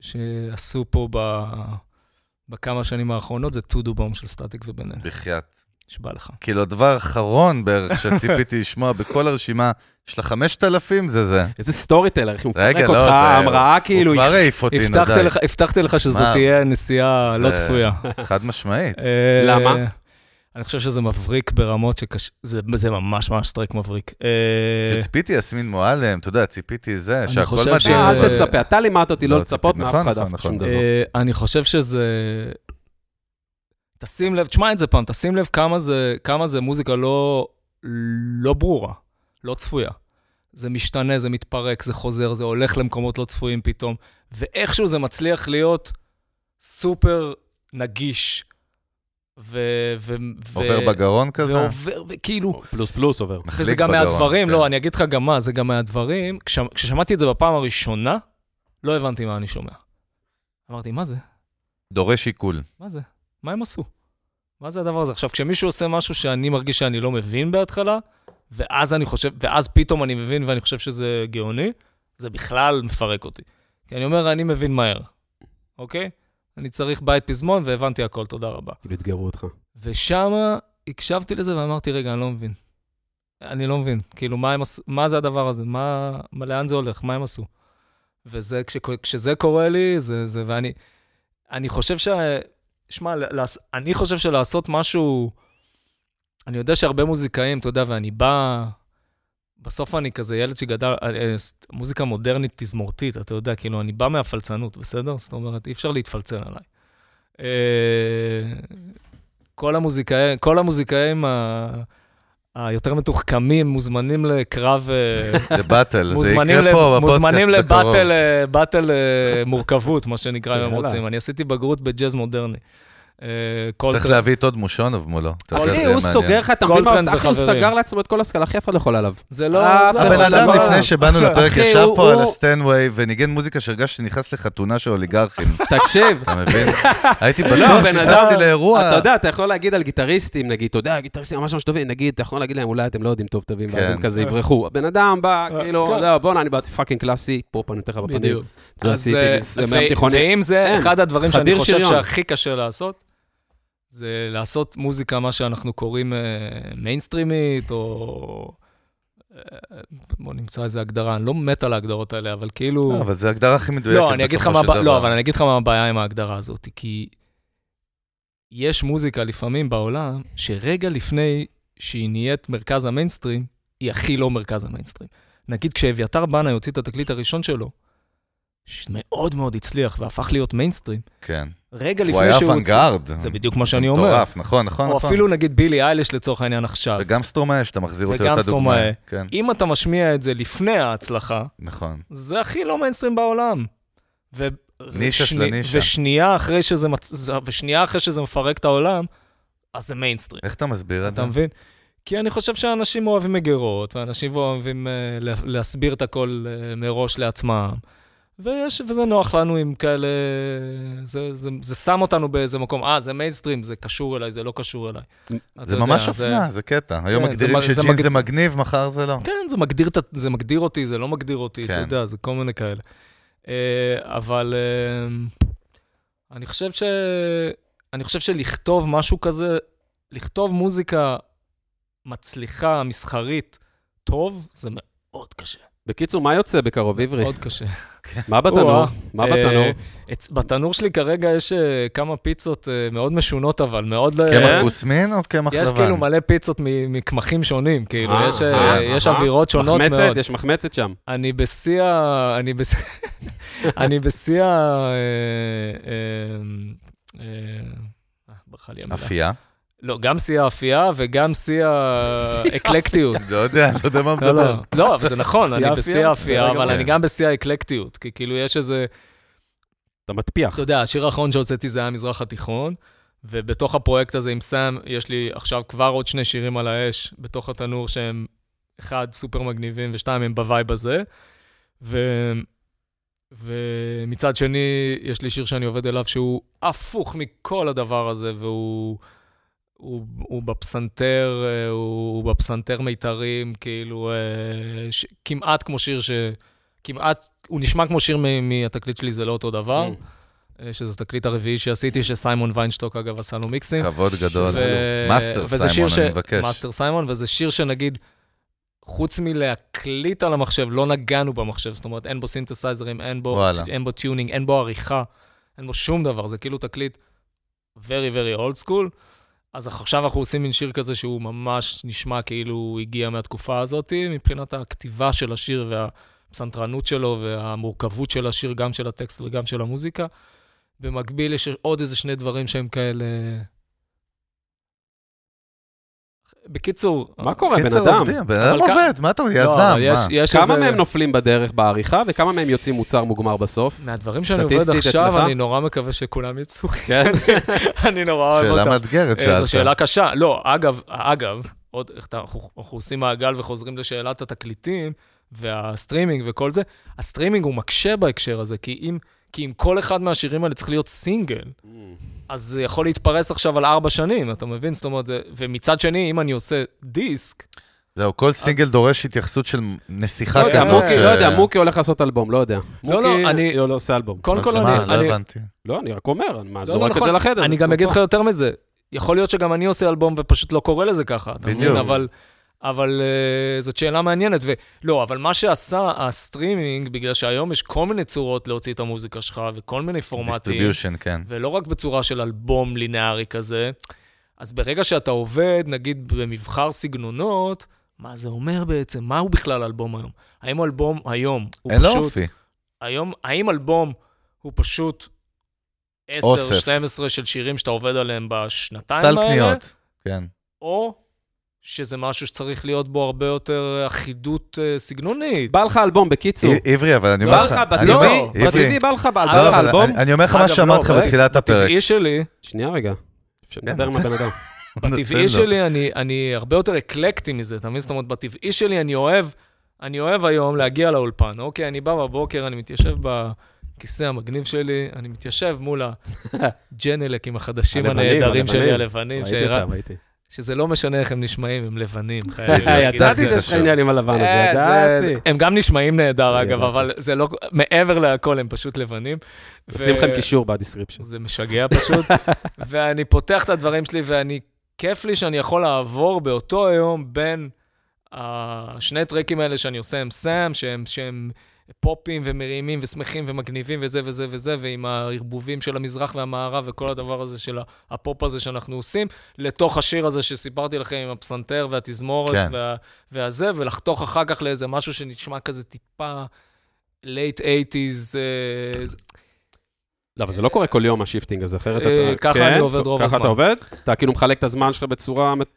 [SPEAKER 2] שעשו פה ב... בכמה שנים האחרונות, זה טודו בום של סטטיק ובן-אל.
[SPEAKER 1] בחייאת.
[SPEAKER 2] נשבע לך.
[SPEAKER 1] כאילו, הדבר האחרון בערך
[SPEAKER 2] *laughs*
[SPEAKER 1] שציפיתי לשמוע בכל הרשימה של ה-5,000 זה זה.
[SPEAKER 3] איזה סטורי טלר, אחי, הוא
[SPEAKER 1] רגע,
[SPEAKER 3] מפרק
[SPEAKER 1] לא,
[SPEAKER 3] אותך,
[SPEAKER 1] זה-
[SPEAKER 3] המראה
[SPEAKER 1] הוא
[SPEAKER 3] כאילו,
[SPEAKER 1] כבר העיף אותי, נו
[SPEAKER 2] הבטחתי
[SPEAKER 1] די.
[SPEAKER 2] לך- הבטחתי לך שזו
[SPEAKER 1] מה?
[SPEAKER 2] תהיה נסיעה לא
[SPEAKER 1] זה-
[SPEAKER 2] צפויה.
[SPEAKER 1] חד משמעית.
[SPEAKER 2] אה,
[SPEAKER 3] למה?
[SPEAKER 2] אני חושב שזה מבריק ברמות שקשה, זה, זה ממש ממש טרק מבריק. אה,
[SPEAKER 1] ציפיתי יסמין מועלם, אתה יודע, ציפיתי זה,
[SPEAKER 2] אני
[SPEAKER 1] שהכל
[SPEAKER 2] חושב
[SPEAKER 1] מדהים.
[SPEAKER 3] אה, אל
[SPEAKER 2] אה,
[SPEAKER 3] תצפה, אתה לימדת אותי לא
[SPEAKER 1] לא, ציפית,
[SPEAKER 3] לצפות מאף
[SPEAKER 1] נכון,
[SPEAKER 3] אחד
[SPEAKER 1] נכון,
[SPEAKER 3] אף שום
[SPEAKER 1] נכון.
[SPEAKER 3] דבר.
[SPEAKER 2] אה, אני חושב שזה... תשים לב, תשמע את זה פעם, תשים לב כמה זה, כמה זה מוזיקה לא, לא ברורה, לא צפויה. זה משתנה, זה מתפרק, זה חוזר, זה הולך למקומות לא צפויים פתאום, ואיכשהו זה מצליח להיות סופר נגיש. ו... ו...
[SPEAKER 1] עובר בגרון כזה?
[SPEAKER 2] ועובר, וכאילו,
[SPEAKER 3] אה, פלוס פלוס עובר.
[SPEAKER 1] מחליק
[SPEAKER 2] וזה גם
[SPEAKER 1] בגרון,
[SPEAKER 2] מהדברים,
[SPEAKER 1] כן.
[SPEAKER 2] לא, אני אגיד לך גם מה, זה גם מהדברים. כש- כששמעתי את זה בפעם הראשונה, לא הבנתי מה אני שומע. אמרתי, מה זה?
[SPEAKER 1] דורש
[SPEAKER 2] *laughs*
[SPEAKER 1] עיכול.
[SPEAKER 2] מה זה? מה הם עשו? מה זה הדבר הזה? עכשיו, כשמישהו עושה משהו שאני מרגיש שאני לא מבין בהתחלה, ואז אני חושב, ואז פתאום אני מבין ואני חושב שזה גאוני, זה בכלל מפרק אותי. כי אני אומר, אני מבין מהר, אוקיי? אני צריך בית פזמון והבנתי הכל, תודה רבה.
[SPEAKER 3] כאילו אתגרו אותך.
[SPEAKER 2] ושם הקשבתי לזה ואמרתי, רגע, אני לא מבין. אני לא מבין. כאילו, מה, הם עשו, מה זה הדבר הזה? מה, מה, לאן זה הולך? מה הם עשו? וזה, כש, כשזה קורה לי, זה, זה, ואני, אני חושב ש... שמע, לעס, אני חושב שלעשות משהו... אני יודע שהרבה מוזיקאים, אתה יודע, ואני בא... בסוף אני כזה ילד שגדל, אה, אה, ס- מוזיקה מודרנית תזמורתית, אתה יודע, כאילו, אני בא מהפלצנות, בסדר? זאת אומרת, אי אפשר להתפלצן עליי. אה, כל המוזיקאים, כל המוזיקאים ה... היותר מתוחכמים מוזמנים לקרב, אה,
[SPEAKER 1] *laughs* זה באטל, זה
[SPEAKER 2] מוזמנים,
[SPEAKER 1] יקרה פה
[SPEAKER 2] מוזמנים
[SPEAKER 1] בפודקאסט הקרוב.
[SPEAKER 2] לבטל אה, באטל אה, מורכבות, מה שנקרא, אם הם
[SPEAKER 3] יאללה.
[SPEAKER 2] רוצים. אני עשיתי בגרות בג'אז מודרני. אה, כל
[SPEAKER 1] צריך
[SPEAKER 2] טרק-
[SPEAKER 1] להביא את הוד מושונוב מולו. אתה
[SPEAKER 2] אוקיי,
[SPEAKER 1] יודע,
[SPEAKER 3] אחי,
[SPEAKER 1] זה
[SPEAKER 3] אוקיי,
[SPEAKER 1] מעניין.
[SPEAKER 3] הוא סוגר לך את
[SPEAKER 2] כל
[SPEAKER 3] המבין,
[SPEAKER 2] טרנד
[SPEAKER 3] אחי, הוא
[SPEAKER 2] וחברים.
[SPEAKER 3] סגר לעצמו את כל הסקאלה, אחי, אף אחד לא יכול עליו.
[SPEAKER 2] זה לא...
[SPEAKER 3] אה,
[SPEAKER 2] זה
[SPEAKER 1] הבן
[SPEAKER 2] אבל
[SPEAKER 1] אדם,
[SPEAKER 2] דבר-
[SPEAKER 1] לפני
[SPEAKER 2] *laughs*
[SPEAKER 1] שבאנו לפרק,
[SPEAKER 3] אחי,
[SPEAKER 1] ישב
[SPEAKER 3] הוא-
[SPEAKER 1] פה על
[SPEAKER 3] הוא-
[SPEAKER 1] הסטנוויי וניגן מוזיקה שהרגשתי שנכנס לחתונה של אוליגרכים,
[SPEAKER 3] תקשיב,
[SPEAKER 1] אתה
[SPEAKER 3] *laughs*
[SPEAKER 1] מבין? הייתי בטוח
[SPEAKER 3] הבן
[SPEAKER 1] שנכנסתי
[SPEAKER 3] לא, אדם-
[SPEAKER 1] לאירוע.
[SPEAKER 3] אתה יודע, אתה יכול להגיד על גיטריסטים, נגיד, אתה יודע, גיטריסטים ממש ממש טובים, נגיד, אתה יכול להגיד להם, אולי אתם לא יודעים טוב טובים, ואז
[SPEAKER 1] כן.
[SPEAKER 3] הם כזה יברחו. הבן אדם בא,
[SPEAKER 2] אה,
[SPEAKER 3] כאילו,
[SPEAKER 2] כן.
[SPEAKER 3] לא, בואנה, אני באתי פאקינג קלאסי, פופ, אני נותן לך בפנים.
[SPEAKER 2] בדיוק.
[SPEAKER 3] זה
[SPEAKER 2] אז,
[SPEAKER 3] עשיתי,
[SPEAKER 2] אה,
[SPEAKER 3] זה
[SPEAKER 2] ו-
[SPEAKER 3] מהתיכונים.
[SPEAKER 2] ואם זה
[SPEAKER 3] אין.
[SPEAKER 2] אחד הדברים שאני
[SPEAKER 3] חדיר
[SPEAKER 2] חושב
[SPEAKER 3] שריון.
[SPEAKER 2] שהכי קשה לעשות, זה לעשות מוזיקה, מה שאנחנו קוראים אה, מיינסטרימית, או... אה, בוא נמצא איזה הגדרה, אני לא מת על ההגדרות האלה, אבל כאילו...
[SPEAKER 1] לא, אבל זו ההגדרה הכי מדויקת
[SPEAKER 2] לא, אני אגיד לך
[SPEAKER 1] בסופו
[SPEAKER 2] מה,
[SPEAKER 1] של
[SPEAKER 2] הבע-
[SPEAKER 1] דבר.
[SPEAKER 2] לא, אבל אני אגיד לך מה הבעיה עם ההגדרה הזאת, כי יש מוזיקה לפעמים בעולם, שרגע לפני שהיא נהיית מרכז המיינסטרים, היא הכי לא מרכז המיינסטרים. נגיד כשאביתר בנאי הוציא את התקליט הראשון שלו, שמאוד מאוד הצליח והפך להיות מיינסטרים,
[SPEAKER 1] כן.
[SPEAKER 2] רגע
[SPEAKER 1] הוא
[SPEAKER 2] לפני שהוא...
[SPEAKER 1] היה
[SPEAKER 2] הוציא-
[SPEAKER 1] אוונגרד.
[SPEAKER 2] זה בדיוק מה שאני אומר.
[SPEAKER 1] מטורף, נכון, נכון,
[SPEAKER 2] או
[SPEAKER 1] נכון.
[SPEAKER 2] אפילו נגיד בילי אייליש לצורך העניין עכשיו.
[SPEAKER 1] וגם סטורמאי, שאתה מחזיר אותי
[SPEAKER 2] וגם
[SPEAKER 1] לאותה דוגמה.
[SPEAKER 2] סטורמאי.
[SPEAKER 1] כן,
[SPEAKER 2] אם אתה משמיע את זה לפני ההצלחה,
[SPEAKER 1] נכון.
[SPEAKER 2] זה הכי לא מיינסטרים בעולם. ו...
[SPEAKER 1] נישה של הנישה.
[SPEAKER 2] ושנייה אחרי, שזה מצ... זה- ושנייה אחרי שזה מפרק את העולם, אז זה מיינסטרים,
[SPEAKER 1] איך אתה מסביר את זה?
[SPEAKER 2] אתה מבין? כי אני חושב שאנשים אוהבים מגירות, ואנשים אוהבים אה, לה- להסביר את הכל אה, מראש לעצמם. ויש, וזה נוח לנו עם כאלה... זה, זה, זה שם אותנו באיזה מקום, אה, זה מיינסטרים, זה קשור אליי, זה לא קשור אליי. אתה
[SPEAKER 1] זה
[SPEAKER 2] יודע,
[SPEAKER 1] ממש אופנה, זה קטע. היום
[SPEAKER 2] כן,
[SPEAKER 1] מגדירים
[SPEAKER 2] זה מג- זה
[SPEAKER 1] שג'ינס
[SPEAKER 2] מג-
[SPEAKER 1] זה מגניב, מחר זה לא.
[SPEAKER 2] כן, זה מגדיר, את ה- זה מגדיר אותי, זה לא מגדיר אותי,
[SPEAKER 1] כן.
[SPEAKER 2] אתה יודע, זה כל מיני כאלה. אה, אבל אה, אני חושב ש... אני חושב שלכתוב משהו כזה, לכתוב מוזיקה מצליחה, מסחרית, טוב, זה מאוד קשה.
[SPEAKER 3] בקיצור, מה יוצא בקרוב,
[SPEAKER 1] אה.
[SPEAKER 3] עברי?
[SPEAKER 2] מאוד קשה.
[SPEAKER 3] מה בתנור?
[SPEAKER 2] או-אה.
[SPEAKER 3] מה
[SPEAKER 2] אה,
[SPEAKER 3] בתנור?
[SPEAKER 2] אצ- בתנור שלי כרגע יש אה, כמה פיצות אה, מאוד משונות, אבל מאוד... לא-
[SPEAKER 1] קמח כוסמין או קמח לבן?
[SPEAKER 2] יש כאילו מלא פיצות מ- מקמחים שונים, כאילו,
[SPEAKER 3] אה,
[SPEAKER 2] יש,
[SPEAKER 3] אה,
[SPEAKER 2] אה, יש
[SPEAKER 3] אה.
[SPEAKER 2] אווירות שונות
[SPEAKER 3] מחמצת,
[SPEAKER 2] מאוד.
[SPEAKER 3] יש מחמצת שם.
[SPEAKER 2] אני בשיא ה... אני בשיא... *laughs* אני בשיא ה... אה, אה, אה, ברכה לי המילה.
[SPEAKER 1] אפייה?
[SPEAKER 2] לא, גם שיא האפייה וגם שיא האקלקטיות.
[SPEAKER 1] לא יודע, לא יודע מה
[SPEAKER 2] לא, לא,
[SPEAKER 1] מדבר.
[SPEAKER 2] לא, אבל זה נכון,
[SPEAKER 3] שיא
[SPEAKER 2] אני
[SPEAKER 3] האפייה?
[SPEAKER 2] בשיא האפייה,
[SPEAKER 3] בסדר גמור.
[SPEAKER 2] אבל אני
[SPEAKER 1] כן.
[SPEAKER 2] גם בשיא האקלקטיות. כי כאילו יש איזה,
[SPEAKER 3] אתה מטפיח.
[SPEAKER 2] אתה יודע, השיר האחרון שהוצאתי זה היה המזרח התיכון, ובתוך הפרויקט הזה עם סאם, יש לי עכשיו כבר עוד שני שירים על האש, בתוך התנור שהם, אחד, סופר מגניבים, ושתיים, הם בווייב הזה. ו... ומצד שני, יש לי שיר שאני עובד אליו שהוא הפוך מכל הדבר הזה, והוא הוא, הוא בפסנתר, אה, הוא, הוא בפסנתר מיתרים, כאילו, אה, ש, כמעט כמו שיר ש... כמעט, הוא נשמע כמו שיר מ- מהתקליט שלי, זה לא אותו
[SPEAKER 3] Mm.
[SPEAKER 2] דבר. אה, שזה התקליט הרביעי שעשיתי, שסיימון ויינשטוק, אגב, עשה לו מיקסים.
[SPEAKER 1] כבוד גדול.
[SPEAKER 2] לא. ו-
[SPEAKER 1] מאסטר
[SPEAKER 2] וזה שיר
[SPEAKER 1] סיימון,
[SPEAKER 2] ש-
[SPEAKER 1] אני מבקש.
[SPEAKER 2] מאסטר סיימון, וזה שיר שנגיד, חוץ מלהקליט על המחשב, לא נגענו במחשב, זאת אומרת, אין בו סינתסייזרים, אין בו,
[SPEAKER 1] וואלה.
[SPEAKER 2] אין בו טיונינג, אין בו עריכה, אין בו שום דבר, זה כאילו תקליט very very old school. אז עכשיו אנחנו עושים מין שיר כזה שהוא ממש נשמע כאילו הוא הגיע מהתקופה הזאת, מבחינת הכתיבה של השיר והפסנתרנות שלו והמורכבות של השיר, גם של הטקסט וגם של המוזיקה. במקביל יש עוד איזה שני דברים שהם כאלה... בקיצור...
[SPEAKER 3] מה קורה, בן
[SPEAKER 1] קיצר,
[SPEAKER 3] אדם?
[SPEAKER 1] עובדים, בן אדם
[SPEAKER 2] אבל כ-
[SPEAKER 1] עובד, מה אתה אומר,
[SPEAKER 2] לא, אבל
[SPEAKER 1] יזם,
[SPEAKER 2] יש-
[SPEAKER 1] מה?
[SPEAKER 2] יש
[SPEAKER 3] כמה
[SPEAKER 2] איזה-
[SPEAKER 3] מהם נופלים בדרך בעריכה, וכמה מהם יוצאים מוצר מוגמר בסוף?
[SPEAKER 2] מהדברים שאני עובד
[SPEAKER 3] סטטיסטית אצלך?
[SPEAKER 2] עכשיו, אני נורא מקווה שכולם יצאו, *laughs*
[SPEAKER 3] כן.
[SPEAKER 2] אני נורא אוהב אותם.
[SPEAKER 1] שאלה מאתגרת
[SPEAKER 2] אה,
[SPEAKER 1] שאלת.
[SPEAKER 2] זו שאלה קשה. לא, אגב, אגב, עוד, איך אתה- אנחנו אנחנו עושים מעגל וחוזרים לשאלת התקליטים והסטרימינג וכל זה. הסטרימינג הוא מקשה בהקשר הזה, כי אם, כי אם כל אחד מהשירים האלה צריך להיות סינגל, אז זה יכול להתפרס עכשיו על ארבע שנים, אתה מבין? זאת אומרת, זה- ומצד שני, אם אני עושה דיסק,
[SPEAKER 1] זהו, כל סינגל דורש התייחסות של נסיכה
[SPEAKER 3] לא יודע,
[SPEAKER 1] כזאת.
[SPEAKER 3] מוקי,
[SPEAKER 1] ש-
[SPEAKER 3] לא יודע, מוקי הולך לעשות אלבום, לא יודע.
[SPEAKER 2] לא,
[SPEAKER 3] מוקי
[SPEAKER 2] אני-
[SPEAKER 3] לא עושה אלבום.
[SPEAKER 2] קודם
[SPEAKER 1] אז
[SPEAKER 2] כל
[SPEAKER 1] מה,
[SPEAKER 2] אני...
[SPEAKER 1] לא
[SPEAKER 2] אני-
[SPEAKER 1] הבנתי.
[SPEAKER 3] לא, אני רק אומר, אני מה,
[SPEAKER 2] לא, לא,
[SPEAKER 3] זורק את
[SPEAKER 2] נכון.
[SPEAKER 3] זה לחדר. זה
[SPEAKER 2] אני גם אגיד לך
[SPEAKER 3] צופה.
[SPEAKER 2] יותר מזה, יכול להיות שגם אני עושה אלבום ופשוט לא קורא לזה ככה, אתה מבין?
[SPEAKER 1] בדיוק.
[SPEAKER 2] אבל, אבל אה, זאת שאלה מעניינת. ולא, אבל מה שעשה הסטרימינג, בגלל שהיום יש כל מיני צורות להוציא את המוזיקה שלך וכל מיני פורמטים,
[SPEAKER 1] דיסטריביושן, כן.
[SPEAKER 2] ולא רק בצורה של אלבום לינארי כזה, אז ברגע שאתה עובד, נגיד במבחר סגנונות, מה זה אומר בעצם? מה הוא בכלל אלבום היום? האם אלבום היום הוא
[SPEAKER 1] אין לו
[SPEAKER 2] פשוט...
[SPEAKER 1] אופי.
[SPEAKER 2] היום, האם אלבום הוא פשוט 10-12
[SPEAKER 1] אוסף.
[SPEAKER 2] של שירים שאתה עובד עליהם בשנתיים
[SPEAKER 1] סל
[SPEAKER 2] האלה?
[SPEAKER 1] קניות. כן.
[SPEAKER 2] או שזה משהו שצריך להיות בו הרבה יותר אחידות אה, סגנונית.
[SPEAKER 3] בא לך אלבום, בקיצור.
[SPEAKER 1] עי- עברי, אבל אני
[SPEAKER 3] בא
[SPEAKER 1] אומר
[SPEAKER 3] לך
[SPEAKER 1] לך...
[SPEAKER 2] לא,
[SPEAKER 3] בטבעי,
[SPEAKER 1] אני- עברי,
[SPEAKER 3] בטבעי בא לך בא
[SPEAKER 1] לא,
[SPEAKER 3] לך
[SPEAKER 1] אבל
[SPEAKER 3] אלבום.
[SPEAKER 1] אני- אני אומר לך
[SPEAKER 2] אגב,
[SPEAKER 1] מה
[SPEAKER 2] לא,
[SPEAKER 1] שאמרתי לך
[SPEAKER 2] רגע,
[SPEAKER 1] בתחילת הפרק.
[SPEAKER 2] בטבעי שלי,
[SPEAKER 3] שנייה רגע. אפשר
[SPEAKER 1] אה, כן.
[SPEAKER 3] לדבר עם הבן אדם.
[SPEAKER 1] נותן לו.
[SPEAKER 2] בטבעי שלי אני, אני הרבה יותר אקלקטי מזה, אתה מבין? זאת אומרת, בטבעי שלי אני אוהב, אני אוהב היום להגיע לאולפן. אוקיי, אני בא בבוקר, אני מתיישב בכיסא המגניב שלי, אני מתיישב מול הג'נלקים החדשים
[SPEAKER 3] הלבנים,
[SPEAKER 2] הנהדרים שלי,
[SPEAKER 3] הלבנים.
[SPEAKER 2] הלבנים,
[SPEAKER 3] ראיתי
[SPEAKER 2] שרק
[SPEAKER 3] אותם, ראיתי.
[SPEAKER 2] שזה לא משנה איך הם נשמעים, הם לבנים, חייבים
[SPEAKER 3] אה,
[SPEAKER 2] להגיד.
[SPEAKER 3] ידעתי
[SPEAKER 1] זה
[SPEAKER 3] שיש לך
[SPEAKER 1] חשוב.
[SPEAKER 3] עניין עם הלבן הזה,
[SPEAKER 2] אה, זה-
[SPEAKER 3] ידעתי.
[SPEAKER 2] הם גם נשמעים נהדר, אגב,
[SPEAKER 3] ידעתי.
[SPEAKER 2] אבל זה לא... מעבר להכל, הם פשוט לבנים. ו-
[SPEAKER 3] עושים לכם קישור בדיסקריפשן.
[SPEAKER 2] זה משגע פשוט. ואני פותח את הדברים שלי, ואני... כיף לי שאני יכול לעבור באותו היום בין השני טרקים האלה שאני עושה עם סאם, שהם, שהם פופים ומרימים ושמחים ומגניבים וזה וזה וזה, ועם הערבובים של המזרח והמערב וכל הדבר הזה של הפופ הזה שאנחנו עושים, לתוך השיר הזה שסיפרתי לכם עם הפסנתר והתזמורת
[SPEAKER 1] כן.
[SPEAKER 2] כן. וה, והזה, ולחתוך אחר כך לאיזה משהו שנשמע כזה טיפה late 80's, אה, זה-
[SPEAKER 3] לא, אבל זה לא קורה כל יום, השיפטינג הזה, אחרת
[SPEAKER 2] אה,
[SPEAKER 3] אתה...
[SPEAKER 2] ככה
[SPEAKER 3] כן,
[SPEAKER 2] אני עובד רוב
[SPEAKER 3] ככה
[SPEAKER 2] הזמן.
[SPEAKER 3] אתה עובד? אתה כאילו מחלק את הזמן שלך בצורה מט-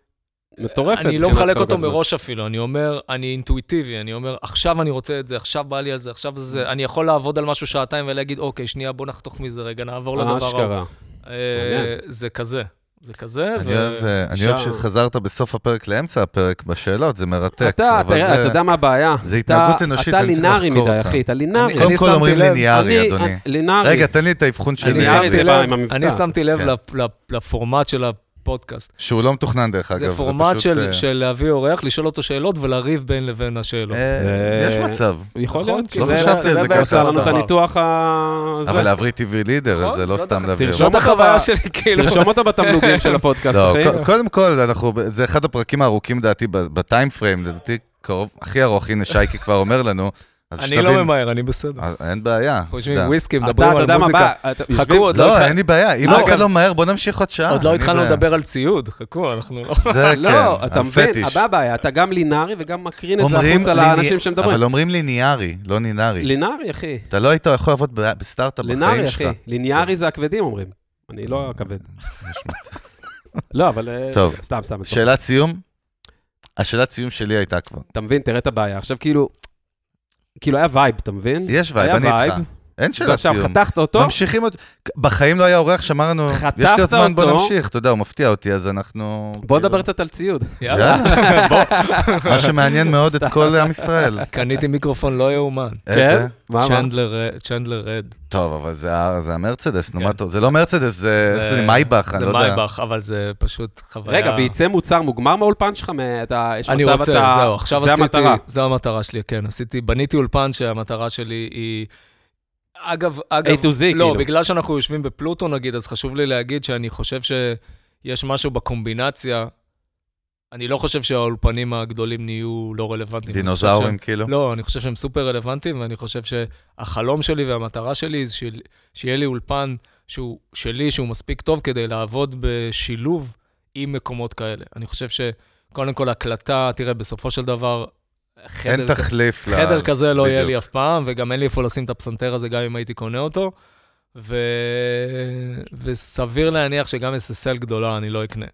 [SPEAKER 3] מטורפת.
[SPEAKER 2] אני לא
[SPEAKER 3] מבחינת
[SPEAKER 2] מחלק
[SPEAKER 3] חלוקת
[SPEAKER 2] אותו
[SPEAKER 3] זמן.
[SPEAKER 2] מראש אפילו, אני אומר, אני אינטואיטיבי, אני אומר, עכשיו אני רוצה את זה, עכשיו בא לי על זה, עכשיו זה זה, אני יכול לעבוד על משהו שעתיים ולהגיד, אוקיי, שנייה, בוא נחתוך מזה רגע, נעבור לדבר הבא.
[SPEAKER 3] אשכרה.
[SPEAKER 2] אה,
[SPEAKER 3] מעניין.
[SPEAKER 2] זה כזה, זה כזה,
[SPEAKER 1] אני
[SPEAKER 2] ו-
[SPEAKER 1] אוהב, אה, אני אוהב
[SPEAKER 3] אפשר-
[SPEAKER 1] שחזרת בסוף הפרק לאמצע הפרק בשאלות, זה מרתק.
[SPEAKER 3] אתה,
[SPEAKER 1] אבל
[SPEAKER 3] תראה,
[SPEAKER 1] זה-
[SPEAKER 3] אתה יודע מה הבעיה?
[SPEAKER 1] זה התנהגות
[SPEAKER 3] אתה-
[SPEAKER 1] אנושית,
[SPEAKER 3] אתה
[SPEAKER 1] אני צריך
[SPEAKER 3] לינארי
[SPEAKER 1] לחקור
[SPEAKER 3] מדי,
[SPEAKER 1] אותך.
[SPEAKER 3] אחי, אתה לינארי.
[SPEAKER 1] קודם
[SPEAKER 2] אני
[SPEAKER 1] כל
[SPEAKER 2] שמתי
[SPEAKER 1] אומרים
[SPEAKER 2] לב,
[SPEAKER 1] ליניארי,
[SPEAKER 3] אני-
[SPEAKER 1] אדוני.
[SPEAKER 3] אה, לינארי.
[SPEAKER 1] רגע, תן לי את האבחון שלי,
[SPEAKER 3] אני שמתי
[SPEAKER 1] עברי,
[SPEAKER 3] לב. בא עם המבטא.
[SPEAKER 2] אני שמתי לב
[SPEAKER 1] כן.
[SPEAKER 2] לפ- לפ- לפורמט של הפודקאסט.
[SPEAKER 1] שהוא לא מתוכנן דרך אגב.
[SPEAKER 2] זה פורמט
[SPEAKER 1] פשוט,
[SPEAKER 2] של-
[SPEAKER 1] אה,
[SPEAKER 2] של להביא אורח, לשאול אותו שאלות ולריב בין לבין השאלות.
[SPEAKER 1] אה,
[SPEAKER 3] זה-
[SPEAKER 1] יש מצב.
[SPEAKER 3] יכול
[SPEAKER 2] נכון,
[SPEAKER 3] להיות,
[SPEAKER 2] כי
[SPEAKER 1] לא
[SPEAKER 3] זה-
[SPEAKER 1] חשבתי על זה ככה.
[SPEAKER 3] עשה לנו את
[SPEAKER 2] דבר.
[SPEAKER 3] הניתוח ה... זה.
[SPEAKER 1] אבל עברי טבעי לידר,
[SPEAKER 2] נכון,
[SPEAKER 1] זה לא
[SPEAKER 2] לא
[SPEAKER 1] סתם להבהיר.
[SPEAKER 3] תרשום
[SPEAKER 2] זאת
[SPEAKER 3] אותו ב-
[SPEAKER 2] החוויה שלי, כאילו.
[SPEAKER 3] תרשום אותו בתמלוגים של הפודקאסט,
[SPEAKER 1] לא,
[SPEAKER 3] אחי.
[SPEAKER 1] ק- קודם כל, אנחנו, ב- זה אחד הפרקים הארוכים לדעתי בטיים פריים, לדעתי קרוב, הכי ארוך, הנה שייקי כבר אומר לנו. אז
[SPEAKER 2] אני
[SPEAKER 1] שתבין,
[SPEAKER 2] לא ממהר, אני בסדר.
[SPEAKER 1] אז אין בעיה. אתה
[SPEAKER 2] חושבים
[SPEAKER 1] יודע.
[SPEAKER 2] וויסקי,
[SPEAKER 3] אתה,
[SPEAKER 2] מדברים
[SPEAKER 3] אתה
[SPEAKER 2] על
[SPEAKER 3] יודע מה
[SPEAKER 2] מוזיקה.
[SPEAKER 3] בא, אתה-
[SPEAKER 2] חכו,
[SPEAKER 3] יושבים-
[SPEAKER 2] עוד לא
[SPEAKER 1] לא,
[SPEAKER 2] התחלנו-
[SPEAKER 1] אין לי בעיה, אם
[SPEAKER 2] אה,
[SPEAKER 1] אף אחד
[SPEAKER 3] כן.
[SPEAKER 2] גם-
[SPEAKER 1] לא מהר, בוא נמשיך עוד שעה.
[SPEAKER 2] עוד לא
[SPEAKER 1] אין לי
[SPEAKER 2] התחלנו
[SPEAKER 1] בעיה.
[SPEAKER 2] לדבר על ציוד, חכו, אנחנו לא...
[SPEAKER 1] אה, זה כן,
[SPEAKER 3] *laughs* לא, אתה מבין,
[SPEAKER 1] הפטיש.
[SPEAKER 3] הבא הבעיה, אתה גם לינארי וגם מקרין את זה
[SPEAKER 1] אומרים
[SPEAKER 3] החוצה
[SPEAKER 1] ליני-
[SPEAKER 3] לאנשים שמדברים.
[SPEAKER 1] אבל אומרים ליניארי, לא נינארי.
[SPEAKER 3] לינארי, אחי.
[SPEAKER 1] אתה לא היית יכול לעבוד ב- בסטארט-אפ
[SPEAKER 3] לינארי,
[SPEAKER 1] בחיים
[SPEAKER 3] אחי.
[SPEAKER 1] שלך. אה,
[SPEAKER 3] ליניארי זה הכבדים אומרים. אני לא הכבד.
[SPEAKER 1] נשמע.
[SPEAKER 3] לא, אבל... אה,
[SPEAKER 1] טוב.
[SPEAKER 3] סתם, סתם. סתם.
[SPEAKER 1] שאלת סיום? השאלת סיום שלי הייתה כבר.
[SPEAKER 3] אתה מבין, תראה את הבעיה. עכשיו כאילו... כאילו היה וייב, אתה מבין?
[SPEAKER 1] יש וייב,
[SPEAKER 3] היה
[SPEAKER 1] אני איתך.
[SPEAKER 3] וייב,
[SPEAKER 1] אין שאלת
[SPEAKER 3] ועכשיו
[SPEAKER 1] סיום.
[SPEAKER 3] חתכת אותו,
[SPEAKER 1] ממשיכים עוד... בחיים לא היה אורח, שמרנו...
[SPEAKER 3] חתכת
[SPEAKER 1] יש לי עוד זמן, בוא
[SPEAKER 3] אותו.
[SPEAKER 1] נמשיך. אתה יודע, הוא מפתיע אותי, אז אנחנו...
[SPEAKER 3] בוא
[SPEAKER 1] כאילו-
[SPEAKER 3] נדבר קצת על ציוד.
[SPEAKER 2] יאללה, *laughs*
[SPEAKER 1] יאללה. *laughs* מה שמעניין מאוד את כל עם ישראל.
[SPEAKER 2] קניתי מיקרופון לא יאומן.
[SPEAKER 1] איזה?
[SPEAKER 3] כן? מה, מה?
[SPEAKER 2] צ'נדלר- אה, צ'נדלר רד.
[SPEAKER 1] טוב, אבל זה ה- זה המרצדס, נו מה
[SPEAKER 2] כן.
[SPEAKER 1] אתה... זה לא מרצדס,
[SPEAKER 3] אה,
[SPEAKER 1] זה איך זה
[SPEAKER 2] זה-
[SPEAKER 1] מייבך, אני
[SPEAKER 2] זה
[SPEAKER 1] לא יודע.
[SPEAKER 2] מייבך, אבל זה פשוט חוויה...
[SPEAKER 3] רגע, וייצא מוצר מוגמר מהאולפן שלך? מה- אתה- יש
[SPEAKER 2] אני
[SPEAKER 3] מצב
[SPEAKER 2] רוצה,
[SPEAKER 3] אתה-
[SPEAKER 2] זהו, עכשיו
[SPEAKER 3] זה
[SPEAKER 2] עשיתי...
[SPEAKER 3] המטרה.
[SPEAKER 2] זו המטרה שלי, כן. עשיתי, בניתי אולפן שהמטרה שלי היא... אגב, אגב...
[SPEAKER 3] A to Z,
[SPEAKER 2] לא,
[SPEAKER 3] כאילו.
[SPEAKER 2] בגלל שאנחנו יושבים בפלוטו נגיד, אז חשוב לי להגיד שאני חושב שיש משהו בקומבינציה. אני לא חושב שהאולפנים הגדולים נהיו לא רלוונטיים. אני חושב
[SPEAKER 1] דינוזאורים, כאילו.
[SPEAKER 2] שהם- לא, אני חושב שהם סופר רלוונטיים, ואני חושב שהחלום שלי והמטרה שלי זה של- שיהיה לי אולפן שהוא שלי, שהוא מספיק טוב כדי לעבוד בשילוב עם מקומות כאלה. אני חושב שקודם כל הקלטה, תראה, בסופו של דבר,
[SPEAKER 1] אין
[SPEAKER 2] חדר,
[SPEAKER 1] תחליף ל...
[SPEAKER 2] חדר כזה לא יהיה לי
[SPEAKER 1] בדיוק.
[SPEAKER 2] אף פעם, וגם אין לי איפה לשים את הפסנתר הזה, גם אם הייתי קונה אותו. ו... וסביר להניח שגם SSL גדולה אני לא אקנה.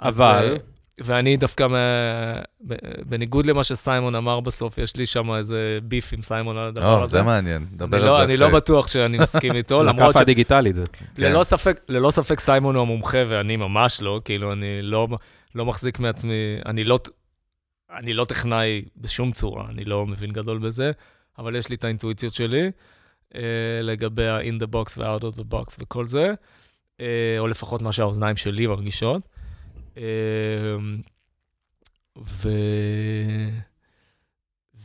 [SPEAKER 2] אז,
[SPEAKER 3] אבל-
[SPEAKER 2] אה, ואני דווקא, מה- ב- בניגוד למה שסיימון אמר בסוף, יש לי שם איזה ביף עם סיימון על הדבר
[SPEAKER 1] או,
[SPEAKER 2] הזה.
[SPEAKER 1] לא, זה מעניין, נדבר
[SPEAKER 2] אני
[SPEAKER 1] על זה.
[SPEAKER 2] לא, אני לא
[SPEAKER 1] אחרי.
[SPEAKER 2] בטוח שאני
[SPEAKER 1] *laughs*
[SPEAKER 2] מסכים איתו, לא, למרות
[SPEAKER 3] לכאפה הדיגיטלית זה.
[SPEAKER 2] שללא ספק, ללא ספק סיימון הוא המומחה ואני ממש לא, כאילו, אני לא, לא מחזיק מעצמי, אני לא, ט- אני לא טכנאי בשום צורה, אני לא מבין גדול בזה, אבל יש לי את האינטואיציות שלי אה, לגבי ה-in the box וה-out of the box וכל זה, אה, או לפחות מה שהאוזניים שלי מרגישות. אה, ו...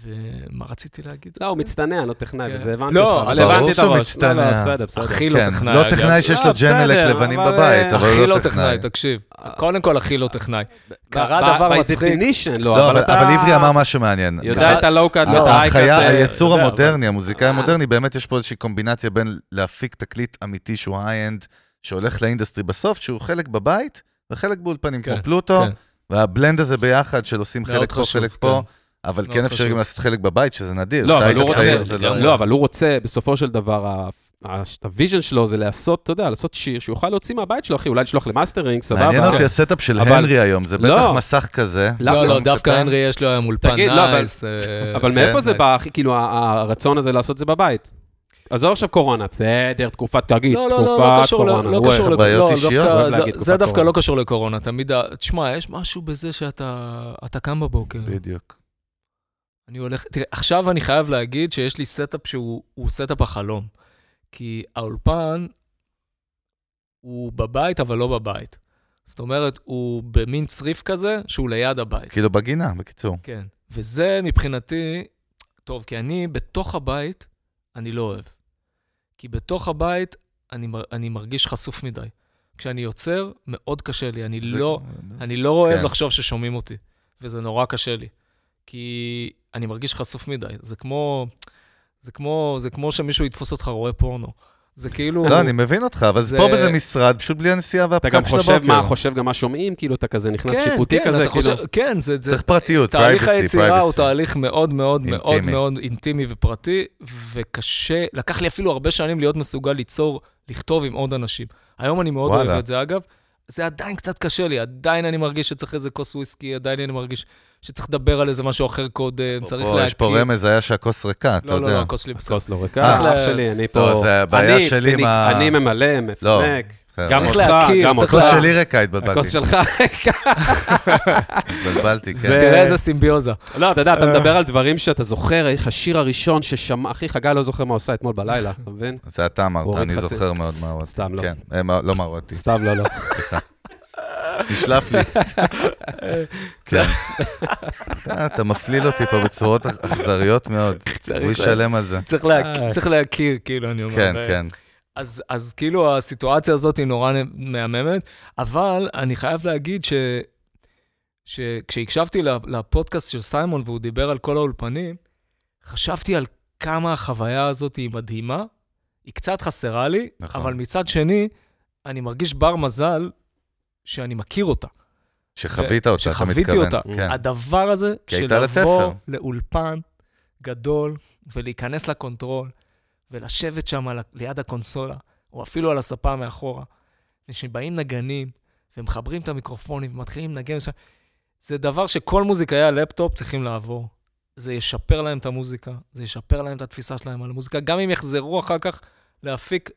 [SPEAKER 2] ומה רציתי להגיד?
[SPEAKER 3] לא, הוא מצטנע, לא טכנאי,
[SPEAKER 2] כן.
[SPEAKER 3] וזה הבנתי
[SPEAKER 2] לא,
[SPEAKER 3] אותך.
[SPEAKER 2] אבל
[SPEAKER 3] הבנתי
[SPEAKER 1] ברור
[SPEAKER 3] את
[SPEAKER 1] שהוא
[SPEAKER 3] הראש. לא, לא,
[SPEAKER 1] מצטנע.
[SPEAKER 3] בסדר, בסדר.
[SPEAKER 2] הכי לא
[SPEAKER 1] כן,
[SPEAKER 2] טכנאי.
[SPEAKER 1] לא
[SPEAKER 2] אגב.
[SPEAKER 1] טכנאי שיש לו
[SPEAKER 3] לא,
[SPEAKER 1] ג'נלק
[SPEAKER 3] בסדר,
[SPEAKER 1] לבנים
[SPEAKER 3] אבל,
[SPEAKER 1] בבית,
[SPEAKER 3] אה,
[SPEAKER 1] אבל
[SPEAKER 2] הכי
[SPEAKER 1] הוא אה,
[SPEAKER 2] לא טכנאי, תקשיב. קודם כל, הכי לא טכנאי. קרה
[SPEAKER 3] ב-
[SPEAKER 2] דבר
[SPEAKER 3] by
[SPEAKER 2] מצחיק.
[SPEAKER 3] definition,
[SPEAKER 1] לא,
[SPEAKER 3] לא,
[SPEAKER 1] אבל
[SPEAKER 3] אבל אתה...
[SPEAKER 1] אבל עברי אמר משהו מעניין. נכון.
[SPEAKER 3] יודע את הלואו-קאט
[SPEAKER 1] ה-
[SPEAKER 3] ואת
[SPEAKER 1] החיה,
[SPEAKER 3] ההיי-קאט. אה,
[SPEAKER 1] היצור
[SPEAKER 2] יודע,
[SPEAKER 1] המודרני, המוזיקאי המודרני, באמת יש פה איזושהי קומבינציה בין להפיק תקליט אמיתי שהוא היי-אנד, שהולך לאינדסטרי בסוף, שהוא חלק בבית וחלק באולפנים,
[SPEAKER 2] כן,
[SPEAKER 1] כמו פלוטו,
[SPEAKER 2] כן.
[SPEAKER 1] והבלנד הזה ביחד, של עושים
[SPEAKER 2] מאוד
[SPEAKER 1] חלק פה,
[SPEAKER 2] חשוב,
[SPEAKER 1] חלק פה,
[SPEAKER 2] כן.
[SPEAKER 1] אבל
[SPEAKER 2] מאוד
[SPEAKER 1] כן אפשר
[SPEAKER 2] חשוב.
[SPEAKER 1] גם לעשות חלק בבית, שזה נדיר.
[SPEAKER 3] לא,
[SPEAKER 1] כשאתה
[SPEAKER 3] אבל
[SPEAKER 1] היית
[SPEAKER 3] הוא רוצה,
[SPEAKER 1] צעיר, זה
[SPEAKER 3] לא, אבל הוא רוצה, בסופו של דבר, ה- ה- הוויז'ן שלו זה לעשות, אתה יודע, לעשות שיר שהוא יוכל להוציא מהבית שלו, אחי, אולי לשלוח למאסטרינג, סבבה.
[SPEAKER 1] מעניין
[SPEAKER 3] כן.
[SPEAKER 1] אותי הסטאפ של
[SPEAKER 3] אבל-
[SPEAKER 1] הנרי היום, זה בטח
[SPEAKER 3] לא.
[SPEAKER 1] מסך כזה.
[SPEAKER 3] לא,
[SPEAKER 2] לא, לא,
[SPEAKER 1] קטן.
[SPEAKER 2] דווקא הנרי יש לו היום אולפן
[SPEAKER 3] תגיד, לא, אבל-
[SPEAKER 2] נייס. אה,
[SPEAKER 3] אבל
[SPEAKER 2] כן,
[SPEAKER 3] מאיפה זה
[SPEAKER 2] נייס.
[SPEAKER 3] בא, אחי, כאילו, ה- ה- הרצון הזה לעשות את זה בבית? עזוב עכשיו קורונה, בסדר, תקופת, תגיד,
[SPEAKER 2] לא,
[SPEAKER 3] תקופת
[SPEAKER 2] לא,
[SPEAKER 3] קורונה.
[SPEAKER 2] לא, לא קשור, ל- לא
[SPEAKER 1] איך
[SPEAKER 3] וואי,
[SPEAKER 2] קשור לקורונה.
[SPEAKER 1] הבעיות
[SPEAKER 2] לא,
[SPEAKER 1] אישיות?
[SPEAKER 2] דווקא-
[SPEAKER 3] אוהב להגיד
[SPEAKER 2] זה
[SPEAKER 3] תקופת
[SPEAKER 2] דווקא
[SPEAKER 3] קורונה.
[SPEAKER 2] לא קשור לקורונה, תמיד, ה- תשמע, יש משהו בזה שאתה אתה קם בבוקר.
[SPEAKER 1] בדיוק.
[SPEAKER 2] אני הולך, תראה, עכשיו אני חייב להגיד שיש לי סטאפ שהוא הוא סטאפ החלום. כי האולפן הוא בבית, אבל לא בבית. זאת אומרת, הוא במין צריף כזה שהוא ליד הבית.
[SPEAKER 1] כאילו בגינה, בקיצור.
[SPEAKER 2] כן. וזה מבחינתי טוב, כי אני בתוך הבית, אני לא אוהב. כי בתוך הבית אני, מר- אני מרגיש חשוף מדי. כשאני יוצר, מאוד קשה לי. אני,
[SPEAKER 1] זה-
[SPEAKER 2] לא,
[SPEAKER 1] זה-
[SPEAKER 2] אני לא אוהב
[SPEAKER 1] כן.
[SPEAKER 2] לחשוב ששומעים אותי, וזה נורא קשה לי. כי אני מרגיש חשוף מדי. זה כמו, זה כמו, זה כמו שמישהו יתפוס אותך רואה פורנו. זה כאילו...
[SPEAKER 1] לא, אני מבין אותך, אבל
[SPEAKER 2] זה-
[SPEAKER 1] פה באיזה משרד, פשוט בלי הנסיעה
[SPEAKER 3] אתה
[SPEAKER 1] והפקק
[SPEAKER 3] גם
[SPEAKER 1] של
[SPEAKER 3] חושב מה,
[SPEAKER 1] הבוקר.
[SPEAKER 3] חושב גם מה שומעים, כאילו, אתה כזה נכנס
[SPEAKER 2] כן,
[SPEAKER 3] שיפוטי
[SPEAKER 2] כן,
[SPEAKER 3] כזה,
[SPEAKER 2] אתה חושב,
[SPEAKER 3] כאילו.
[SPEAKER 2] כן, זה, זה,
[SPEAKER 1] צריך פרטיות,
[SPEAKER 2] תהליך
[SPEAKER 1] privacy,
[SPEAKER 2] היצירה הוא
[SPEAKER 1] privacy.
[SPEAKER 2] תהליך מאוד מאוד מאוד
[SPEAKER 1] אינטימי.
[SPEAKER 2] מאוד אינטימי ופרטי, וקשה, לקח לי אפילו הרבה שנים להיות מסוגל ליצור, לכתוב עם עוד אנשים. היום אני מאוד אוהב
[SPEAKER 1] וואלה.
[SPEAKER 2] את זה, אגב. זה עדיין קצת קשה לי, עדיין אני מרגיש שצריך איזה כוס וויסקי, עדיין אני מרגיש שצריך לדבר על איזה משהו אחר קודם, צריך
[SPEAKER 1] או,
[SPEAKER 2] להכיר.
[SPEAKER 1] יש פה רמז, היה שהכוס ריקה, אתה
[SPEAKER 2] לא, לא, לא,
[SPEAKER 1] יודע.
[SPEAKER 2] הכוס שלי בסדר.
[SPEAKER 3] כוס לא ריקה,
[SPEAKER 1] צריך
[SPEAKER 2] ל-
[SPEAKER 3] אח שלי, אני פה...
[SPEAKER 1] לא, זה הבעיה
[SPEAKER 3] אני-
[SPEAKER 1] שלי עם
[SPEAKER 3] אני-
[SPEAKER 1] ה-
[SPEAKER 3] אני ממלא,
[SPEAKER 1] לא,
[SPEAKER 3] מפנק.
[SPEAKER 1] בסדר.
[SPEAKER 3] גם
[SPEAKER 2] צריך
[SPEAKER 3] אותך,
[SPEAKER 2] להכיר,
[SPEAKER 3] גם
[SPEAKER 2] צריך
[SPEAKER 3] אותך.
[SPEAKER 1] הכוס שלי ריקה,
[SPEAKER 3] הכוס
[SPEAKER 1] התבלבלתי.
[SPEAKER 3] שלך כן. ריקה.
[SPEAKER 1] התבלבלתי, כן.
[SPEAKER 3] זה-
[SPEAKER 2] תראה איזה סימביוזה.
[SPEAKER 3] לא, אתה יודע, אתה מדבר על דברים שאתה זוכר, איך השיר הראשון ששמע, אחי, חגי לא זוכר מה הוא עשה אתמול בלילה, אתה מבין?
[SPEAKER 1] זה אתה אמרת,
[SPEAKER 3] אורי
[SPEAKER 1] אני
[SPEAKER 3] חצי-
[SPEAKER 1] זוכר מאוד מה הורדתי.
[SPEAKER 3] סתם, לא.
[SPEAKER 1] כן, אה, מה- לא מה הורדתי,
[SPEAKER 3] סתם לא, לא.
[SPEAKER 1] סליחה.
[SPEAKER 2] *laughs*
[SPEAKER 1] נשלף לי. כן. אתה- אתה מפליל אותי פה בצורות אכ- אכזריות מאוד. הוא
[SPEAKER 2] צריך לה-
[SPEAKER 1] ישלם על זה.
[SPEAKER 2] צריך להכיר- צריך להכיר, כאילו, אני אומר.
[SPEAKER 1] אה. כן,
[SPEAKER 2] אה,
[SPEAKER 1] כן.
[SPEAKER 2] אז, אז כאילו הסיטואציה הזאת היא נורא מהממת, אבל אני חייב להגיד ש, שכשהקשבתי לפודקאסט של סיימון והוא דיבר על כל האולפנים, חשבתי על כמה החוויה הזאת היא מדהימה, היא קצת חסרה לי,
[SPEAKER 1] נכון.
[SPEAKER 2] נכון. אבל מצד שני, אני מרגיש בר מזל שאני מכיר אותה.
[SPEAKER 1] שחווית אותה, אתה מתכוון.
[SPEAKER 2] שחוויתי אותה.
[SPEAKER 1] כן.
[SPEAKER 2] הדבר הזה
[SPEAKER 1] כי
[SPEAKER 2] של
[SPEAKER 1] הייתה לה
[SPEAKER 2] לבוא
[SPEAKER 1] תפר.
[SPEAKER 2] לאולפן גדול ולהיכנס לקונטרול ולשבת שם על ה- ליד הקונסולה, או אפילו על הספה מאחורה, ושבאים נגנים ומחברים את המיקרופונים ומתחילים לנגן, שם, זה דבר שכל מוזיקאי הלפטופ צריכים לעבור. זה ישפר להם את המוזיקה, זה ישפר להם את התפיסה שלהם על המוזיקה, גם אם יחזרו אחר כך להפיק,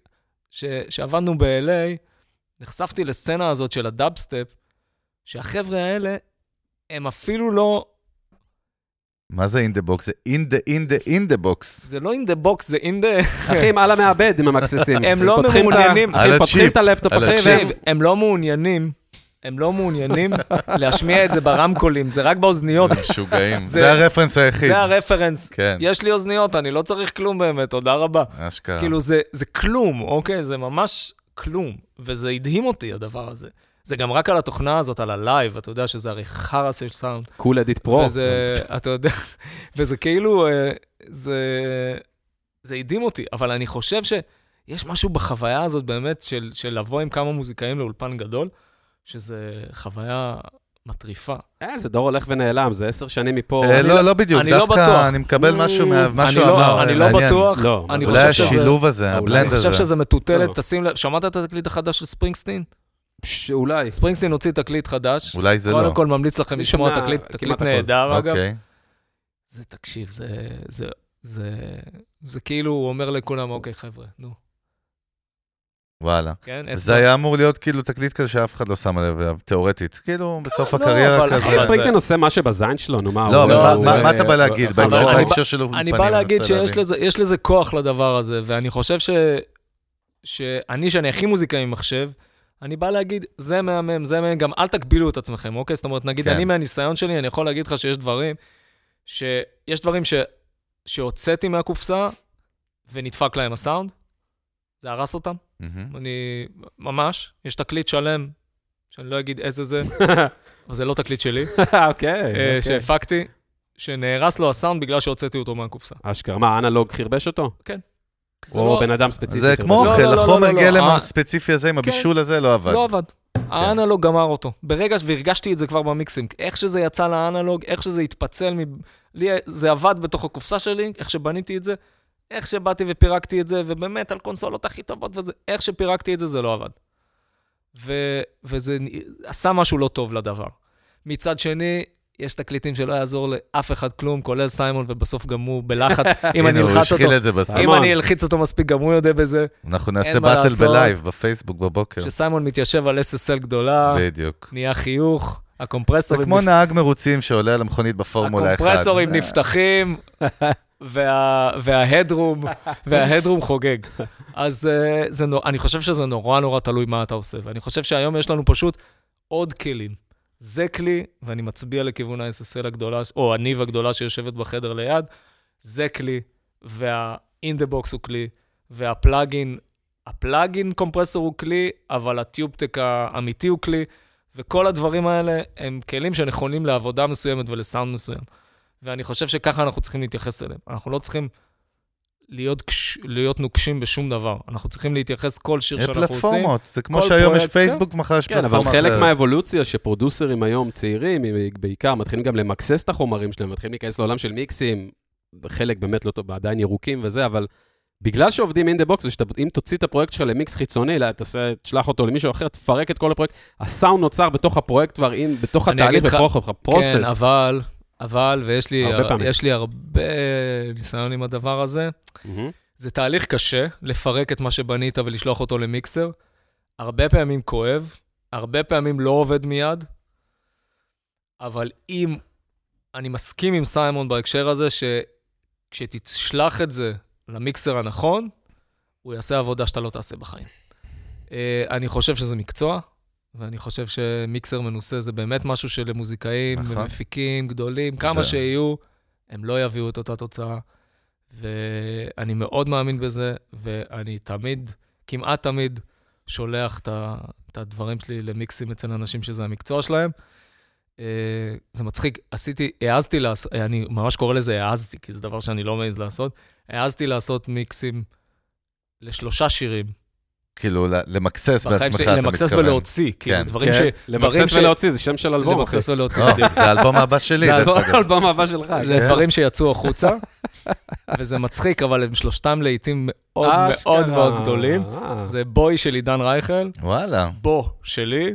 [SPEAKER 2] ש- שעבדנו ב-LA, נחשפתי לסצנה הזאת של הדאבסטפ, שהחבר'ה האלה, הם אפילו לא,
[SPEAKER 1] מה זה אין דה בוקס? זה אין דה אין דה אין דה בוקס.
[SPEAKER 2] זה לא in the box, זה in the...
[SPEAKER 3] אחי, הם על המעבד עם המקססים.
[SPEAKER 2] כן. הם לא
[SPEAKER 3] פותחים את ה-
[SPEAKER 2] מעוניינים.
[SPEAKER 3] אחי,
[SPEAKER 1] על
[SPEAKER 3] פותחים
[SPEAKER 1] הצ'יפ,
[SPEAKER 3] את הלפטופ,
[SPEAKER 1] על
[SPEAKER 3] אחי,
[SPEAKER 1] הצ'יפ.
[SPEAKER 3] והם...
[SPEAKER 2] תקשיב, הם לא מעוניינים, הם לא מעוניינים להשמיע את זה ברמקולים, זה רק באוזניות.
[SPEAKER 1] משוגעים.
[SPEAKER 2] זה-
[SPEAKER 1] זה הרפרנס היחיד.
[SPEAKER 2] זה הרפרנס.
[SPEAKER 1] כן,
[SPEAKER 2] יש לי אוזניות, אני לא צריך כלום באמת, תודה רבה.
[SPEAKER 1] אשכרה.
[SPEAKER 2] כאילו, זה זה כלום, אוקיי? זה ממש כלום. וזה הדהים אותי, הדבר הזה. זה גם רק על התוכנה הזאת, על הלייב, אתה יודע שזה הרי חרא של סאונד.
[SPEAKER 3] קול אדיט פרו.
[SPEAKER 2] וזה, אתה יודע, *laughs* וזה כאילו, אה, זה, זה הדהים אותי, אבל אני חושב שיש משהו בחוויה הזאת באמת של, של לבוא עם כמה מוזיקאים לאולפן גדול, שזה חוויה מטריפה.
[SPEAKER 3] אה, זה דור הולך ונעלם, זה עשר שנים מפה.
[SPEAKER 1] אה, לא, לא בדיוק,
[SPEAKER 2] אני לא בטוח.
[SPEAKER 1] דווקא אני מקבל משהו מה
[SPEAKER 2] אני
[SPEAKER 1] שהוא
[SPEAKER 2] לא-
[SPEAKER 1] אמר,
[SPEAKER 2] אני לא
[SPEAKER 1] מעניין.
[SPEAKER 2] בטוח,
[SPEAKER 3] לא,
[SPEAKER 2] אני
[SPEAKER 1] אולי
[SPEAKER 2] חושב שזה-
[SPEAKER 1] השילוב הזה,
[SPEAKER 3] אולי.
[SPEAKER 1] הבלנד
[SPEAKER 2] אני
[SPEAKER 1] הזה.
[SPEAKER 2] חושב שזה מטוטלת,
[SPEAKER 3] טוב.
[SPEAKER 2] תשים לב, שמעת את התקליט החדש של ספרינגסטין?
[SPEAKER 3] ש- אולי.
[SPEAKER 2] ספרינגסטין הוציא תקליט חדש.
[SPEAKER 1] אולי זה לא.
[SPEAKER 2] קודם כל ממליץ לכם
[SPEAKER 3] אני
[SPEAKER 2] לשמוע
[SPEAKER 3] שומע
[SPEAKER 2] תקליט,
[SPEAKER 3] כמעט
[SPEAKER 2] תקליט
[SPEAKER 3] הכל.
[SPEAKER 2] נהדר אגב.
[SPEAKER 1] אוקיי.
[SPEAKER 2] זה, תקשיב, זה, זה, זה, זה כאילו, הוא אומר לכולם, אוקיי, חבר'ה, נו,
[SPEAKER 1] וואלה.
[SPEAKER 2] כן?
[SPEAKER 1] זה
[SPEAKER 2] אצבע.
[SPEAKER 1] היה אמור להיות כאילו תקליט כזה שאף אחד לא שם לב אליו, תאורטית. כאילו, בסוף
[SPEAKER 2] לא,
[SPEAKER 1] הקריירה
[SPEAKER 2] אבל
[SPEAKER 3] אחי,
[SPEAKER 2] זה-
[SPEAKER 1] כזה.
[SPEAKER 3] ספרינגטון עושה מה שבזין שלו, נו מה.
[SPEAKER 1] לא,
[SPEAKER 3] הוא-
[SPEAKER 1] אבל
[SPEAKER 2] לא,
[SPEAKER 1] מה-
[SPEAKER 3] הוא-
[SPEAKER 2] זה-
[SPEAKER 1] מה- מה אתה בא להגיד
[SPEAKER 3] אבל-
[SPEAKER 1] בהקשר-
[SPEAKER 2] אני
[SPEAKER 1] בהקשר של אולפנים?
[SPEAKER 2] אני בא להגיד
[SPEAKER 1] מנסה
[SPEAKER 2] שיש
[SPEAKER 1] להבין.
[SPEAKER 2] לזה, יש לזה כוח לדבר הזה, ואני חושב ש... שאני, שאני הכי מוזיקאי ממחשב, אני בא להגיד, זה מהמם, זה מהמם, גם אל תגבילו את עצמכם, אוקיי? זאת אומרת, נגיד,
[SPEAKER 1] כן.
[SPEAKER 2] כן. אני מהניסיון שלי, אני יכול להגיד לך שיש דברים, שיש דברים ש... שהוצאתי מהקופסה ונדפק להם הסאונד, זה הרס אותם.
[SPEAKER 1] מהמם.
[SPEAKER 2] אני, ממש, יש תקליט שלם, שאני לא אגיד איזה זה, אבל זה לא תקליט
[SPEAKER 1] *laughs*
[SPEAKER 3] *laughs*
[SPEAKER 2] שלי,
[SPEAKER 1] כן,
[SPEAKER 3] אוקיי,
[SPEAKER 2] אה,
[SPEAKER 3] אוקיי.
[SPEAKER 2] שהפקתי, שנהרס לו הסאונד בגלל שהוצאתי אותו מהקופסה.
[SPEAKER 3] אשכרה, מה, אנלוג חרבש אותו?
[SPEAKER 2] זה
[SPEAKER 3] או
[SPEAKER 2] לא-
[SPEAKER 3] בן אדם ספציפי.
[SPEAKER 1] זה
[SPEAKER 3] חרבש
[SPEAKER 1] כמו
[SPEAKER 3] אותו?
[SPEAKER 2] לא, לא,
[SPEAKER 1] אוכל,
[SPEAKER 2] לא,
[SPEAKER 1] החומר
[SPEAKER 2] לא, לא,
[SPEAKER 1] גלם
[SPEAKER 2] אה.
[SPEAKER 1] הספציפי הזה עם הבישול הזה לא עבד.
[SPEAKER 2] לא עבד. האנלוג גמר אותו. ברגע ש- והרגשתי את זה כבר במיקסים. איך שזה יצא לאנלוג, איך שזה התפצל, מ... לי... זה עבד בתוך הקופסה שלי, איך שבניתי את זה, איך שבאתי ופירקתי את זה, ובאמת, על קונסולות הכי טובות וזה, איך שפירקתי את זה, זה לא עבד. ו... וזה נ- עשה משהו לא טוב לדבר. מצד שני, יש תקליטים שלא יעזור לאף אחד כלום, כולל סיימון, ובסוף גם הוא
[SPEAKER 1] *laughs*
[SPEAKER 2] בלחץ. אם
[SPEAKER 1] הנה,
[SPEAKER 2] אני
[SPEAKER 1] הוא
[SPEAKER 2] אלחץ אותו,
[SPEAKER 1] השחיל את זה בסוף.
[SPEAKER 2] אם
[SPEAKER 3] סיימון.
[SPEAKER 2] אני אלחיץ אותו מספיק, גם הוא יודע בזה,
[SPEAKER 1] אנחנו נעשה
[SPEAKER 2] מה
[SPEAKER 1] באטל
[SPEAKER 2] לעשות.
[SPEAKER 1] בלייב, בפייסבוק בבוקר.
[SPEAKER 2] שסיימון מתיישב על SSL גדולה.
[SPEAKER 1] בדיוק.
[SPEAKER 2] נהיה חיוך,
[SPEAKER 1] זה
[SPEAKER 2] הקומפרסורים,
[SPEAKER 1] כמו נהג מרוצים שעולה על המכונית בפורמולה 1.
[SPEAKER 2] הקומפרסורים
[SPEAKER 1] אה.
[SPEAKER 2] נפתחים, וה- וההדרום, וההדרום חוגג. אז אה, זה נו- אני חושב שזה נורא נורא תלוי מה אתה עושה, ואני חושב שהיום יש לנו פשוט עוד כלים. זה כלי, ואני מצביע לכיוון ה-SSL הגדולה, או הניב הגדולה שיושבת בחדר ליד, זה כלי, וה-in the box הוא כלי, והפלאגין, הפלאגין קומפרסור הוא כלי, אבל הטיובטק האמיתי הוא כלי, וכל הדברים האלה הם כלים שנכונים לעבודה מסוימת ולסאונד מסוים. ואני חושב שככה אנחנו צריכים להתייחס אליהם. אנחנו לא צריכים להיות, קש... להיות נוקשים בשום דבר. אנחנו צריכים להתייחס כל שיר
[SPEAKER 1] יש
[SPEAKER 2] שאנחנו עושים.
[SPEAKER 1] פלטפורמות, זה כמו
[SPEAKER 2] כל
[SPEAKER 1] שהיום יש
[SPEAKER 2] פרויקט, כן.
[SPEAKER 1] פייסבוק, מחר יש
[SPEAKER 3] כן, אבל
[SPEAKER 1] פלטפורמה
[SPEAKER 3] חלק
[SPEAKER 1] אחרת.
[SPEAKER 3] מהאבולוציה שפרודוסרים היום, צעירים בעיקר, מתחילים גם למקסס את החומרים שלהם, מתחילים להיכנס לעולם של מיקסים, חלק באמת לא טוב, עדיין ירוקים וזה, אבל בגלל שעובדים אין דה בוקס, ואם תוציא את הפרויקט שלך למיקס חיצוני, לא, תעשה, תשלח אותו למישהו אחר, תפרק את כל הפרויקט, הסאונד נוצר בתוך הפרויקט כבר, אין, בתוך
[SPEAKER 2] אני
[SPEAKER 3] התהליך,
[SPEAKER 2] אגיד לך-
[SPEAKER 3] בתוך הפרוסס.
[SPEAKER 2] כן, אבל, אבל, ויש לי
[SPEAKER 3] הרבה פעמים.
[SPEAKER 2] יש לי הרבה ניסיון עם הדבר הזה,
[SPEAKER 3] מהמם.
[SPEAKER 2] זה תהליך קשה לפרק את מה שבנית ולשלוח אותו למיקסר. הרבה פעמים כואב, הרבה פעמים לא עובד מיד, אבל אם, אני מסכים עם סיימון בהקשר הזה, שכשתשלח את זה למיקסר הנכון, הוא יעשה עבודה שאתה לא תעשה בחיים. אה, אני חושב שזה מקצוע, ואני חושב שמיקסר מנוסה זה באמת משהו שלמוזיקאים,
[SPEAKER 1] נכון.
[SPEAKER 2] נכון. מפיקים גדולים, כמה
[SPEAKER 1] זה-
[SPEAKER 2] שיהיו, הם לא יביאו את אותה תוצאה. ואני מאוד מאמין בזה, ואני תמיד, כמעט תמיד, שולח את, ה- את הדברים שלי למיקסים אצל אנשים שזה המקצוע שלהם. אה, זה מצחיק, עשיתי, העזתי לעשות, אה, אני ממש קורא לזה העזתי, כי זה דבר שאני לא מעז לעשות, העזתי לעשות מיקסים לשלושה שירים.
[SPEAKER 1] כאילו, ל- למקסס
[SPEAKER 2] בחיים
[SPEAKER 1] בעצמך,
[SPEAKER 2] שלי,
[SPEAKER 1] אתה
[SPEAKER 2] למקסס
[SPEAKER 1] מתכוון.
[SPEAKER 2] ולהוציא, כאילו,
[SPEAKER 1] כן.
[SPEAKER 2] דברים ש...
[SPEAKER 3] כן,
[SPEAKER 2] דברים
[SPEAKER 3] למקסס
[SPEAKER 2] ש-
[SPEAKER 3] ולהוציא, זה שם של אלבום, אחי.
[SPEAKER 2] למקסס ולהוציא,
[SPEAKER 1] או,
[SPEAKER 2] בדיוק.
[SPEAKER 1] לא, זה האלבום הבא שלי,
[SPEAKER 2] זה
[SPEAKER 1] דרך
[SPEAKER 3] אלבום-
[SPEAKER 1] אגב.
[SPEAKER 3] אלבום הבא שלך.
[SPEAKER 2] זה
[SPEAKER 1] כן.
[SPEAKER 2] דברים שיצאו החוצה, וזה מצחיק, אבל הם שלושתם לעיתים מאוד
[SPEAKER 3] אשכרה.
[SPEAKER 2] מאוד מאוד גדולים.
[SPEAKER 3] אה.
[SPEAKER 2] זה בוי של עידן רייכל,
[SPEAKER 1] וואלה.
[SPEAKER 2] בו שלי,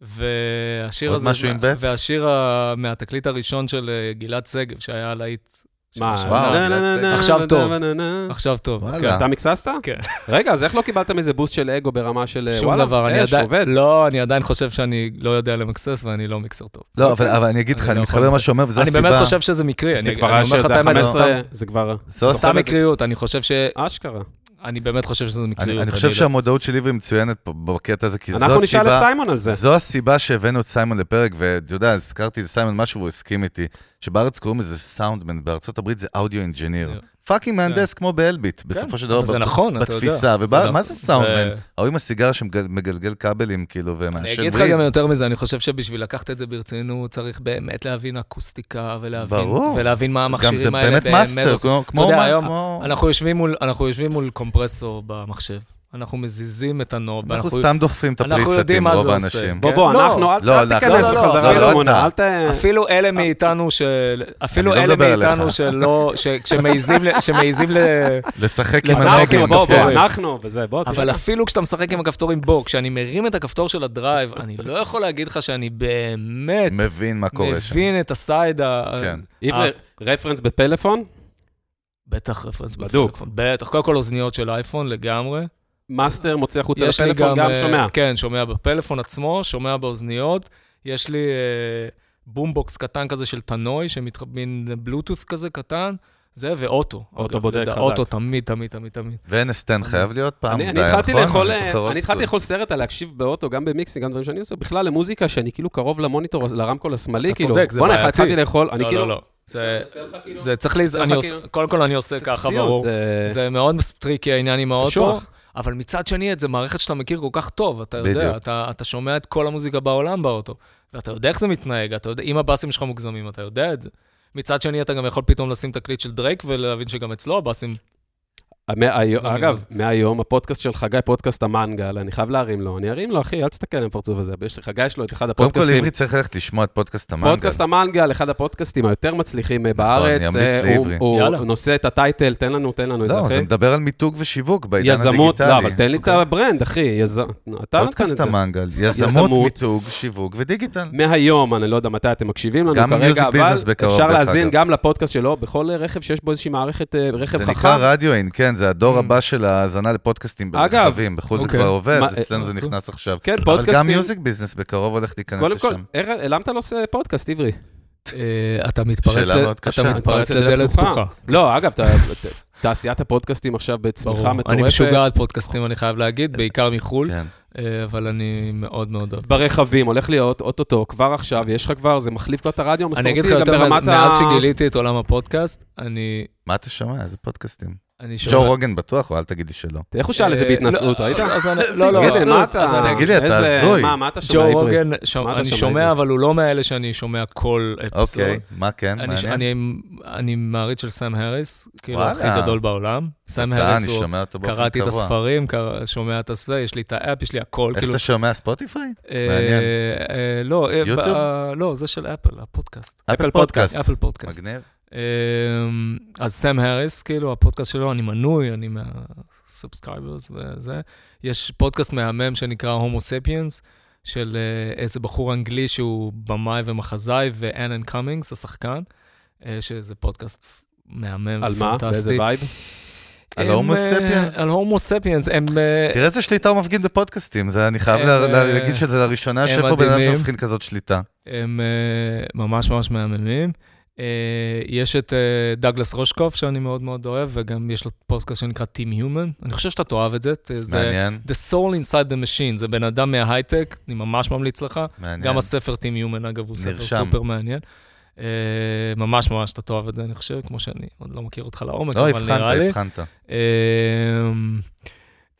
[SPEAKER 2] והשיר
[SPEAKER 1] עוד
[SPEAKER 2] הזה...
[SPEAKER 1] משהו עם בית?
[SPEAKER 2] והשיר ה- מהתקליט הראשון של אה, גלעד שגב, שהיה להיט... של
[SPEAKER 3] מה,
[SPEAKER 2] השנה.
[SPEAKER 1] וואו.
[SPEAKER 3] נה, נה, נה, נה,
[SPEAKER 2] עכשיו
[SPEAKER 3] נה,
[SPEAKER 2] טוב.
[SPEAKER 3] נה, נה, נה.
[SPEAKER 2] עכשיו טוב.
[SPEAKER 1] וואלה.
[SPEAKER 2] כן.
[SPEAKER 3] אתה מקססת?
[SPEAKER 2] כן.
[SPEAKER 3] רגע, אז איך לא קיבלתם איזה בוסט של אגו ברמה של אה,
[SPEAKER 2] שום
[SPEAKER 3] וואלה?
[SPEAKER 2] דבר, אני
[SPEAKER 3] אה,
[SPEAKER 2] עדיין...
[SPEAKER 3] שעובד.
[SPEAKER 2] לא, אני עדיין חושב שאני לא יודע למקסס ואני לא מיקסר טוב.
[SPEAKER 1] לא, אבל אבל אני אגיד לך,
[SPEAKER 2] אני
[SPEAKER 1] אני
[SPEAKER 2] לא יכול
[SPEAKER 1] מתחבר למה
[SPEAKER 2] לצאת.
[SPEAKER 1] שהוא אומר, וזו
[SPEAKER 2] אני
[SPEAKER 1] הסיבה.
[SPEAKER 2] באמת לא חושב שזה מקרי, אני
[SPEAKER 3] זה
[SPEAKER 2] אני
[SPEAKER 3] כבר
[SPEAKER 2] אומר
[SPEAKER 3] האשר,
[SPEAKER 2] לך את
[SPEAKER 3] זה
[SPEAKER 2] האמת,
[SPEAKER 3] ה-15,
[SPEAKER 2] סתם-
[SPEAKER 3] זה כבר
[SPEAKER 1] זו
[SPEAKER 2] סתם מקריות, אני חושב ש...
[SPEAKER 3] אשכרה.
[SPEAKER 2] אני באמת חושב שזה מקריות.
[SPEAKER 1] אני, אני חושב
[SPEAKER 2] לא-
[SPEAKER 1] שהמודעות של עברי מצוינת פה בקטע הזה, כי זו הסיבה...
[SPEAKER 3] אנחנו נשאל את סיימון על זה.
[SPEAKER 1] זו הסיבה שהבאנו את סיימון לפרק, ואתה יודע, הזכרתי לסיימון משהו והוא הסכים איתי, שבארץ קוראים לזה סאונדמן, בארצות הברית זה אודיו אינג'יניר. פאקינג מהנדס כמו באלביט, בסופו של דבר,
[SPEAKER 2] כן. אבל זה
[SPEAKER 1] ב-
[SPEAKER 2] נכון, אתה יודע.
[SPEAKER 1] בתפיסה.
[SPEAKER 2] זה
[SPEAKER 1] ובא-
[SPEAKER 2] לא-
[SPEAKER 1] מה זה סאונדמן?
[SPEAKER 2] זה-
[SPEAKER 1] ההוא עם הסיגר שמגלגל כבלים, כאילו,
[SPEAKER 2] אני
[SPEAKER 1] ומעשן
[SPEAKER 2] אגיד לך
[SPEAKER 1] וויד.
[SPEAKER 2] גם יותר מזה, אני חושב שבשביל לקחת את זה ברצינות, צריך באמת להבין אקוסטיקה, ולהבין,
[SPEAKER 1] ברור.
[SPEAKER 2] ולהבין מה
[SPEAKER 1] גם זה
[SPEAKER 2] המכשירים האלה
[SPEAKER 1] באמת מאסטר,
[SPEAKER 2] עושים.
[SPEAKER 1] כמו- כמו...
[SPEAKER 2] אתה יודע,
[SPEAKER 1] אומן,
[SPEAKER 2] היום
[SPEAKER 1] כמו-
[SPEAKER 2] אנחנו יושבים מול- אנחנו יושבים מול קומפרסור במחשב, אנחנו מזיזים את הנוב,
[SPEAKER 1] אנחנו סתם דוחפים את
[SPEAKER 2] אנחנו יודעים
[SPEAKER 1] הפריסטים,
[SPEAKER 2] מה זה
[SPEAKER 1] רוב
[SPEAKER 2] עושה.
[SPEAKER 1] האנשים.
[SPEAKER 3] בוא,
[SPEAKER 2] כן.
[SPEAKER 3] בוא,
[SPEAKER 2] לא.
[SPEAKER 3] אנחנו, אל
[SPEAKER 1] לא,
[SPEAKER 3] אל
[SPEAKER 1] לא,
[SPEAKER 3] תיכנס
[SPEAKER 2] לא, לא,
[SPEAKER 3] בחזרה
[SPEAKER 2] לא,
[SPEAKER 3] לתמונה,
[SPEAKER 1] אתה.
[SPEAKER 3] אל ת...
[SPEAKER 2] אפילו אלה מאיתנו של... אפילו
[SPEAKER 1] אה, אני לא
[SPEAKER 2] אלה
[SPEAKER 1] מדבר עליך.
[SPEAKER 2] מאיתנו שלא... ש- כשמעיזים ל- שמעיזים ל...
[SPEAKER 1] לשחק עם כן.
[SPEAKER 2] לשחק
[SPEAKER 1] הנוב
[SPEAKER 2] עם
[SPEAKER 1] ועם
[SPEAKER 2] הבוב,
[SPEAKER 1] כפתור.
[SPEAKER 3] בוא, בוא,
[SPEAKER 2] כפתורים.
[SPEAKER 3] אנחנו, וזה, בוא, תראה.
[SPEAKER 2] אבל אפילו כשאתה משחק עם הכפתורים, בוא, כשאני מרים את הכפתור של הדרייב, אני לא יכול להגיד לך שאני באמת
[SPEAKER 1] מבין מה קורה שם.
[SPEAKER 2] מבין את הסייד ה...
[SPEAKER 1] כן.
[SPEAKER 3] עברי, רפרנס בפלאפון,
[SPEAKER 2] בטח רפרנס
[SPEAKER 3] בדוק.
[SPEAKER 2] בפלאפון. בטח, קודם כל אוזניות של אייפון לגמרי.
[SPEAKER 3] מאסטר מוציא החוצה
[SPEAKER 2] יש לי
[SPEAKER 3] לפלאפון, גם
[SPEAKER 2] אה,
[SPEAKER 3] שומע.
[SPEAKER 2] כן, שומע בפלאפון עצמו, שומע באוזניות. יש לי אה, בומבוקס קטן כזה של תנוי, שמתח- מין בלוטות' כזה קטן. זה ואוטו.
[SPEAKER 3] אוטו
[SPEAKER 2] אגב,
[SPEAKER 3] בודק
[SPEAKER 2] לדע-
[SPEAKER 3] חזק.
[SPEAKER 2] אוטו תמיד, תמיד, תמיד, תמיד.
[SPEAKER 1] ונסטן חייב להיות פעם,
[SPEAKER 3] אני אני
[SPEAKER 1] זה היה
[SPEAKER 3] התחלתי
[SPEAKER 1] נכון?
[SPEAKER 3] לאכול,
[SPEAKER 1] אני זוכר
[SPEAKER 3] אה,
[SPEAKER 1] עוד
[SPEAKER 3] אני התחלתי
[SPEAKER 1] סקול.
[SPEAKER 3] לאכול סרט על להקשיב באוטו, גם במיקסינג, גם דברים שאני עושה, בכלל למוזיקה שאני כאילו קרוב למוניטור, לרמקול השמאלי,
[SPEAKER 2] אתה
[SPEAKER 3] כאילו,
[SPEAKER 2] צודק, זה
[SPEAKER 3] בואנה,
[SPEAKER 2] בעייתי.
[SPEAKER 3] התחלתי לאכול, אני
[SPEAKER 2] לא,
[SPEAKER 3] כאילו,
[SPEAKER 2] לא, לא. זה-
[SPEAKER 3] יוצא לך כאילו-
[SPEAKER 2] זה צריך להיז...
[SPEAKER 3] יוצא לך
[SPEAKER 2] אני עושה-
[SPEAKER 3] כאילו-
[SPEAKER 2] קודם כל אני עושה
[SPEAKER 3] זה
[SPEAKER 2] ככה,
[SPEAKER 3] סיוט,
[SPEAKER 2] ברור.
[SPEAKER 3] זה-
[SPEAKER 2] זה מאוד טריקי העניין עם האוטו,
[SPEAKER 3] קשוח.
[SPEAKER 2] אבל מצד שני, זה מערכת שאתה מכיר כל כך טוב, אתה יודע,
[SPEAKER 1] בדיוק.
[SPEAKER 2] אתה, אתה שומע את כל המוזיקה בעולם באוטו, ואתה יודע איך זה מתנהג, אתה יודע, אם הבאסים שלך מוגזמים, אתה יודע את זה. מצד שני, אתה גם יכול פתאום לשים תקליט של דרייק ולהבין שגם אצלו הבאסים...
[SPEAKER 3] מהיום-
[SPEAKER 2] זה
[SPEAKER 3] אגב,
[SPEAKER 2] מיוז.
[SPEAKER 3] מהיום הפודקאסט של חגי, פודקאסט המנגל, אני חייב להרים לו. אני ארים לו, אחי, אל תסתכל על הפרצוף הזה. יש לי חגי, יש לו את אחד
[SPEAKER 1] קודם כל,
[SPEAKER 3] הפודקאסטים.
[SPEAKER 1] עברי צריך ללכת לשמוע את פודקאסט המנגל.
[SPEAKER 3] פודקאסט המנגל, אחד הפודקאסטים היותר מצליחים אה, בארץ.
[SPEAKER 1] נכון, אני אמליץ
[SPEAKER 3] אה,
[SPEAKER 1] לעברי.
[SPEAKER 3] הוא-
[SPEAKER 2] יאללה.
[SPEAKER 3] הוא נושא את הטייטל, תן לנו, תן לנו את זה,
[SPEAKER 1] לא, זה
[SPEAKER 3] אחי.
[SPEAKER 1] מדבר על מיתוג ושיווק בעידן הדיגיטלי. אוקיי.
[SPEAKER 3] יזמות, לא, אבל תן לי את הברנד, אחי. יז- אתה נתן את
[SPEAKER 1] פודקאסט
[SPEAKER 3] זה.
[SPEAKER 1] המנגל, יזמות,
[SPEAKER 3] יזמות.
[SPEAKER 1] מיתוג, שיווק ודיגיטל.
[SPEAKER 3] מהיום, אני לא יודע מתי אתם מקשיבים לנו
[SPEAKER 1] גם
[SPEAKER 3] כרגע,
[SPEAKER 1] מיוזיק
[SPEAKER 3] אבל
[SPEAKER 1] ביזנס בקרוב,
[SPEAKER 3] אפשר
[SPEAKER 1] דרך
[SPEAKER 3] להאזין
[SPEAKER 1] אגב.
[SPEAKER 3] גם לפודקאסט שלו בכל אה, רכב שיש בו איזושהי מערכת אה, רכב
[SPEAKER 1] זה
[SPEAKER 3] חכם. Mm.
[SPEAKER 1] נקרא רדיואין, כן, זה הדור הבא של ההאזנה לפודקאסטים
[SPEAKER 3] אגב,
[SPEAKER 1] ברכבים. בחו"ל זה
[SPEAKER 2] אוקיי.
[SPEAKER 1] כבר עובד,
[SPEAKER 3] מה-
[SPEAKER 1] אצלנו זה נכנס עכשיו.
[SPEAKER 3] כן,
[SPEAKER 1] אבל גם
[SPEAKER 3] פודקאסטים.
[SPEAKER 1] מיוזיק ביזנס בקרוב הולך
[SPEAKER 3] קודם
[SPEAKER 1] להיכנס
[SPEAKER 3] כל,
[SPEAKER 1] לשם.
[SPEAKER 3] אה, למה אתה לא עושה פודקאסט, עברי?
[SPEAKER 2] אה, אתה מתפרץ,
[SPEAKER 1] שאלה
[SPEAKER 2] ל-
[SPEAKER 1] מאוד קשה.
[SPEAKER 3] אה,
[SPEAKER 2] אתה מתפרץ לדלת פתוחה.
[SPEAKER 3] לא, אגב, ת- ת- תעשיית הפודקאסטים עכשיו
[SPEAKER 2] ברור.
[SPEAKER 3] בצמיחה מטורפת.
[SPEAKER 2] אני משוגע על פודקאסטים, אני חייב להגיד, בעיקר מחו"ל,
[SPEAKER 1] כן.
[SPEAKER 2] אה, אבל אני מאוד מאוד אוהב.
[SPEAKER 3] ברכבים, הולך להיות אוטוטו, כבר עכשיו, יש לך כבר, זה מחליף כבר את הרדיו
[SPEAKER 2] אני
[SPEAKER 3] המסורתי,
[SPEAKER 2] אגיד לך
[SPEAKER 3] גם
[SPEAKER 2] יותר מזה,
[SPEAKER 3] ברמת ה...
[SPEAKER 2] מאז שגיליתי את עולם הפודקאסט, אני...
[SPEAKER 1] מה אתה שומע? איזה פודקאסטים?
[SPEAKER 2] אני
[SPEAKER 1] ג'ו
[SPEAKER 2] שומע...
[SPEAKER 1] רוגן בטוח, או אל תגיד לי שלא.
[SPEAKER 3] איך הוא שאל את זה
[SPEAKER 2] אה,
[SPEAKER 3] בהתנשאות,
[SPEAKER 2] לא,
[SPEAKER 3] ראית?
[SPEAKER 2] אז אני- לא, לא,
[SPEAKER 3] תגיד לי, מה
[SPEAKER 2] אז
[SPEAKER 3] אתה...
[SPEAKER 2] אני אגיד,
[SPEAKER 1] תגיד לי, אתה
[SPEAKER 3] איזה-
[SPEAKER 1] הזוי.
[SPEAKER 3] אה, מה, מה אתה שומע
[SPEAKER 2] ג'ו
[SPEAKER 3] עברי?
[SPEAKER 2] רוגן, שומע-
[SPEAKER 3] מה אתה
[SPEAKER 2] אני
[SPEAKER 3] שומע,
[SPEAKER 2] שומע,
[SPEAKER 3] עברי?
[SPEAKER 2] אבל הוא לא מאלה שאני שומע כל אפיסוד.
[SPEAKER 1] אוקיי, מה כן?
[SPEAKER 2] אני ש-
[SPEAKER 1] מעניין.
[SPEAKER 2] אני- אני מעריץ של סם הריס, כאילו
[SPEAKER 1] וואלה.
[SPEAKER 2] הכי גדול בעולם. סם
[SPEAKER 1] הצעה,
[SPEAKER 2] הריס
[SPEAKER 1] אני
[SPEAKER 2] הוא...
[SPEAKER 1] שומע אותו באופן קבוע.
[SPEAKER 2] קראתי את הספרים, קר- שומע את הספר, יש לי את האפ, יש לי הכל,
[SPEAKER 1] איך
[SPEAKER 2] כאילו...
[SPEAKER 1] אתה שומע ספוטיפיי?
[SPEAKER 2] אה,
[SPEAKER 1] מעניין.
[SPEAKER 2] אה, לא, אה,
[SPEAKER 1] יוטיוב?
[SPEAKER 2] ב- לא, זה של אפל, הפודקאסט.
[SPEAKER 1] אפל פודקאסט.
[SPEAKER 2] אפל פודקאסט.
[SPEAKER 1] מגניב.
[SPEAKER 2] אמ, אז סם הריס, כאילו, הפודקאסט שלו, אני מנוי, אני מהסאבסקייברס וזה. יש פודקאסט מהמם שנקרא הומו ספיאנס, של אה, איזה בחור אנגלי שהוא במאי ומחזאי, ואנן קאמינגס, השחקן, אה, שזה פודקאסט מהמם
[SPEAKER 3] על מה? באיזה
[SPEAKER 2] ופנטסטי.
[SPEAKER 3] וייב?
[SPEAKER 1] על
[SPEAKER 2] הם,
[SPEAKER 1] הומו
[SPEAKER 2] אה,
[SPEAKER 1] ספיאנס?
[SPEAKER 2] על הומו ספיאנס, הם... אה,
[SPEAKER 3] כן,
[SPEAKER 1] תראה איזה שליטה הוא מפגין בפודקאסטים, זה, אני חייב לה,
[SPEAKER 2] הם,
[SPEAKER 1] לה,
[SPEAKER 2] אה,
[SPEAKER 1] להגיד שזה לראשונה
[SPEAKER 2] הם
[SPEAKER 1] שפה בן אדם
[SPEAKER 2] מדהימים.
[SPEAKER 1] מפגין כזאת שליטה.
[SPEAKER 2] הם אה, ממש ממש מהממים. אה, יש את אה, דגלס רושקוף, שאני מאוד מאוד אוהב, וגם יש לו פודקאסט שנקרא Team Human. אני חושב שאתה תאהב את זה. ת- זה
[SPEAKER 1] מעניין,
[SPEAKER 2] The Soul Inside the Machine, זה בן אדם מההייטק, אני ממש ממליץ לך.
[SPEAKER 1] מעניין.
[SPEAKER 2] גם הספר Team Human, אגב, הוא ספר
[SPEAKER 1] נרשם.
[SPEAKER 2] סופר מעניין. אה, ממש ממש אתה תאהב את זה, אני חושב, כמו שאני עוד לא מכיר אותך לעומק,
[SPEAKER 1] לא,
[SPEAKER 2] אבל נראה לי.
[SPEAKER 1] הבחנת, הבחנת.
[SPEAKER 2] אה,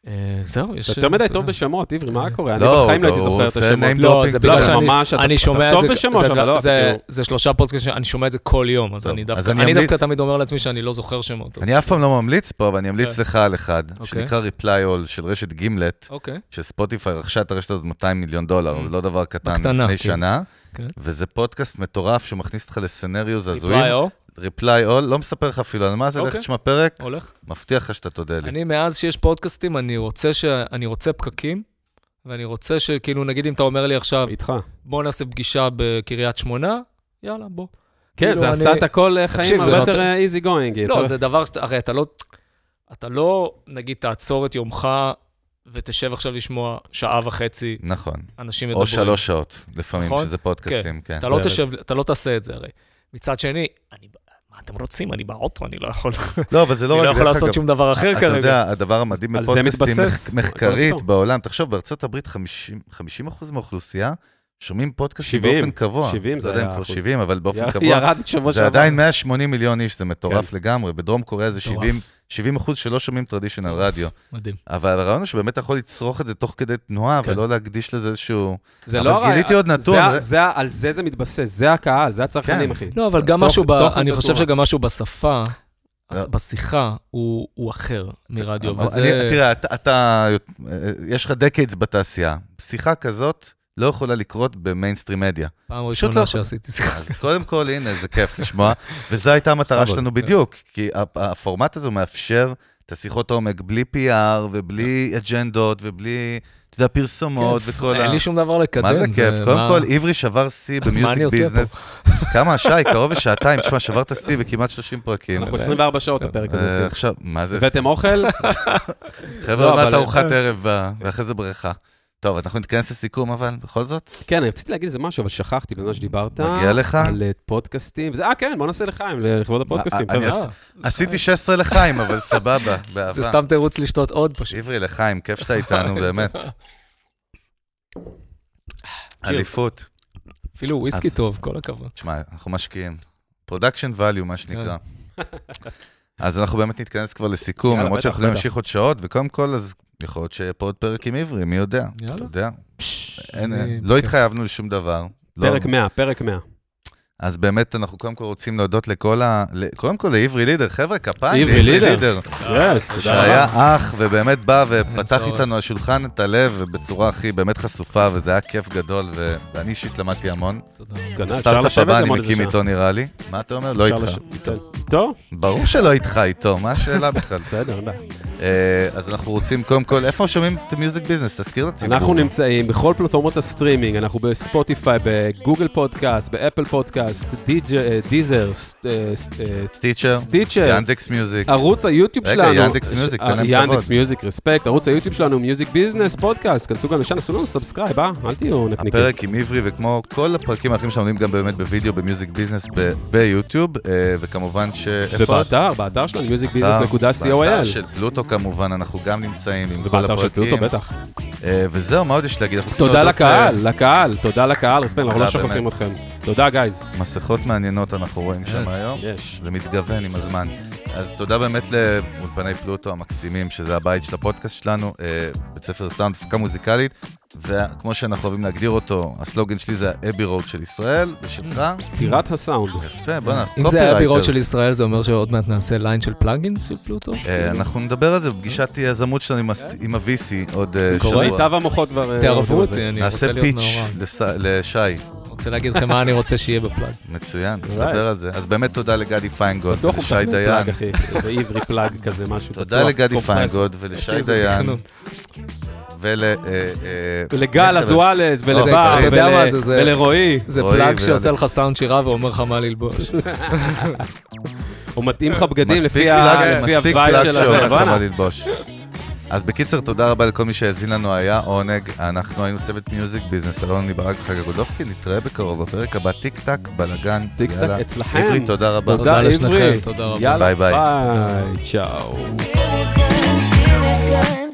[SPEAKER 2] אה, זהו, יש...
[SPEAKER 3] אתה יותר מדי
[SPEAKER 2] אתה
[SPEAKER 3] טוב
[SPEAKER 2] יודע.
[SPEAKER 3] בשמות, עברי, מה קורה? אני
[SPEAKER 1] לא,
[SPEAKER 3] בחיים לא הייתי
[SPEAKER 1] הוא
[SPEAKER 3] זוכר את
[SPEAKER 1] עושה
[SPEAKER 3] השמות.
[SPEAKER 1] name
[SPEAKER 2] לא,
[SPEAKER 1] דופינג,
[SPEAKER 2] זה בגלל
[SPEAKER 1] אתה
[SPEAKER 2] שאני
[SPEAKER 3] ממש- אתה-
[SPEAKER 2] אני
[SPEAKER 3] אתה
[SPEAKER 2] שומע את
[SPEAKER 3] טוב
[SPEAKER 2] זה,
[SPEAKER 3] בשמות,
[SPEAKER 2] זה-
[SPEAKER 3] אבל לא,
[SPEAKER 2] זה-
[SPEAKER 3] כאילו-
[SPEAKER 2] זה שלושה פודקאסטים, אני שומע את זה כל יום, אז
[SPEAKER 1] טוב,
[SPEAKER 2] אני
[SPEAKER 1] אז
[SPEAKER 2] דווקא,
[SPEAKER 1] אני
[SPEAKER 2] אני
[SPEAKER 1] אמליץ.
[SPEAKER 2] דווקא תמיד אומר לעצמי שאני לא זוכר שמות. אז-
[SPEAKER 1] אני אף פעם לא ממליץ פה, אבל אני אמליץ
[SPEAKER 2] אוקיי.
[SPEAKER 1] לך על אחד,
[SPEAKER 2] אוקיי.
[SPEAKER 1] שנקרא Reply All של רשת גימלט,
[SPEAKER 2] אוקיי.
[SPEAKER 1] שספוטיפיי רכשה את הרשת הזאת 200 מיליון דולר,
[SPEAKER 2] Mm.
[SPEAKER 1] זה לא דבר קטן,
[SPEAKER 2] בקטנה,
[SPEAKER 1] לפני
[SPEAKER 2] כאילו.
[SPEAKER 1] שנה,
[SPEAKER 2] כן.
[SPEAKER 1] וזה פודקאסט מטורף שמכניס אותך לסנריוז הזויים.
[SPEAKER 2] ריפליי, או?
[SPEAKER 1] Reply All, לא מספר לך אפילו על מה זה, לך
[SPEAKER 2] אוקיי.
[SPEAKER 1] תשמע פרק,
[SPEAKER 2] הולך.
[SPEAKER 1] מבטיח לך שאתה תודה לי.
[SPEAKER 2] אני, מאז שיש פודקאסטים, אני רוצה ש- אני רוצה פקקים, ואני רוצה שכאילו, נגיד אם אתה אומר לי עכשיו,
[SPEAKER 3] איתך.
[SPEAKER 2] בוא נעשה פגישה בקריית שמונה, יאללה, בוא.
[SPEAKER 3] כן,
[SPEAKER 2] כאילו,
[SPEAKER 3] זה
[SPEAKER 2] אני-
[SPEAKER 3] עשה את הכל אה, חיים
[SPEAKER 2] תקשיב, זה
[SPEAKER 3] הרבה
[SPEAKER 2] לא-
[SPEAKER 3] יותר אה, easy going. כאילו.
[SPEAKER 2] לא, זה דבר, שאתה- הרי אתה לא, אתה לא, נגיד, תעצור את יומך ותשב עכשיו לשמוע שעה וחצי
[SPEAKER 1] נכון.
[SPEAKER 2] אנשים מדברים.
[SPEAKER 1] או שלוש שעות, לפעמים,
[SPEAKER 2] נכון?
[SPEAKER 1] שזה פודקאסטים, כן.
[SPEAKER 2] אתה לא
[SPEAKER 3] בערב.
[SPEAKER 2] תשב, אתה לא תעשה את זה הרי. מצד שני, אני, ב- מה אתם רוצים? אני באוטו, אני לא יכול,
[SPEAKER 1] לא, אבל זה לא
[SPEAKER 2] אני
[SPEAKER 1] רק,
[SPEAKER 2] לא יכול
[SPEAKER 1] דרך
[SPEAKER 2] לעשות
[SPEAKER 1] אגב,
[SPEAKER 2] שום דבר אחר
[SPEAKER 1] אתה
[SPEAKER 2] כרגע.
[SPEAKER 1] יודע, הדבר המדהים
[SPEAKER 3] כן, על זה
[SPEAKER 1] בפודקאסטים
[SPEAKER 3] מתבסס
[SPEAKER 1] מח-
[SPEAKER 3] הכל
[SPEAKER 1] מחקרית
[SPEAKER 3] הסיפור.
[SPEAKER 1] בעולם, תחשוב, בארצות הברית 50 50% מהאוכלוסייה שומעים פודקאסטים
[SPEAKER 3] 70,
[SPEAKER 1] באופן קבוע.
[SPEAKER 3] 70
[SPEAKER 1] לא
[SPEAKER 3] זה
[SPEAKER 1] יודע אם
[SPEAKER 3] היה
[SPEAKER 1] כבר
[SPEAKER 3] אחוז.
[SPEAKER 1] 70, אבל באופן
[SPEAKER 3] יר-
[SPEAKER 1] קבוע.
[SPEAKER 3] ירד בשבוע
[SPEAKER 1] זה
[SPEAKER 3] שעבר. כן.
[SPEAKER 1] עדיין 180 מיליון איש, זה מטורף לגמרי. בדרום קוריאה זה
[SPEAKER 2] מטורף.
[SPEAKER 1] 70 70 אחוז שלא שומעים טרדישיונל
[SPEAKER 2] מטורף.
[SPEAKER 1] רדיו.
[SPEAKER 2] מדהים.
[SPEAKER 1] אבל הרעיון הוא שבאמת אתה יכול לצרוך את זה תוך כדי תנועה,
[SPEAKER 2] כן.
[SPEAKER 1] ולא להקדיש לזה איזשהו...
[SPEAKER 3] זה
[SPEAKER 1] אבל
[SPEAKER 3] לא הרעיון.
[SPEAKER 1] גיליתי עוד נתון.
[SPEAKER 3] זה ה- זה ה- על זה זה מתבסס, זה הקהל, זה
[SPEAKER 1] כן.
[SPEAKER 3] הצרכנים, אחי.
[SPEAKER 2] לא, אבל
[SPEAKER 3] זה
[SPEAKER 2] גם
[SPEAKER 3] תוך-
[SPEAKER 2] משהו, ב-
[SPEAKER 3] תוכן
[SPEAKER 2] אני חושב
[SPEAKER 3] בצורה.
[SPEAKER 2] שגם משהו בשפה,
[SPEAKER 1] לא.
[SPEAKER 2] בשיחה, הוא הוא אחר מרדיו,
[SPEAKER 1] אבל
[SPEAKER 2] וזה...
[SPEAKER 3] אה,
[SPEAKER 1] אני- תראה, אתה- אתה, אה, יש לך דקייטס בתעשייה. שיחה כזאת לא יכולה לקרות במיינסטרים מדיה.
[SPEAKER 2] פעם
[SPEAKER 1] פשוט לא
[SPEAKER 2] ראשונה
[SPEAKER 1] יכול.
[SPEAKER 2] שעשיתי שיחה.
[SPEAKER 1] אז קודם כל, הנה, זה כיף לשמוע, וזו הייתה המטרה
[SPEAKER 2] בכבוד,
[SPEAKER 1] שלנו
[SPEAKER 2] כן.
[SPEAKER 1] בדיוק, כי ה- הפורמט הזה מאפשר את השיחות עומק בלי PR ובלי אג'נדות ובלי, אתה יודע, פרסומות
[SPEAKER 2] כיף.
[SPEAKER 1] וכל ה...
[SPEAKER 2] כן. אין לי שום דבר לקדם.
[SPEAKER 1] מה זה כיף?
[SPEAKER 2] מה-
[SPEAKER 1] קודם כל, עברי שבר שיא
[SPEAKER 2] מה אני
[SPEAKER 1] במיוזיק
[SPEAKER 2] עושה
[SPEAKER 1] ביזנס. כמה, שי? קרוב לשעתיים. תשמע, שברת שיא בכמעט 30 פרקים.
[SPEAKER 3] אנחנו 24 שעות
[SPEAKER 2] כן.
[SPEAKER 3] הפרק
[SPEAKER 1] אה,
[SPEAKER 3] הזה. עושים.
[SPEAKER 1] עכשיו, מה זה?
[SPEAKER 3] הבאתם אוכל?
[SPEAKER 1] *laughs* חבר'ה,
[SPEAKER 3] לא,
[SPEAKER 1] עוד מעט
[SPEAKER 3] אבל-
[SPEAKER 1] ארוחת ערב, ב- ואחרי זה בריכה. טוב, אנחנו נתכנס לסיכום, אבל בכל זאת,
[SPEAKER 3] כן, רציתי להגיד איזה משהו, אבל שכחתי בזמן שדיברת.
[SPEAKER 1] מגיע לך.
[SPEAKER 3] על אה, פודקאסטים. וזה- אה, כן, בוא נעשה לחיים, לכבוד הפודקאסטים.
[SPEAKER 1] אה, אני
[SPEAKER 3] חבר'ה.
[SPEAKER 1] אעשה- עשיתי 16 לחיים, אבל סבבה, באהבה.
[SPEAKER 2] זה סתם תירוץ לשתות עוד פשוט.
[SPEAKER 1] עברי לחיים, כיף שאתה
[SPEAKER 3] *laughs*
[SPEAKER 1] איתנו, באמת. אליפות.
[SPEAKER 2] אפילו וויסקי
[SPEAKER 1] אז-
[SPEAKER 2] טוב, כל הכבוד.
[SPEAKER 1] תשמע, אנחנו משקיעים. פרודקשן value, מה שנקרא. אז אנחנו באמת נתכנס כבר לסיכום,
[SPEAKER 3] כן. יאללה,
[SPEAKER 1] למרות
[SPEAKER 3] בטח,
[SPEAKER 1] שאנחנו יכולים
[SPEAKER 3] בטח.
[SPEAKER 1] להמשיך עוד שעות, וקודם כל, אז יכול להיות שיהיה פה עוד פרק עם עברי, מי יודע.
[SPEAKER 2] יאללה.
[SPEAKER 1] אתה יודע, אין-
[SPEAKER 2] אני-
[SPEAKER 1] לא
[SPEAKER 2] בכיף.
[SPEAKER 1] התחייבנו לשום דבר. לא-
[SPEAKER 3] פרק 100, פרק 100.
[SPEAKER 1] אז באמת, אנחנו קודם כל רוצים להודות לכל ה... ל- קודם כל לעברי לידר, חבר'ה, כפיים. לעברי
[SPEAKER 3] עברי לידר.
[SPEAKER 1] לידר.
[SPEAKER 3] יס, תודה
[SPEAKER 1] שהיה
[SPEAKER 3] *laughs* רבה.
[SPEAKER 1] אח, ובאמת בא ופתח
[SPEAKER 2] צורך.
[SPEAKER 1] איתנו על שולחן את הלב, ובצורה הכי באמת חשופה, וזה היה כיף גדול, ו- ואני אישית למדתי המון.
[SPEAKER 2] תודה.
[SPEAKER 3] תודה, אה, אפשר
[SPEAKER 1] הסטארט-אפ
[SPEAKER 3] לשבת
[SPEAKER 1] הבא אני
[SPEAKER 3] ללמוד איזה
[SPEAKER 1] מקים
[SPEAKER 3] שעה.
[SPEAKER 1] איתו נראה לי. מה אתה אומר? לא
[SPEAKER 3] אפשר
[SPEAKER 1] איתך.
[SPEAKER 3] לש- איתו?
[SPEAKER 1] ברור שלא איתך, איתו, מה השאלה בכלל?
[SPEAKER 3] *laughs* בסדר, אין בעיה.
[SPEAKER 1] אה, אז אנחנו רוצים קודם כל, איפה שומעים את מיוזיק ביזנס? תזכיר לציבור.
[SPEAKER 3] אנחנו נמצאים בכל פלטפורמות הסטרימינג, אנחנו בספוטיפיי, בגוגל פודקאסט, באפל פודקאסט, דיג'- אה, דיזר, ס- אה, ס- אה,
[SPEAKER 1] סטיצ'ר,
[SPEAKER 3] סטיצ'ר,
[SPEAKER 1] ינדקס מיוזיק.
[SPEAKER 3] ערוץ היוטיוב
[SPEAKER 1] רגע,
[SPEAKER 3] שלנו.
[SPEAKER 1] ינדקס מיוזיק,
[SPEAKER 3] אה,
[SPEAKER 1] תן להם כבוד.
[SPEAKER 3] ינדקס מיוזיק, רספקט, ערוץ היוטיוב שלנו, מיוזיק ביזנס, פודקאסט, כנסו גם לשם, עשו לנו סאבסקרייב, אה? אל תהיו נפניקים.
[SPEAKER 1] הפרק עם עברי, וכמו כל הפרקים האחרים שלנו, עולים גם באמת בווידאו במיוזיק ביזנס ב- ביוטיוב, אה, וכמובן ש... איפה עוד?
[SPEAKER 3] ובאתר, באתר שלנו,
[SPEAKER 1] באתר
[SPEAKER 3] musicbusiness.coil.
[SPEAKER 1] של פלוטו כמובן, אנחנו גם נמצאים עם כל
[SPEAKER 3] ובאתר של פלוטו,
[SPEAKER 1] הפרקים.
[SPEAKER 3] בטח.
[SPEAKER 1] אה, וזהו, מה עוד יש להגיד? אנחנו רוצים
[SPEAKER 3] תודה
[SPEAKER 1] להודות,
[SPEAKER 3] לקהל, לקהל, תודה לקהל, רספן, אנחנו לא
[SPEAKER 1] כן. תודה,
[SPEAKER 3] שוכחים
[SPEAKER 1] באמת.
[SPEAKER 3] אתכם. תודה, גייז.
[SPEAKER 1] אה, מסכות מעניינות אנחנו רואים שם
[SPEAKER 3] אה.
[SPEAKER 1] היום.
[SPEAKER 3] יש.
[SPEAKER 1] זה מתגוון עם הזמן. אז תודה באמת לאולפני פלוטו המקסימים, שזה הבית של הפודקאסט שלנו, אה, בית ספר סאונד, הפקה מוזיקלית, וכמו שאנחנו אוהבים להגדיר אותו, הסלוגן שלי זה האבי רוד של ישראל, ושלך,
[SPEAKER 3] טירת הסאונד.
[SPEAKER 1] יפה, בוא'נה,
[SPEAKER 2] אם זה היה בירות של
[SPEAKER 1] copywriters.
[SPEAKER 2] ישראל, זה אומר שעוד מעט נעשה ליין של פלאגינס של פלוטו?
[SPEAKER 1] אה, אנחנו נדבר על זה בפגישת היזמות שלנו עם הס- עם ה-VC עוד אה,
[SPEAKER 2] קורה?
[SPEAKER 1] שבוע.
[SPEAKER 3] מיטב המוחות כבר... אה,
[SPEAKER 2] תערבו
[SPEAKER 3] זה.
[SPEAKER 2] אותי, אני
[SPEAKER 1] לא, נעשה
[SPEAKER 2] רוצה להיות
[SPEAKER 1] פיץ'
[SPEAKER 2] מעורב.
[SPEAKER 1] לס- לשי.
[SPEAKER 2] רוצה להגיד לכם מה אני רוצה שיהיה בפלאג.
[SPEAKER 1] מצוין, נדבר על זה. אז באמת תודה לגדי פיינגולד
[SPEAKER 3] בטוח הוא
[SPEAKER 1] ולשי
[SPEAKER 3] מתכנן פלאג,
[SPEAKER 1] דיין.
[SPEAKER 3] אחי. זה עברי פלאג כזה, משהו.
[SPEAKER 1] תודה
[SPEAKER 3] בטוח.
[SPEAKER 1] לגדי
[SPEAKER 3] טוב,
[SPEAKER 1] פיינגולד ולשי
[SPEAKER 2] איזה
[SPEAKER 1] דיין
[SPEAKER 2] תכנון.
[SPEAKER 1] ול... אה, אה,
[SPEAKER 3] ולגל
[SPEAKER 1] איך זה-
[SPEAKER 3] אזואלס,
[SPEAKER 1] אוקיי, אתה
[SPEAKER 3] ולבר,
[SPEAKER 2] יודע
[SPEAKER 3] ול-
[SPEAKER 2] מה זה, זה-
[SPEAKER 3] ולרועי.
[SPEAKER 2] זה
[SPEAKER 1] רועי
[SPEAKER 2] פלאג
[SPEAKER 1] ואלכס.
[SPEAKER 2] שעושה לך סאונד שירה ואומר לך מה ללבוש.
[SPEAKER 3] הוא מתאים לך בגדים
[SPEAKER 1] מספיק
[SPEAKER 3] לפי
[SPEAKER 1] פלאג,
[SPEAKER 3] ה- לפי
[SPEAKER 1] מספיק
[SPEAKER 3] הווייב
[SPEAKER 1] פלאג שאומר
[SPEAKER 3] שלכם.
[SPEAKER 1] לך מה
[SPEAKER 3] וואלה.
[SPEAKER 1] ללבוש. אז בקיצר, תודה רבה לכל מי שהאזין לנו, היה עונג. אנחנו היינו צוות מיוזיק ביזנס, אלוני ברק וחגה גודובסקי, נתראה בקרוב בפרק הבא, טיק טק, בלאגן,
[SPEAKER 3] טיק טק
[SPEAKER 1] יאללה.
[SPEAKER 3] אצלכם.
[SPEAKER 1] עברי, תודה רבה.
[SPEAKER 3] תודה
[SPEAKER 2] תודה לשניכם,
[SPEAKER 3] עברי.
[SPEAKER 2] תודה רבה.
[SPEAKER 1] ביי,
[SPEAKER 3] יאללה,
[SPEAKER 1] ביי.
[SPEAKER 3] ביי. צ'או.
[SPEAKER 4] Till it's gone, till it's gone.